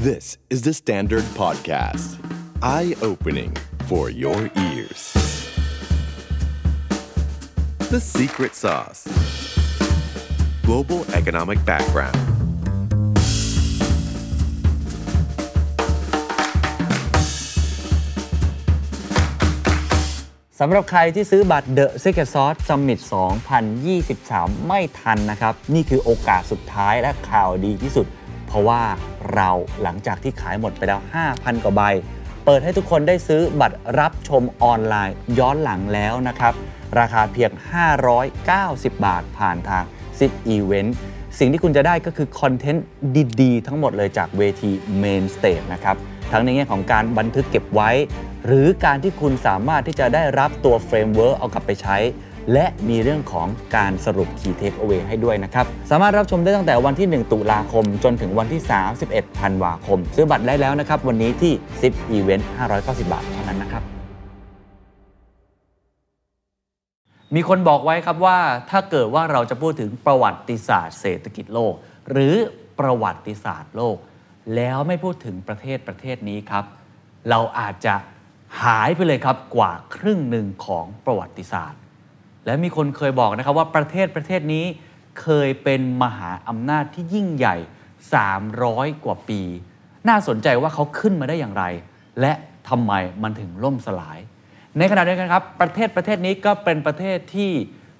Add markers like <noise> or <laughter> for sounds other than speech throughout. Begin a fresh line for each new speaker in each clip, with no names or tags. This is the Standard Podcast. Eye-opening for your ears. The Secret Sauce. Global Economic Background.
Podcast สำหรับใครที่ซื้อบัตร The Secret Sauce Summit 2023 ไม่ทันนะครับ นี่คือโอกาสสุดท้ายและข่าวดีที่สุด เพราะว่าเราหลังจากที่ขายหมดไปแล้ว 5,000 กว่าใบ เปิดให้ทุกคนได้ซื้อบัตรรับชมออนไลน์ย้อนหลังแล้วนะครับ ราคาเพียง 590 บาทผ่านทาง Sit Event สิ่งที่คุณจะได้ก็คือคอนเทนต์ดีๆ ทั้งหมดเลยจากเวที Main Stage นะครับ ทั้งในแง่ของการบันทึกเก็บไว้ หรือการที่คุณสามารถที่จะได้รับตัวเฟรมเวิร์เอากลับไปใช้ และมีเรื่องของการสรุป Key Takeaway ให้ด้วยนะครับ สามารถรับชมได้ตั้งแต่วันที่ 1 ตุลาคม จนถึงวันที่ 31 ธันวาคม ซื้อบัตรได้แล้วนะครับ วันนี้ที่ 10 Event 590 บาทเท่านั้นนะครับ มีคนบอกไว้ครับว่าถ้าเกิดว่าเราจะพูดถึงประวัติศาสตร์เศรษฐกิจโลก หรือประวัติศาสตร์โลก แล้วไม่พูดถึงประเทศประเทศนี้ครับ เราอาจจะหายไปเลยครับกว่าครึ่งหนึ่งของประวัติศาสตร์ และมีคนเคยบอกนะครับว่าประเทศประเทศนี้เคยเป็นมหาอำนาจที่ยิ่งใหญ่ 300 กว่าปี น่าสนใจว่าเขาขึ้นมาได้อย่างไร และทำไมมันถึงล่มสลาย ในขณะเดียวกันครับ ประเทศประเทศนี้ก็เป็นประเทศที่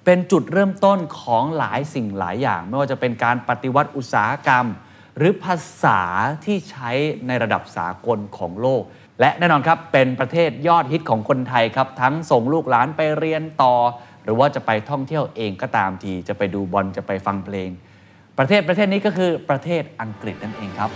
เป็นจุดเริ่มต้นของหลายสิ่งหลายอย่าง ไม่ว่าจะเป็นการปฏิวัติอุตสาหกรรม หรือภาษาที่ใช้ในระดับสากลของโลก และแน่นอนครับเป็นประเทศยอดฮิตของคนไทยครับ ทั้งส่งลูกหลานไปเรียนต่อ หรือว่าจะไปท่องเที่ยวเองก็ตามทีจะไปดูบอลจะไปฟังเพลง ประเทศประเทศนี้ก็คือประเทศอังกฤษนั่นเองครับ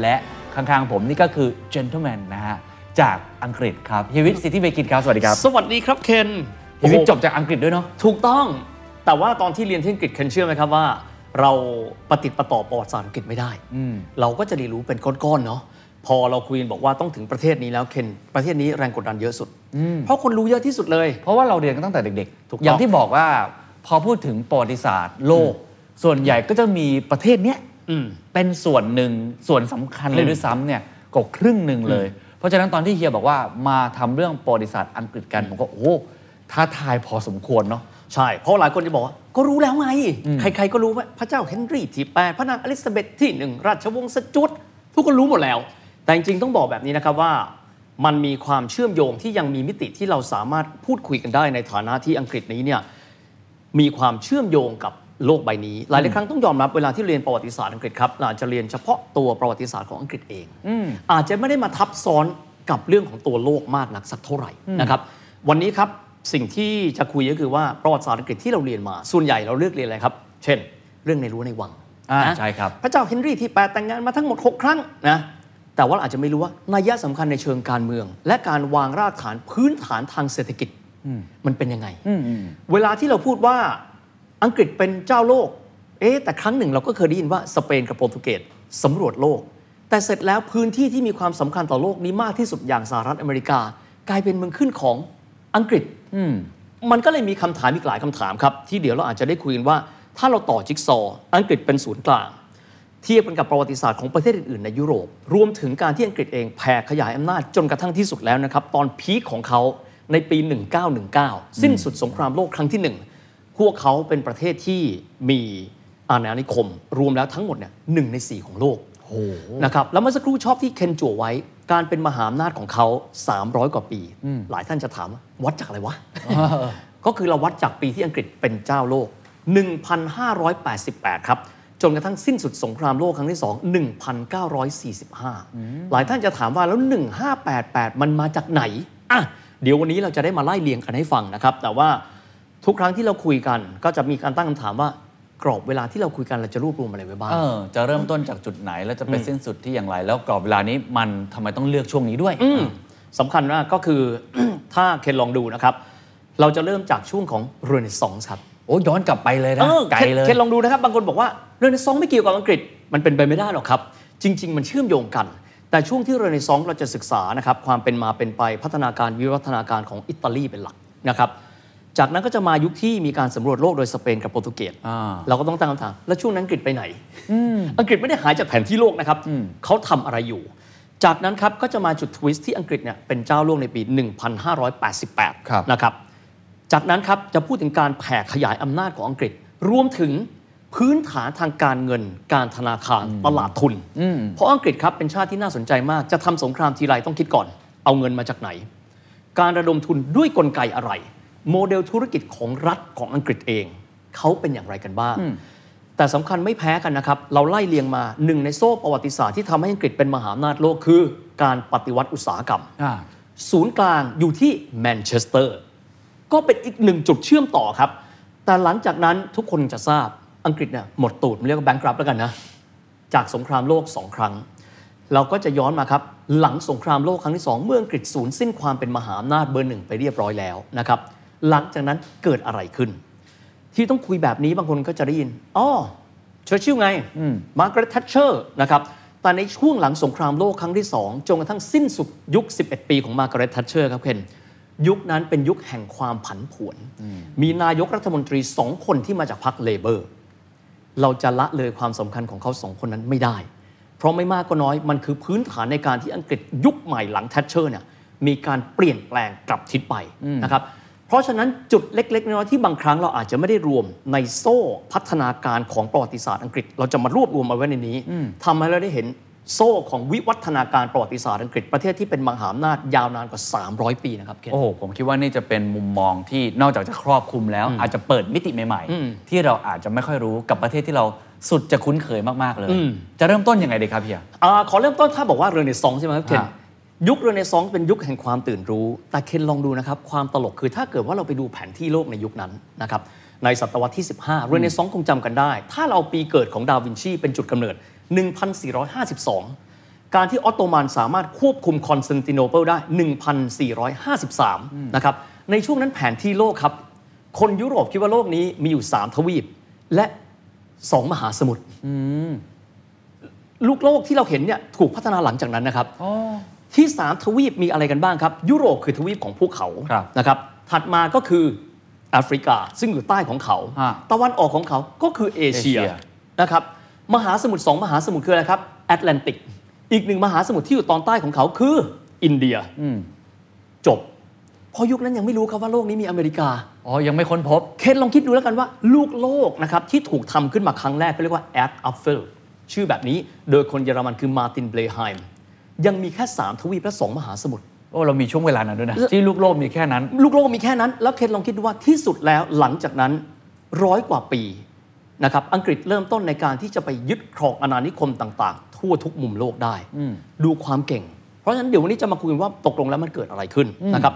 และข้างๆผมนี่ก็คือ gentleman นะฮะ จากอังกฤษครับฮิวิตสิทธิเบกินครับ สวัสดีครับ
สวัสดีครับเคน
ฮิวิต
โอ้โห
จบจากอังกฤษด้วยเนาะ
ถูกต้อง แต่ว่าตอนที่เรียนที่อังกฤษเคนเชื่อไหมครับว่า เราปฏิดประต่อประวัติศาสตร์อังกฤษไม่ได้
อืม
เราก็จะเรียนรู้เป็นก้อนๆเนาะพอเราคุยกันบอกว่าต้องถึงประเทศนี้แล้วเคนประเทศนี้แรงกดดันเยอะสุด เพราะคนรู้เยอะที่สุดเลย
เพราะว่าเราเรียนกันตั้งแต่เด็ก
ถูกต้อง
อย่างที่บอกว่าพอพูดถึงประวัติศาสตร์โลก ส่วนใหญ่ก็จะมีประเทศเนี้ย
อืม
เป็นส่วนหนึ่งส่วนสำคัญเลย
อืม
ด้วยซ้ำเนี่ยก็ครึ่งหนึ่งเลย เพราะฉะนั้นตอนที่เฮียบอกว่ามาทำเรื่องประวัติศาสตร์อังกฤษกันผมก็โอ้ท้าทายพอสมควรเนาะ
ใช่ เพราะหลายคนจะบอกว่า ก็รู้แล้วไง ใครๆก็รู้ว่าพระเจ้าเฮนรี่ที่แปดพระนางอลิซาเบธที่หนึ่งราชวงศ์สจ๊วตทุกคนรู้หมดแล้ว แต่จริงๆต้องบอกแบบนี้นะครับว่า มันมีความเชื่อมโยงที่ยังมีมิติที่เราสามารถพูดคุยกันได้ในฐานะที่อังกฤษนี้เนี่ย มีความเชื่อมโยงกับโลกใบนี้ หลายหลายครั้งต้องยอมรับเวลาที่เรียนประวัติศาสตร์อังกฤษครับเราอาจจะเรียนเฉพาะตัวประวัติศาสตร์ของอังกฤษเอง อาจจะไม่ได้มาทับซ้อนกับเรื่องของตัวโลกมากนักสักเท่าไหร่นะครับ วันนี้ครับสิ่งที่จะคุยก็คือว่าประวัติศาสตร์อังกฤษที่เราเรียนมา ส่วนใหญ่เราเลือกเรียนอะไรครับ เช่น เรื่องในรั้วในวัง
อ่า
นะ
ใช่ครับ
พระเจ้าเฮนรี่ที่แปดแต่งงานมาทั้งหมดหกครั้งนะแต่ว่าเราอาจจะไม่รู้ว่านัยยะสำคัญในเชิงการเมือง และการวางรากฐานพื้นฐานทางเศรษฐกิจมันเป็นยังไง เวลาที่เราพูดว่าอังกฤษเป็นเจ้าโลก เอ๊ะแต่ครั้งหนึ่งเราก็เคยได้ยินว่าสเปนกับโปรตุเกสสำรวจโลก แต่เสร็จแล้วพื้นที่ที่มีความสำคัญต่อโลกนี้มากที่สุดอย่างสหรัฐอเมริกา กลายเป็นเมืองขึ้นของอังกฤษ มันก็เลยมีคำถามอีกหลายคำถามครับ ที่เดี๋ยวเราอาจจะได้คุยกันว่า ถ้าเราต่อจิ๊กซอว์อังกฤษเป็นศูนย์กลาง เทียบกันกับประวัติศาสตร์ของประเทศอื่นๆในยุโรป รวมถึงการที่อังกฤษเองแผ่ขยายอำนาจจนกระทั่งที่สุดแล้วนะครับ ตอนพีคของเขาในปี 1919 สิ้นสุดสงครามโลกครั้งที่ 1 พวกเขาเป็นประเทศที่มีอาณานิคม รวมแล้วทั้งหมดเนี่ยหนึ่งใน 4 ของโลก นะครับแล้วเมื่อสักครู่ชอบที่เคนจั่วไว้ การเป็นมหาอำนาจของเขา 300 กว่าปี หลายท่านจะถามว่าวัดจากอะไรวะ ก็คือเราวัดจากปีที่อังกฤษเป็นเจ้าโลก 1,588 ครับ จนกระทั่งสิ้นสุดสงครามโลกครั้งที่ 2 1,945 หลายท่านจะถามว่าแล้ว 1588 มันมาจากไหนอ่ะเดี๋ยววันนี้เราจะได้มาไล่เรียงกันให้ฟังนะครับ แต่ว่าทุกครั้งที่เราคุยกัน ก็จะมีการตั้งคำถามว่ากรอบเวลาที่เราคุยกันเราจะรวบรวมอะไรไว้บ้าง
เออจะเริ่มต้นจากจุดไหนแล้วจะไปสิ้นสุดที่อย่างไร แล้วกรอบเวลานี้มันทำไมต้องเลือกช่วงนี้ด้วย
สำคัญมากก็คือ <clears throat> ถ้าเคนลองดูนะครับ เราจะเริ่มจากช่วงของเรเนซองส์ครับ
โอ้ย้อนกลับไปเลยนะ
เออ
ไกลเลย
เคนลองดูนะครับ บางคนบอกว่าเรเนซองส์ไม่เกี่ยวกับอังกฤษมันเป็นไปไม่ได้หรอกครับ จริง ๆ มันเชื่อมโยงกัน แต่ช่วงที่เรเนซองส์เราจะศึกษานะครับ ความเป็นมาเป็นไปพัฒนาการวิวัฒนาการของอิตาลีเป็นหลัก นะครับ จากนั้นก็จะมายุคที่มีการสำรวจโลกโดยสเปนกับโปรตุเกส
อ่า
เราก็ต้องตั้งคำถาม แล้วช่วงนั้นอังกฤษไปไหน อังกฤษไม่ได้หายจากแผนที่โลกนะครับ เขาทำอะไรอยู่ จากนั้นครับก็จะมาจุดทวิสต์ที่อังกฤษเนี่ยเป็นเจ้าโลกในปี 1588
ครับ
นะครับ จากนั้นครับจะพูดถึงการแผ่ขยายอำนาจของอังกฤษ รวมถึงพื้นฐานทางการเงิน การธนาคารตลาดทุน เพราะอังกฤษครับเป็นชาติที่น่าสนใจมาก จะทำสงครามทีไรต้องคิดก่อน เอาเงินมาจากไหน การระดมทุนด้วยกลไกอะไร โมเดลธุรกิจของรัฐของอังกฤษเอง เขาเป็นอย่างไรกันบ้าง แต่สำคัญไม่แพ้กันนะครับ เราไล่เรียงมาหนึ่งในโซ่ประวัติศาสตร์ที่ทำให้อังกฤษเป็นมหาอำนาจโลกคือ การปฏิวัติอุตสาหกรรม
อ่า
ศูนย์กลางอยู่ที่แมนเชสเตอร์ ก็เป็นอีกหนึ่งจุดเชื่อมต่อครับ แต่หลังจากนั้นทุกคนจะทราบอังกฤษเนี่ยหมดตูดเรียกว่าแบงค์รับแล้วกันนะ จากสงครามโลก 2 ครั้ง เราก็จะย้อนมาครับ หลังสงครามโลกครั้งที่ 2 เมื่ออังกฤษสูญสิ้นความเป็นมหาอำนาจเบอร์หนึ่งไปเรียบร้อยแล้วนะครับ หลังจากนั้นเกิดอะไรขึ้น ที่ต้องคุยแบบนี้บางคนก็จะได้ยินอ๋อเชอร์ชิลไง มาร์กาเร็ตแทชเชอร์นะครับ แต่ในช่วงหลังสงครามโลกครั้งที่ 2 จนกระทั่งสิ้นสุดยุค 11 ปีของมาร์กาเร็ตแทชเชอร์ครับเพนยุคนั้นเป็นยุคแห่งความผันผวน มีนายกรัฐมนตรีสองคนที่มาจากพรรคเลเบอร์ เราจะละเลยความสำคัญของเขาสองคนนั้นไม่ได้ เพราะไม่มากก็น้อยมันคือพื้นฐานในการที่อังกฤษยุคใหม่หลังแทชเชอร์เนี่ยมีการเปลี่ยนแปลงกลับทิศไปนะครับ เพราะฉะนั้นจุดเล็กๆ น้อยๆที่บางครั้งเราอาจจะไม่ได้รวมในโซ่พัฒนาการของประวัติศาสตร์อังกฤษ เราจะมารวบรวมมาไว้ในนี้ทำให้เราได้เห็นโซ่ของวิวัฒนาการประวัติศาสตร์อังกฤษประเทศที่เป็นมหาอำนาจยาวนานกว่า 300 ปีนะครับเคน
โอ้โห ผมคิดว่านี่จะเป็นมุมมองที่นอกจากจะครอบคลุมแล้ว อาจจะเปิดมิติใหม่ ๆ ที่เราอาจจะไม่ค่อยรู้กับประเทศที่เราสุดจะคุ้นเคยมากๆเลย
อืม
จะเริ่มต้นยังไงดีครับเฮีย
อาขอเริ่มต้นถ้าบอกว่าเรเนซองส์ใช่ไหมครับเคน
ฮะ
ยุคเรเนซองส์เป็นยุคแห่งความตื่นรู้ แต่เคนลองดูนะครับ ความตลกคือถ้าเกิดว่าเราไปดูแผนที่โลกในยุคนั้นนะครับในศตวรรษที่ 15 เรเนซองส์คงจำกันได้ ถ้าเราปีเกิดของดาวินชีเป็นจุดกำเนิด 1452 การที่ออตโตมันสามารถควบคุมคอนสแตนติโนเปิลได้ 1453 นะครับในช่วงนั้นแผนที่โลกครับ คนยุโรปคิดว่าโลกนี้มีอยู่ 3 ทวีป และสองมหาสมุทร ลูกโลกที่เราเห็นเนี่ยถูกพัฒนาหลังจากนั้นนะครับ ที่ 3 ทวีปมีอะไรกันบ้างครับ ยุโรปคือทวีปของภูเขา
ครับ
นะครับ ถัดมาก็คือแอฟริกา ซึ่งอยู่ใต้ของเขา
ฮะ
ตะวันออกของเขาก็คือเอเชีย
เอเชีย
นะครับมหาสมุทรสองมหาสมุทรคืออะไรครับแอตแลนติก อีกหนึ่งมหาสมุทรที่อยู่ตอนใต้ของเขาคืออินเดียจบเพราะยุคนั้นยังไม่รู้ครับว่าโลกนี้มีอเมริกา
อ๋อ ยังไม่ค้นพบ
เคนลองคิดดูแล้วกันว่าลูกโลกนะครับที่ถูกทำขึ้นมาครั้งแรกก็เรียกว่าแอดอัฟเฟลชื่อแบบนี้โดยคนเยอรมันคือมาร์ตินเบลไฮมยังมีแค่ 3 ทวีปและ 2 มหาสมุทร
โอ้ เรามีช่วงเวลานั้นด้วยนะ
เออ
ที่ลูกโลกมีแค่นั้น
ลูกโลกมีแค่นั้น แล้วเคนลองคิดดูว่าที่สุดแล้วหลังจากนั้นร้อยกว่าปีนะครับอังกฤษเริ่มต้นในการที่จะไปยึดครองอาณานิคมต่างๆ ทั่วทุกมุมโลกได้ ดูความเก่ง เพราะฉะนั้นเดี๋ยววันนี้จะมาคุยกันว่าตกลงแล้วมันเกิดอะไรขึ้นนะครับ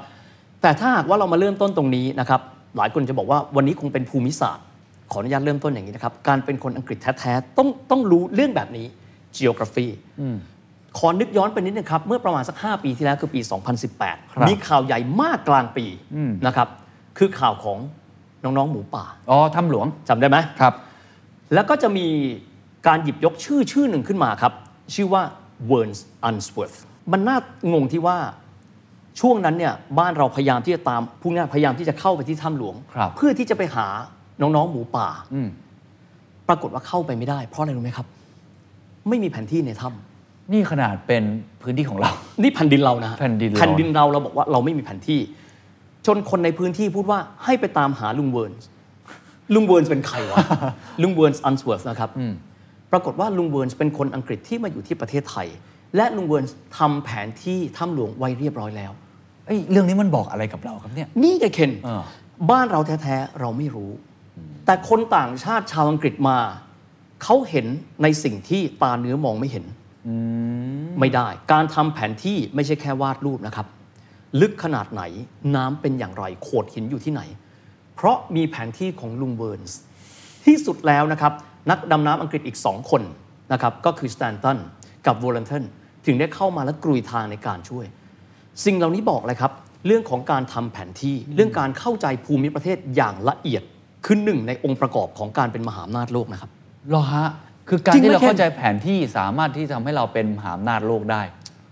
แต่ถ้าหากว่าเรามาเริ่มต้นตรงนี้นะครับหลายคนจะบอกว่าวันนี้คงเป็นภูมิศาสตร์ ขออนุญาตเริ่มต้นอย่างนี้นะครับการเป็นคนอังกฤษแท้ๆต้องต้องรู้เรื่องแบบนี้ geography ขอนึกย้อนไปนิดนึงครับ เมื่อประมาณสัก 5 ปีที่แล้วคือปี
ครับ
2018 มีข่าวใหญ่มากกลางปีนะครับ คือข่าวของน้อง ๆ หมูป่า
อ๋อ ถ้ำหลวง
จำได้ไหม
ครับ
แล้วก็จะมีการหยิบยกชื่อชื่อหนึ่งขึ้นมาครับ ชื่อว่าเวิร์นส์อันสเวิร์ธมันน่างงที่ว่าช่วงนั้นเนี่ยบ้านเราพยายามที่จะตามผู้นี้พยายามที่จะเข้าไปที่ถ้ำหลวง
ครับ
เพื่อที่จะไปหาน้อง ๆ หมูป่าปรากฏว่าเข้าไปไม่ได้ เพราะอะไรรู้ไหมครับ ไม่มีแผนที่ในถ้ำ
นี่ขนาดเป็นพื้นที่ของเรา <laughs>
นี่แผ่นดินเรานะฮะ
แผ่นดินเรา
แผ่นดินเราเราบอกว่าเราไม่มีแผนที่ จนคนในพื้นที่พูดว่าให้ไปตามหาลุงเวิร์นส์ลุงเวิร์นส์เป็นใคร
<laughs>
วะ ลุงเวิร์นส์อันสเวิร์ธนะครับปรากฏว่าลุงเวิร์นส์เป็นคนอังกฤษที่มาอยู่ที่ประเทศไทย และลุงเวิร์นส์ทำแผนที่ถ้ำหลวงไว้เรียบร้อยแล้ว
เอ้ยเรื่องนี้มันบอกอะไรกับเราครับเนี่ย
นี่ไงเคน
อ่า
บ้านเราแท้ๆ เราไม่รู้ แต่คนต่างชาติชาวอังกฤษมา เขาเห็นในสิ่งที่ตาเนื้อมองไม่เห็น ไม่ได้ การทำแผนที่ไม่ใช่แค่วาดรูปนะครับ ลึกขนาดไหนน้ำเป็นอย่างไรโขดหินอยู่ที่ไหน เพราะมีแผนที่ของลุงเวิร์นส์ ที่สุดแล้วนะครับ นักดำน้ำอังกฤษอีก 2 คนนะครับ ก็คือสแตนตันกับวอลเลนเทนถึงได้เข้ามาและกรุยทางในการช่วย สิ่งเหล่านี้บอกเลยครับ เรื่องของการทำแผนที่เรื่องการเข้าใจภูมิประเทศอย่างละเอียดคือหนึ่งในองค์ประกอบของการเป็นมหาอำนาจโลกนะครับ
เหรอฮะ คือการ
จริง
ที่เรา
ไหมเคน
เข้าใจแผนที่สามารถที่จะทำให้เราเป็นมหาอำนาจโลกได้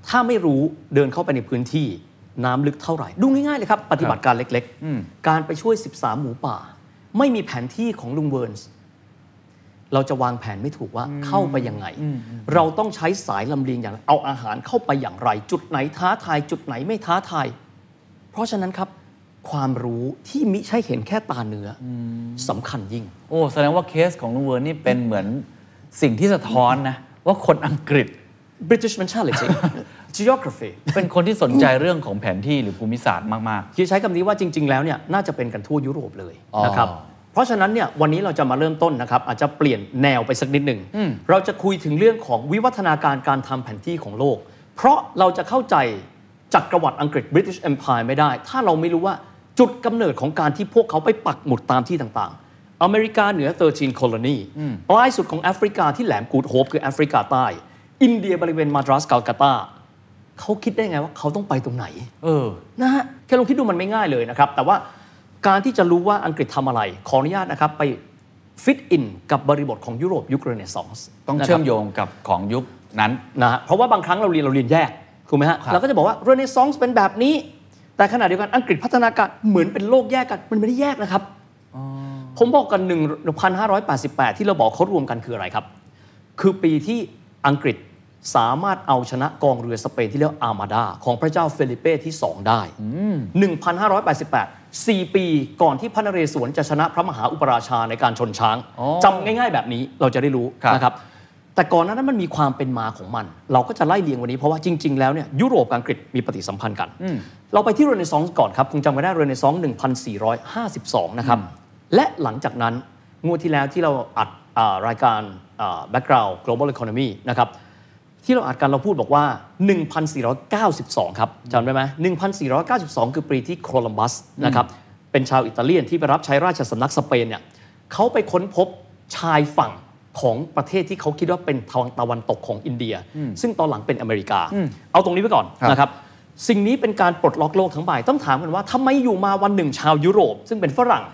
ถ้าไม่รู้เดินเข้าไปในพื้นที่ น้ำลึกเท่าไหร่ ดูง่ายๆเลยครับ ปฏิบัติการเล็ก
อืม
ๆ การไปช่วย 13 หมูป่า ไม่มีแผนที่ของลุงเวิร์นส์เราจะวางแผนไม่ถูกว่าเข้าไปยังไง เราต้องใช้สายลำเลียงอย่างไรเอาอาหารเข้าไปอย่างไร จุดไหนท้าทายจุดไหนไม่ท้าทาย เพราะฉะนั้นครับ ความรู้ที่มิใช่เห็นแค่ตาเนื้ออสำคัญยิ่ง
โอ้แสดงว่าเคสของลุงเวิร์นนี่เป็นเหมือนสิ่งที่สะท้อนนะว่าคนอังกฤษ
British <laughs> mentality geography
เป็นคนที่สนใจเรื่องของแผนที่หรือภูมิศาสตร์มาก
คือใช้คำนี้ว่าจริง ๆ แล้วเนี่ยน่าจะเป็นกันทั่วยุโรปเลย
อ๋อ
นะครับเพราะฉะนั้นเนี่ยวันนี้เราจะมาเริ่มต้นนะครับ อาจจะเปลี่ยนแนวไปสักนิดหนึ่ง เราจะคุยถึงเรื่องของวิวัฒนาการการทำแผนที่ของโลก เพราะเราจะเข้าใจจักรวรรดิอังกฤษ British Empire ไม่ได้ ถ้าเราไม่รู้ว่าจุดกำเนิดของการที่พวกเขาไปปักหมุดตามที่ต่างๆ อเมริกาเหนือ 13 colony ปลายสุดของแอฟริกาที่แหลมกูดโฮปคือแอฟริกาใต้ อินเดียบริเวณมาดรัสกาลกาตาเขาคิดได้ไงว่าเขาต้องไปตรงไหน
ๆ เออ
นะฮะแค่ลองคิดดูมันไม่ง่ายเลยนะครับ แต่ว่าการที่จะรู้ว่าอังกฤษทำอะไร ขออนุญาตนะครับ ไปฟิตอินกับบริบทของยุโรปยุคเรเนซองส์
ต้องเชื่อมโยงกับของยุคนั้น
นะฮะเพราะว่าบางครั้งเราเรียนเราเรียนแยกถูกไหมฮะ
ครับ
เราก็จะบอกว่าเรเนซองส์เป็นแบบนี้ แต่ขณะเดียวกันอังกฤษพัฒนาการเหมือนเป็นโลกแยกกัน มันไม่ได้แยกนะครับ ผมบอกกัน 1,588 ที่เราบอกเขารวมกันคืออะไรครับ คือปีที่อังกฤษสามารถเอาชนะกองเรือสเปนที่เรียกว่าอาร์มาดา ของพระเจ้าเฟลิเป้ที่ 2 ได้ 1,588 4 ปีก่อนที่พระนเรศวรจะชนะพระมหาอุปราชาในการชนช้าง
อ๋อ
จำง่ายๆแบบนี้เราจะได้รู้
ครับ
นะครับ แต่ก่อนหนานั้นมันมีความเป็นมาของมัน เราก็จะไล่เรียงวันนี้เพราะว่าจริง ๆ แล้วเนี่ยยุโรปกับอังกฤษมีปฏิสัมพันธ์กัน เราไปที่เรเนซองส์ก่อนครับคงจำไว้ได้เรเนซองส์1452 นะครับ และหลังจากนั้น งวดที่แล้วที่เราอัดอ่ารายการอ่า background global economy นะครับ ที่เราอัดกันเราพูดบอกว่า 1492 ครับจำได้ไหม1492 คือปีที่โคลัมบัสนะครับ เป็นชาวอิตาเลียนที่ไปรับใช้ราชสำนักสเปนเนี่ยเขาไปค้นพบชายฝั่งของประเทศที่เขาคิดว่าเป็นทางตะวันตกของอินเดีย ซึ่งตอนหลังเป็นอเมริกา เอาตรงนี้ไปก่อน
ครับ
นะครับ สิ่งนี้เป็นการปลดล็อกโลกทั้งใบต้องถามกันว่าทำไมอยู่มาวันหนึ่งชาวยุโรป ซึ่งเป็นฝรั่ง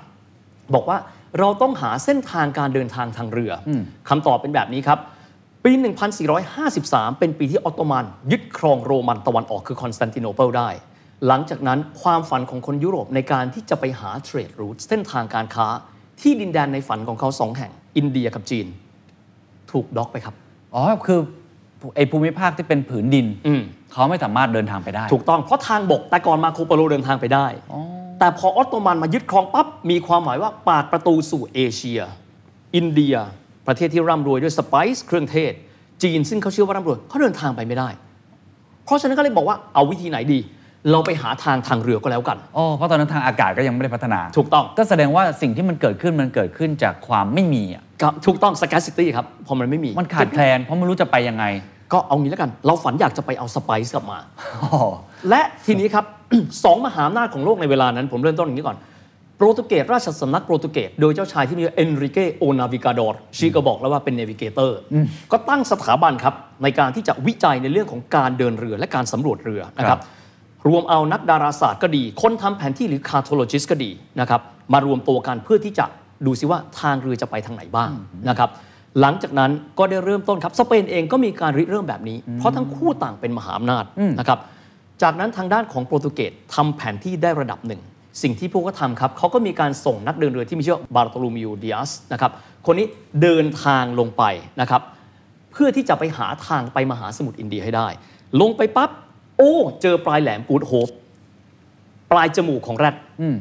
บอกว่าเราต้องหาเส้นทางการเดินทางทางเรืออคำตอบเป็นแบบนี้ครับ ปี 1453 เป็นปีที่ออตโตมันยึดครองโรมันตะวันออกคือคอนสแตนติโนเปิลได้ หลังจากนั้นความฝันของคนยุโรปในการที่จะไปหาเทรดรูทเส้นทางการค้า ที่ดินแดนในฝันของเขาสองแห่ง อินเดียกับจีน ถูกบล็อกไปครับ
อ๋อ คือไอภูมิภาคที่เป็นผืนดิน
อืม
เขาไม่สามารถเดินทางไปได้
ถูกต้องเพราะทางบกแต่ก่อนมาโคโปโลเดินทางไปได้ แต่พอออตโตมันมายึดครองปั๊บ มีความหมายว่าปาดประตูสู่เอเชีย อินเดีย ประเทศที่ร่ำรวยด้วยสไปซ์เครื่องเทศ จีนซึ่งเขาเชื่อว่าร่ำรวยเขาเดินทางไปไม่ได้ เพราะฉะนั้นก็เลยบอกว่าเอาวิธีไหนดี เราไปหาทางทางเรือก็แล้วกัน
อ๋อ เพราะตอนนั้นทางอากาศก็ยังไม่ได้พัฒนา
ถูกต้อง
ก็แสดงว่าสิ่งที่มันเกิดขึ้นมันเกิดขึ้นจากความไม่มีอะ
ครับถูกต้อง scarcity ครับพอมันไม่มี
มันขาดแคลน เพราะไม่รู้จะไปยังไง
ก็เอางี้แล้วกัน เราฝันอยากจะไปเอาสไปซ์กลับมา
อ๋อ
และทีนี้ครับ <clears throat> สองมหาอำนาจของโลกในเวลานั้น ผมเริ่มต้นอย่างนี้ก่อน โปรตุเกสราชสำนักโปรตุเกส โดยเจ้าชายที่มีเอนริเกโอนาวิกาดอร์ชีก็บอกแล้วว่าเป็นเนวิเกเตอร์ ก็ตั้งสถาบันครับ ในการที่จะวิจัยในเรื่องของการเดินเรือและการสำรวจเรือนะค
ครั
รับ
บ
รวมเอานักดาราศาสตร์ก็ดี คนทำแผนที่หรือคาร์โทโลจิสก็ดีนะครับ มารวมตัวกันเพื่อที่จะดูซิว่าทางเรือจะไปทางไหนบ้างนะครับ หลังจากนั้นก็ได้เริ่มต้นครับสเปนเองก็มีการริเริ่มแบบนี้ เพราะทั้งคู่ต่างเป็นมหาอำนาจนะครับ จากนั้นทางด้านของโปรตุเกสทำแผนที่ได้ระดับหนึ่ง สิ่งที่พวกเขาทำครับเขาก็มีการส่งนักเดินเรือที่มีชื่อว่าบาร์โตลูมิโอดิอัสนะครับคนนี้เดินทางลงไปนะครับ เพื่อที่จะไปหาทางไปมหาสมุทรอินเดียให้ได้ ลงไปปั๊บ โอ้ เจอปลายแหลมปูดโฮปปลายจมูกของแรด
อืม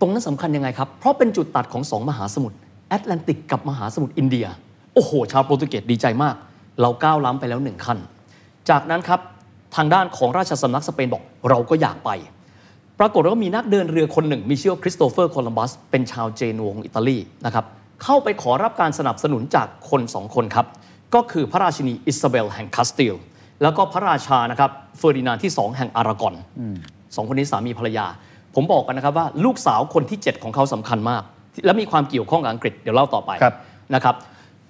ตรงนั้นสำคัญยังไงครับ เพราะเป็นจุดตัดของสองมหาสมุทรแอตแลนติกกับมหาสมุทรอินเดีย โอ้โห ชาวโปรตุเกสดีใจมาก เราก้าวล้ำไปแล้วหนึ่งขั้น จากนั้นครับ ทางด้านของราชสำนักสเปนบอกเราก็อยากไป ปรากฏว่ามีนักเดินเรือคนหนึ่ง มีชื่อว่าคริสโตเฟอร์โคลัมบัส เป็นชาวเจนัวของอิตาลีนะครับเข้าไปขอรับการสนับสนุนจากคนสองคนครับ ก็คือพระราชินีอิซาเบลแห่งคาสติล แล้วก็พระราชานะครับเฟอร์ดินานด์ที่ 2 แห่งอารากอนสองคนนี้สามีภรรยา ผมบอกกันนะครับว่าลูกสาวคนที่ 7 ของเขาสำคัญมาก และมีความเกี่ยวข้องกับอังกฤษเดี๋ยวเล่าต่อไป
ครับ
นะครับ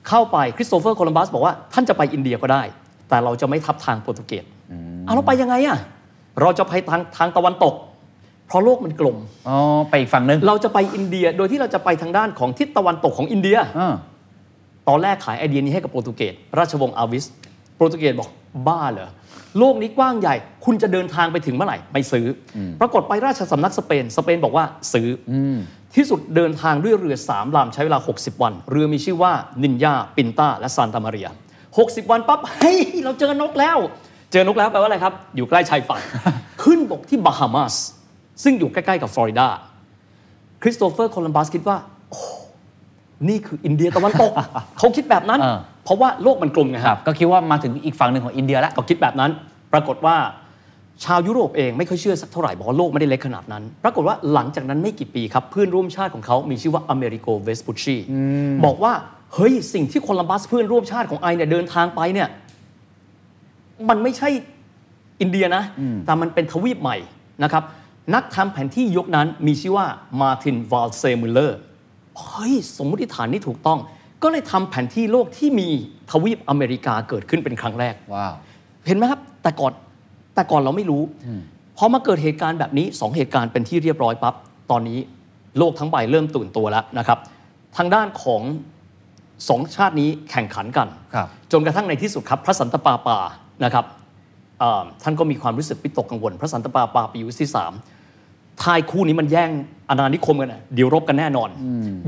เข้าไปคริสโตเฟอร์โคลัมบัสบอกว่าท่านจะไปอินเดียก็ได้ แต่เราจะไม่ทับทางโปรตุเกสเอาเราไปยังไงอ่ะเราจะไปทางทางตะวันตก เพราะโลกมันกลม
อ๋อ ไปอีกฝั่งหนึง
เราจะไปอินเดียโดยที่เราจะไปทางด้านของทิศตะวันตกของอินเดีย
อ่า
ตอนแรกขายไอเดียนี้ให้กับโปรตุเกสราชวงศ์อาวิส โปรตุเกสบอกบ้าเหรอ โลกนี้กว้างใหญ่ คุณจะเดินทางไปถึงเมื่อไหร่ไม่ซื้ออปรากฏไปราชสำนักสเปน สเปนบอกว่าซื้ออที่สุดเดินทางด้วยเรือสามลำใช้เวลา 60 วัน เรือมีชื่อว่านินยาปินตาและซานตามาเรีย 60 วันปั๊บเฮ้ยเราเจอนกแล้ว เจอนกแล้วแปลว่าอะไรครับ อยู่ใกล้ชาย <laughs> ฝั่ง ขึ้นบกที่บาฮามาสซึ่งอยู่ใกล้ๆกับฟลอริดาคริสโตเฟอร์โคลัมบัสคิดว่า นี่คืออินเดียตะวันต <laughs> ก เขาคิดแบบนั้น
เออ
เพราะว่าโลกมันกลมไง
ค
ค
รั
รั
บบ ก็คิดว่ามาถึงอีกฝั่งหนึ่งของอินเดียแล้ว
ก็คิดแบบนั้น ปรากฏว่าชาวยุโรปเองไม่ค่อยเชื่อสักเท่าไหร่ บอกว่าโลกไม่ได้เล็กขนาดนั้น ปรากฏว่าหลังจากนั้นไม่กี่ปีครับ เพื่อนร่วมชาติของเขามีชื่อว่าอเมริโกเวสปุชชีบอกว่า เฮ้ย สิ่งที่โคลัมบัสเพื่อนร่วมชาติของไอเนี่ยเดินทางไปเนี่ย มันไม่ใช่อินเดียนะ แต่มันเป็นทวีปใหม่นะครับ นักทำแผนที่ยกนั้นมีชื่อว่ามาตินวาลเซมุลเลอร์เฮ้ย สมมติฐานนี้ถูกต้อง ก็เลยทำแผนที่โลกที่มีทวีปอเมริกาเกิดขึ้นเป็นครั้งแรก
ว้าว
เห็นไหมครับ แต่ก่อนแต่ก่อนเราไม่รู้พอมาเกิดเหตุการณ์แบบนี้สองเหตุการณ์เป็นที่เรียบร้อยปั๊บตอนนี้โลกทั้งใบเริ่มตื่นตัวแล้วนะครับ ทางด้านของสองชาตินี้แข่งขันกัน
ครับ
จนกระทั่งในที่สุดครับ พระสันตะปาปานะครับเอ่อท่านก็มีความรู้สึกวิตกกังวล พระสันตะปาปาปียุสที่สาม ทายคู่นี้มันแย่งอาณานิคมกันนะเดี๋ยวรบกันแน่นอน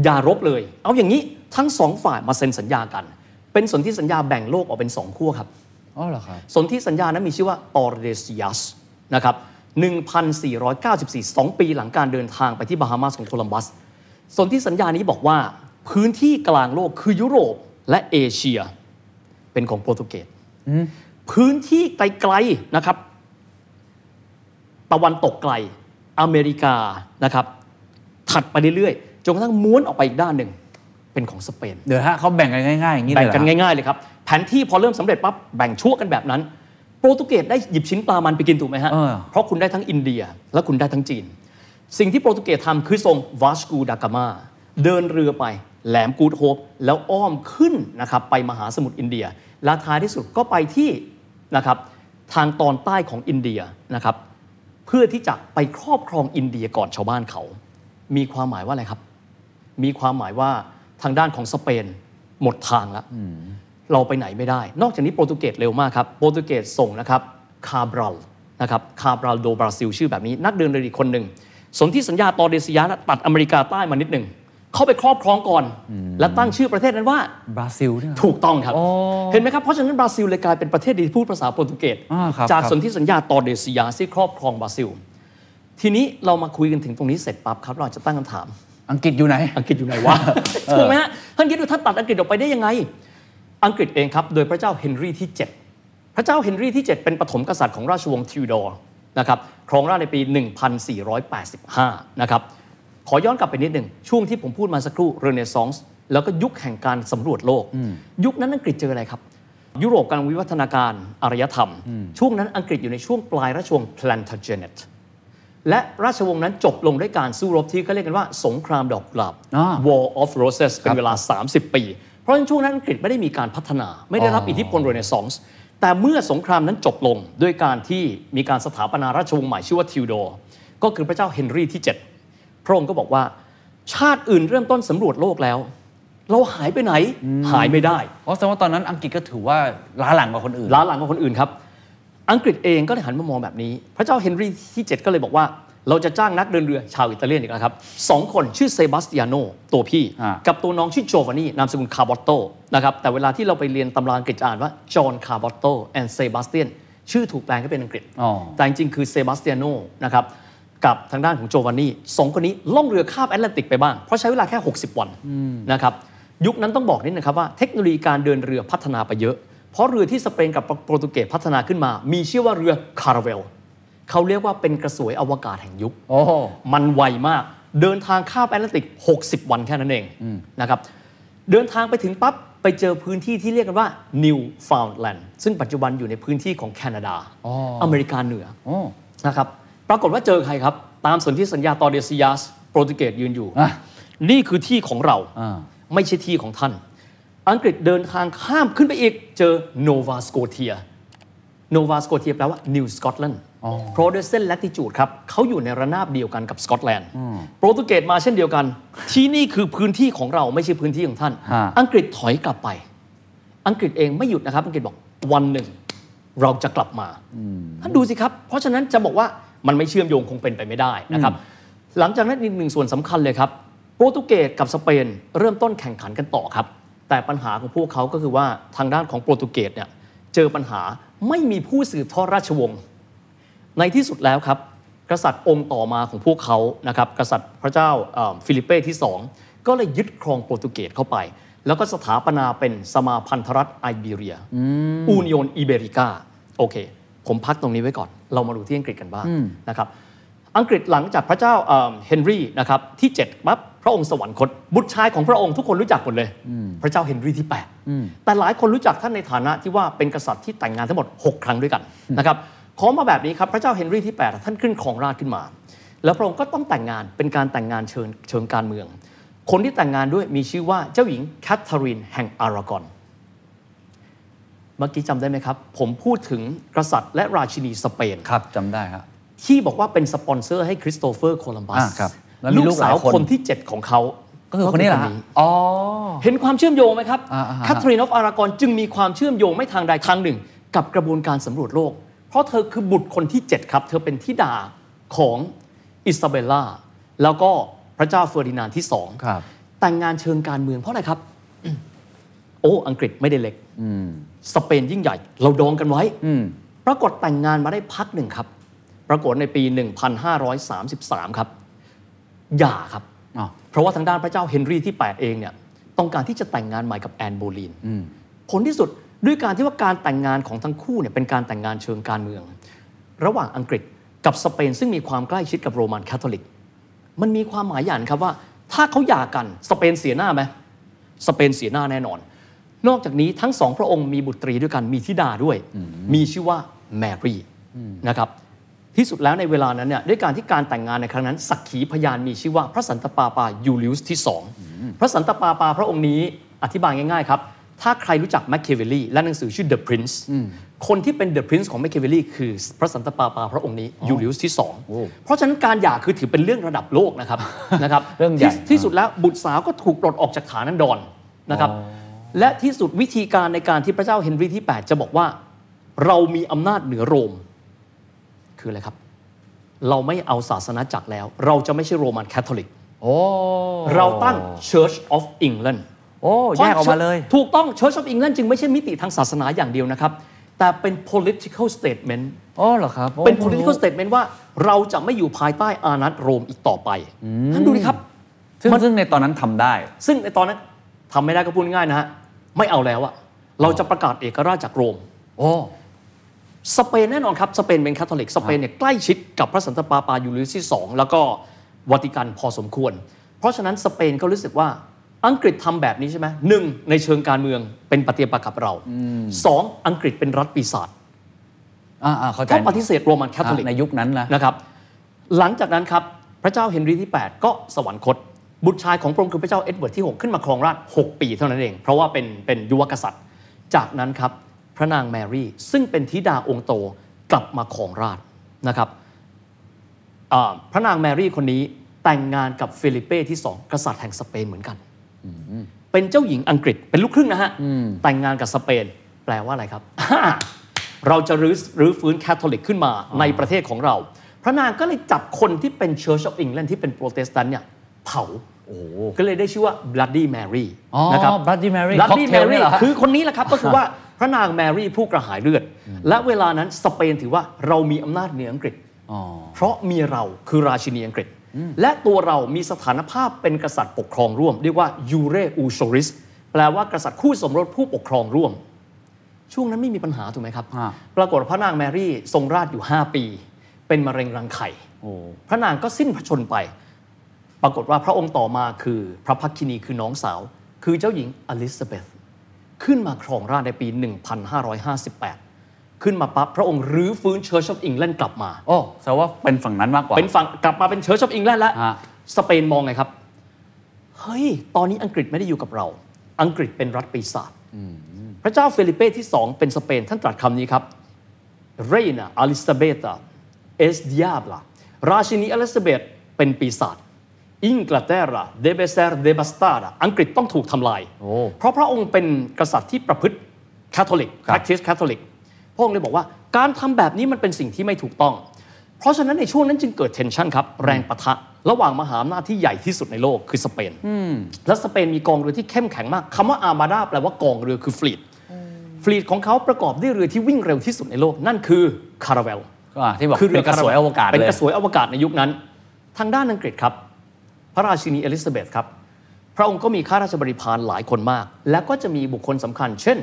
อย่ารบเลย เอาอย่างนี้ทั้งสองฝ่ายมาเซ็นสัญญากัน เป็นสนธิสัญญาแบ่งโลกออกเป็นสองขั้วครับ
อ๋อเหรอครับ
สนธิสัญญานั้นมีชื่อว่าตอร์เดซิยัสนะครับ 1,494 2 ปีหลังการเดินทางไปที่บาฮามาสของโคลัมบัส สนธิสัญญานี้บอกว่าพื้นที่กลางโลกคือยุโรปและเอเชีย เป็นของโปรตุเกสพื้นที่ไกลๆนะครับ ตะวันตกไกลอเมริกานะครับ ถัดไปเรื่อยๆจนกระทั่งม้วนออกไปอีกด้านหนึ่งเป็นของสเปน
เดี๋ยวฮะเขาแบ่งกันง่ายๆอย่างนี้เลย
แบ่ง
เหรอ
กันง่ายๆเลยครับ แผนที่พอเริ่มสำเร็จปั๊บแบ่งชั่วกันแบบนั้น โปรตุเกสได้หยิบชิ้นปลามันไปกินถูกไหมฮะ
เออ
เพราะคุณได้ทั้งอินเดียและคุณได้ทั้งจีน สิ่งที่โปรตุเกสทำคือทรงวาสกูดากามาเดินเรือไป แหลมกูดโฮปแล้วอ้อมขึ้นนะครับไปมหาสมุทรอินเดีย และท้ายที่สุดก็ไปที่นะครับทางตอนใต้ของอินเดียนะครับเพื่อที่จะไปครอบครองอินเดียก่อนชาวบ้านเขา มีความหมายว่าอะไรครับ มีความหมายว่าทางด้านของสเปนหมดทางแล้ว เราไปไหนไม่ได้ นอกจากนี้โปรตุเกสเร็วมากครับ โปรตุเกสส่งนะครับ คาบรัลนะครับ คาบรัลโดบราซิลชื่อแบบนี้ นักเดินเรืออีกคนหนึ่ง สนธิสัญญาตอร์เดซิยานะตัดอเมริกาใต้มานิดหนึ่ง เข้าไปครอบครองก่อน และตั้งชื่อประเทศนั้นว่า
บราซิลเนี่ย
ถูกต้องครับ
โอ้
เห็นไหมครับ เพราะฉะนั้นบราซิลเลยกลายเป็นประเทศที่พูดภาษาโปรตุเกส
อ่าครับ
จาก
ครับ
สนธิสัญญาตอร์เดซิยาที่ครอบครองบราซิล ทีนี้เรามาคุยกันถึงตรงนี้เสร็จปั๊บครับเราอาจจะตั้งคำถาม
อังกฤษอยู่ไหน
อังกฤษอยู่ไหนวะ ถูกไหมฮะ ท่านคิดดูท่านตัดอังกฤษออกไปได้ยังไง อังกฤษเองครับ โดยพระเจ้าเฮนรีที่ 7 พระเจ้าเฮนรีที่ 7 เป็นปฐมกษัตริย์ของราชวงศ์ทิวดอร์นะครับครองราชย์ในปี 1485 นะครับ ขอย้อนกลับไปนิดหนึ่ง ช่วงที่ผมพูดมาสักครู่เรเนซองส์แล้วก็ยุคแห่งการสำรวจโลก ยุคนั้นอังกฤษเจออะไรครับ ยุโรปกำลังวิวัฒนาการอารยธรรม ช่วงนั้นอังกฤษอยู่ในช่วงปลายราชวงศ์ Plantagenet และราชวงศ์นั้นจบลงด้วยการสู้รบที่เขาเรียกกันว่าสงครามดอกกุหลาบ
อ่า
War of Roses เป็นเวลา 30 ปี เพราะฉะนั้นช่วงนั้นอังกฤษไม่ได้มีการพัฒนา ไม่ได้รับ
อ๋ออิ
อิทธิพลเรเนซองส์แต่เมื่อสงครามนั้นจบลงด้วยการที่มีการสถาปนาราชวงศ์ใหม่ชื่อว่าทิวดอร์ก็คือพระเจ้าเฮนรีที่ 7 พระองค์ก็บอกว่า ชาติอื่นเริ่มต้นสำรวจโลกแล้ว เราหายไปไหนหายไม่ได้
เพราะแสดงว่าตอนนั้นอังกฤษก็ถือว่าล้าหลังกว่าคนอื่น
ล้าหลังกว่าคนอื่นครับ อังกฤษเองก็เลยหันมามองแบบนี้ พระเจ้าเฮนรีที่ 7 ก็เลยบอกว่า เราจะจ้างนักเดินเรือชาวอิตาเลียนอีกแล้วครับสองคนชื่อเซบาสเตียโนตัวพี่
อ่ากั
กับตัวน้องชื่อโจวานนี่นามสกุลคาร์บอตโตนะครับแต่เวลาที่เราไปเรียนตำราอังกฤษจะอ่านว่าจอห์นคาร์บอตโตแอนเซบาสเตียนชื่อถูกแปลงให้เป็นอังกฤษ
อ๋อ
แต่จริงๆ คือเซบาสเตียโนนะครับ กับทางด้านของโจวานนี่สองคนนี้ล่องเรือข้ามแอตแลนติกไปบ้าง เพราะใช้เวลาแค่ 60 วันนะครับ ยุคนั้นต้องบอกนิดนะครับว่าเทคโนโลยีการเดินเรือพัฒนาไปเยอะ เพราะเรือที่สเปนกับโปรตุเกสพัฒนาขึ้นมา มีชื่อว่าเรือคาราเวล เขาเรียกว่าเป็นกระสวยอวกาศแห่งยุค
โอ้โห
มันไวมาก เดินทางข้ามแอตแลนติก 60 วันแค่นั้นเองนะครับ เดินทางไปถึงปั๊บ ไปเจอพื้นที่ที่เรียกกันว่า New Foundland ซึ่งปัจจุบันอยู่ในพื้นที่ของแคนาดา
อ๋ออ
อเมริกาเหนือ
โอ้
นะครับ ปรากฏว่าเจอใครครับ ตามสนธิสัญญาตอร์เดซิยัสโปรตุเกสยืนอยู่
อ่ะ
นี่คือที่ของเรา
อ่า
ไม่ใช่ที่ของท่าน อังกฤษเดินทางข้ามขึ้นไปอีก เจอโนวาสโกเทีย โนวาสโกเทียแปลว่านิวสกอตแลนด์
อ๋อ
เพราะด้วยเส้นแลติจูดครับเขาอยู่ในระนาบเดียวกันกับสกอตแลนด์ โปรตุเกสมาเช่นเดียวกัน ที่นี่คือพื้นที่ของเราไม่ใช่พื้นที่ของท่าน
ฮะ
อังกฤษถอยกลับไป อังกฤษเองไม่หยุดนะครับ อังกฤษบอกวันหนึ่ง เราจะกลับมาท่านดูสิครับ เพราะฉะนั้นจะบอกว่ามันไม่เชื่อมโยงคงเป็นไปไม่ได้นะครับ หลังจากนั้นอีกหนึ่งส่วนสำคัญเลยครับโปรตุเกสกับสเปนเริ่มต้นแข่งขันกันต่อครับ แต่ปัญหาของพวกเขาก็คือว่าทางด้านของโปรตุเกสเนี่ยเจอปัญหาไม่มีผู้สืบทอดราชวงศ์ ในที่สุดแล้วครับ กษัตริย์องค์ต่อมาของพวกเขานะครับ กษัตริย์พระเจ้าเอ่อฟิลิปเป้ที่ 2 ก็เลยยึดครองโปรตุเกสเข้าไป แล้วก็สถาปนาเป็นสมาพันธรัฐไอเบีเรียอูนิ n อนอิเบริกาโอเค ผมพักตรงนี้ไว้ก่อน เรามาดูที่อังกฤษกันบ้างนะครับอังกฤษหลังจากพระเจ้าเฮนรี่อ Henry นะครับที่7ปั๊บพระองค์สวรรคตบุตรชายของพระองค์ทุกคนรู้จักหมดเลย พระเจ้าเฮนรี่ที่ 8 แต่หลายคนรู้จักท่านในฐานะที่ว่าเป็นกษัตริย์ที่แต่งงานทั้งหมด 6 ครั้งด้วยกันนะครับ ขอมาแบบนี้ครับพระเจ้าเฮนรี่ที่ 8 ท่านขึ้นครองราชย์ขึ้นมา แล้วพระองค์ก็ต้องแต่งงานเป็นการแต่งงานเชิงเชิงการเมือง คนที่แต่งงานด้วยมีชื่อว่าเจ้าหญิงแคทเธอรีนแห่งอารากอน เมื่อกี้จำได้ไหมครับ ผมพูดถึงกษัตริย์และราชินีสเปน
ครับจำได้ครับ
ที่บอกว่าเป็นสปอนเซอร์ให้คริสโตเฟอร์โคลัมบัส
อ่าครับแล้วมี
ลู
ลู
ก
กห
สา
ลายว คน
คนที่ 7 ของเขา
ก็คือคนนี้เหรอฮะอ๋อ
เห็นความเชื่อมโยงไหมครับ
อ่าอ่าฮะ
แคทเธอรีนออฟอารากอนจึงมีความเชื่อมโยงไม่ทางใดทางหนึ่ง กับกระบวนการสำรวจโลก เพราะเธอคือบุตรคนที่ 7 ครับ เธอเป็นธิดาของอิซาเบลล่าแล้วก็พระเจ้าเฟอร์ดินานด์ที่สอง
ครับ
แต่งงานเชิงการเมืองเพราะอะไรครับ โอ้อังกฤษไม่ได้เล็กสเปนยิ่งใหญ่ เราดองกันไว้ปรากฏแต่งงานมาได้พักหนึ่งครับ ปรากฏในปี 1533 ครับหย่าครับ
อ้าว
เพราะว่าทางด้านพระเจ้าเฮนรีที่ 8 เองเนี่ย ต้องการที่จะแต่งงานใหม่กับแอนโบลีนผลที่สุดด้วยการที่ว่าการแต่งงานของทั้งคู่เนี่ยเป็นการแต่งงานเชิงการเมือง ระหว่างอังกฤษกับสเปนซึ่งมีความใกล้ชิดกับโรมันคาทอลิก มันมีความหมายอย่างครับว่า ถ้าเขาหย่ากันสเปนเสียหน้าไหมสเปนเสียหน้าแน่นอน นอกจากนี้ทั้งสองพระองค์มีบุตรีด้วยกันมีธิดาด้วย มีชื่อว่าแมรี่นะครับที่สุดแล้วในเวลานั้นเนี่ยด้วยการที่การแต่งงานในครั้งนั้น สักขีพยานมีชื่อว่าพระสันตะปาปายูลิอุสที่สองพระสันตะปาปาพระองค์นี้อธิบายง่ายๆครับ ถ้าใครรู้จักแมคเคเวลลี่และหนังสือชื่อ The Prince คนที่เป็น The Prince ของแมคเคเวลลี่คือพระสันตะปาปาพระองค์นี้ยูลิอุสที่สองเพราะฉะนั้นการหย่าคือถือเป็นเรื่องระดับโลกนะครับ <laughs> นะครับ
เรื่องใหญ่
ที่ที่สุดแล้วบุตรสาวก็ถูกปลดออกจากฐานันดรนะครับ และที่สุดวิธีการในการที่พระเจ้าเฮนรีที่ 8 จะบอกว่า เรามีอำนาจเหนือโรม คืออะไรครับ เราไม่เอาศาสนาจักรแล้ว เราจะไม่ใช่โรมันแคทอลิก
โอ้
เราตั้ง Church of England
โอ้แยกออกมาเลย
ถูกต้อง Church of England จึงไม่ใช่มิติทางศาสนาอย่างเดียวนะครับ แต่เป็น political statement
อ๋อเหรอครับโอ้
เป็น political statement ว่าเราจะไม่อยู่ภายใต้อานัตโรมอีกต่อไปท่านดูดิครับ
ซึ่ง
มัน
ซึ่งในตอนนั้นทำได้
ซึ่งในตอนนั้นทำไม่ได้ก็พูดง่ายๆนะฮะ ไม่เอาแล้วอะเราจะประกาศเอกราชจากโรม
โอ้
สเปนแน่นอนครับ สเปนเป็นคาทอลิก สเปนเนี่ยใกล้ชิดกับพระสันตะปาปายูริยสที่ 2 แล้วก็วาติกันพอสมควร เพราะฉะนั้นสเปนก็รู้สึกว่าอังกฤษทำแบบนี้ใช่ไหมหนึ่งในเชิงการเมืองเป็นปฏิปักษ์กับเราสองอังกฤษเป็นรัฐปีศาจ
อ่าอ่าเข้าใจ
เพราะปฏิเสธโรมันคาทอลิก
อ่ะในยุคนั้นนะ
นะครับหลังจากนั้นครับ พระเจ้าเฮนรีที่ 8 ก็สวรรคต บุตรชายของพระองค์คือพระเจ้าเอ็ดเวิร์ดที่ 6 ขึ้นมาครองราชย์6ปีเท่านั้นเอง เพราะว่าเป็นเป็นยุวกษัตริย์ จากนั้นครับ พระนางแมรี่ ซึ่งเป็นธิดาองค์โตกลับมาครองราชย์นะครับอ่าพระนางแมรี่คนนี้แต่งงานกับฟิลิปเป้ที่ 2 กษัตริย์แห่งสเปนเหมือนกัน เป็นเจ้าหญิงอังกฤษเป็นลูกครึ่งนะฮะ แต่งงานกับสเปน แปลว่าอะไรครับ <laughs> เราจะรื้อรื้อฟื้นแคทอลิกขึ้นมาในประเทศของเรา พระนางก็เลยจับคนที่เป็นเช r ร์ชออฟอิงแลนด์ที่เป็นโปรเตสแตนต์เนี่ยเผาก็เลยได้ชื่อว่า Bloody Mary
อ๋อ
นะครับ
Bloody Mary
ลัดดี้แม
Cocktail นี่
รี่
เหรอฮะ
คือคนนี้แหละครับ ก็คือว่า <laughs> พระนางแมรี่ผู้กระหายเลือด และเวลานั้นสเปนถือว่าเรามีอำนาจเหนืออังกฤษ
อ๋อ
เพราะเมียเราคือราชินีอังกฤษ และตัวเรามีสถานภาพเป็นกษัตริย์ปกครองร่วม เรียกว่ายูเรอูโชริสแปลว่ากษัตริย์คู่สมรสผู้ปกครองร่วม ช่วงนั้นไม่มีปัญหาถูกไหมครับ
อ่า
ปรากฏว่าพระนางแมรี่ทรงราชอยู่ 5 ปี เป็นมะเร็งรังไข่
โอ้
พระนางก็สิ้นพระชนม์ไป ปรากฏว่าพระองค์ต่อมาคือพระพักคินีคือน้องสาว คือเจ้าหญิงอลิซาเบธขึ้นมาครองราชย์ในปี 1558 ขึ้นมาปั๊บพระองค์รื้อฟื้นเชิร์ชออฟอิงแลนด์กลับมา
โอ้แสดงว่าเป็นฝั่งนั้นมากกว่า
เป็นฝั่งกลับมาเป็นเชิร์ชออฟอิงแลนด์แล้ว
ฮะ
สเปนมองไงครับ เฮ้ย ตอนนี้อังกฤษไม่ได้อยู่กับเรา อังกฤษเป็นรัฐปีศาจพระเจ้าเฟลิเป้ที่ 2 เป็นสเปน ท่านตรัสคำนี้ครับเรน a อลิซาเบตาเอสดิอาบลาราชินีอลิซาเบธเป็นปีศาจอิงกลาเตราเดเบเซอร์เดบัสตาอังกฤษต้องถูกทำลาย
โอ้
เพราะพระองค์เป็นกษัตริย์ที่ประพฤติคาทอลิก practice คาทอลิก พระองค์เลยบอกว่าการทำแบบนี้มันเป็นสิ่งที่ไม่ถูกต้อง เพราะฉะนั้นในช่วงนั้นจึงเกิดเทนชันครับ แรงปะทะ ระหว่างมหาอำนาจที่ใหญ่ที่สุดในโลกคือสเปน และสเปนมีกองเรือที่เข้มแข็งมากคำว่าอาร์มาดาแปลว่ากองเรือคือฟลีดฟลีดของเขาประกอบด้วยเรือที่วิ่งเร็วที่สุดในโลกนั่นคือคาราเวล
ก็ที่บอก
คือ
เป็นกระสวยอวกาศ
เป็น
เลย
กระสวยอวกาศในยุคนั้น ทางด้านอังกฤษครับ พระราชินีเอลิซาเบธครับ พระองค์ก็มีข้าราชบริพารหลายคนมาก และก็จะมีบุคคลสำคัญ เช่น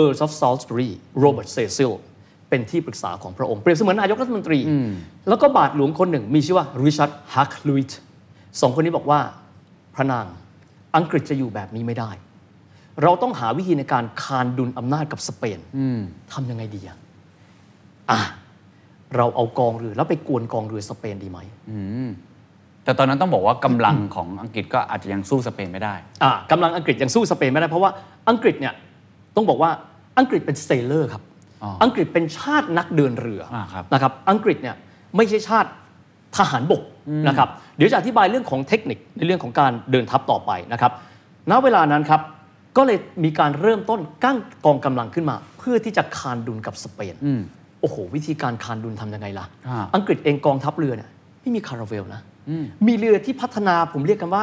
Earl of Salisbury Robert Cecil เป็นที่ปรึกษาของพระองค์ เปรียบเสมือนนายกรัฐมนตรี แล้วก็บาทหลวงคนหนึ่งมีชื่อว่าริชาร์ดฮักลุยต์สองคนนี้บอกว่า พระนางอังกฤษจะอยู่แบบนี้ไม่ได้ เราต้องหาวิธีในการคานดุลอำนาจกับสเปนทำยังไงดีอะอ่ะ เราเอากองเรือแล้วไปกวนกองเรือสเปนดีไหม
แต่ตอนนั้นต้องบอกว่ากำลังของอังกฤษก็อาจจะยังสู้สเปนไม่ได้
อ่ากำลังอังกฤษยังสู้สเปนไม่ได้เพราะว่าอังกฤษเนี่ยต้องบอกว่าอังกฤษเป็นเซลเลอร์ครับ
อ๋ออั
อังกฤษเป็นชาตินักเดินเรืออา
ครับ
นะครับ อังกฤษเนี่ยไม่ใช่ชาติทหารบกนะครับ เดี๋ยวจะอธิบายเรื่องของเทคนิคในเรื่องของการเดินทัพต่อไปนะครับณเวลานั้นครับ ก็เลยมีการเริ่มต้นกั้งกองกำลังขึ้นมา เพื่อที่จะคานดุลกับสเปน
อืม
โอ้โห วิธีการคานดุลทำยังไงล่ะ
อ่า
อังกฤษเองกองทัพเรือเนี่ยไม่มีคาราเวลนะ
อืม
มีเรือที่พัฒนาผมเรียกกันว่า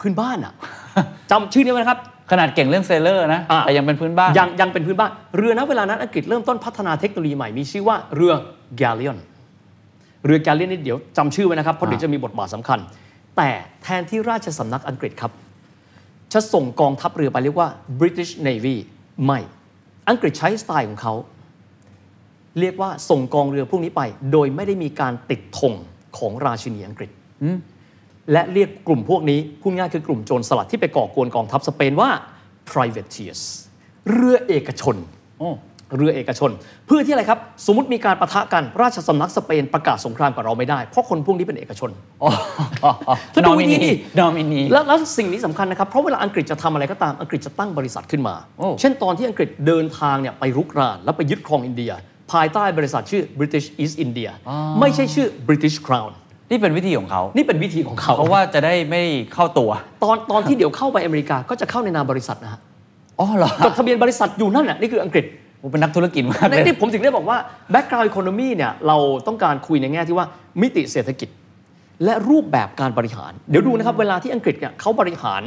พื้นบ้านอะ
<laughs>
จำชื่อนี้ไว้นะครับ
ขนาดเก่งเรื่องเซลเลอร์นะ
อ่ะ
แต่ยังเป็นพื้นบ้าน
ยังยังเป็นพื้นบ้าน เรือนะเวลานั้นอังกฤษเริ่มต้นพัฒนาเทคโนโลยีใหม่มีชื่อว่าเรือ galleon เรือ galleon นี่เดี๋ยวจำชื่อไว้นะครับเพราะ
อ่า
เดี๋ยวจะมีบทบาทสำคัญ แต่แทนที่ราชสำนักอังกฤษครับ จะส่งกองทัพเรือไปเรียกว่า British Navy ไม่ อังกฤษใช้สไตล์ของเขา เรียกว่าส่งกองเรือพวกนี้ไป โดยไม่ได้มีการติดธงของราชินีอังกฤษ และเรียกกลุ่มพวกนี้พูดง่ายคือกลุ่มโจรสลัดที่ไปก่อกวนกองทัพสเปนว่า privateers เรือเอกชน
โอ้
เรือเอกชน เพื่อที่อะไรครับ สมมติมีการประทะกันราชสำนักสเปนประกาศสงครามกับเราไม่ได้ เพราะคนพวกนี้เป็นเอกชน
<laughs>
แล้ว
น
ดู
อ
วิ
มิ
ธี
นี
ดิ
นอมินี
แล้วแล้วสิ่งนี้สำคัญนะครับ เพราะเวลาอังกฤษจะทำอะไรก็ตามอังกฤษจะตั้งบริษัทขึ้นมา
โอ้
เช่นตอนที่อังกฤษเดินทางเนี่ยไปรุกราน แล้วไปยึดครองอินเดีย ภายใต้บริษัทชื่อ British East India ไม่ใช่ชื่อ British Crown
นี่เป็นวิธีของเขา
นี่เป็นวิธีของเขา
เพราะว่าจะได้ไม่เข้าตัว
ตอนตอนที่เดี๋ยวเข้าไปอเมริกาก็จะเข้าในนามบริษัทนะฮะ
อ๋อเหรอ
จดทะเบียนบริษัทอยู่นั่นแหละนี่คืออังกฤษ
ผมเป็นนักธุรกิจมากเล
ใน
ย
ที่ผมถึงได้บอกว่า background economy เนี่ยเราต้องการคุยในแง่ที่ว่ามิติเศรษฐกิจ และรูปแบบการบริหาร เดี๋ยวดูนะครับ เวลาที่อังกฤษเนี่ยเขาบริหาร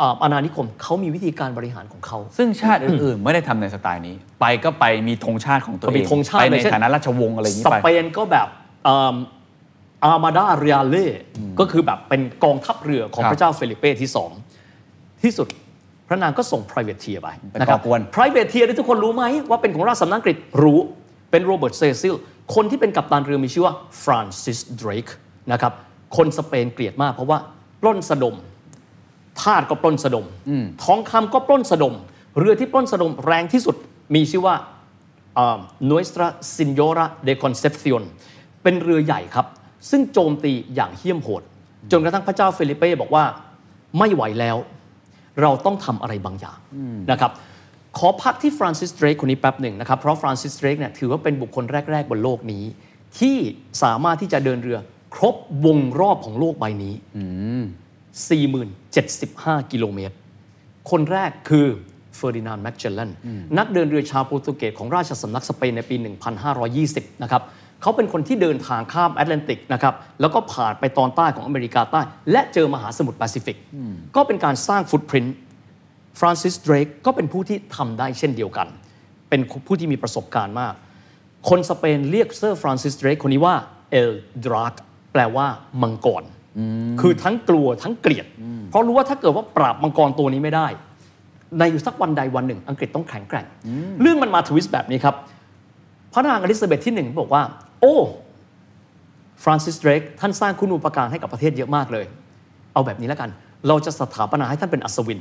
อ่าอาณานิคมเขามีวิธีการบริหารของเขา
ซึ่งชาติอื่น ๆ ไม่ได้ทำในสไตล์นี้ ไปก็ไปมีธงชาติของตัวเอง
มีธงชาติ
ไปใน
เลยเช่น
ฐานะราชวงศ์อะไรอย่างนี้
ส
ไป
เปนก็แบบอาร์มาดาเรียเล่ก็คือแบบเป็นกองทัพเรือของ
ครับ
พระเจ้าเฟลิเป้ที่สองที่สุดพระนางก็ส่ง privateer ไป
ไปก่อกวน
นะครับ privateer ที่ทุกคนรู้ไหม ว่าเป็นของราชสำนักอังกฤษรู้เป็นโรเบิร์ตเซซิลคนที่เป็นกัปตันเรือมีชื่อว่าฟรานซิสเดรกนะครับคนสเปนเกลียดมากเพราะว่าปล้นสะดม ทาสก็ปล้นสะดม ทองคำก็ปล้นสะดม เรือที่ปล้นสะดมแรงที่สุดมีชื่อว่า Nuestra Señora de Concepción เป็นเรือใหญ่ครับ ซึ่งโจมตีอย่างเหี้ยมโหด จนกระทั่งพระเจ้าเฟลิเป้บอกว่าไม่ไหวแล้ว เราต้องทำอะไรบางอย่างนะครับ ขอพักที่ฟรานซิสเดรกคนนี้แป๊บหนึ่งนะครับ เพราะฟรานซิสเดรกเนี่ยถือว่าเป็นบุคคลแรก ๆ บนโลกนี้ ที่สามารถที่จะเดินเรือครบวงรอบของโลกใบนี้ 4,075 กิโลเมตร คนแรกคือเฟอร์ดินานด์แมกเจลลันนักเดินเรือชาวโปรตุเกสของราชสำนักสเปนในปี 1520 นะครับเขาเป็นคนที่เดินทางข้ามแอตแลนติกนะครับแล้วก็ผ่านไปตอนใต้ของอเมริกาใต้ และเจอมหาสมุทรแปซิฟิก ก็เป็นการสร้างฟุตพริ้น ฟรานซิสเดรกก็เป็นผู้ที่ทำได้เช่นเดียวกัน เป็นผู้ที่มีประสบการณ์มาก คนสเปนเรียกเซอร์ฟรานซิสเดรกคนนี้ว่าเอลดราดแปลว่ามังกร คือทั้งกลัวทั้งเกลียด เพราะรู้ว่าถ้าเกิดว่าปราบมังกรตัวนี้ไม่ได้ ในอยู่สักวันใดวันหนึ่ง อังกฤษต้องแข็งแกร่ง เรื่องมันมาทวิสต์แบบนี้ครับ พระนางอลิซาเบธที่หนึ่งบอกว่า โอ้ ฟรานซิสเดรกท่านสร้างคุณูปการให้กับประเทศเยอะมากเลย เอาแบบนี้แล้วกัน เราจะสถาปนาให้ท่านเป็นอัศวิน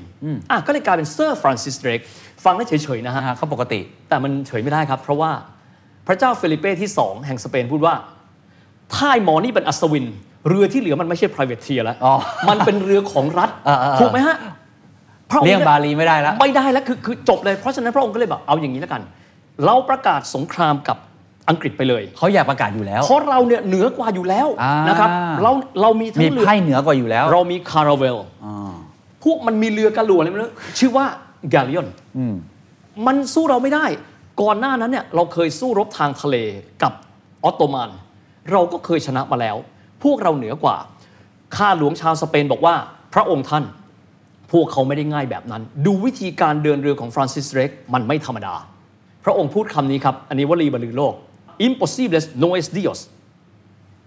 อ่ะก็เลยกลายเป็นเซอร์ฟรานซิสเดรกฟังแล้วเฉยๆนะฮะ
นะฮะเขาปกติ
แต่มันเฉยไม่ได้ครับ เพราะว่าพระเจ้าเฟลิเป้ที่สองแห่งสเปนพูดว่าถ้าไอ้หมอนี่เป็นอัศวิน เรือที่เหลือมันไม่ใช่ privateer แล้ว
อ๋อ
มันเป็นเรือของรัฐ
เออเออเออ
ถูกไหมฮะพะองค์
เลี่ยง
นี่
บาลีไม่ได้แล้ว
ไม่ได้แล้วคือคือจบเลย เพราะฉะนั้นพระองค์ก็เลยแบบเอาอย่างนี้แล้วกัน เราประกาศสงครามกับอังกฤษไปเลย
เขาอยากประกาศอยู่แล้ว
เพราะเราเนี่ยเหนือกว่าอยู่แล้ว
อ่าน
นะครับเราเรามีทั้
มี
งเรือ
ไพ่เหนือกว่าอยู่แล้ว
เรามีคาราเวล พวกมันมีเรือกระหลวอะไรไม่รู้ชื่อว่ากาเลียน มันสู้เราไม่ได้ ก่อนหน้านั้นเนี่ยเราเคยสู้รบทางทะเลกับออตโตมัน เราก็เคยชนะมาแล้ว พวกเราเหนือกว่า ข้าหลวงชาวสเปนบอกว่าพระองค์ท่าน พวกเขาไม่ได้ง่ายแบบนั้น ดูวิธีการเดินเรือของฟรานซิสเรกมันไม่ธรรมดา พระองค์พูดคำนี้ครับ อันนี้วลีบรรลือโลก impossibles no es dios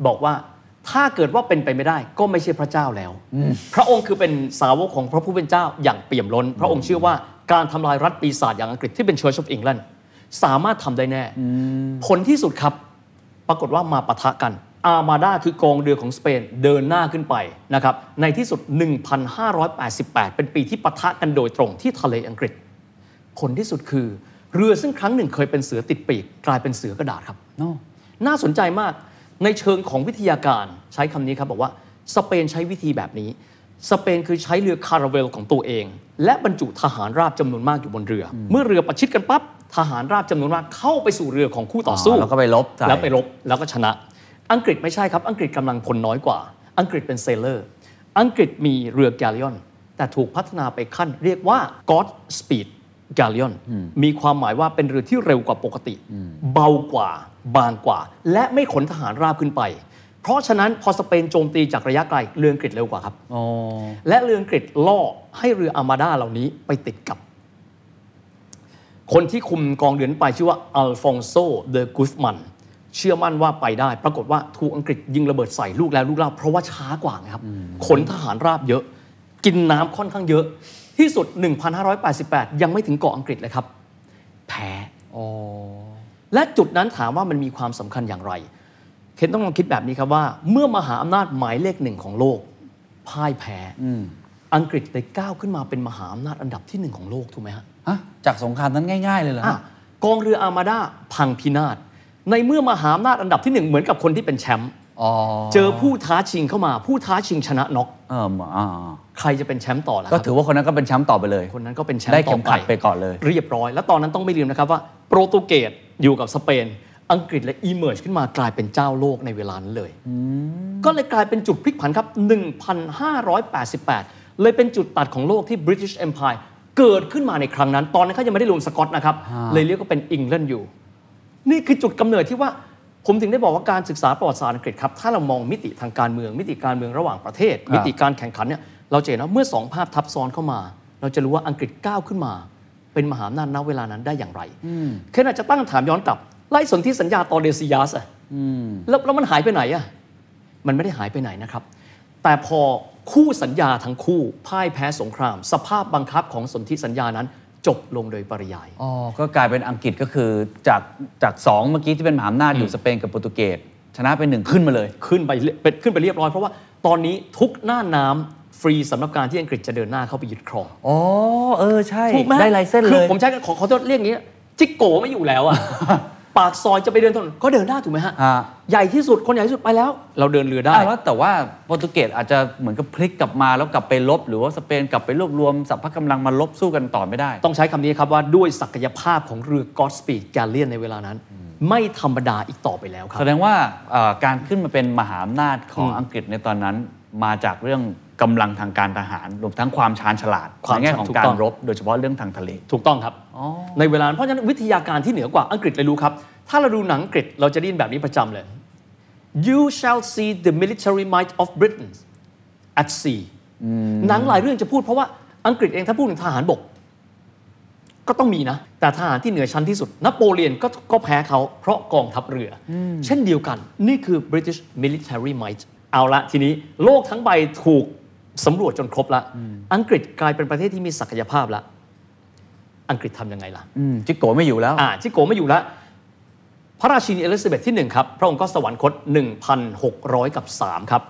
บอกว่าถ้าเกิดว่าเป็นไปไม่ได้ก็ไม่ใช่พระเจ้าแล้ว พระองค์คือเป็นสาวกของพระผู้เป็นเจ้าอย่างเปี่ยมล้น พระองค์เชื่อว่าการทำลายรัฐปีศาจอย่างอังกฤษที่เป็น Church of England สามารถทำได้แน่ ผลที่สุดครับ ปรากฏว่ามาปะทะกัน อามาดาคือกองเรือของสเปนเดินหน้าขึ้นไปนะครับ ในที่สุด 1,588 เป็นปีที่ปะทะกันโดยตรงที่ทะเลอังกฤษ ผลที่สุดคือ เรือซึ่งครั้งหนึ่งเคยเป็นเสือติดปีกกลายเป็นเสือกระดาษครับ
เนอะ
น่าสนใจมากในเชิงของวิทยาการใช้คำนี้ครับบอกว่าสเปนใช้วิธีแบบนี้ สเปนคือใช้เรือคาราเวลของตัวเอง และบรรจุทหารราบจำนวนมากอยู่บนเรือ เมื่อเรือประชิดกันปั๊บทหารราบจำนวนมากเข้าไปสู่เรือของคู่ต่อสู้
แล้วก็ไปลบใส่
แล้วไปรบแล้วก็ชนะ อังกฤษไม่ใช่ครับ อังกฤษกำลังพลน้อยกว่า อังกฤษเป็นเซลเลอร์ อังกฤษมีเรือแกล l อน แต่ถูกพัฒนาไปขั้นเรียกว่า God Speed Galleon มีความหมายว่าเป็นเรือที่เร็วกว่าปกติ เบากว่า บางกว่า และไม่ขนทหารราบขึ้นไป เพราะฉะนั้นพอสเปนโจมตีจากระยะไกลเรืออังกฤษเร็วกว่าครับ
อ๋อ
และเรืออังกฤษล่อให้เรืออาร์มาดาเหล่านี้ไปติดกับ คนที่คุมกองเรือนไปชื่อว่าอัลฟองโซเดอกุสมันเชื่อมั่นว่าไปได้ ปรากฏว่าถูกอังกฤษยิงระเบิดใส่ลูกแล้วลูกเล่าเพราะว่าช้ากว่าไงครับ ขนทหารราบเยอะ กินน้ำค่อนข้างเยอะ ที่สุด 1,588 ยังไม่ถึงเกาะอังกฤษเลยครับ แพ้
อ๋อ
และจุดนั้นถามว่ามันมีความสำคัญอย่างไร เคนต้องลองคิดแบบนี้ครับว่า เมื่อมหาอำนาจหมายเลขหนึ่งของโลกพ่ายแพ้
อืม
อังกฤษได้ก้าวขึ้นมาเป็นมหาอำนาจอันดับที่หนึ่งของโลก ถูกไหมฮะ
ฮะจากสงครามนั้นง่าย ๆ เลยเหรอ
อ่ะ
ฮะ
กองเรืออาร์มาดาพังพินาศ ในเมื่อมหาอำนาจอันดับที่หนึ่งเหมือนกับคนที่เป็นแชมป์
อ๋อ
เจอผู้ท้าชิงเข้ามา ผู้ท้าชิงชนะน็อก
เอออ่า
ใครจะเป็นแชมป์ต่อล่ะค
ก็
รับ
ถือว่าคนนั้นก็เป็นแชมป์ต่อไปเลย
คนนั้นก็เป็นแชมป์
ได้
ต่
เข็
อ
มขัดไปก่อนเลย
เรียบร้อย แล้วตอนนั้นต้องไม่ลืมนะครับว่า โปรตุเกสอยู่กับสเปน อังกฤษและอีเมอร์ขึ้นมากลายเป็นเจ้าโลกในเวลานั้นเลย ก็เลยกลายเป็นจุดพลิกผันครับ 1,588 เลยเป็นจุดตัดของโลกที่ British Empire เกิดขึ้นมาในครั้งนั้น ตอนนั้นเขายังไม่ได้รวมสกอตนะครับ
ฮะ
เลยเรียกว่าเป็นอิงแลนด์อยู่ นี่คือจุดกำเนิดที่ว่า ผมถึงได้บอกว่าการศึกษาประวัติศาสตร์อังกฤษครับ ถ้าเรามองมิติทางการเมือง มิติการเมืองระหว่างประเทศ มิติการแข่งขันเนี่ย เราจะเห็นว่าเมื่อสองภาพทับซ้อนเข้ามา เราจะรู้ว่าอังกฤษก้าวขึ้นมา เป็นมหาอำนาจณเวลานั้นได้อย่างไรเคนอาจจะตั้งคำถามย้อนกลับไล่สนธิสัญญาตอนเดซิยัสอะแล้วแล้วมันหายไปไหนอะ มันไม่ได้หายไปไหนนะครับ แต่พอคู่สัญญาทั้งคู่พ่ายแพ้สงคราม สภาพบังคับของสนธิสัญญานั้นจบลงโดยปริยาย
อ๋อ ก็กลายเป็นอังกฤษก็คือจากจากสองเมื่อกี้ที่เป็นมหาอำนาจอยู่สเปนกับโปรตุเกสชนะไปหนึ่งขึ้นมาเลย
ขึ้นไปเรื่อยเป็นขึ้นไปเรียบร้อยเพราะว่าตอนนี้ทุกหน้าน้ำฟรีสำหรับการที่อังกฤษจะเดินหน้าเข้าไปยึดครอง
อ๋อ เออ ใช่
ถูกไหม
ได้ลายเส้น
คื
เล
อย ผมใช้ขอขอโทษเรียกอย่างนี้ จิกโกไม่อยู่แล้วอะ
<laughs>
ปากซอยจะไปเดินถนนก็เดินได้ถูกไหมฮะ
ฮะ
ใหญ่ที่สุดคนใหญ่ที่สุดไปแล้ว เราเดินเรือได้
อ่ะแล้วแต่ว่าโปรตุเกสอาจจะเหมือนกับพลิกกลับมาแล้วกลับไปลบ หรือว่าสเปนกลับไปรวบรวมสรรพกำลังมาลบสู้กันต่อไม่ได้
ต้องใช้คำนี้ครับว่าด้วยศักยภาพของเรือ Godspeed Galleon ในเวลานั้น ไม่ธรรมดาอีกต่อไปแล้วครับ
แสดงว่าเอ่อการขึ้นมาเป็นมหาอำนาจของ
อืม
อังกฤษในตอนนั้นมาจากเรื่องกำลังทางการทหารรวมทั้งความชาญฉลาด
ความ
ในแง่ของ
ถูก
กา
ต้
ร
อง
รบ โดยเฉพาะเรื่องทางทะเล
ถูกต้องครับ
อ๋อ
ในเวลานั้นเพราะฉะนั้นวิทยาการที่เหนือกว่าอังกฤษเลยรู้ครับ ถ้าเราดูหนังอังกฤษเราจะได้ยินแบบนี้ประจำเลย you shall see the military might of Britain at sea หนังหลายเรื่องจะพูดเพราะว่าอังกฤษเองถ้าพูดถึงทหารบก ก็ต้องมีนะ แต่ทหารที่เหนือชั้นที่สุด นโปเลียนก็ก็แพ้เขาเพราะกองทัพเรืออเช่นเดียวกัน นี่คือ British military might เอาละทีนี้โลกทั้งใบถูกสำรวจจนครบละอังกฤษกลายเป็นประเทศที่มีศักยภาพละอังกฤษทำยังไงล่ะ
อืมจิกโกไม่อยู่แล้ว
อ่าจิโกะไม่อยู่แล้ว พระราชินีเอลิซาเบธที่ 1 ครับ พระองค์ก็สวรรคต 1,600 กับ 3 ครับ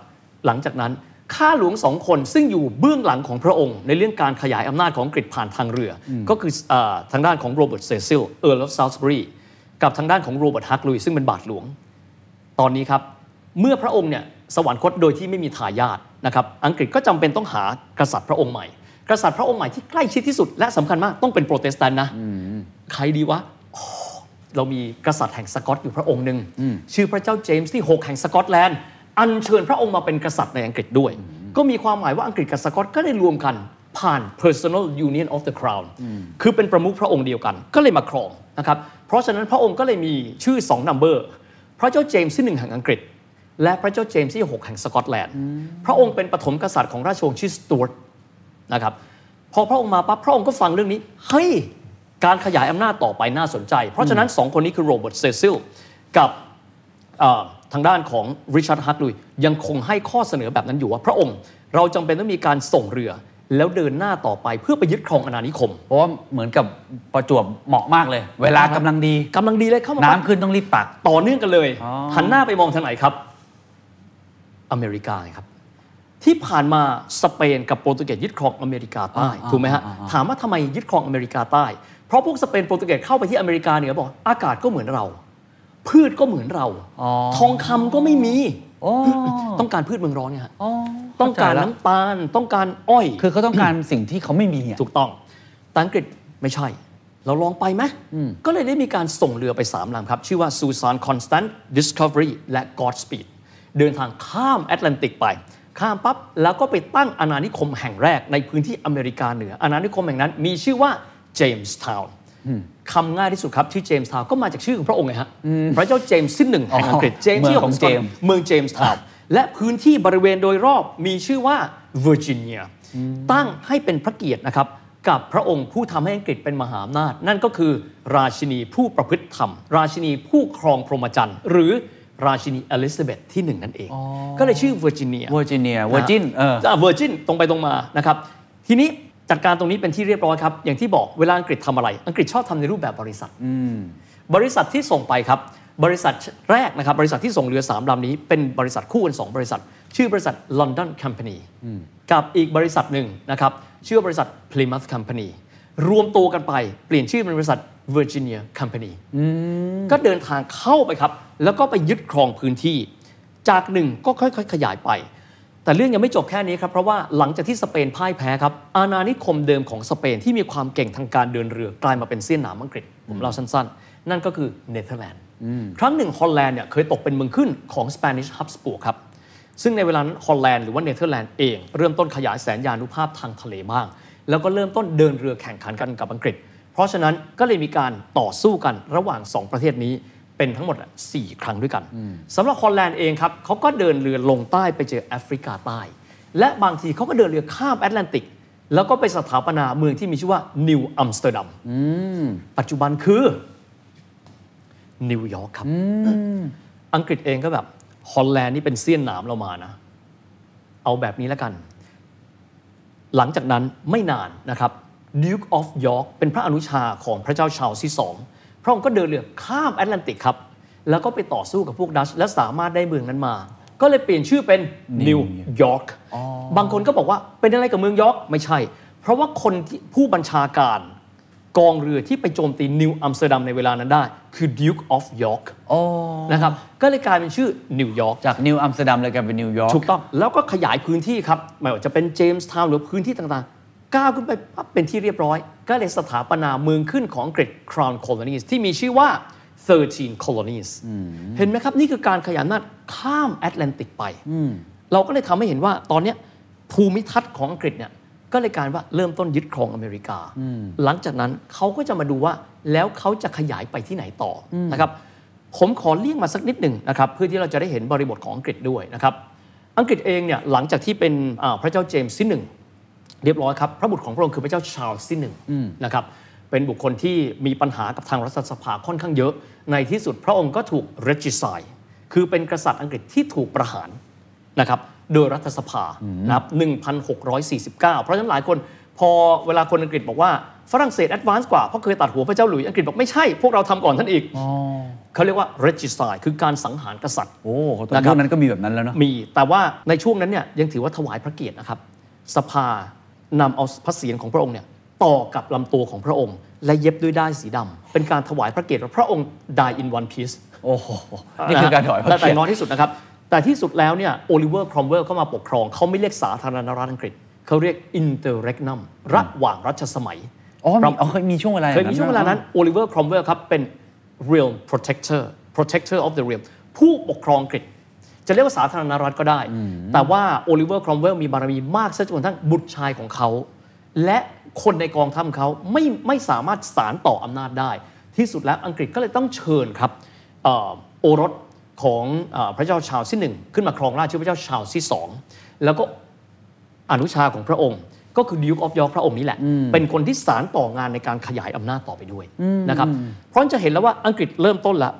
หลังจากนั้นข้าหลวงสองคนซึ่งอยู่เบื้องหลังของพระองค์ ในเรื่องการขยายอำนาจของอังกฤษผ่านทางเรือ ก็คืออาทางด้านของโรเบิร์ตเซซิลเออร์ลอฟซาวส์บรีกับทางด้านของโรเบิร์ตฮักลุยซึ่งเป็นบาทหลวง ตอนนี้ครับ เมื่อพระองค์เนี่ยสวรรคตโดยที่ไม่มีทายาทนะครับอังกฤษก็จำเป็นต้องหากษัตริย์พระองค์ใหม่ กษัตริย์พระองค์ใหม่ที่ใกล้ชิดที่สุดและสำคัญมากต้องเป็นโปรเตสแตนต์นะ ใครดีวะโอ้เรามีกษัตริย์แห่งสกอตอยู่พระองค์หนึ่ง ชื่อพระเจ้าเจมส์ที่ 6 แห่งสกอตแลนด์ อัญเชิญพระองค์มาเป็นกษัตริย์ในอังกฤษด้วย ก็มีความหมายว่าอังกฤษกับสกอตก็ได้รวมกัน ผ่าน personal union of the crown คือเป็นประมุขพระองค์เดียวกัน ก็เลยมาครองนะครับเพราะฉะนั้นพระองค์ก็เลยมีชื่อ 2 นัมเบอร์ พระเจ้าเจมส์ที่หนึ่งแห่งอังกฤษ และพระเจ้าเจมส์ที่ 6 แห่งสกอตแลนด์ พระองค์เป็นปฐมกษัตริย์ของราชวงศ์ชื่อสตูร์ต นะครับพอพระองค์มาปั๊บพระองค์ก็ฟังเรื่องนี้ เฮ้ย การขยายอำนาจต่อไปน่าสนใจ เพราะฉะนั้นสองคนนี้คือโรเบิร์ตเซซิลกับเอ่อทางด้านของริชาร์ดฮักลุยยังคงให้ข้อเสนอแบบนั้นอยู่ว่าพระองค์ เราจำเป็นต้องมีการส่งเรือ แล้วเดินหน้าต่อไปเพื่อไปยึดครองอาณานิคม
เพราะว่าเหมือนกับประจวบเหมาะมากเลย เวลากำลังดี
กำลังดีเลยเข้ามา
น้ำ
ปั๊บ
ขึ้นต้องรีบตัก
ต่อเนื่องกันเลย
อ๋อ
หันหน้าไปมองทางไหนครับ อเมริกาครับ ที่ผ่านมาสเปนกับโปรตุเกสยึดครองอเมริกาใต้
อ่าอ่า
ถูกไหมฮะ
อ่าอ่า
ถามว่าทำไมยึดครองอเมริกาใต้ เพราะพวกสเปนโปรตุเกสเข้าไปที่อเมริกาเหนือบอกอากาศก็เหมือนเรา พืชก็เหมือนเรา
อ๋อ
ทองคำก็ไม่มี
โอ้
ต้องการพืชเมืองร้อนเนี่ยฮะ
อ๋อ
ต้องการ
เข้ใจละ
น้ำตาลต้องการอ้อย
คือเขาต้องการสิ่งที่เขาไม่มีอ่ะ
ถูกต้องแต่อังกฤษไม่ใช่ เราลองไปไหม ก็เลยได้มีการส่งเรือไป3ลำครับ ชื่อว่า Susan Constant Discovery และ Godspeed เดินทางข้ามแอตแลนติกไป ข้ามปั๊บ แล้วก็ไปตั้งอาณานิคมแห่งแรกในพื้นที่อเมริกาเหนือ อาณานิคมแห่งนั้นมีชื่อว่า Jamestown คำง่ายที่สุดครับชื่อ Jamestown ก็มาจากชื่อของพระองค์ไงฮะ พระเจ้าเจมส์ที่หนึ่งแห่งอังกฤษ เจมส์ที่หก
เมืองของ
สกอตแลนด์
James
เมืองเจมส์ทาวน์และพื้นที่บริเวณโดยรอบมีชื่อว่าเวอร์จิเนียตั้งให้เป็นพระเกียรตินะครับ กับพระองค์ผู้ทำให้อังกฤษเป็นมหาอำนาจ นั่นก็คือราชินีผู้ประพฤติธรรม ราชินีผู้ครองพรหมจรรย์ หรือราชินีอลิซาเบธที่หนึ่งนั่นเอง ก็เลยชื่อเวอร์จิเนีย
เวอร์จิเนียเวอร์จินเออ
เวอร์จินตรงไปตรงมานะครับ ทีนี้จัดการตรงนี้เป็นที่เรียบร้อยครับ อย่างที่บอกเวลาอังกฤษทำอะไร อังกฤษชอบทำในรูปแบบบริษัทบริษัทที่ส่งไปครับ บริษัทแรกนะครับ บริษัทที่ส่งเรือ 3ลำนี้ เป็นบริษัทคู่กัน 2 บริษัท ชื่อบริษัท London Company กับอีกบริษัทหนึ่งนะครับ ชื่อบริษัท Plymouth Company รวมตัวกันไปเปลี่ยนชื่อเป็นบริษัท Virginia Company ก็เดินทางเข้าไปครับ แล้วก็ไปยึดครองพื้นที่ จากหนึ่งก็ค่อย ๆ ขยายไป แต่เรื่องยังไม่จบแค่นี้ครับ เพราะว่าหลังจากที่สเปนพ่ายแพ้ครับ อาณานิคมเดิมของสเปนที่มีความเก่งทางการเดินเรือกลายมาเป็นเสี้ยนหนามอังกฤษ ผมเล่าสั้นๆ นั่นก็คือเนเธอร์แลนด์ครั้งหนึ่งฮอลแลนด์เนี่ยเคยตกเป็นเมืองขึ้นของสเปนิชฮับสปูกครับ ซึ่งในเวลานั้นฮอลแลนด์หรือว่าเนเธอร์แลนด์เองเริ่มต้นขยายแสนยานุภาพทางทะเลบ้าง แล้วก็เริ่มต้นเดินเรือแข่งขันกันกับอังกฤษ เพราะฉะนั้นก็เลยมีการต่อสู้กันระหว่าง 2 ประเทศนี้เป็นทั้งหมดอะ4ครั้งด้วยกันสำหรับฮอลแลนด์เองครับเขาก็เดินเรือลงใต้ไปเจอแอฟริกาใต้ และบางทีเขาก็เดินเรือข้ามแอตแลนติก แล้วก็ไปสถาปนาเมืองที่มีชื่อว่านิวอัมสเตอร์ดัมปัจจุบันคือนิวยอร์กครับ อังกฤษเองก็แบบฮอลแลนด์นี่เป็นเสี้ยนหนามเรามานะ เอาแบบนี้แล้วกัน หลังจากนั้นไม่นานนะครับ Duke of York เป็นพระอนุชาของพระเจ้าชาร์ลส์ที่สองพระองค์ก็เดินเรือข้ามแอตแลนติกครับ แล้วก็ไปต่อสู้กับพวกดัช และสามารถได้เมืองนั้นมา ก็เลยเปลี่ยนชื่อเป็นนิวยอร์กบางคนก็บอกว่าเป็นอะไรกับเมืองยอร์กไม่ใช่ เพราะว่าคนที่ผู้บัญชาการกองเรือที่ไปโจมตีนิวอัมสเตอร์ดัมในเวลานั้นได้ คือ Duke of York
โอ้
นะครับก็เลยกลายเป็นชื่อนิวยอร์ก
จากนิวอัมสเตอร์ดัมเลยกลายเป็นนิวยอร์ก
ถูกต้อง แล้วก็ขยายพื้นที่ครับไม่ว่าจะเป็นเจมส์ทาวน์หรือพื้นที่ต่างๆ ก้าวขึ้นไปปั๊บเป็นที่เรียบร้อย ก็เลยสถาปนาเมืองขึ้นของอังกฤษ Crown Colonies ที่มีชื่อว่า 13 Colonies เห็นไหมครับ นี่คือการขยายอำนาจข้ามแอตแลนติกไป เราก็เลยทำให้เห็นว่าตอนเนี้ยภูมิทัศน์ของอังกฤษเนี่ยก็เลยกลารว่าเริ่มต้นยึดครองอเมริกา หลังจากนั้นเขาก็จะมาดูว่าแล้วเขาจะขยายไปที่ไหนต่ออนะครับ ผมขอเลี่ยงมาสักนิดหนึ่งนะครับเพื่อที่เราจะได้เห็นบริบทของอังกฤษด้วยนะครับ อังกฤษเองเนี่ยหลังจากที่เป็นอ่าพระเจ้าเจมส์ที่หนึ่ง เรียบร้อยครับ พระบุตรของพระองค์คือพระเจ้าชาร์ลส์ที่หนึ่งนะครับเป็นบุคคลที่มีปัญหากับทางรัฐสภาค่อนข้างเยอะ ในที่สุดพระองค์ก็ถูก r e g i c i d e คือเป็นกษัตริย์อังกฤษที่ถูกประหารนะครับโดยรัฐสภานะครับ1649 เพราะฉะนั้นหลายคนพอเวลาคนอังกฤษบอกว่าฝรั่งเศสแอดวานซ์กว่าเพราะเคยตัดหัวพระเจ้าหลุยส์อังกฤษบอกไม่ใช่ พวกเราทำก่อนท่านอีกเขาเรียกว่า r e g i c i d e คือการสังหารกษัตริย์
โอ้ตอ
นะ
น
ครับ
นั้นก็มีแบบนั้นแล้วเนาะ
มีแต่ว่าในช่วงนั้นเนี่ยยังถือว่าถวายพระเกียรตินะครับ สภานำเอาพระเศียรของพระองค์เนี่ยต่อกับลำตัวของพระองค์ และเย็บด้วยด้ายสีดำเป็นการถวายพระเกียรติว่าพระองค์ die in one piece
โอ้โห นี่คือการถอย
แต่แต่
เขียน
น้อยที่สุดนะครับ แต่ที่สุดแล้วเนี่ยโอลิเวอร์ครอมเวลเข้ามาปกครองเขาไม่เรียกสาธารณรัฐอังกฤษเขาเรียก interregnum ระหว่างรัชสมัย
อ๋อมีอ๋อเคยมีช่วงเวลา
เคยมีช่วงเวลานั้นโอลิเวอร์ครอมเวลครับ เป็น realm protector protector of the realm ผู้ปกครองอังกฤษ จะเรียกว่าสาธารณรัฐก็ได้ แต่ว่าโอลิเวอร์ครอมเวลมีบารมีมากซะจนกระทั่งบุตรชายของเขา และคนในกองทัพของเขาไม่ไม่สามารถสารต่ออำนาจได้ ที่สุดแล้วอังกฤษก็เลยต้องเชิญครับเอ่อโอรสของเออพระเจ้าชาวที่หนึ่งขึ้นมาครองราชชื่อพระเจ้าชาวที่สองแล้วก็ อนุชาของพระองค์ก็คือดิวกออฟยอร์พระองค์นี้แหละ เป็นคนที่สารต่องานในการขยายอำนาจต่อไปด้วยนะครับเพราะฉะนั้นจะเห็นแล้วว่าอังกฤษเริ่มต้นละ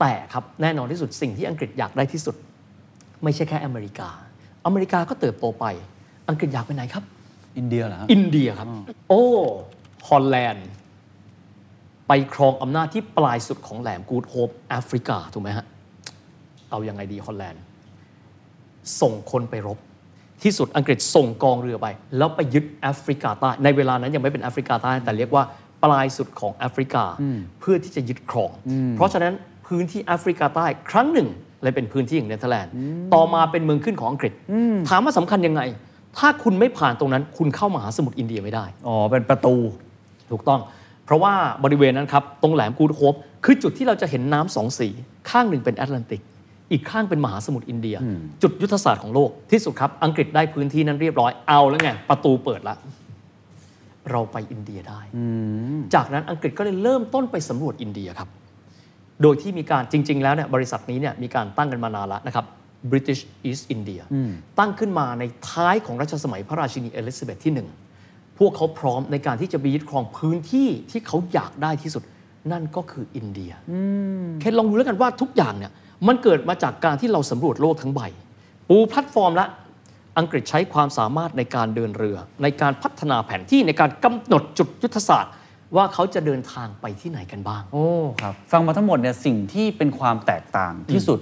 แต่ครับแน่นอนที่สุดสิ่งที่อังกฤษอยากได้ที่สุด ไม่ใช่แค่อเมริกา อเมริกาก็เติบโตไป อังกฤษอยากไปไหนครับ
อินเดียเหรอฮะ
อินเดียครับ โอ้ฮอลแลนด์ ไปครองอำนาจที่ปลายสุดของแหลมกูดโฮปแอฟริกา ถูกไหมฮะ เอาอยัางไงดีฮอลแลนด์ ส่งคนไปรบ ที่สุดอังกฤษส่งกองเรือไป แล้วไปยึดแอฟริกาใต้ ในเวลานั้นยังไม่เป็นแอฟริกาใต้ แต่เรียกว่าปลายสุดของแอฟริกา เพื่อที่จะยึดครอง เพราะฉะนั้นพื้นที่แอฟริกาใต้ครั้งหนึ่งเลยเป็นพื้นที่ของเนเธอร์แลนด์ ต่อมาเป็นเมืองขึ้นของอังกฤษ ถามว่าสำคัญยังไง ถ้าคุณไม่ผ่านตรงนั้น คุณเข้ามหาสมุทรอินเดียไม่ได้
อ๋อ เป็นประตู
ถูกต้อง เพราะว่าบริเวณนั้นครับ ตรงแหลมกูดโคบคือจุดที่เราจะเห็นน้ำสองสี ข้างหนึ่งเป็นแอตแลนติก อีกข้างเป็นมหาสมุทรอินเดีย จุดยุทธศาสตร์ของโลกที่สุดครับ อังกฤษได้พื้นที่นั้นเรียบร้อยเอาแล้วไง ประตูเปิดละ เราไปอินเดียได้ จากนั้นอังกฤษก็เลยเริ่มต้นไปสำรวจอินเดียครับ โดยที่มีการจริง ๆ แล้วเนี่ยบริษัทนี้เนี่ยมีการตั้งกันมานานแล้วนะครับ British East India ตั้งขึ้นมาในท้ายของรัชสมัยพระราชินีเอลิซาเบธที่ 1 พวกเขาพร้อมในการที่จะไปยึดครองพื้นที่ที่เขาอยากได้ที่สุด นั่นก็คืออินเดีย เคนลองดูแล้วกันว่าทุกอย่างเนี่ยมันเกิดมาจากการที่เราสำรวจโลกทั้งใบ ปูแพลตฟอร์มละอังกฤษใช้ความสามารถในการเดินเรือ ในการพัฒนาแผนที่ในการกำหนดจุดยุทธศาสตร์ ว่าเขาจะเดินทางไปที่ไหนกันบ้าง
โอ้ครับ ฟังมาทั้งหมดเนี่ยสิ่งที่เป็นความแตกต่างที่สุด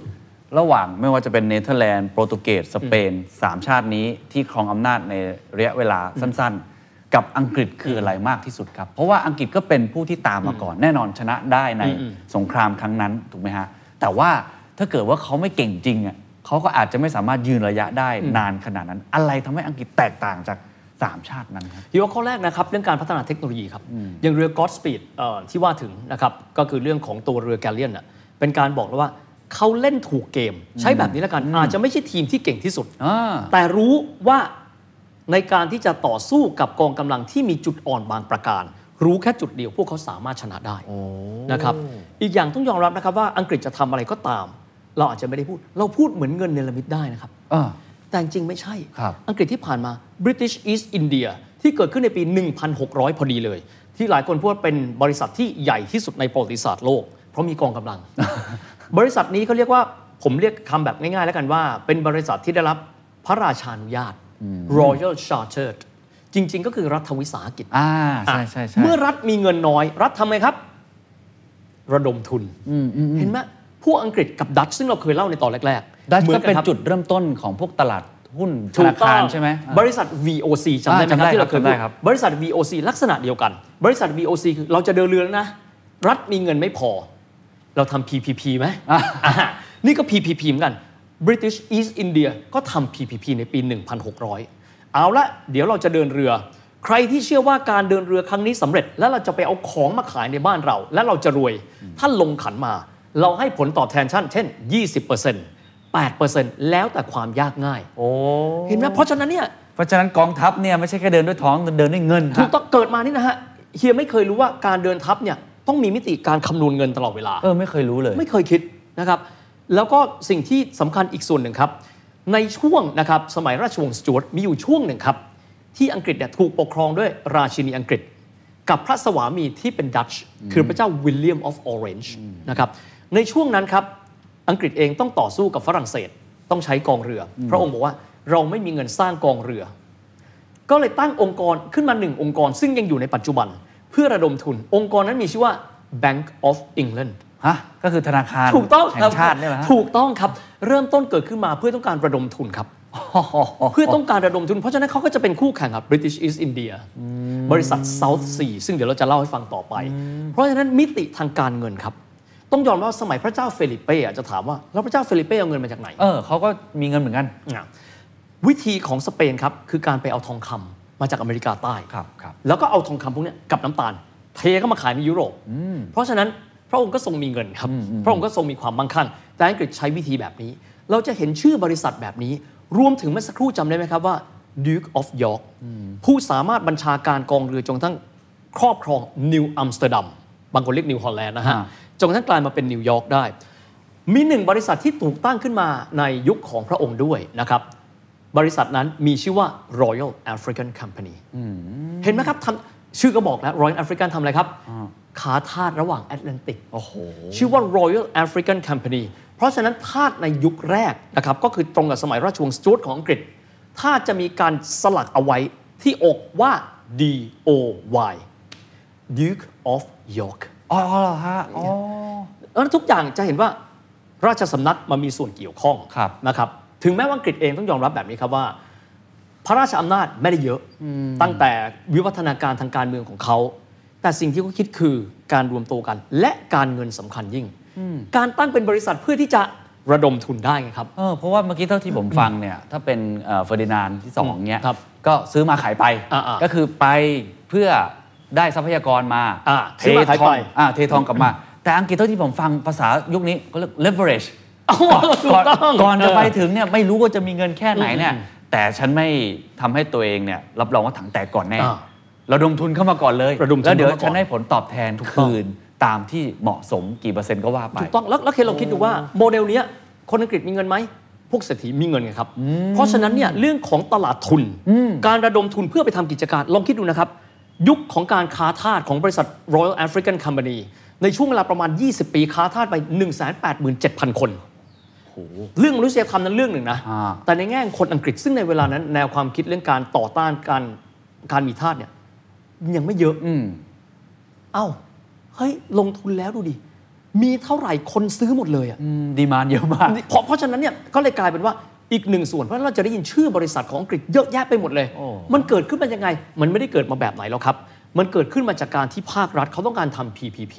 ระหว่างไม่ว่าจะเป็นเนเธอร์แลนด์โปรตุเกสสเปนสามชาตินี้ที่ครองอำนาจในระยะเวลาสั้นๆ กับอังกฤษคืออะไรมากที่สุดครับ เพราะว่าอังกฤษก็เป็นผู้ที่ตามมาก่อน แน่นอนชนะได้ใน
อืม
สงครามครั้งนั้นถูกไหมฮะแต่ว่าถ้าเกิดว่าเขาไม่เก่งจริงอ่ะเขาก็อาจจะไม่สามารถยืนระยะได้นานขนาดนั้น อะไรทำให้อังกฤษแตกต่างจากสามชาตินั้นครับ
ยกข้อแรกนะครับเรื่องการพัฒนาเทคโนโลยีครับอย่างเรือ Godspeed เอ่อที่ว่าถึงนะครับก็คือเรื่องของตัวเรือแกลเลียนน่ะเป็นการบอกแล้วว่าเขาเล่นถูกเกม ใช้แบบนี้แล้วกันอาจจะไม่ใช่ทีมที่เก่งที่สุด
อ่า
แต่รู้ว่าในการที่จะต่อสู้กับกองกำลังที่มีจุดอ่อนบางประการ รู้แค่จุดเดียวพวกเขาสามารถชนะได้นะครับ อีกอย่างต้องยอมรับนะครับว่าอังกฤษจะทำอะไรก็ตาม เราอาจจะไม่ได้พูด เราพูดเหมือนเงินเนรมิตได้นะครับ
อ่า
แต่จริงๆไม่ใช่
ครับ
อังกฤษที่ผ่านมา British East India ที่เกิดขึ้นในปี 1,600 พอดีเลย ที่หลายคนพูดว่าเป็นบริษัทที่ใหญ่ที่สุดในประวัติศาสตร์โลก เพราะมีกองกำ
<laughs>
ลัง บริษัทนี้เขาเรียกว่าผมเรียกคำแบบง่ายๆ แล้วกันว่า เป็นบริษัทที่ได้รับพระราชานุญาต Royal Chartered จริง ๆ ก็คือรัฐวิสาหกิจ
อ่าใช่ใช่ใช่
เมื่อรัฐมีเงินน้อย รัฐทำไงครับ ระดมทุนเห็นไหมพวกอังกฤษกับดัตช์ซึ่งเราเคยเล่าในตอนแรกๆ
ดัช
หมื
ก็
อกั
เป็น
ครับ
จุดเริ่มต้นของพวกตลาดหุ้นธ
ถูก
นา
ต้
คา
อ
รง ใช่ไหม
บริษัท VOC จำได้ไหม
อ่าจำได้
ครับที่เราเค
ครั
ย
บจำ
พู
ได้
ด
ครับ
บริษัท VOC ลักษณะเดียวกัน บริษัท VOC คือเราจะเดินเรือแล้วนะ รัฐมีเงินไม่พอ เราทำ PPP ไหมอ่านี่ก็ PPP เหมือนกัน British East India ก็ทำ PPP ในปี 1600 เอาละเดี๋ยวเราจะเดินเรือ ใครที่เชื่อว่าการเดินเรือครั้งนี้สำเร็จ แล้วเราจะไปเอาของมาขายในบ้านเรา และเราจะรวยท่านลงขันมา เราให้ผลตอบแทนท่านเช่น 20% 8%แล้วแต่ความยากง่าย
โอ้
เห็นไหมเพราะฉะนั้นเนี่ย
เพราะฉะนั้นกองทัพเนี่ยไม่ใช่แค่เดินด้วยท้องแต่เดินด้วยเงินฮะ
ถูกต้องเกิดมานี่นะฮะเฮียไม่เคยรู้ว่าการเดินทัพเนี่ยต้องมีมิติการคำนวณเงินตลอดเวลา
เออไม่เคยรู้เลย
ไม่เคยคิดนะครับ แล้วก็สิ่งที่สำคัญอีกส่วนหนึ่งครับ ในช่วงนะครับสมัยราชวงศ์สจวตมีอยู่ช่วงหนึ่งครับ ที่อังกฤษเนี่ยถูกปกครองด้วยราชินีอังกฤษ กับพระสวามีที่เป็นดัตช์คือพระเจ้าวิลเลียมออฟออเรนจ์นะครับในช่วงนั้นครับ อังกฤษเองต้องต่อสู้กับฝรั่งเศสต้องใช้กองเรืออพระองค์บอกว่าเราไม่มีเงินสร้างกองเรือ ก็เลยตั้งองค์กรขึ้นมาหนึ่งองค์กร ซึ่งยังอยู่ในปัจจุบัน เพื่อระดมทุน องค์กรนั้นมีชื่อว่า Bank of England
ฮะ ก็คือธนาคาร
ถูกต้อง
แห่
ครับ
งชาติเนี่ยเหรอฮะ
ถูกต้องครับ เริ่มต้นเกิดขึ้นมาเพื่อต้องการระดมทุนครับ เพื่อต้องการระดมทุน เพราะฉะนั้นเขาก็จะเป็นคู่แข่งกับ British East India บริษัท South Sea ซึ่งเดี๋ยวเราจะเล่าให้ฟังต่อไป เพราะฉะนั้นมิติทางการเงินครับ ต้องยอมรับว่าสมัยพระเจ้าเฟลิเป้อาจจะถามว่า แล้วพระเจ้าเฟลิเป้เอาเงินมาจากไหน
เออเขาก็มีเงินเหมือนกัน
อ่ะวิธีของสเปนครับ คือการไปเอาทองคำมาจากอเมริกาใต้
ครับครับ
แล้วก็เอาทองคำพวกเนี้ยกับน้ำตาล เทเข้ามาขายในยุโรป เพราะฉะนั้นพระองค์ก็ทรงมีเงินครับ พระองค์ก็ทรงมีความมั่งคั่ง แต่อังกฤษใช้วิธีแบบนี้ เราจะเห็นชื่อบริษัทแบบนี้ รวมถึงเมื่อสักครู่จำได้ไหมครับว่า Duke of York ผู้สามารถบัญชาการกองเรือจนกระทั้งครอบครองนิวอัมสเตอร์ดัมบางคนเรียกนิวฮอลแลนด์นะฮะ
อ่า
จนกระทั้งกลายมาเป็นนิวยอร์กได้ มีหนึ่งบริษัทที่ถูกตั้งขึ้นมาในยุคของพระองค์ด้วยนะครับ บริษัทนั้นมีชื่อว่า Royal African Company เห็นไหมครับทำชื่อก็บอกแล้ว Royal African ทำอะไรครับ ขาทาสระหว่างแอตแลนติก
โอ้โห
ชื่อว่า Royal African Company เพราะฉะนั้นทาสในยุคแรกนะครับก็คือตรงกับสมัยราชวงศ์สจ๊วตของอังกฤษถ้าสจะมีการสลักเอาไว้ที่อกว่า D O Y Duke of York
อ๋อเหรอฮะ อ๋อ
เออทุกอย่างจะเห็นว่าราชสำนักมันมีส่วนเกี่ยวข้อง
ครับ
นะครับ ถึงแม้ว่าอังกฤษเองต้องยอมรับแบบนี้ครับว่า พระราชอำนาจไม่ได้เยอะ ตั้งแต่วิวัฒนาการทางการเมืองของเขา แต่สิ่งที่เขาคิดคือการรวมตัวกัน และการเงินสำคัญยิ่ง การตั้งเป็นบริษัทเพื่อที่จะระดมทุนได้ไงครับ
เออเพราะว่าเมื่อกี้เท่าที่ผมฟังเนี่ย ถ้าเป็นเฟอร์ดินานที่สองเนี้ย
ครับ
ก็ซื้อมาขายไป
อ่าๆ
ก็คือไปเพื่อได้ทรัพยากรมา
อ่าซื้อมาขาย
ทอ
ไป
งอ่าเททองกลับมา แต่อังกฤษเท่าที่ผมฟังภาษายุคนี้ก็เรียก leverage
ถู
ก่
ก
อน
ต้อง
ก่อนจะไปถึงเนี่ยไม่รู้ว่าจะมีเงินแค่ไหนเนี่ย
อืม
แต่ฉันไม่ทำให้ตัวเองเนี่ยรับรองว่าถังแตกก่อนแน่
อ่า
ระดมทุนเข้ามาก่อนเลย
ระดมทุ
แล้
น
วเดี๋ยว
เข้ามาก่อน
ฉันให้ผลตอบแทนทุกคืนตามที่เหมาะสมกี่เปอร์เซ็นต์ก็ว่าไป
ถูกต้องแล้วแล้วเคนลองคิดดูว่าโมเดลเนี้ยคนอังกฤษมีเงินไหม พวกเศรษฐีมีเงินไงครับ เพราะฉะนั้นเนี่ยเรื่องของตลาดทุน การระดมทุนเพื่อไปทำกิจการ ลองคิดดูนะครับ ยุคของการค้าทาสของบริษัท Royal African Company ในช่วงเวลาประมาณ 20 ปีค้าทาสไป 187,000 คน เรื่องมนุษยธรรมนั้นเรื่องหนึ่งนะ
อ่า
แต่ในแง่ของคนอังกฤษซึ่งในเวลานั้น แนวความคิดเรื่องการต่อต้านการการมีทาสเนี่ยยังไม่เยอะ
อืม
เอ้า เฮ้ย ลงทุนแล้วดูดิ มีเท่าไหร่คนซื้อหมดเลยอะ
ดีมานเยอะมาก
เพราะเพราะฉะนั้นเนี่ย ก็เลยกลายเป็นว่าอีกหนึ่งส่วน เพราะฉะนั้นเราจะได้ยินชื่อบริษัทของอังกฤษเยอะแยะไปหมดเลย
โอ้
มันเกิดขึ้นมายังไง มันไม่ได้เกิดมาแบบไหนแล้วครับ มันเกิดขึ้นมาจากการที่ภาครัฐเขาต้องการทำ PPP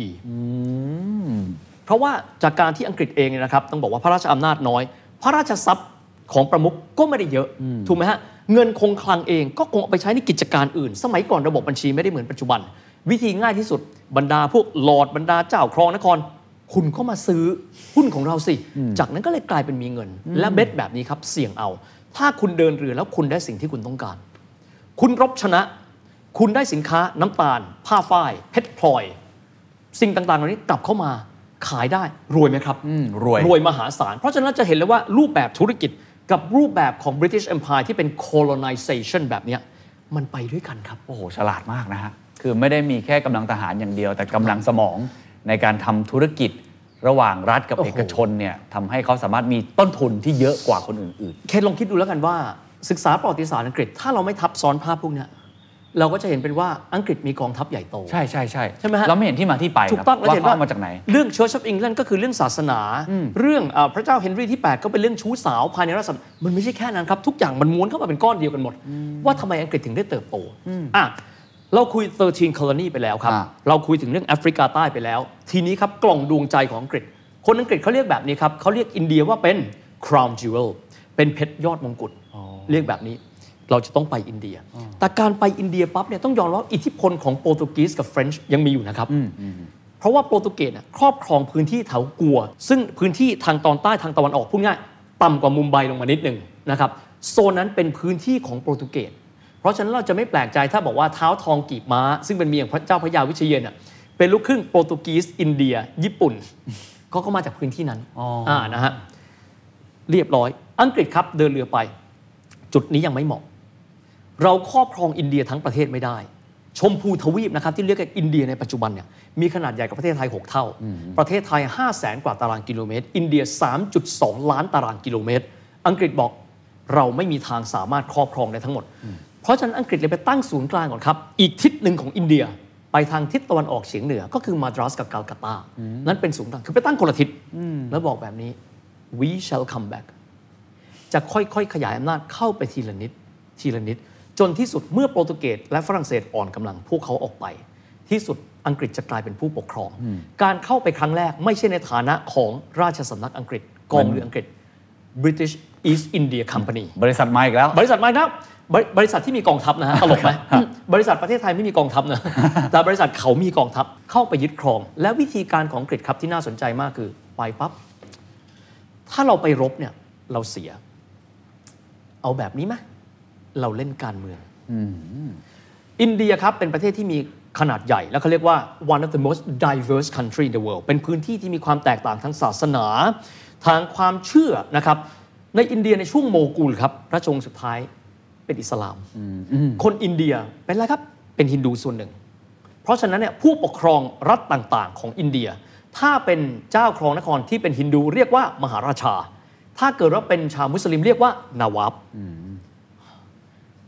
เพราะว่าจากการที่อังกฤษเองเนี่ยนะครับ ต้องบอกว่าพระราชอำนาจน้อย พระราชทรัพย์ของประมุขก็ไม่ได้เยอะถูกไหมฮะเงินคงคลังเองก็คงเอาไปใช้ในกิจการอื่น สมัยก่อนระบบบัญชีไม่ได้เหมือนปัจจุบัน วิธีง่ายที่สุดบรรดาพวกหลอร์ดบรรดาเจ้าครองนคร คุณก็มาซื้อหุ้นของเราสิ จากนั้นก็เลยกลายเป็นมีเงิน และเบ็ดแบบนี้ครับเสี่ยงเอา ถ้าคุณเดินเรือแล้วคุณได้สิ่งที่คุณต้องการ คุณรบชนะ คุณได้สินค้าน้ำตาล ผ้าฝ้ายเพชรพลอย สิ่งต่างๆเหล่านี้กลับเข้ามาขายได้รวยไหมครับ
อืมรวย
รวยมหาศาล เพราะฉะนั้นจะเห็นเลยว่ารูปแบบธุรกิจกับรูปแบบของ British Empire ที่เป็น colonization แบบเนี้ยมันไปด้วยกันครับ
โอ้โห ฉลาดมากนะฮะ คือไม่ได้มีแค่กำลังทหารอย่างเดียว แต่กำลังสมองในการทำธุรกิจระหว่างรัฐกับ
โอ้
เอ
โห
กชนเนี่ยทำให้เขาสามารถมีต้นทุนที่เยอะกว่าคนอื่น
เคนลองคิดดูแล้วกันว่าศึกษาประวัติศาสตร์อังกฤษ ถ้าเราไม่ทับซ้อนภาพพวกเนี้ยเราก็จะเห็นเป็นว่าอังกฤษมีกองทัพใหญ่โต
ๆ ใช่ใช่ใช่
ใช่ไหมฮะ
เราไม่เห็นที่มาที่ไป
ถู
ครั
ก
บ
ต้องแล้ว
ว่า
เห็น
เขา
ว่า
เอามาจากไหน
เรื่อง Church of England ก็คือเรื่องศาสนา เรื่องเอ่อพระเจ้าเฮนรีที่ 8 ก็เป็นเรื่องชู้สาวภายในรัฐสภามันไม่ใช่แค่นั้นครับ ทุกอย่างมันม้วนเข้ามาเป็นก้อนเดียวกันหมด ว่าทำไมอังกฤษถึงได้เติบโตอ่ะเราคุย 13 colony ไปแล้วครับ
อ่ะ
เราคุยถึงเรื่องแอฟริกาใต้ไปแล้ว ทีนี้ครับกล่องดวงใจของอังกฤษ คนอังกฤษเขาเรียกแบบนี้ครับเขาเรียกอินเดียว่าเป็น crown jewel เป็นเพชรยอดมงกุฎเรียกแบบนี้ เราจะต้องไปอินเดีย แต่การไปอินเดียปั๊บเนี่ยต้องยอมรับว่าอิทธิพลของโปรตุเกสกับเฟรนช์ยังมีอยู่นะครับ เพราะว่าโปรตุเกสน่ะครอบครองพื้นที่แถวกัว ซึ่งพื้นที่ทางตอนใต้ทางตะวันออกพูดง่ายต่ำกว่ามุมไบลงมานิดหนึ่งนะครับโซนนั้นเป็นพื้นที่ของโปรตุเกสเพราะฉะนั้นเราจะไม่แปลกใจถ้าบอกว่าเท้าทองกีบม้า ซึ่งเป็นเมียของพระเจ้าพระยาวิเชยนน่ะเป็นลูกครึ่งโปรตุเกสอินเดีย ญี่ปุ่นเขาก็มาจากพื้นที่นั้น
อ๋ออ่
นะฮะเรียบร้อย อังกฤษครับเดินเรือไป จุดนี้ยังไม่เหมาะ เราครอบครองอินเดียทั้งประเทศไม่ได้ ชมพูทวีปนะครับที่เรียกกันอินเดียในปัจจุบันเนี่ยมีขนาดใหญ่กว่าประเทศไทย 6 เท่า ประเทศไทย 5 0 0แสนกว่าตารางกิโลเมตร อินเดีย 3.2 ล้านตารางกิโลเมตร อังกฤษบอกเราไม่มีทางสามารถครอบครองได้ทั้งหมด เพราะฉะนั้นอังกฤษเลยไปตั้งศูนย์กลางก่อนครับ อีกทิศหนึ่งของอินเดีย ไปทางทิศตะวันออกเฉียงเหนือก็คือมาดรัสกับกาลกัตตา นั่นเป็นศูนย์กลางคือไปตั้งคนละทิศแล้วบอกแบบนี้ we shall come back จะค่อยๆ ขยายอำนาจเข้าไปทีละนิด ทีละนิด จนที่สุดเมื่อโปรตุเกสและฝรั่งเศสอ่อนกำลังพวกเขาออกไป ที่สุดอังกฤษจะกลายเป็นผู้ปกครอง การเข้าไปครั้งแรกไม่ใช่ในฐานะของราชสำนักอังกฤษ กองเรืออังกฤษ British East India Company
บริษัทมาอีกแล้ว
บริษัทไม่นะบริบริษัทที่มีกองทัพนะฮะ <laughs> ตลกไหมอืมบริษัทประเทศไทยไม่มีกองทัพนะ <laughs> แต่บริษัทเขามีกองทัพเข้าไปยึดครอง และวิธีการของอังกฤษครับที่น่าสนใจมากคือ ไปปั๊บ ถ้าเราไปรบเนี่ย เราเสีย เอาแบบนี้ไหม เราเล่นการเมือง อินเดียครับ เป็นประเทศที่มีขนาดใหญ่ และเขาเรียกว่า one of the most diverse country in the world เป็นพื้นที่ที่มีความแตกต่างทางศาสนา ทางความเชื่อนะครับ ในอินเดียในช่วงโมกูลครับราชวงศ์สุดท้ายเป็นอิสลาม คนอินเดียเป็นอะไรครับ เป็นฮินดูส่วนหนึ่ง เพราะฉะนั้นเนี่ยผู้ปกครองรัฐต่างๆ ของอินเดีย ถ้าเป็นเจ้าครองนครที่เป็นฮินดูเรียกว่ามหาราชา ถ้าเกิดว่าเป็นชาวมุสลิมเรียกว่านาวาบ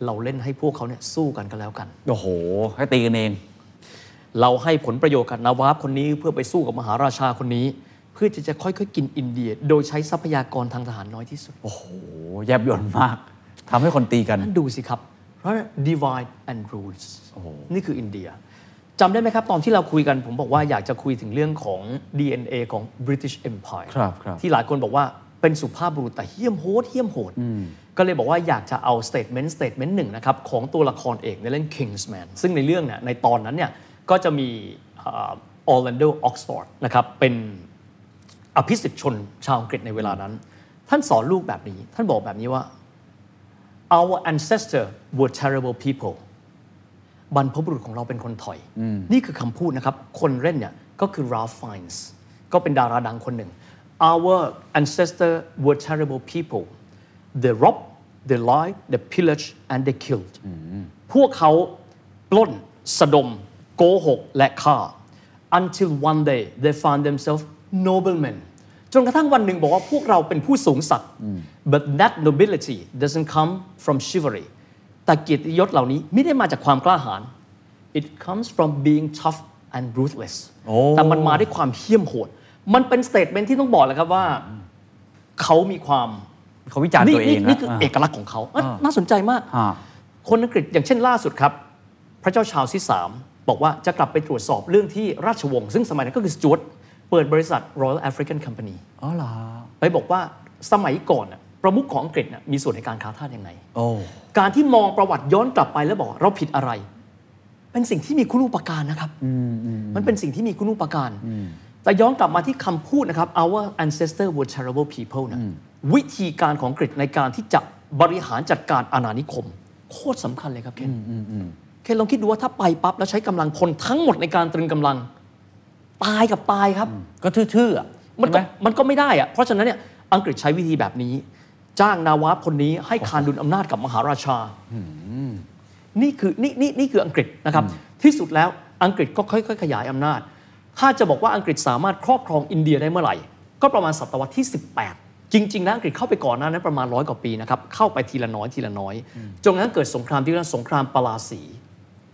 เราเล่นให้พวกเขาเนี่ยสู้กันก็แล้วกัน
โอ้โห ให้ตีกันเอง
เราให้ผลประโยชน์กับนาวาบคนนี้เพื่อไปสู้กับมหาราชาคนนี้ เพื่อที่จะค่อยๆกินอินเดีย โดยใช้ทรัพยากรทางทหารน้อยที่สุด
โอ้โห แยบยลมากทำให้คนตีกัน
นั่นดูสิครับ เพราะ divide and rules นี่คืออินเดียจำได้ไหมครับ ตอนที่เราคุยกันผมบอกว่าอยากจะคุยถึงเรื่องของ DNA ของ British Empire
ครับครับ
ที่หลายคนบอกว่าเป็นสุภาพบุรุษแต่เหี้ยมโหดเหี้ยมโหด ก็เลยบอกว่าอยากจะเอา statement statement หนึ่งนะครับ ของตัวละครเอกในเรื่อง Kingsman ซึ่งในเรื่องเนี่ยในตอนนั้นเนี่ยก็จะมีเออร์แลนโดออกซฟอร์ดนะครับ เป็นอภิสิทธิชนชาวอังกฤษในเวลานั้น ท่านสอนลูกแบบนี้ ท่านบอกแบบนี้ว่า our ancestor were terrible people บรรพบุรุษของเราเป็นคนถอย นี่คือคำพูดนะครับ คนเล่นเนี่ยก็คือ Ralph Fiennes ก็เป็นดาราดังคนหนึ่ง our ancestor were terrible people they robbed they lied they pillaged and they killed พวกเขาปล้น สะดม โกหก และฆ่า until one day they found themselves noblemen จนกระทั่งวันหนึ่งบอกว่าพวกเราเป็นผู้สูงศักดิ์ but that nobility doesn't come from chivalry แต่เกียรติยศเหล่านี้ไม่ได้มาจากความกล้าหาญ it comes from being tough and ruthless
โอ้
แต่มันมาด้วยความเหี้ยมโหด มันเป็นสเตทเมนที่ต้องบอกเลยครับว่า เขามีความ
เขาวิจารณ์
นี่
ตัวเอ
นี่
ง
นี่คือ
นะ
เอกลักษณ์ของเขาอ่ะน่าสนใจมาก
อ่า
คนอังกฤษอย่างเช่นล่าสุดครับ พระเจ้าชาวที่ 3 บอกว่าจะกลับไปตรวจสอบเรื่องที่ราชวงศ์ซึ่งสมัยนั้นก็คือสจวตเปิดบริษัท Royal African Company
อ๋อเหรอ
ไปบอกว่าสมัยก่อนน่ะประมุขของอังกฤษน่ะมีส่วนในการค้าทาสยังไง
โอ้
การที่มองประวัติย้อนกลับไปแล้วบอกเราผิดอะไร เป็นสิ่งที่มีคุณูปการนะครับมันเป็นสิ่งที่มีคุณูปการ แต่ย้อนกลับมาที่คำพูดนะครับ our ancestor were terrible people นะวิธีการของอังกฤษในการที่จะบริหารจัดการอาณานิคม โคตรสำคัญเลยครับเคนเคนลองคิดดูว่าถ้าไปปั๊บแล้วใช้กำลังพลทั้งหมดในการตรึงกำลัง ตายกับตายครับ
ก็ทื่อๆอ่ะ
มัน
ใช่
ก็
ไหม
มันก็ไม่ได้อะเพราะฉะนั้นเนี่ยอังกฤษใช้วิธีแบบนี้ จ้างนาวาบคนนี้ให้คานดุลอำนาจกับมหาราชา นี่คือนี่นี่นี่คืออังกฤษนะครับ ที่สุดแล้วอังกฤษก็ค่อย ๆ ขยายอำนาจ ถ้าจะบอกว่าอังกฤษสามารถครอบครองอินเดียได้เมื่อไหร่ ก็ประมาณศตวรรษที่ 18 จริง ๆ แล้วอังกฤษเข้าไปก่อนหน้านั้นประมาณร้อยกว่าปีนะครับ เข้าไปทีละน้อยทีละน้อย จนกระทั่งเกิดสงครามที่เรียกว่าสงครามปาลาสี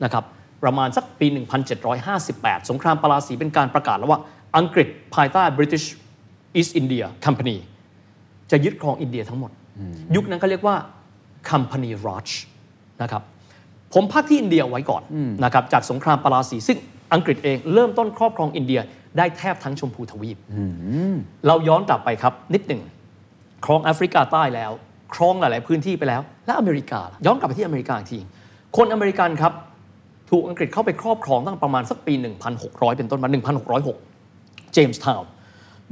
นะครับประมาณสักปี 1758 สงครามปาลาสีเป็นการประกาศแล้วว่าอังกฤษภายใต้ British East India Company จะยึดครองอินเดียทั้งหมด ยุคนั้นเขาเรียกว่า Company Raj นะครับ ผมพักที่อินเดียไว้ก่อนนะครับจากสงครามปาราสีซึ่งอังกฤษเองเริ่มต้นครอบครองอินเดียได้แทบทั้งชมพูทวีป เราย้อนกลับไปครับ นิดหนึ่งครองแอฟริกาใต้แล้ว ครองหลาย ๆ พื้นที่ไปแล้ว และอเมริกาล่ะย้อนกลับไปที่อเมริกาอีกที คนอเมริกันครับ ถูกอังกฤษเข้าไปครอบครองตั้งประมาณสักปี 1,600 เป็นต้นมา 1,606 เจมส์ทาวน์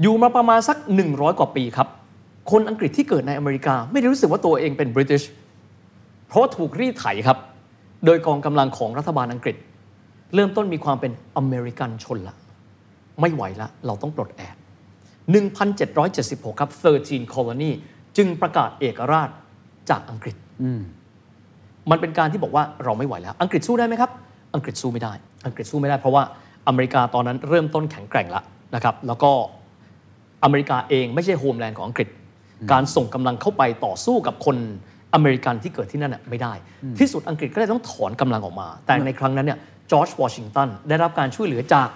อยู่มาประมาณสัก 100 กว่าปีครับ คนอังกฤษที่เกิดในอเมริกา ไม่ได้รู้สึกว่าตัวเองเป็นบริติชเพราะว่าถูกรีดไถครับ โดยกองกำลังของรัฐบาลอังกฤษ เริ่มต้นมีความเป็นอเมริกันชนละ ไม่ไหวละ เราต้องปลดแอก 1776 ครับ 13 colony จึงประกาศเอกราชจากอังกฤษ มันเป็นการที่บอกว่าเราไม่ไหวแล้ว อังกฤษสู้ได้ไหมครับ อังกฤษสู้ไม่ได้ อังกฤษสู้ไม่ได้เพราะว่าอเมริกาตอนนั้นเริ่มต้นแข็งแกร่งแล้วนะครับ แล้วก็อเมริกาเองไม่ใช่โฮมแลนด์ของอังกฤษ การส่งกำลังเข้าไปต่อสู้กับคนอเมริกันที่เกิดที่นั่นน่ะไม่ได้ ที่สุดอังกฤษก็เลยต้องถอนกำลังออกมา แต่ในครั้งนั้นเนี่ยจอร์จวอชิงตันได้รับการช่วยเหลือจาก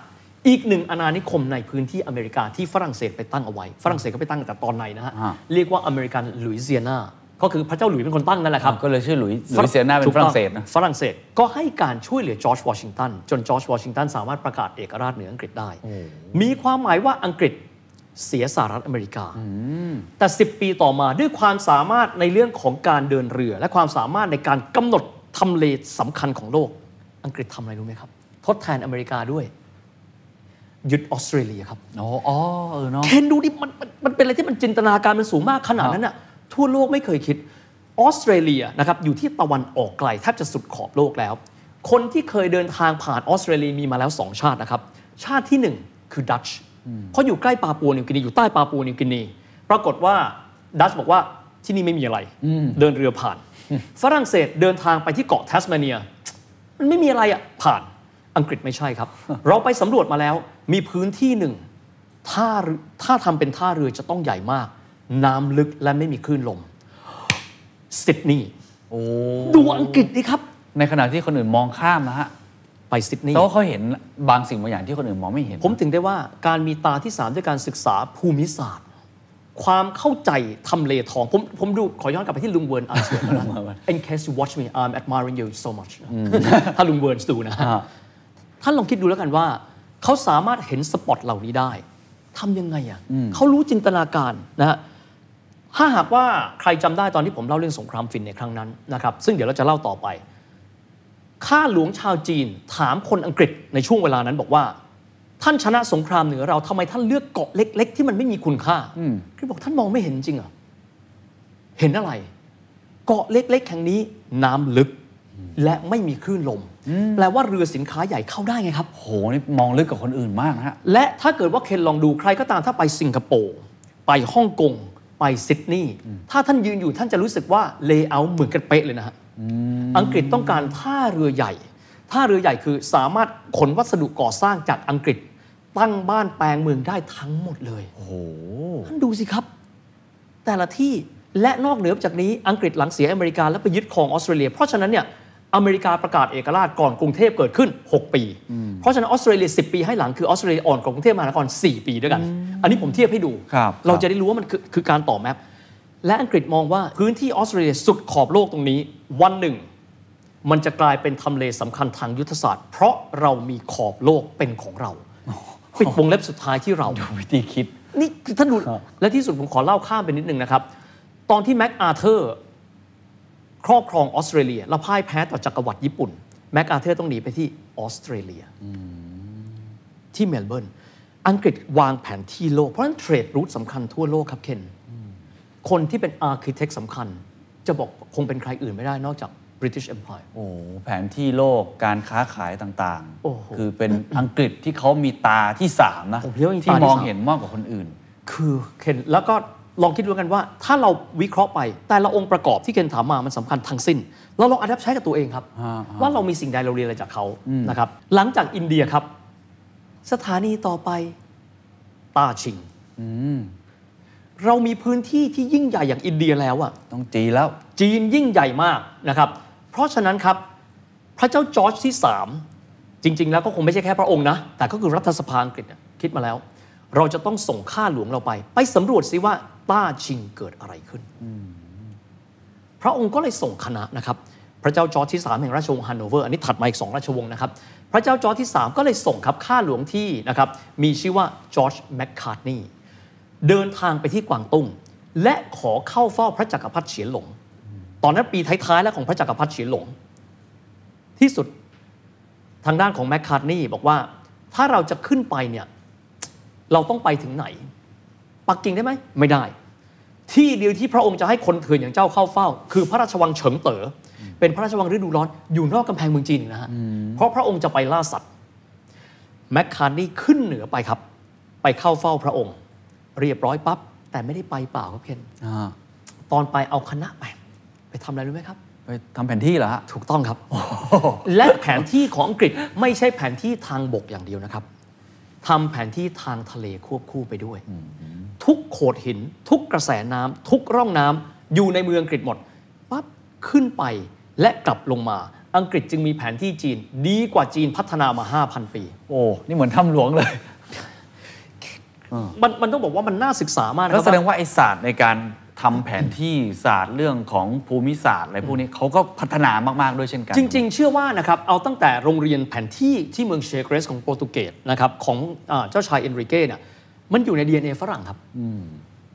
อีกหนึ่งอาณานิคมในพื้นที่อเมริกาที่ฝรั่งเศสไปตั้งเอาไว้ ฝรั่งเศสก็ไปตั้งแต่ตอนในนะฮะ
อ่า
เรียกว่าอเมริกันลุยเซียนาก็คือพระเจ้าหลุยส์เป็นคนตั้งนั่นแหละครับ
ก็เลยชื่อหลุยส์หลุยส์เซียนาเป็นฝรั่งเศสนะ
ถูกต้องฝรั่งเศสก็ให้การช่วยเหลือจอร์จวอชิงตัน จนจอร์จวอชิงตันสามารถประกาศเอกราชเหนืออังกฤษได้ มีความหมายว่าอังกฤษเสียสหรัฐอเมริกา แต่ 10 ปีต่อมาด้วยความสามารถในเรื่องของการเดินเรือ และความสามารถในการกำหนดทำเลสำคัญของโลก อังกฤษทำอะไรรู้ไหมครับ ทดแทนอเมริกาด้วยหยุดออสเตรเลียครับ
อ๋ออ๋อเออเนาะ
เคนดูดิมันมันมันเป็นอะไรที่มันจินตนาการมันสูงมากขนาดนั้นอะทั่วโลกไม่เคยคิด ออสเตรเลียนะครับอยู่ที่ตะวันออกไกลแทบจะสุดขอบโลกแล้ว คนที่เคยเดินทางผ่านออสเตรเลียมีมาแล้ว 2 ชาตินะครับ ชาติที่ 1 คือดัตช์เพราะอยู่ใกล้ปาปัวนิวกินีอยู่ใต้ปาปัวนิวกินี ปรากฏว่าดัตช์บอกว่าที่นี่ไม่มีอะไร เดินเรือ <laughs> ผ่าน ฝรั่งเศสเดินทางไปที่เกาะแทสมาเนีย มันไม่มีอะไรอะผ่านอังกฤษไม่ใช่ <laughs> ครับ เราไปสำรวจมาแล้วมีพื้นที่หนึ่งท่าเรือถ้าทำเป็นท่าเรือจะต้องใหญ่มาก น้ำลึกและไม่มีคลื่นลมซิดนีย์
โอ้
ดูอังกฤษดิครับ
ในขณะที่คนอื่นมองข้ามนะฮะ
ไปซิดนี
แต่
ย์
ว่าเขาเห็นบางสิ่งบางอย่างที่คนอื่นมองไม่เห็น
ผมถึงได้ว่าการมีตาที่ 3 ด้วยการศึกษาภูมิศาสตร์ ความเข้าใจทำเลทอง ผมผมดูขอย้อนกลับไปที่ลุงเวิร์นอันสวนนะ <laughs> In case you watch me I'm admiring you so much นะถ้าลุงเวิร์นดูนะ
อ่า
ท่านลองคิดดูแล้วกันว่า เขาสามารถเห็นสปอตเหล่านี้ได้ทำยังไงอะ่ะเขารู้จินตนาการนะฮะถ้าหากว่าใครจำได้ตอนที่ผมเล่าเรื่องสงครามฟินในครั้งนั้นนะครับ ซึ่งเดี๋ยวเราจะเล่าต่อไป ข้าหลวงชาวจีนถามคนอังกฤษในช่วงเวลานั้นบอกว่า ท่านชนะสงครามเหนือเราทำไมท่านเลือกเกาะเล็ก ๆ ที่มันไม่มีคุณค่าอังคือบอกท่านมองไม่เห็นจริงเหรอ่ะเห็นอะไร เกาะเล็ก ๆ แห่งนี้น้ำลึกและไม่มีคลื่นลม แปลว่าเรือสินค้าใหญ่เข้าได้ไงครับ
โหนี่มองลึกกว่าคนอื่นมากนะฮะ
และถ้าเกิดว่าเคนลองดูใครก็ตามถ้าไปสิงคโปร์ไปฮ่องกงไปซิดนีย์ถ้าท่านยืนอยู่ท่านจะรู้สึกว่าเลเยอร์เหมือนกันเป๊ะเลยนะฮะอังกฤษต้องการท่าเรือใหญ่ ท่าเรือใหญ่คือสามารถขนวัสดุก่อสร้างจากอังกฤษ ตั้งบ้านแปลงเมืองได้ทั้งหมดเลย
โอ้โห
ท่านดูสิครับ แต่ละที่และนอกเหนือจากนี้อังกฤษหลังเสียอเมริกาแล้วไปยึดครองออสเตรเลีย เพราะฉะนั้นเนี่ยอเมริกาประกาศเอกราชก่อนกรุงเทพเกิดขึ้น 6 ปี เพราะฉะนั้นออสเตรเลีย 10 ปีให้หลังคือออสเตรเลียอ่อนกว่ากรุงเทพมหานคร 4 ปีด้วยกัน อันนี้ผมเทียบให้ดู
ครับ
เรา
ครับ
จะได้รู้ว่ามันคือคือการต่อแมปและอังกฤษมองว่าพื้นที่ออสเตรเลียสุดขอบโลกตรงนี้ วันหนึ่ง มันจะกลายเป็นทำเลสำคัญทางยุทธศาสตร์ เพราะเรามีขอบโลกเป็นของเราปิดวงเล็บสุดท้ายที่เรา
วิธีคิด
นี่คือท่านดู
ครับ
และที่สุดผมขอเล่าข้ามไปนิดนึงนะครับ ตอนที่แม็กอาเธอร์ ครอบครองออสเตรเลีย และพ่ายแพ้ต่อจักรวรรดิญี่ปุ่น แม็กอาเธอร์ต้องหนีไปที่ออสเตรเลีย ที่เมลเบิร์นอังกฤษวางแผนที่โลก เพราะฉะนั้นเทรดรูทสำคัญทั่วโลกครับเคนคนที่เป็นอาร์เคเต็กสำคัญ จะบอกคงเป็นใครอื่นไม่ได้นอกจาก British Empire
โอ้โหแผนที่โลกการค้าขายต่าง
โอ้โห
คือเป็นอังกฤษที่เขามีตาที่สามนะ
ผมเรียกว่ามีตาที่
ที่มอง
สาม
เห็นมากกว่าคนอื่น
คือเคนแล้วก็ลองคิดดูกันว่า ถ้าเราวิเคราะห์ไป แต่ละองค์ประกอบที่เคนถามมามันสำคัญทั้งสิ้น เราลองอัดแอปใช้กับตัวเองครับ
ฮะฮะ
ว่าเรามีสิ่งใดเราเรียนอะไรจากเขานะครับ หลังจากอินเดียครับ สถานีต่อไปตาชิง เรามีพื้นที่ที่ยิ่งใหญ่อย่างอินเดียแล้วอะ
ต้องจีนแล้ว
จีนยิ่งใหญ่มากนะครับ เพราะฉะนั้นครับ พระเจ้าจอร์จที่ 3 จริง ๆ แล้วก็คงไม่ใช่แค่พระองค์นะ แต่ก็คือรัฐสภาอังกฤษน่ะคิดมาแล้ว เราจะต้องส่งข้าหลวงเราไป ไปสำรวจซิว่าต้าชิงเกิดอะไรขึ้น พระองค์ก็เลยส่งคณะนะครับ พระเจ้าจอร์จที่ 3 แห่งราชวงศ์ฮันโนเวอร์ อันนี้ถัดมาอีก 2 ราชวงศ์นะครับ พระเจ้าจอร์จที่ 3 ก็เลยส่งครับข้าหลวงที่นะครับมีชื่อว่าจอร์จแมคคาร์ทนีย์เดินทางไปที่กวางตุ้ง และขอเข้าเฝ้าพระจักรพรรดิเฉียนหลง ตอนนั้นปีท้ายๆแล้วของพระจักรพรรดิเฉียนหลง ที่สุดทางด้านของแมคคาร์ทนีย์บอกว่าถ้าเราจะขึ้นไปเนี่ย เราต้องไปถึงไหน ปักกิ่งได้ไหม ไม่ได้ ที่เดียวที่พระองค์จะให้คนเถื่อนอย่างเจ้าเข้าเฝ้า คือพระราชวังเฉิงเต๋ออเป็นพระราชวังฤดูร้อนอยู่นอกกำแพงเมืองจีนอีกนะฮะเพราะพระองค์จะไปล่าสัตว์แมคคาร์ทนีย์ขึ้นเหนือไปครับ ไปเข้าเฝ้าพระองค์ เรียบร้อยปั๊บแต่ไม่ได้ไปเปล่าครับเคนตอนไปเอาคณะไป ไปทำอะไรรู้ไหมครับ
ไปทำแผนที่เหรอฮะ
ถูกต้องครับ และแผนที่ของอังกฤษไม่ใช่แผนที่ทางบกอย่างเดียวนะครับทำแผนที่ทางทะเลควบคู่ไปด้วย ทุกโขดหิน ทุกกระแสน้ำทุกร่องน้ำอยู่ในเมืองอังกฤษหมดปั๊บขึ้นไปและกลับลงมา อังกฤษจึงมีแผนที่จีน ดีกว่าจีนพัฒนามา 5,000 ปี
โอ้ นี่เหมือนถ้ำหลวง
<laughs>
เลย
มันมันต้องบอกว่ามันน่าศึกษามากนะค
แล้
รั
ว
บ
แสดงว่าไอศาสตร์ในการทำแผนที่ศาสตร์เรื่องของภูมิศาสตร์อะไรพวกนี้เขาก็พัฒนามาก ๆ ด้วยเช่นกัน
จริง ๆ เชื่อว่านะครับ เอาตั้งแต่โรงเรียนแผนที่ที่เมืองเชเกรสของโปรตุเกสนะครับของอาเจ้าชายเอนริเก้เนี่ยมันอยู่ใน DNA ฝรั่งครับ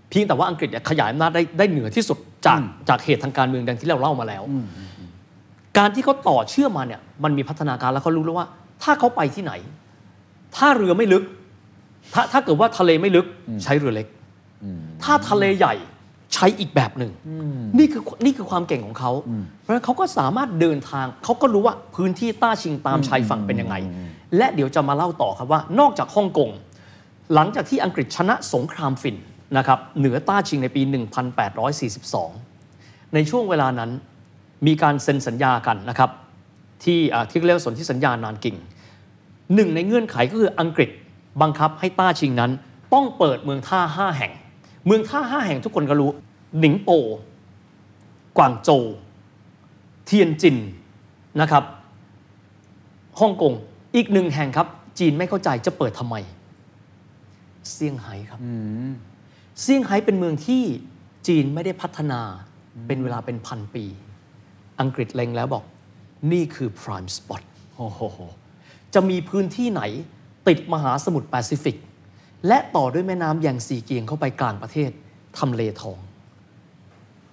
เพียงแต่ว่าอังกฤษเนี่ยขยายอำนาจได้ได้เหนือที่สุดจากจากเหตุทางการเมืองดังที่เราเล่ามาแล้ว การที่เขาต่อเชื่อมาเนี่ยมันมีพัฒนาการแล้วเขารู้แล้วว่า ถ้าเขาไปที่ไหน ถ้าเรือไม่ลึก ถ้าถ้าเกิดว่าทะเลไม่ลึกใช้เรือเล็ก ถ้าทะเลใหญ่ ใช้อีกแบบหนึ่งนี่คือนี่คือความเก่งของเขา เพราะฉะนั้นเขาก็สามารถเดินทางเขาก็รู้ว่าพื้นที่ต้าชิงตามชายฝั่งเป็นยังไง และเดี๋ยวจะมาเล่าต่อครับว่านอกจากฮ่องกง หลังจากที่อังกฤษชนะสงครามฟินนะครับเหนือต้าชิงในปี 1842 ในช่วงเวลานั้นมีการเซ็นสัญญากันนะครับ ที่อ่าที่เรียกว่าสนธิสัญญานานกิ่ง หนึ่งในเงื่อนไขก็คืออังกฤษบังคับให้ต้าชิงนั้น ต้องเปิดเมืองท่าห้าแห่ง เมืองท่าห้าแห่งทุกคนก็รู้ หนิงโป กวางโจวเทียนจินนะครับฮ่องกงอีกหนึ่งแห่งครับ จีนไม่เข้าใจจะเปิดทำไมเซี่ยงไฮ้ครับเซี่ยงไฮ้เป็นเมืองที่จีนไม่ได้พัฒนาเป็นเวลาเป็นพันปี อังกฤษเล็งแล้วบอก นี่คือ prime spot โอ้โห จะมีพื้นที่ไหนติดมหาสมุทรแปซิฟิก และต่อด้วยแม่น้ำแยงซีเกียงเข้าไปกลางประเทศทำเลทอง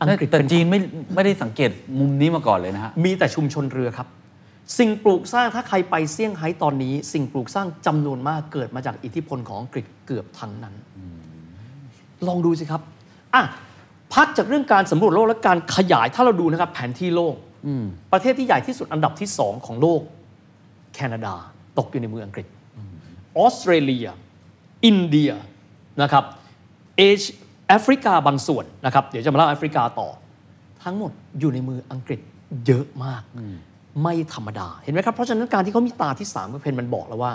อังกฤษ
แต่
เป็น
จีนไม่ไม่ได้สังเกตมุมนี้มาก่อนเลยนะฮะ
มีแต่ชุมชนเรือครับ สิ่งปลูกสร้างถ้าใครไปเซี่ยงไฮ้ตอนนี้ สิ่งปลูกสร้างจำนวนมากเกิดมาจากอิทธิพลของอังกฤษเกือบทั้งนั้น ลองดูสิครับอ่ะพักจากเรื่องการสำรวจโลกและการขยายถ้าเราดูนะครับ แผนที่โลกประเทศที่ใหญ่ที่สุดอันดับที่สองของโลก แคนาดาตกอยู่ในมืออังกฤษ ออสเตรเลีย อินเดียนะครับเอชแอฟริกาบางส่วนนะครับ เดี๋ยวจะมาเล่าแอฟริกาต่อ ทั้งหมดอยู่ในมืออังกฤษเยอะมาก ไม่ธรรมดา เห็นไหมครับ เพราะฉะนั้นการที่เขามีตาที่3ามก็เพนมันบอกแล้วว่า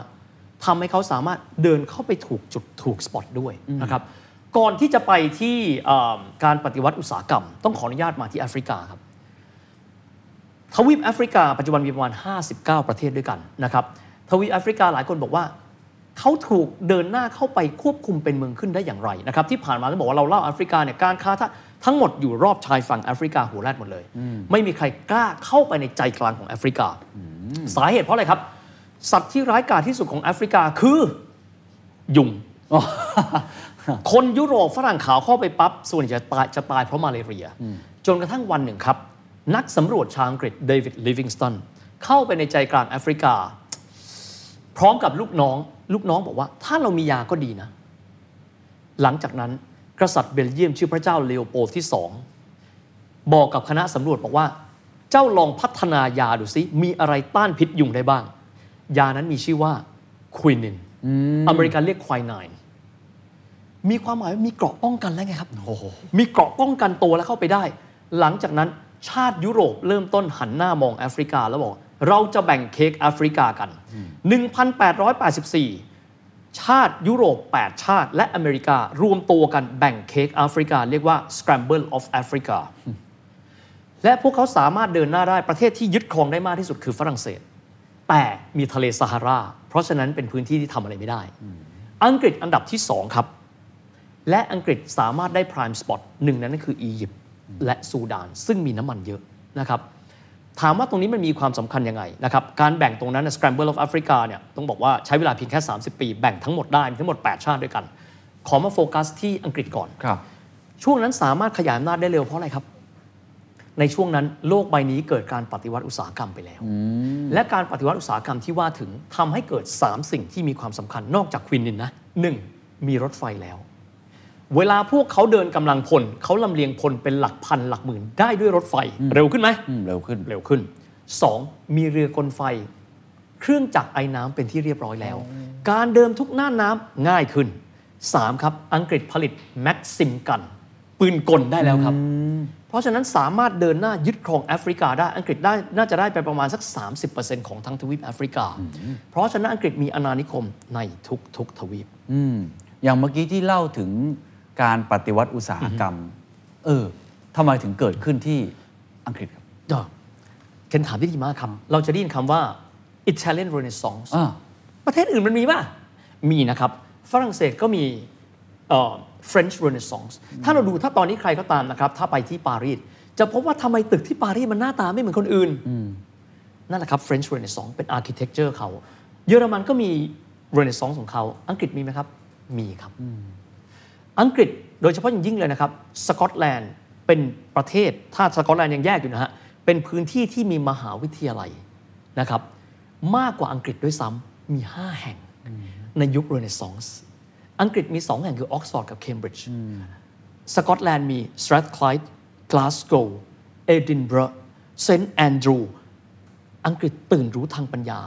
ทำให้เขาสามารถเดินเข้าไปถูกจุดถูกสปอตด้วยนะครับ ก่อนที่จะไปที่เอ่อการปฏิวัติอุตสาหกรรม ต้องขออนุญาตมาที่แอฟริกาครับ ทวีปแอฟริกา ปัจจุบันมีประมาณ 59 ประเทศด้วยกันนะครับทวีปแอฟริกาหลายคนบอกว่า เขาถูกเดินหน้าเข้าไปควบคุมเป็นเมืองขึ้นได้อย่างไรนะครับที่ผ่านมาต้องบอกว่าเราเล่าแอฟริกาเนี่ยการค้าทะทั้งหมดอยู่รอบชายฝั่งแอฟริกาหัวแรดหมดเลย ไม่มีใครกล้าเข้าไปในใจกลางของแอฟริกา สาเหตุเพราะอะไรครับ สัตว์ที่ร้ายกาจที่สุดของแอฟริกาคือยุง คนยุโรปฝรั่งขาวเข้าไปปั๊บ ส่วนใหญ่จะตายจะตายเพราะมาเลเรีย จนกระทั่งวันหนึ่งครับ นักสำรวจชาวอังกฤษเดวิดลิวิงสตันเข้าไปในใจกลางแอฟริกา พร้อมกับลูกน้อง ลูกน้องบอกว่า ถ้าเรามียาก็ดีนะ หลังจากนั้นกษัตริย์เบลเยียมชื่อพระเจ้าเลโอโปลด์ที่สองบอกกับคณะสำรวจบอกว่า เจ้าลองพัฒนายาดูซิ มีอะไรต้านพิษยุงได้บ้าง ยานั้นมีชื่อว่าควินินอเมริกันเรียกควไนน์ มีความหมายว่ามีเกราะป้องกันแล้วไงครับ มีเกราะป้องกันตัวแล้วเข้าไปได้ หลังจากนั้นชาติยุโรปเริ่มต้นหันหน้ามองแอฟริกาแล้วบอก เราจะแบ่งเค้กแอฟริกากัน 1884 ชาติยุโรป 8 ชาติและอเมริการวมตัวกันแบ่งเค้กแอฟริกา เรียกว่า Scramble of Africa และพวกเขาสามารถเดินหน้าได้ประเทศที่ยึดครองได้มากที่สุดคือฝรั่งเศส แต่มีทะเลซาฮารา เพราะฉะนั้นเป็นพื้นที่ที่ทำอะไรไม่ได้ อังกฤษอันดับที่สองครับ และอังกฤษสามารถได้ prime spot หนึ่งนั้นก็คืออียิปต์และซูดาน ซึ่งมีน้ำมันเยอะนะครับ ถามว่าตรงนี้มันมีความสำคัญยังไงนะครับ การแบ่งตรงนั้นนะ scramble of Africa เนี่ยต้องบอกว่าใช้เวลาเพียงแค่ 30 ปี แบ่งทั้งหมดได้มีทั้งหมด 8 ชาติด้วยกัน ขอมาโฟกัสที่อังกฤษก่อน
ครับ
ช่วงนั้นสามารถขยายอำนาจได้เร็วเพราะอะไรครับ ในช่วงนั้นโลกใบนี้เกิดการปฏิวัติอุตสาหกรรมไปแล้ว และการปฏิวัติอุตสาหกรรมที่ว่าถึงทำให้เกิด 3 สิ่งที่มีความสำคัญนอกจากควินนินนะหนึ่งมีรถไฟแล้ว เวลาพวกเขาเดินกำลังพลเขาลำเลียงพลเป็นหลักพันหลักหมื่นได้ด้วยรถไฟ เร็วขึ้นไหม
อืมเร็วขึ้น
เร็วขึ้น 2. มีเรือกลไฟ เครื่องจักรไอ้น้ำเป็นที่เรียบร้อยแล้ว การเดิมทุกหน้าน้ำง่ายขึ้น 3. ครับ อังกฤษผลิตแม็กซิมกัน ปืนกลได้แล้วครับ เพราะฉะนั้นสามารถเดินหน้ายึดครองแอฟริกาได้อังกฤษได้น่าจะได้ไปประมาณสัก 30%ของทั้งทวีปแอฟริกา เพราะฉะนั้นอังกฤษมีอาณานิคมในทุกๆทวีป
อืมอย่างเมื่อกี้ที่เล่าถึงการปฏิวัติอุตสาหกรรม เออทำไมถึงเกิดขึ้นที่อังกฤษครับ
ก็เคนถามที่ดีมากครับ เราจะได้ยินคำว่า Italian Renaissance
อ่า
ประเทศอื่นมันมีป่ะ มีนะครับ ฝรั่งเศสก็มีเอ่อ French Renaissance ถ้าเราดูถ้าตอนนี้ใครก็ตามนะครับ ถ้าไปที่ปารีสจะพบว่าทำไมตึกที่ปารีสมันหน้าตาไม่เหมือนคนอื่น นั่นแหละครับ French Renaissance เป็น architecture เขา เยอรมันก็มี Renaissance ของเขา อังกฤษมีไหมครับ มีครับ อังกฤษโดยเฉพาะอย่างยิ่งเลยนะครับ สกอตแลนด์เป็นประเทศ ถ้าสกอตแลนด์ยังแยกอยู่นะฮะ เป็นพื้นที่ที่มีมหาวิทยาลัยนะครับ มากกว่าอังกฤษด้วยซ้ำมี 5 แห่ง ในยุคเรเนซองส์อังกฤษมี 2 แห่งคือออกซฟอร์ดกับเคมบริดจ์ สกอตแลนด์มีสแตร c คล d กลาสโกเอดินบะร์เซนต์แอนดรู อังกฤษตื่นรู้ทางปัญญา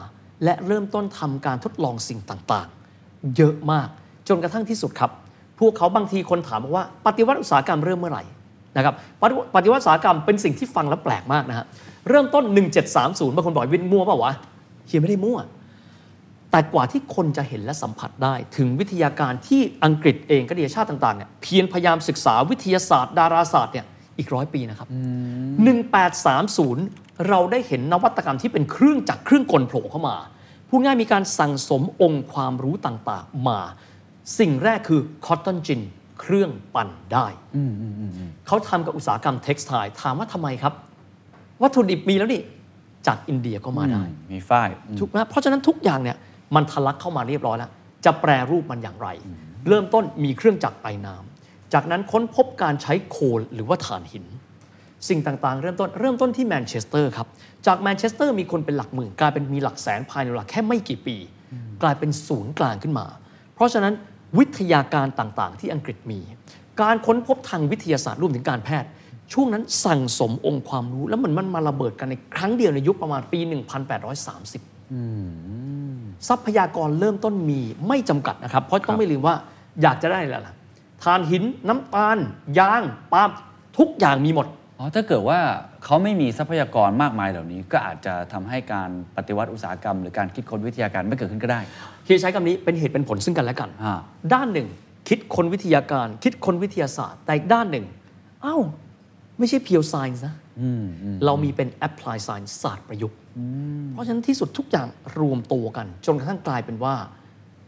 และเริ่มต้นทำการทดลองสิ่งต่างๆ เยอะมากจนกระทั่งที่สุดครับ พวกเขาบางทีคนถามว่าปฏิวัติอุตสาหกรรมเริ่มเมื่อไหร่นะครับปฏิวัติปฏิวัติอุตสาหกรรมเป็นสิ่งที่ฟังแล้วแปลกมากนะฮะเริ่มต้น 1730บางคนบอกวินมั่วเปล่าวะเฮียไม่ได้มั่ว แต่กว่าที่คนจะเห็นและสัมผัสได้ ถึงวิทยาการที่อังกฤษเองก็ดีชาติต่างๆเนี่ยเพียรพยายามศึกษาวิทยาศาสตร์ ดาราศาสตร์เนี่ยอีกร้อยปีนะครับ 1830 เราได้เห็นนวัตกรรมที่เป็นเครื่องจักรเครื่องกลโผล่เข้ามา พูดง่ายมีการสั่งสมองค์ความรู้ต่างๆ มา สิ่งแรกคือคอตตอนจินเครื่องปั่นได้ เขาทำกับอุตสาหกรรมเท็กซ์ไทล์ถามว่าทำไมครับ วัตถุดิบมีแล้วนี่ จากอินเดียก็มาได้
มีฝ้าย
ถูกไหมเพราะฉะนั้นทุกอย่างเนี่ยมันทะลักเข้ามาเรียบร้อยแล้ว จะแปรรูปมันอย่างไร เริ่มต้นมีเครื่องจักรไอน้ำจากนั้นค้นพบการใช้โคลหรือว่าถ่านหิน สิ่งต่างๆ เริ่มต้นเริ่มต้นที่แมนเชสเตอร์ครับ จากแมนเชสเตอร์มีคนเป็นหลักหมื่น กลายเป็นมีหลักแสนภายในเวลาแค่ไม่กี่ปี กลายเป็นศูนย์กลางขึ้นมา เพราะฉะนั้นวิทยาการต่างๆ ที่อังกฤษมี การค้นพบทางวิทยาศาสตร์รวมถึงการแพทย์ ช่วงนั้นสั่งสมองค์ความรู้แล้วมันมันมาระเบิดกันในครั้งเดียวในยุคประมาณปี 1830 ทรัพยากรเริ่มต้นมีไม่จำกัดนะครับ เพราะต้องไม่ลืมว่าอยากจะได้อะไรล่ะทานหินน้ำตาล ยางปาล์มทุกอย่างมีหมด
อ๋อถ้าเกิดว่าเขาไม่มีทรัพยากรมากมายเหล่านี้ ก็อาจจะทำให้การปฏิวัติอุตสาหกรรม หรือการคิดค้นวิทยาการไม่เกิดขึ้นก็ได้
ที่ใช้คำนี้เป็นเหตุเป็นผลซึ่งกันและกัน
ฮะ
ด้านหนึ่ง คิดคนวิทยาการ คิดคนวิทยาศาสตร์ แต่อีกด้านหนึ่ง เอ้า ไม่ใช่เพียวไซน์นะเรามีเป็น applied science ศาสตร์ประยุกต์ เพราะฉะนั้นที่สุดทุกอย่างรวมตัวกัน จนกระทั่งกลายเป็นว่า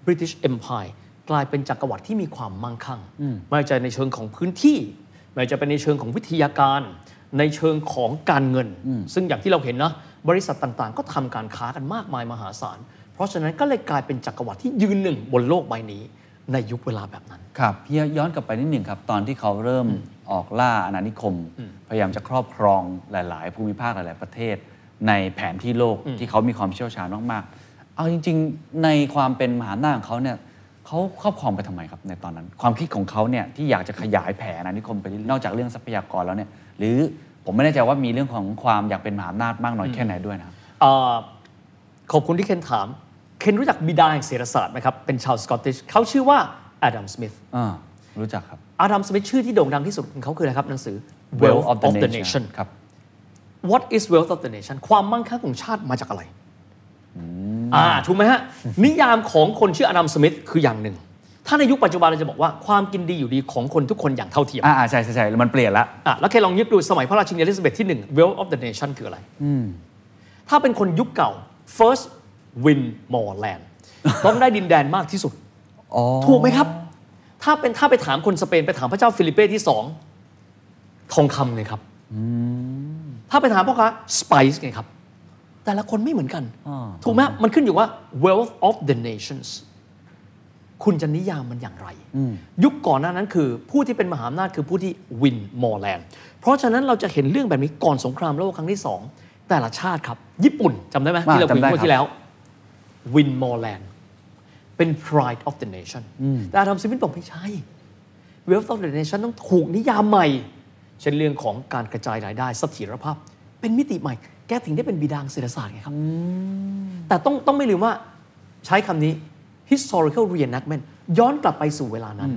British Empire กลายเป็นจักรวรรดิที่มีความมั่งคั่ง ไม่ว่าจะในเชิงของพื้นที่ ไม่ว่าจะเป็นในเชิงของวิทยาการ ในเชิงของการเงิน ซึ่งอย่างที่เราเห็นนะ บริษัทต่างๆ ก็ทำการค้ากันมากมายมหาศาล เพราะฉะนั้นก็เลยกลายเป็นจักรวรรดิที่ยืนหนึ่งบนโลกใบนี้ ในยุคเวลาแบบนั้น
ครับเฮียย้อนกลับไปนิดหนึ่งครับ ตอนที่เขาเริ่มออกล่าอาณานิคม พยายามจะครอบครองหลาย ๆ ภูมิภาคหลาย ๆ ประเทศ ในแผนที่โลกที่เขามีความเชี่ยวชาญมาก ๆ เอาจริง ๆ ในความเป็นมหาอำนาจของเขาเนี่ยเขาครอบครองไปทำไมครับในตอนนั้น ความคิดของเขาเนี่ยที่อยากจะขยายแผนอาณานิคมไปเรื่อยๆนอกจากเรื่องทรัพยากรแล้วเนี่ยหรือผมไม่แน่ใจว่ามีเรื่องของความอยากเป็นมหาอำนาจมากน้อยแค่ไหนด้วยนะครับ
เอ่อขอบคุณที่เคนถาม เคนรู้จักบิดาแห่งเศรษฐศาสตร์ไหมครับ เป็นชาวสกอตติชเขาชื่อว่าอดัมสมิธ
อ่ารู้จักครับ
อดัมสมิธชื่อที่โด่งดังที่สุดของเขาคืออะไรครับ หนังสือ
Wealth of the Nation, ครับ
What is wealth of the nation ความมั่งคั่งของชาติมาจากอะไร อ่า ถูกไหมฮะ นิยามของคนชื่ออดัมสมิธคืออย่างหนึ่ง ถ้าในยุคปัจจุบันเราจะบอกว่าความกินดีอยู่ดีของคนทุกคนอย่างเท่าเทียม
อ่าอ่าใช่ใช่ใช่แล้วมันเปลี่ยนละ
อ่ะแล้วเคยลองนึกดูสมัยพระราชินีอลิซาเบธที่ 1 Wealth of the Nation คืออะไร ถ้าเป็นคนยุคเก่า first win more land ต้องได้ดินแดนมากที่สุด
อ๋อ
ถูกไหมครับ ถ้าเป็นถ้าไปถามคนสเปนไปถามพระเจ้าฟิลิปเป้ที่สองทองคำเลยครับ ถ้าไปถามพ่อค้าสไปซ์ไงครับ แต่ละคนไม่เหมือนกัน
อ่า
ถูกไหมมันขึ้นอยู่ว่า wealth of the nations คุณจะนิยามมันอย่างไร ยุคก่อนหน้านั้นคือ ผู้ที่เป็นมหาอำนาจคือผู้ที่ win more land เพราะฉะนั้นเราจะเห็นเรื่องแบบนี้ก่อนสงครามโลกครั้งที่สองแต่ละชาติครับ ญี่ปุ่นจำได้ไหมที่เราคุย
จำได้ค
เมื่
รั
อ
บ
ที่แล้ว win more land เป็น pride of the nation แต่อาดัมสมิธบอกไม่ใช่ wealth of the nation ต้องถูกนิยามใหม่ เช่นเรื่องของการกระจายรายได้เสถียรภาพ เป็นมิติใหม่ แกถึงได้เป็นบิดาแห่งเศรษฐศาสตร์ไงครับ แต่ต้องต้องไม่ลืมว่าใช้คำนี้ historical reenactment ย้อนกลับไปสู่เวลานั้น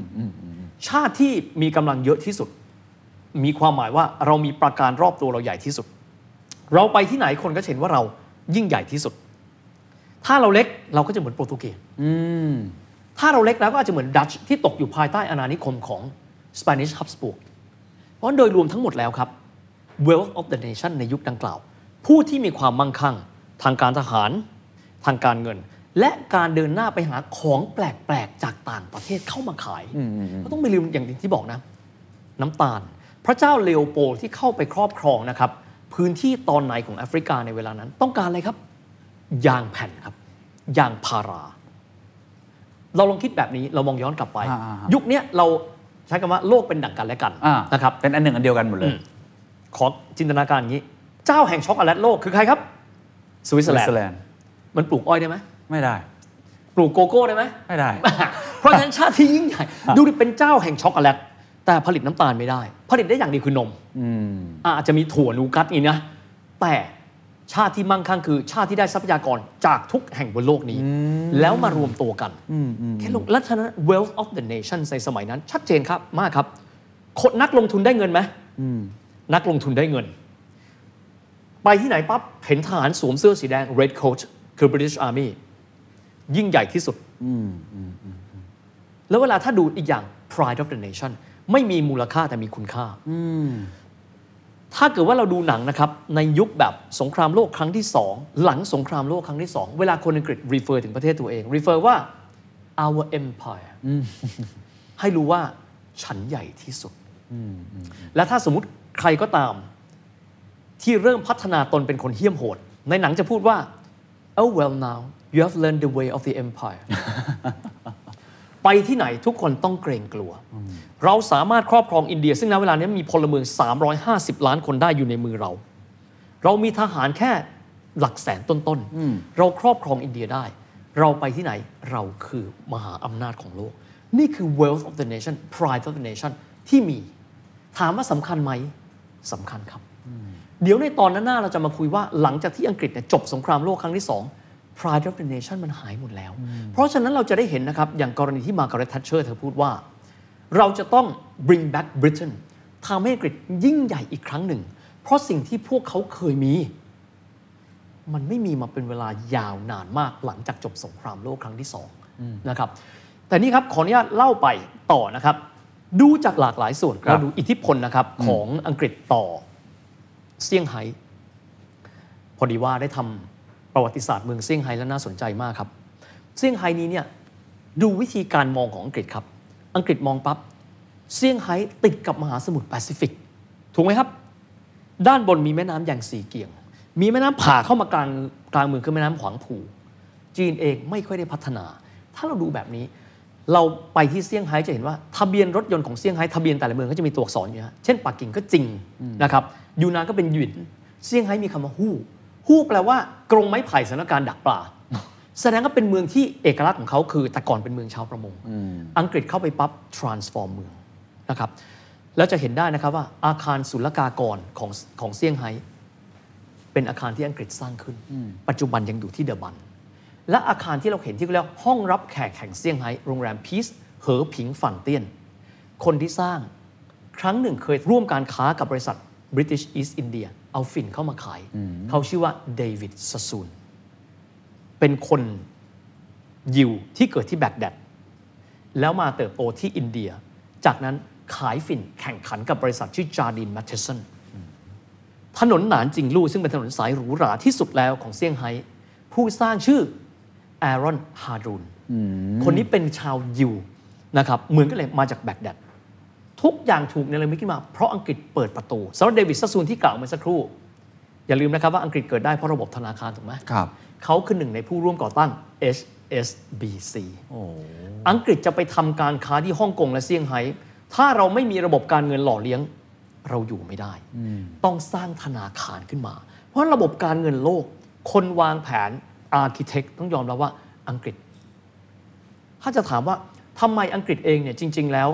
ชาติที่มีกำลังเยอะที่สุด มีความหมายว่าเรามีประการรอบตัวเราใหญ่ที่สุด เราไปที่ไหนคนก็จะเห็นว่าเรายิ่งใหญ่ที่สุด ถ้าเราเล็กเราก็จะเหมือนโปรตุเกส
อืม
ถ้าเราเล็กแล้วก็อาจจะเหมือนดัตช์ที่ตกอยู่ภายใต้อาณานิคมของสเปนิชฮับสบูร์กเพราะโดยรวมทั้งหมดแล้วครับ wealth of the nation ในยุคดังกล่าว ผู้ที่มีความมั่งคั่ง ทางการทหาร ทางการเงิน และการเดินหน้าไปหาของแปลก ๆ จากต่างประเทศเข้ามาขายก็ต้องไม่ลืมอย่างที่บอกนะ น้ำตาล พระเจ้าเลโอโปลที่เข้าไปครอบครองนะครับ พื้นที่ตอนไหนของแอฟริกาในเวลานั้น ต้องการอะไรครับ ยางแผ่นครับ ยางพารา เราลองคิดแบบนี้เรามองย้อนกลับไป
อ่าๆ
ยุคเนี้ยเราใช้คำว่าโลกเป็นดั่งกันและกัน
อ่า
นะครับ
เป็นอันหนึ่งอันเดียวกันหมดเลย
ขอจินตนาการอย่างนี้ เจ้าแห่งช็อกโกแลตโลกคือใครครับ สวิตเซอร์แลนด์
ด์
มันปลูกอ้อยได้ไหม
ไม่ได้
ปลูกโกโก้ได้ไหม
ไม่ได้
<laughs> เพราะฉะนั้นชาติที่ยิ่งใหญ่ ดูดิเป็นเจ้าแห่งช็อกโกแลต แต่ผลิตน้ำตาลไม่ได้ ผลิตได้อย่างเดียวคือนม
อืม
อ่ะอาจจะมีถั่วนูกัตนี่นะ แต่ชาติที่มั่งคั่งคือ ชาติที่ได้ทรัพยากรจากทุกแห่งบนโลกนี้ แล้วมารวมตัวกันแค่ลงและฉะนั้น wealth of the nation ในสมัยนั้น ชัดเจนครับมากครับคนนักลงทุนได้เงินไหมนักลงทุนได้เงิน ไปที่ไหนปั๊บเห็นทหารสวมเสื้อสีแดง red coat คือ British Army ยิ่งใหญ่ที่สุด แล้วเวลาถ้าดูอีกอย่าง pride of the nation ไม่มีมูลค่าแต่มีคุณค่า ถ้าเกิดว่าเราดูหนังนะครับ ในยุคแบบสงครามโลกครั้งที่ 2 หลังสงครามโลกครั้งที่ 2 เวลาคนอังกฤษ refer ถึงประเทศตัวเอง refer ว่า our empire ให้รู้ว่าฉันใหญ่ที่สุด และถ้าสมมติใครก็ตาม ที่เริ่มพัฒนาตนเป็นคนเหี้ยมโหด ในหนังจะพูดว่า oh well now you have learned the way of the <laughs> empire ไปที่ไหนทุกคนต้องเกรงกลัว เราสามารถครอบครองอินเดีย ซึ่งณเวลานี้มีพลเมือง 350 ล้านคนได้อยู่ในมือเรา เรามีทหารแค่หลักแสนต้นๆ เราครอบครองอินเดียได้ เราไปที่ไหนเราคือมหาอำนาจของโลก นี่คือ wealth of the nation pride of the nation ที่มี ถามว่าสำคัญไหมสำคัญครับ เดี๋ยวในตอนหน้าๆเราจะมาคุยว่าหลังจากที่อังกฤษเนี่ยจบสงครามโลกครั้งที่ 2 Pride of the Nation มันหายหมดแล้ว เพราะฉะนั้นเราจะได้เห็นนะครับ อย่างกรณีที่มาการ์เร็ตทัชเชอร์เธอพูดว่า เราจะต้อง bring back Britain ทำให้อังกฤษยิ่งใหญ่อีกครั้งหนึ่ง เพราะสิ่งที่พวกเขาเคยมี มันไม่มีมาเป็นเวลายาวนานมากหลังจากจบสงครามโลกครั้งที่สองนะครับ แต่นี่ครับขออนุญาตเล่าไปต่อนะครับ ดูจากหลากหลายส่วน
ครับ
เราดูอิทธิพลนะครับของอังกฤษต่อเซี่ยงไฮ้พอดีว่าได้ทำประวัติศาสตร์เมืองเซี่ยงไฮ้แล้วน่าสนใจมากครับ เซี่ยงไฮ้นี้เนี่ยดูวิธีการมองของอังกฤษครับ อังกฤษมองปั๊บเซี่ยงไฮ้ติดกับมหาสมุทรแปซิฟิก ถูกไหมครับ ด้านบนมีแม่น้ำอย่างสีเกียง มีแม่น้ำผ่าเข้ามากลางกลางเมืองคือแม่น้ำขวางผู จีนเองไม่ค่อยได้พัฒนา ถ้าเราดูแบบนี้ เราไปที่เซี่ยงไฮ้จะเห็นว่าทะเบียนรถยนต์ของเซี่ยงไฮ้ทะเบียนแต่ละเมืองก็จะมีตัวอักษรอยู่ฮะเช่นปักกิ่งก็จริงนะครับยูนานก็เป็นหยินเซี่ยงไฮ้มีคำว่าฮู้ฮู้แปลว่ากรงไม้ไผ่สถานการณ์ดักปลา แสดงว่าเป็นเมืองที่เอกลักษณ์ของเขาคือแต่ก่อนเป็นเมืองชาวประมง อังกฤษเข้าไปปั๊บ transform เมืองนะครับแล้วจะเห็นได้นะครับว่าอาคารศุลกากรของของเซี่ยงไฮ้เป็นอาคารที่อังกฤษสร้างขึ้น ปัจจุบันยังอยู่ที่เดอะบัน และอาคารที่เราเห็นที่เรียกว่าห้องรับแขกแห่งเซี่ยงไฮ้โรงแรมพีซเหอผิงฝันเตี้ยน คนที่สร้างครั้งหนึ่งเคยร่วมการค้ากับบริษัท British East India เอาฝิ่นเข้ามาขาย เขาชื่อว่าเดวิดสซูน เป็นคนยิวที่เกิดที่แบกแดด แล้วมาเติบโตที่อินเดีย จากนั้นขายฝิ่นแข่งขันกับบริษัทชื่อจาดินแมทเทสัน ถนนหนานจิงลู่ซึ่งเป็นถนนสายหรูหราที่สุดแล้วของเซี่ยงไฮ้ผู้สร้างชื่อแอรอนฮารุนคนนี้เป็นชาวยิวนะครับเหมือนกันเลยมาจากแบกแดด ทุกอย่างถูกเนรมิตขึ้นมา เพราะอังกฤษเปิดประตูสำหรับเดวิดซัสซูนที่กล่าวเมื่อสักครู่ อย่าลืมนะครับว่าอังกฤษเกิดได้เพราะระบบธนาคารถูกไหม
ครับ
เขาคือหนึ่งในผู้ร่วมก่อตั้ง HSBC
โอ้
อังกฤษจะไปทำการค้าที่ฮ่องกงและเซี่ยงไฮ้ ถ้าเราไม่มีระบบการเงินหล่อเลี้ยง เราอยู่ไม่ได้ ต้องสร้างธนาคารขึ้นมา เพราะระบบการเงินโลก คนวางแผนอาร์เคเต็กต้องยอมรับว่าอังกฤษ ถ้าจะถามว่าทำไมอังกฤษเองเนี่ยจริง ๆ แล้ว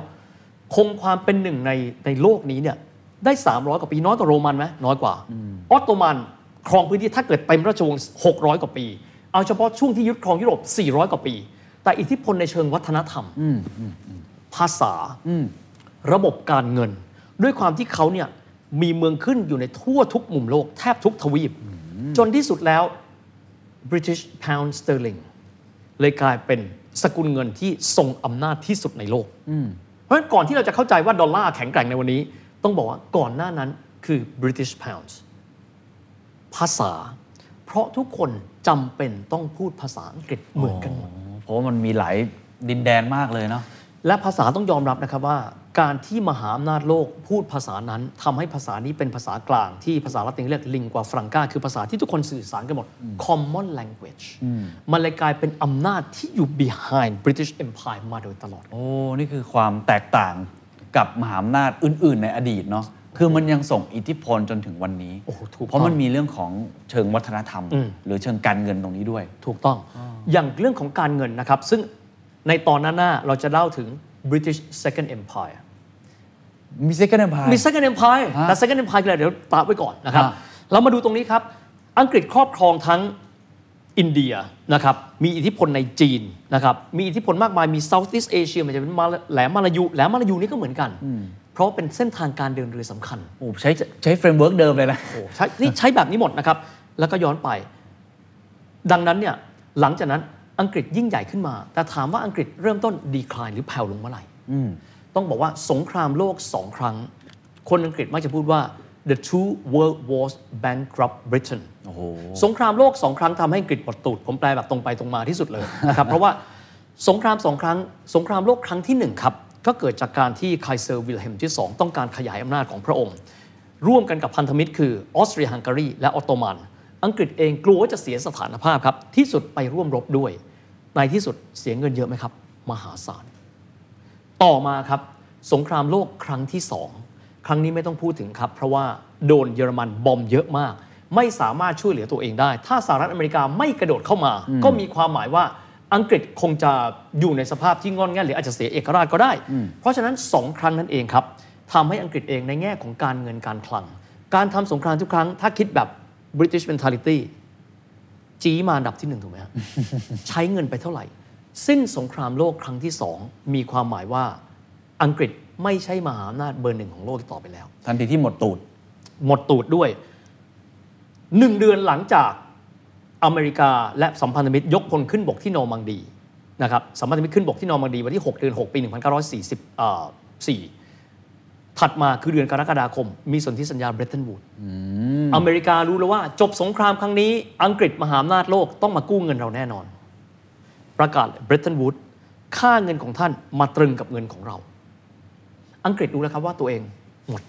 คงความเป็นหนึ่งในในโลกนี้เนี่ยได้ 300 กว่าปีน้อยกว่าโรมันไหมน้อยกว่า ออตโตมันครองพื้นที่ถ้าเกิดเต็มราชวงศ์600 กว่าปี เอาเฉพาะช่วงที่ยึดครองยุโรป 400 กว่าปี แต่อิทธิพลในเชิงวัฒนธรรม ภาษาระบบการเงิน ด้วยความที่เขาเนี่ยมีเมืองขึ้นอยู่ในทั่วทุกมุมโลกแทบทุกทวีป จนที่สุดแล้ว British Pound Sterling เลยกลายเป็นสกุลเงินที่ทรงอำนาจที่สุดในโลก เพราะฉะนั้นก่อนที่เราจะเข้าใจว่าดอลลาร์แข็งแกร่งในวันนี้ ต้องบอกว่าก่อนหน้านั้นคือ British Pounds ภาษา เพราะทุกคนจำเป็นต้องพูดภาษาอังกฤษเหมือนกันหมด
เพราะว่ามันมีหลายดินแดนมากเลยเนาะ
และภาษาต้องยอมรับนะครับว่า การที่มหาอำนาจโลกพูดภาษานั้นทำให้ภาษานี้เป็นภาษากลางที่ภาษาละตินเรียกลิงกว่าฟรังกาคือภาษาที่ทุกคนสื่อสารกันหมด common language มันเลยกลายเป็นอำนาจที่อยู่ behind British Empire มาโดยตลอด
โอ้ นี่คือความแตกต่างกับมหาอำนาจอื่น ๆ ในอดีตเนาะ คือมันยังส่งอิทธิพลจนถึงวันนี้
โอ้โหถูกต้อง
เพราะมันมีเรื่องของเชิงวัฒนธรรม
อืม
หรือเชิงการเงินตรงนี้ด้วย
ถูกต้อง อย่างเรื่องของการเงินนะครับ ซึ่งในตอนหน้าๆเราจะเล่าถึง British Second Empire
มี second empire
มี second empire
ฮะ
แต่ second empire คืออะไรเดี๋ยวตามไว้ก่อนนะครับ
ฮะ
เรามาดูตรงนี้ครับ อังกฤษครอบครองทั้งอินเดียนะครับ มีอิทธิพลในจีนนะครับ มีอิทธิพลมากมาย มี southeast asia มันจะเป็นมาแหลมมาลายู แหลมมาลายูนี่ก็เหมือนกัน เพราะเป็นเส้นทางการเดินเรือสำคัญ
โอ้ใช้ใช้เฟรมเวิร์กเดิมเลยนะ
โอ้ใช้นี่ใช้แบบนี้หมดนะครับ แล้วก็ย้อนไป ดังนั้นเนี่ยหลังจากนั้นอังกฤษยิ่งใหญ่ขึ้นมา แต่ถามว่าอังกฤษเริ่มต้นดีคลายหรือแผ่วลงเมื่อไหร่ต้องบอกว่าสงครามโลกสองครั้ง คนอังกฤษมักจะพูดว่า the two world wars bankrupt Britain
โอ้โห
สงครามโลกสองครั้งทำให้อังกฤษหมดตูด ผมแปลแบบตรงไปตรงมาที่สุดเลย <laughs> นะครับ เพราะว่าสงครามสองครั้ง สงครามโลกครั้งที่หนึ่งครับ ก็เกิดจากการที่ไคเซอร์วิลเฮมที่ 2 ต้องการขยายอำนาจของพระองค์ ร่วมกันกับพันธมิตรคือออสเตรียฮังการีและออตโตมัน อังกฤษเองกลัวว่าจะเสียสถานภาพครับ ที่สุดไปร่วมรบด้วย ในที่สุดเสียเงินเยอะไหมครับ มหาศาล ต่อมาครับ สงครามโลกครั้งที่ 2 ครั้งนี้ไม่ต้องพูดถึงครับ เพราะว่าโดนเยอรมันบอมเยอะมาก ไม่สามารถช่วยเหลือตัวเองได้ ถ้าสหรัฐอเมริกาไม่กระโดดเข้ามา ก็มีความหมายว่าอังกฤษคงจะอยู่ในสภาพที่งอนแง่นหรืออาจจะเสียเอกราชก็ได้ เพราะฉะนั้น 2 ครั้งนั่นเองครับทำให้อังกฤษเองในแง่ของการเงินการคลัง การทำสงครามทุกครั้ง ถ้าคิดแบบ British mentality จีมาอันดับที่หนึ่งถูกไหมฮะ ใช้เงินไปเท่าไหร่ สิ้นสงครามโลกครั้งที่สองมีความหมายว่าอังกฤษไม่ใช่มหาอำนาจเบอร์หนึ่งของโลกอีกต่อไปแล้ว
ทันทีที่หมดตูด
หมดตูดด้วยหนึ่งเดือนหลังจากอเมริกาและสัมพันธมิตรยกพลขึ้นบกที่นอร์มังดีนะครับสัมพันธมิตรขึ้นบกที่นอร์มังดีวันที่ 6 เดือน 6 ปี 1944 ถัดมาคือเดือนกรกฎาคม มีสนธิสัญญาเบรตันวูดอเมริการู้แล้วว่าจบสงครามครั้งนี้ อังกฤษมหาอำนาจโลกต้องมากู้เงินเราแน่นอน ประกาศเบรตันวูดค่าเงินของท่านมาตรึงกับเงินของเรา อังกฤษรู้แล้วครับว่าตัวเองหมด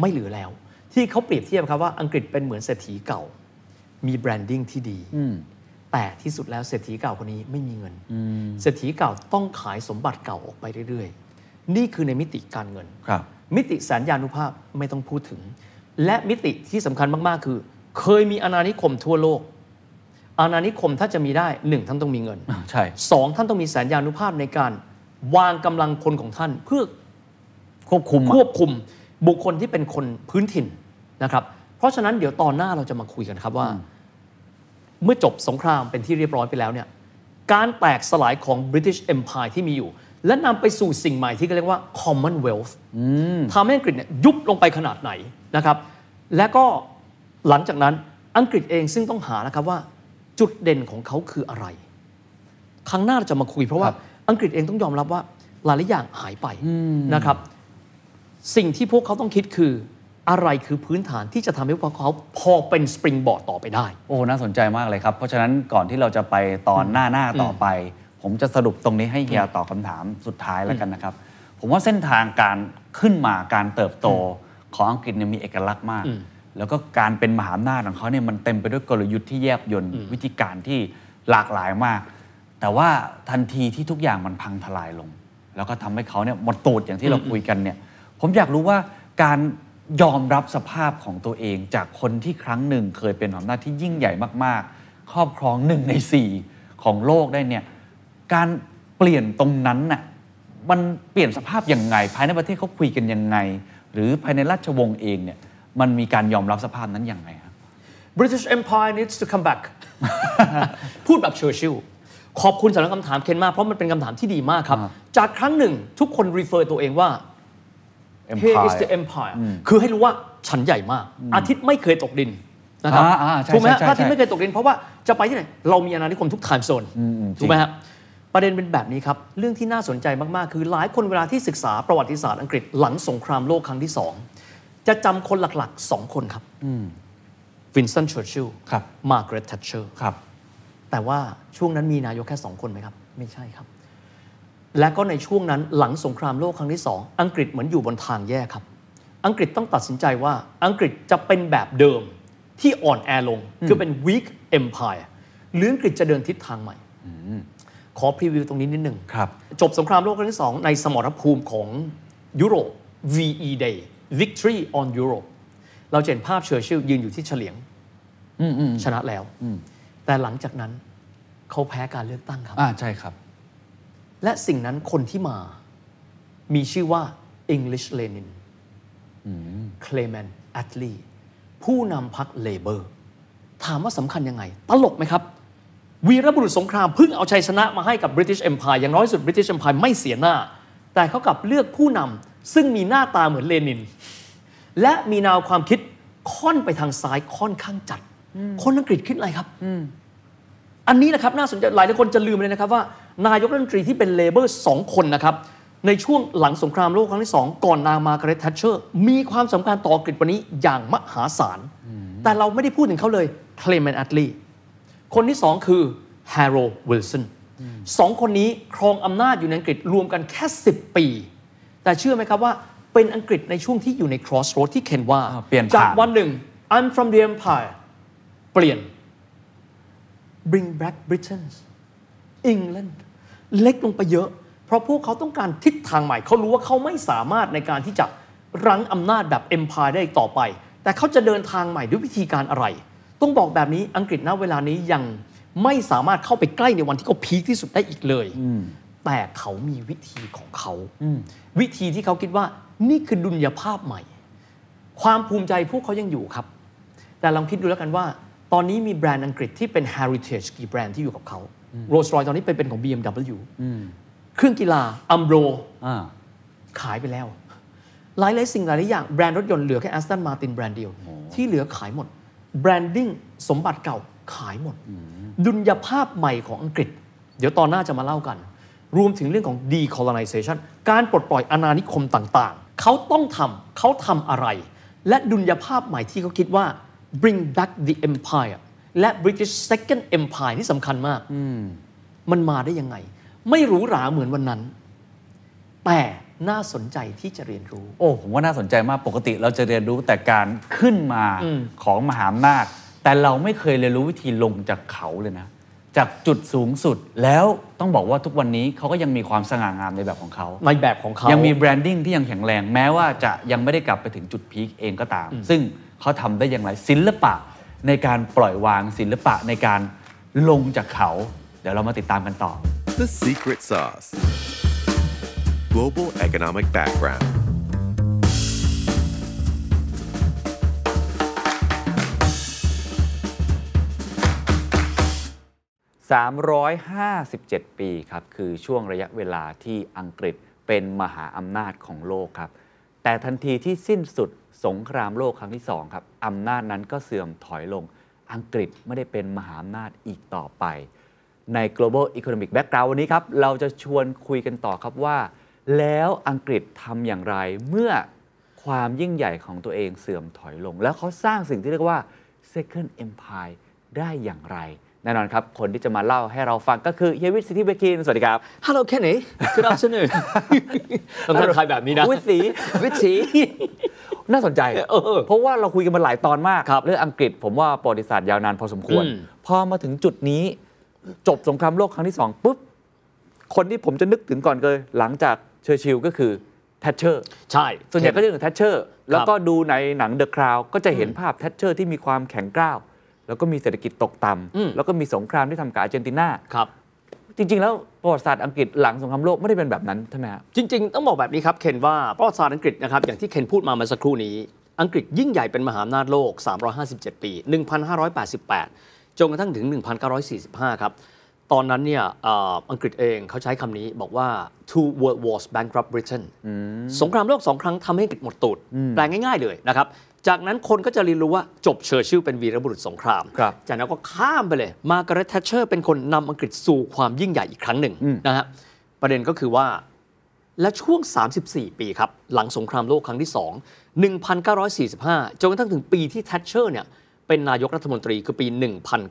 ไม่เหลือแล้ว ที่เขาเปรียบเทียบครับว่าอังกฤษเป็นเหมือนเศรษฐีเก่า มีแบรนดิ้งที่ดี แต่ที่สุดแล้วเศรษฐีเก่าคนนี้ไม่มีเงิน เศรษฐีเก่าต้องขายสมบัติเก่าออกไปเรื่อยๆ นี่คือในมิติการเงิน
ครับ
มิติสัญญานุภาพไม่ต้องพูดถึง และมิติที่สำคัญมาก ๆ คือ เคยมีอาณานิคมทั่วโลก อาณานิคมถ้าจะมีได้หนึ่งท่านต้องมีเงิน
ใช่
สองท่านต้องมีสัญญานุภาพในการวางกำลังคนของท่านเพื่อ
ควบคุมอะ
ควบคุมบุคคลที่เป็นคนพื้นถิ่นนะครับ เพราะฉะนั้นเดี๋ยวตอนหน้าเราจะมาคุยกันครับว่า เมื่อจบสงครามเป็นที่เรียบร้อยไปแล้วเนี่ยการแตกสลายของ British Empire ที่มีอยู่ และนำไปสู่สิ่งใหม่ที่เขาเรียกว่า Commonwealth ทำให้อังกฤษเนี่ยยุบลงไปขนาดไหนนะครับ และก็หลังจากนั้นอังกฤษเองซึ่งต้องหานะครับว่าจุดเด่นของเขาคืออะไร ครั้งหน้าเราจะมาคุยเพราะ
ค
ว่า
รับ
อังกฤษเองต้องยอมรับว่าหลายๆอย่างหายไปนะครับ สิ่งที่พวกเขาต้องคิดคืออะไรคือพื้นฐานที่จะทำให้พวกเขาพอเป็นสปริงบอร์ดต่อไปได้
โอ้ น่าสนใจมากเลยครับ เพราะฉะนั้นก่อนที่เราจะไปตอนหน้าหน้าต่อไป ผมจะสรุปตรงนี้ให้เฮียตอบคำถามสุดท้ายแล้วกันนะครับ ผมว่าเส้นทางการขึ้นมาการเติบโตของอังกฤษเนี่ยมีเอกลักษณ์มาก แล้วก็การเป็นมหาอำนาจของเขาเนี่ยมันเต็มไปด้วยกลยุทธ์ที่แยบยลวิธีการที่หลากหลายมาก แต่ว่าทันทีที่ทุกอย่างมันพังทลายลง แล้วก็ทำให้เขาเนี่ยหมดตูดอย่างที่เราคุยกันเนี่ย ผมอยากรู้ว่าการยอมรับสภาพของตัวเองจากคนที่ครั้งหนึ่งเคยเป็นอำนาจที่ยิ่งใหญ่มาก ๆ ครอบครองหนึ่งในสี่ของโลกได้เนี่ย การเปลี่ยนตรงนั้นน่ะมันเปลี่ยนสภาพยังไง ภายในประเทศเขาคุยกันยังไง หรือภายในราชวงศ์เองเนี่ยมันมีการยอมรับสภาพนั้นยังไงครับ
British Empire needs to <laughs> come back พูดแบบเชอร์ชิลขอบคุณสำหรับคำถามเคนมาก เพราะมันเป็นคำถามที่ดีมากครับ จากครั้งหนึ่งทุกคนรีเฟอร์ตัวเองว่า Here is the empire คือให้รู้ว่าฉันใหญ่มาก อาทิตย์ไม่เคยตกดินนะครับ
อ่าอ่าใช่
ถูกไหมฮะ
ใช่ใช่
พระอาทิตย์ไม่เคยตกดิน เพราะว่าจะไปที่ไหน เรามีอาณานิคมทุกไทม์โซนถูกไหมฮะประเด็นเป็นแบบนี้ครับ เรื่องที่น่าสนใจมาก ๆ คือหลายคนเวลาที่ศึกษาประวัติศาสตร์อังกฤษหลังสงครามโลกครั้งที่สองจะจำคนหลักๆสองคนครับวินสตันเชอร์ชิล
ครับ
มาร์กาเร็ตแทชเชอร์
ครับ
แต่ว่าช่วงนั้นมีนายกแค่สองคนไหมครับ ไม่ใช่ครับ และก็ในช่วงนั้นหลังสงครามโลกครั้งที่สองอังกฤษเหมือนอยู่บนทางแยกครับ อังกฤษต้องตัดสินใจว่าอังกฤษจะเป็นแบบเดิมที่อ่อนแอลง คือเป็น weak empire หรืออังกฤษจะเดินทิศทางใหม่ ขอพรีวิวตรงนี้นิดหนึ่ง
ครับ
จบสงครามโลกครั้งที่ 2 ในสมรภูมิของยุโรป VE Day Victory on Europe เราจะเห็นภาพเชอร์ชิลยืนอยู่ที่เฉลียงชนะแล้ว แต่หลังจากนั้นเขาแพ้การเลือกตั้งครับ
อ่าใช่ครับ
และสิ่งนั้นคนที่มา มีชื่อว่า English Lenin เคลเมนแอตลีผู้นำพรรคเลเบอร์ ถามว่าสำคัญยังไง ตลกไหมครับ วีรบุรุษสงครามเพิ่งเอาชัยชนะมาให้กับบริติช e อ p i r e อย่างน้อยสุดบริติช e อ p i r e ไม่เสียหน้า แต่เขากลับเลือกผู้นำซึ่งมีหน้าตาเหมือนเลนิน และมีแนวความคิดค่อนไปทางซ้ายค่อนข้างจัด คนอังกฤษคิดอะไรครับ อันนี้นะครับน่าสนใจหลายคนจะลืมเลยนะครับว่า นายกรัฐมนตรีที่เป็นเลเบอร์สองคนนะครับ ในช่วงหลังสงครามโลกครั้งที่ 2 ก่อนนางมาร์กาเร็ตแทชเชอร์ มีความสำคัญต่ออังกฤษวันนี้อย่างมหาศาล แต่เราไม่ได้พูดถึงเขาเลยเคลเมนแอตลีคนที่ 2 คือแฮร์โรวิลสันสองคนนี้ครองอำนาจอยู่ในอังกฤษรวมกันแค่ 10 ปี แต่เชื่อไหมครับว่าเป็นอังกฤษในช่วงที่อยู่ใน crossroad ที่เคนว่า
อ่าเปลี่ยนผ่าน
จากวันหนึ่ง I'm from the empire เปลี่ยน bring back Britain England เล็กลงไปเยอะ เพราะพวกเขาต้องการทิศทางใหม่ เขารู้ว่าเขาไม่สามารถในการที่จะรั้งอำนาจแบบ Empire ได้อีกต่อไป แต่เขาจะเดินทางใหม่ด้วยวิธีการอะไร ต้องบอกแบบนี้อังกฤษณเวลานี้ยังไม่สามารถเข้าไปใกล้ในวันที่เขาพีคที่สุดได้อีกเลย แต่เขามีวิธีของเขา วิธีที่เขาคิดว่านี่คือดุลยภาพใหม่ ความภูมิใจพวกเขายังอยู่ครับ แต่ลองคิดดูแล้วกันว่า ตอนนี้มีแบรนด์อังกฤษที่เป็น heritage กี่แบรนด์ที่อยู่กับเขาโรลส์รอยตอนนี้เป็นเป็นของ BMW เครื่องกีฬาอัมโบร
อ่า
ขายไปแล้ว หลายหลายๆสิ่งหลายหลายๆอย่างแบรนด์รถยนต์เหลือแค่ Aston Martin แบรนด์เดียว ที่เหลือขายหมด แบรนดิ้งสมบัติเก่าขายหมด ดุลยภาพใหม่ของอังกฤษ เดี๋ยวตอนหน้าจะมาเล่ากัน รวมถึงเรื่องของ decolonization การปลดปล่อยอาณานิคมต่างๆ เขาต้องทำเขาทำอะไร และดุลยภาพใหม่ที่เขาคิดว่า bring back the empire และ British second empire นี่สำคัญมาก มันมาได้ยังไง ไม่หรูหราเหมือนวันนั้น แต่น่าสนใจที่จะเรียนรู้
โอ้ผมว่าน่าสนใจมากปกติเราจะเรียนรู้แต่การขึ้นมาของมหาอำนาจ แต่เราไม่เคยเรียนรู้วิธีลงจากเขาเลยนะ จากจุดสูงสุดแล้วต้องบอกว่าทุกวันนี้เขาก็ยังมีความสง่างามในแบบของเขา
ในแบบของเขา
ยั
ยัง
มีแบรนดิ้งที่ยังแข็งแรงแม้ว่าจะยังไม่ได้กลับไปถึงจุดพีคเองก็ตาม ซึ่งเขาทำได้อย่างไรศิลปะในการปล่อยวางศิลปะในการลงจากเขา เดี๋ยวเรามาติดตามกันต่อ
The secret sauce. Global economic background.
357 ปีครับ คือช่วงระยะเวลาที่อังกฤษเป็นมหาอำนาจของโลกครับ แต่ทันทีที่สิ้นสุดสงครามโลกครั้งที่ 2 ครับอำนาจนั้นก็เสื่อมถอยลง อังกฤษไม่ได้เป็นมหาอำนาจอีกต่อไป ใน global economic background วันนี้ครับ เราจะชวนคุยกันต่อครับว่า แล้วอังกฤษทำอย่างไรเมื่อความยิ่งใหญ่ของตัวเองเสื่อมถอยลง แล้วเขาสร้างสิ่งที่เรียกว่า second empire ได้อย่างไร แน่นอนครับ คนที่จะมาเล่าให้เราฟังก็คือเฮียวิทย์สิทธิเวคิน สวัสดีครับ
ฮัลโหลแค่ไหนคือเราเสนอ <laughs> ต้องทักทายแบบนี้นะ
วิทย์สีวิทย์สีน่าสนใจ
เออ
เพราะว่าเราคุยกันมาหลายตอนมาก
ครับ
เรื่องอังกฤษผมว่าประวัติศาสตร์ยาวนานพอสมควร
อืม
พอมาถึงจุดนี้ จบสงครามโลกครั้งที่สองปุ๊บ คนที่ผมจะนึกถึงก่อนเลยหลังจากเชอร์ชิลก็คือแทชเชอร์
ใช่
ส่วนใหญ่ก็จะเห็นแทชเชอร์ แล้วก็ดูในหนังเดอะค o าวก็จะเห็นภาพแทชเชอร์ที่มีความแข็งกร้าว แล้วก็มีเศรษฐกิจตกต่
อืม
ำแล้วก็มีสงครามที่ทำกับอาร์เจนตินา
ครับ
จริง ๆ แล้วประวัติศาสตร์อังกฤษหลังสงครามโลกไม่ได้เป็นแบบนั้นใช่ไหมฮะ
จริง ๆ ต้องบอกแบบนี้ครับเคนว่าประวัติศาสตร์อังกฤษนะครับ อย่างที่เคนพูดมาเมื่อสักครู่นี้ อังกฤษยิ่งใหญ่เป็นมหาอำนาจโลก 357 ปี 1588 จนกระทั่งถึง 1945 ครับ ตอนนั้นเนี่ยเอ่ออังกฤษเองเขาใช้คำนี้บอกว่า two world wars bankrupt Britain สงครามโลกสองครั้งทำให้อังกฤษหมดตูดแปลง่าย ๆ เลยนะครับ จากนั้นคนก็จะเรียนรู้ว่าจบเชอร์ชิลเป็นวีรบุรุษสงคราม
ครับ
จากนั้นก็ข้ามไปเลย มาการ์เร็ตแทชเชอร์เป็นคนนำอังกฤษสู่ความยิ่งใหญ่อีกครั้งหนึ่งนะฮะ ประเด็นก็คือว่า และช่วง 34 ปีครับ หลังสงครามโลกครั้งที่ 2 1945 จนกระทั่งถึงปีที่แทชเชอร์เนี่ยเป็นนายกรัฐมนตรีคือปี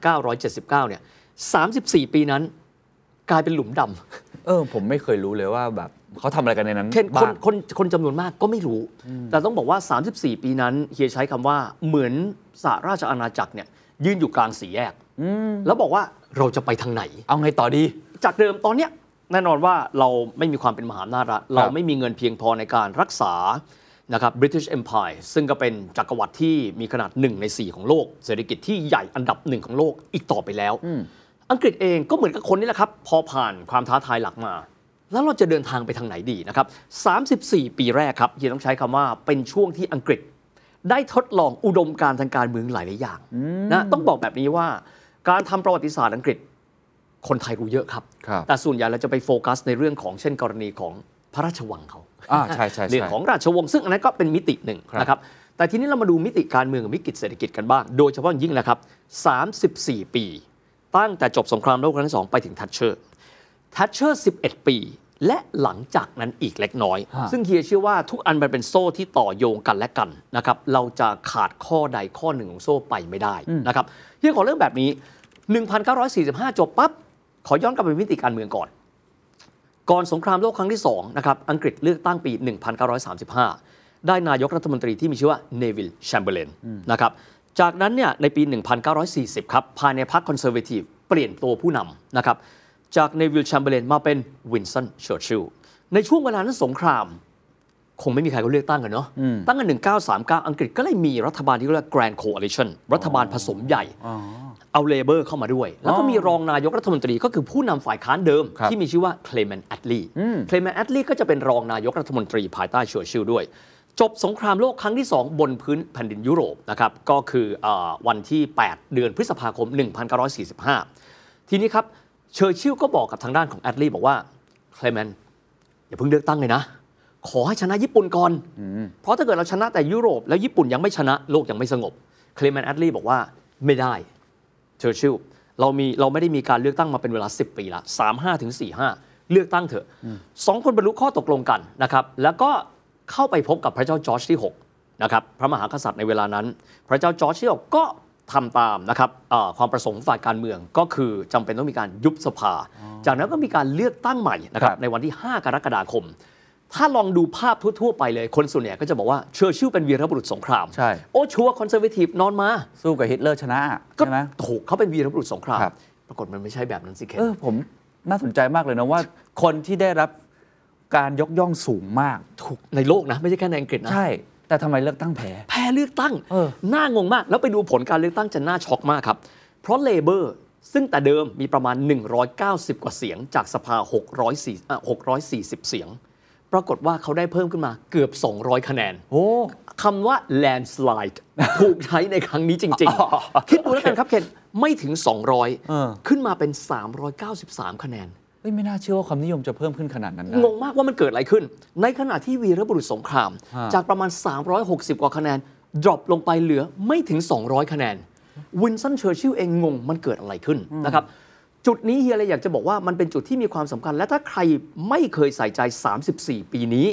1979 เนี่ย 34 ปีนั้นกลายเป็นหลุมดำ
เออ ผมไม่เคยรู้เลยว่าแบบเขาทำอะไรกันในนั้น
เคนค
บ้าน ง
คนคนจำนวนมากก็ไม่รู้ แต่ต้องบอกว่า 34 ปีนั้นเฮียใช้คำว่าเหมือนสหราชอาณาจักรเนี่ยยืนอยู่กลางสี่แยกแล้วบอกว่าเราจะไปทางไหน
เอาไงต่อดี
จากเดิมตอนเนี้ยแน่นอนว่าเราไม่มีความเป็นมหาอำนาจละเราไม่มีเงินเพียงพอในการรักษานะครับ British Empire ซึ่งก็เป็นจักรวรรดิที่มีขนาด 1 ใน 4 ของโลก เศรษฐกิจที่ใหญ่อันดับหนึ่งของโลกอีกต่อไปแล้ว อังกฤษเองก็เหมือนกับคนนี่แหละครับ พอผ่านความท้าทายหลักมา แล้วเราจะเดินทางไปทางไหนดีนะครับ 34 ปีแรกครับยังต้องใช้คำว่าเป็นช่วงที่อังกฤษ ได้ทดลองอุดมการณ์ทางการเมืองหลาย ๆ อย่างนะต้องบอกแบบนี้ว่า การทำประวัติศาสตร์อังกฤษ คนไทยรู้เยอะครับ
ครับ
แต่ส่วนใหญ่เราจะไปโฟกัสในเรื่องของเช่นกรณีของพระราชวังเขา
อ่าใช่ใช่
เรื่
ใช่
องของราชวงศ์ซึ่งอันนั้นก็เป็นมิติหนึ่ง
ครับ
นะครับ แต่ทีนี้เรามาดูมิติการเมืองกับมิติเศรษฐกิจกันบ้าง โดยเฉพาะอย่างยิ่งนะครับ 34 ปี ตั้งแต่จบสงครามโลกครั้งที่สองไปถึงทัชเชอร์ ทัชเชอร์ 11 ปี และหลังจากนั้นอีกเล็กน้อย
ฮะ
ซึ่งเฮียเชื่อว่าทุกอันมันเป็นโซ่ที่ต่อโยงกันและกันนะครับ เราจะขาดข้อใดข้อหนึ่งของโซ่ไปไม่ได้นะครับเฮียขอเรื่องแบบนี้ 1945 จบปั๊บ ขอย้อนกลับไปมิติการเมืองก่อน ก่อนสงครามโลกครั้งที่2นะครับ อังกฤษเลือกตั้งปี 1935 ได้นายกรัฐมนตรีที่มีชื่อว่าเนวิลแชมเบอร์เลนนะครับ จากนั้นเนี่ยในปี 1940 ครับ ภายในพรรคคอนเซอร์เวทีฟเปลี่ยนตัวผู้นำนะครับ จากเนวิลแชมเบอร์เลนมาเป็นวินสันเชอร์ชิลลในช่วงเวลานั้นสงคราม คงไม่มีใครเขาเลือกตั้งกันเนาะ ตั้งกัน 1939 อังกฤษก็เลยมีรัฐบาลที่เรียกว่า Grand Coalition รัฐบาลผสมใหญ่ เอาเลเบอร์เข้ามาด้วย แล้วก็มีรองนายกรัฐมนตรีก็คือผู้นำฝ่ายค้านเดิม
ครับ
ที่มีชื่อว่าเคลเมนต์แอดลีเคลเมนต์แอดลีก็จะเป็นรองนายกรัฐมนตรีภายใต้เชอร์ชิลลด้วย จบสงครามโลกครั้งที่ 2 บนพื้นแผ่นดินยุโรปนะครับ ก็คืออาวันที่ 8 เดือนพฤษภาคม 1945 ทีนี้ครับเชอร์ชิลลก็บอกกับทางด้านของแอดลีบอกว่าเคลเมนต์ อย่าเพิ่งเลือกตั้งเลยนะ ขอให้ชนะญี่ปุ่นก่อน เพราะถ้าเกิดเราชนะแต่ยุโรป แล้วญี่ปุ่นยังไม่ชนะโลกยังไม่สงบ เคลเมนแอดลีบอกว่าไม่ได้ เชอร์ชิลลเรามีเราไม่ได้มีการเลือกตั้งมาเป็นเวลา 10 ปีละ3 5ถึง4 5 เลือกตั้งเถอะสองคนบรรลุข้อตกลงกันนะครับ แล้วก็เข้าไปพบกับพระเจ้าจอร์จที่ 6 นะครับ พระมหากษัตริย์ในเวลานั้น พระเจ้าจอร์จที่ 6 ก็ทำตามนะครับเอ่อความประสงค์ฝ่ายการเมืองก็คือจำเป็นต้องมีการยุบสภา จากนั้นก็มีการเลือกตั้งใหม่นะครับ
ครับ
ในวันที่ 5 กรกฎาคม ถ้าลองดูภาพทั่วๆไปเลยคนส่วนใหญ่ก็จะบอกว่าเชอร์ชิลลเป็นวีรบุรุษสงคราม
ใช่
โอ้ชัวคอนเซอร์เวทีฟนอนมา
สู้กับฮิตเลอร์ชนะ
ก็
ใช่ไหม
ถูกเขาเป็นวีรบุรุษสงคราม
ครับ
ปรากฏมันไม่ใช่แบบนั้นสิเคน
เออผมน่าสนใจมากเลยนะว่า คนที่ได้รับการยกย่องสูงมาก
ถูกในโลกนะ ไม่ใช่แค่ในอังกฤษนะ
ใช่ แต่ทำไมเลือกตั้งแพ้
แพ้เลือกตั้ง
เออ
น่างงมาก แล้วไปดูผลการเลือกตั้งจะน่าช็อกมากครับ เพราะเลเบอร์ ซึ่งแต่เดิมมีประมาณ 190 กว่าเสียง จากสภา 640อ่ะ640 เสียง ปรากฏว่าเขาได้เพิ่มขึ้นมาเกือบ 200 คะแนน
โอ้
คำว่า
<laughs>
landslide ถูกใช้ในครั้งนี้จริง ๆ คิดดูแล้วกันครับเคนไม่ถึง
เออ
200 ขึ้นมาเป็น 393 คะแนน
เอ้ยไม่น่าเชื่อว่าความนิยมจะเพิ่มขึ้นขนาดนั้นได้
งงมากว่ามันเกิดอะไรขึ้น ในขณะที่วีรบุรุษสงคราม
ฮะ
จากประมาณ 360 กว่าคะแนน ดรอปลงไปเหลือไม่ถึง 200 คะแนน วินสันเชอร์ชิลลเองงงมันเกิดอะไรขึ้นนะครับ จุดนี้เฮียเลยอยากจะบอกว่ามันเป็นจุดที่มีความสำคัญ และถ้าใครไม่เคยใส่ใจ 34 ปีนี้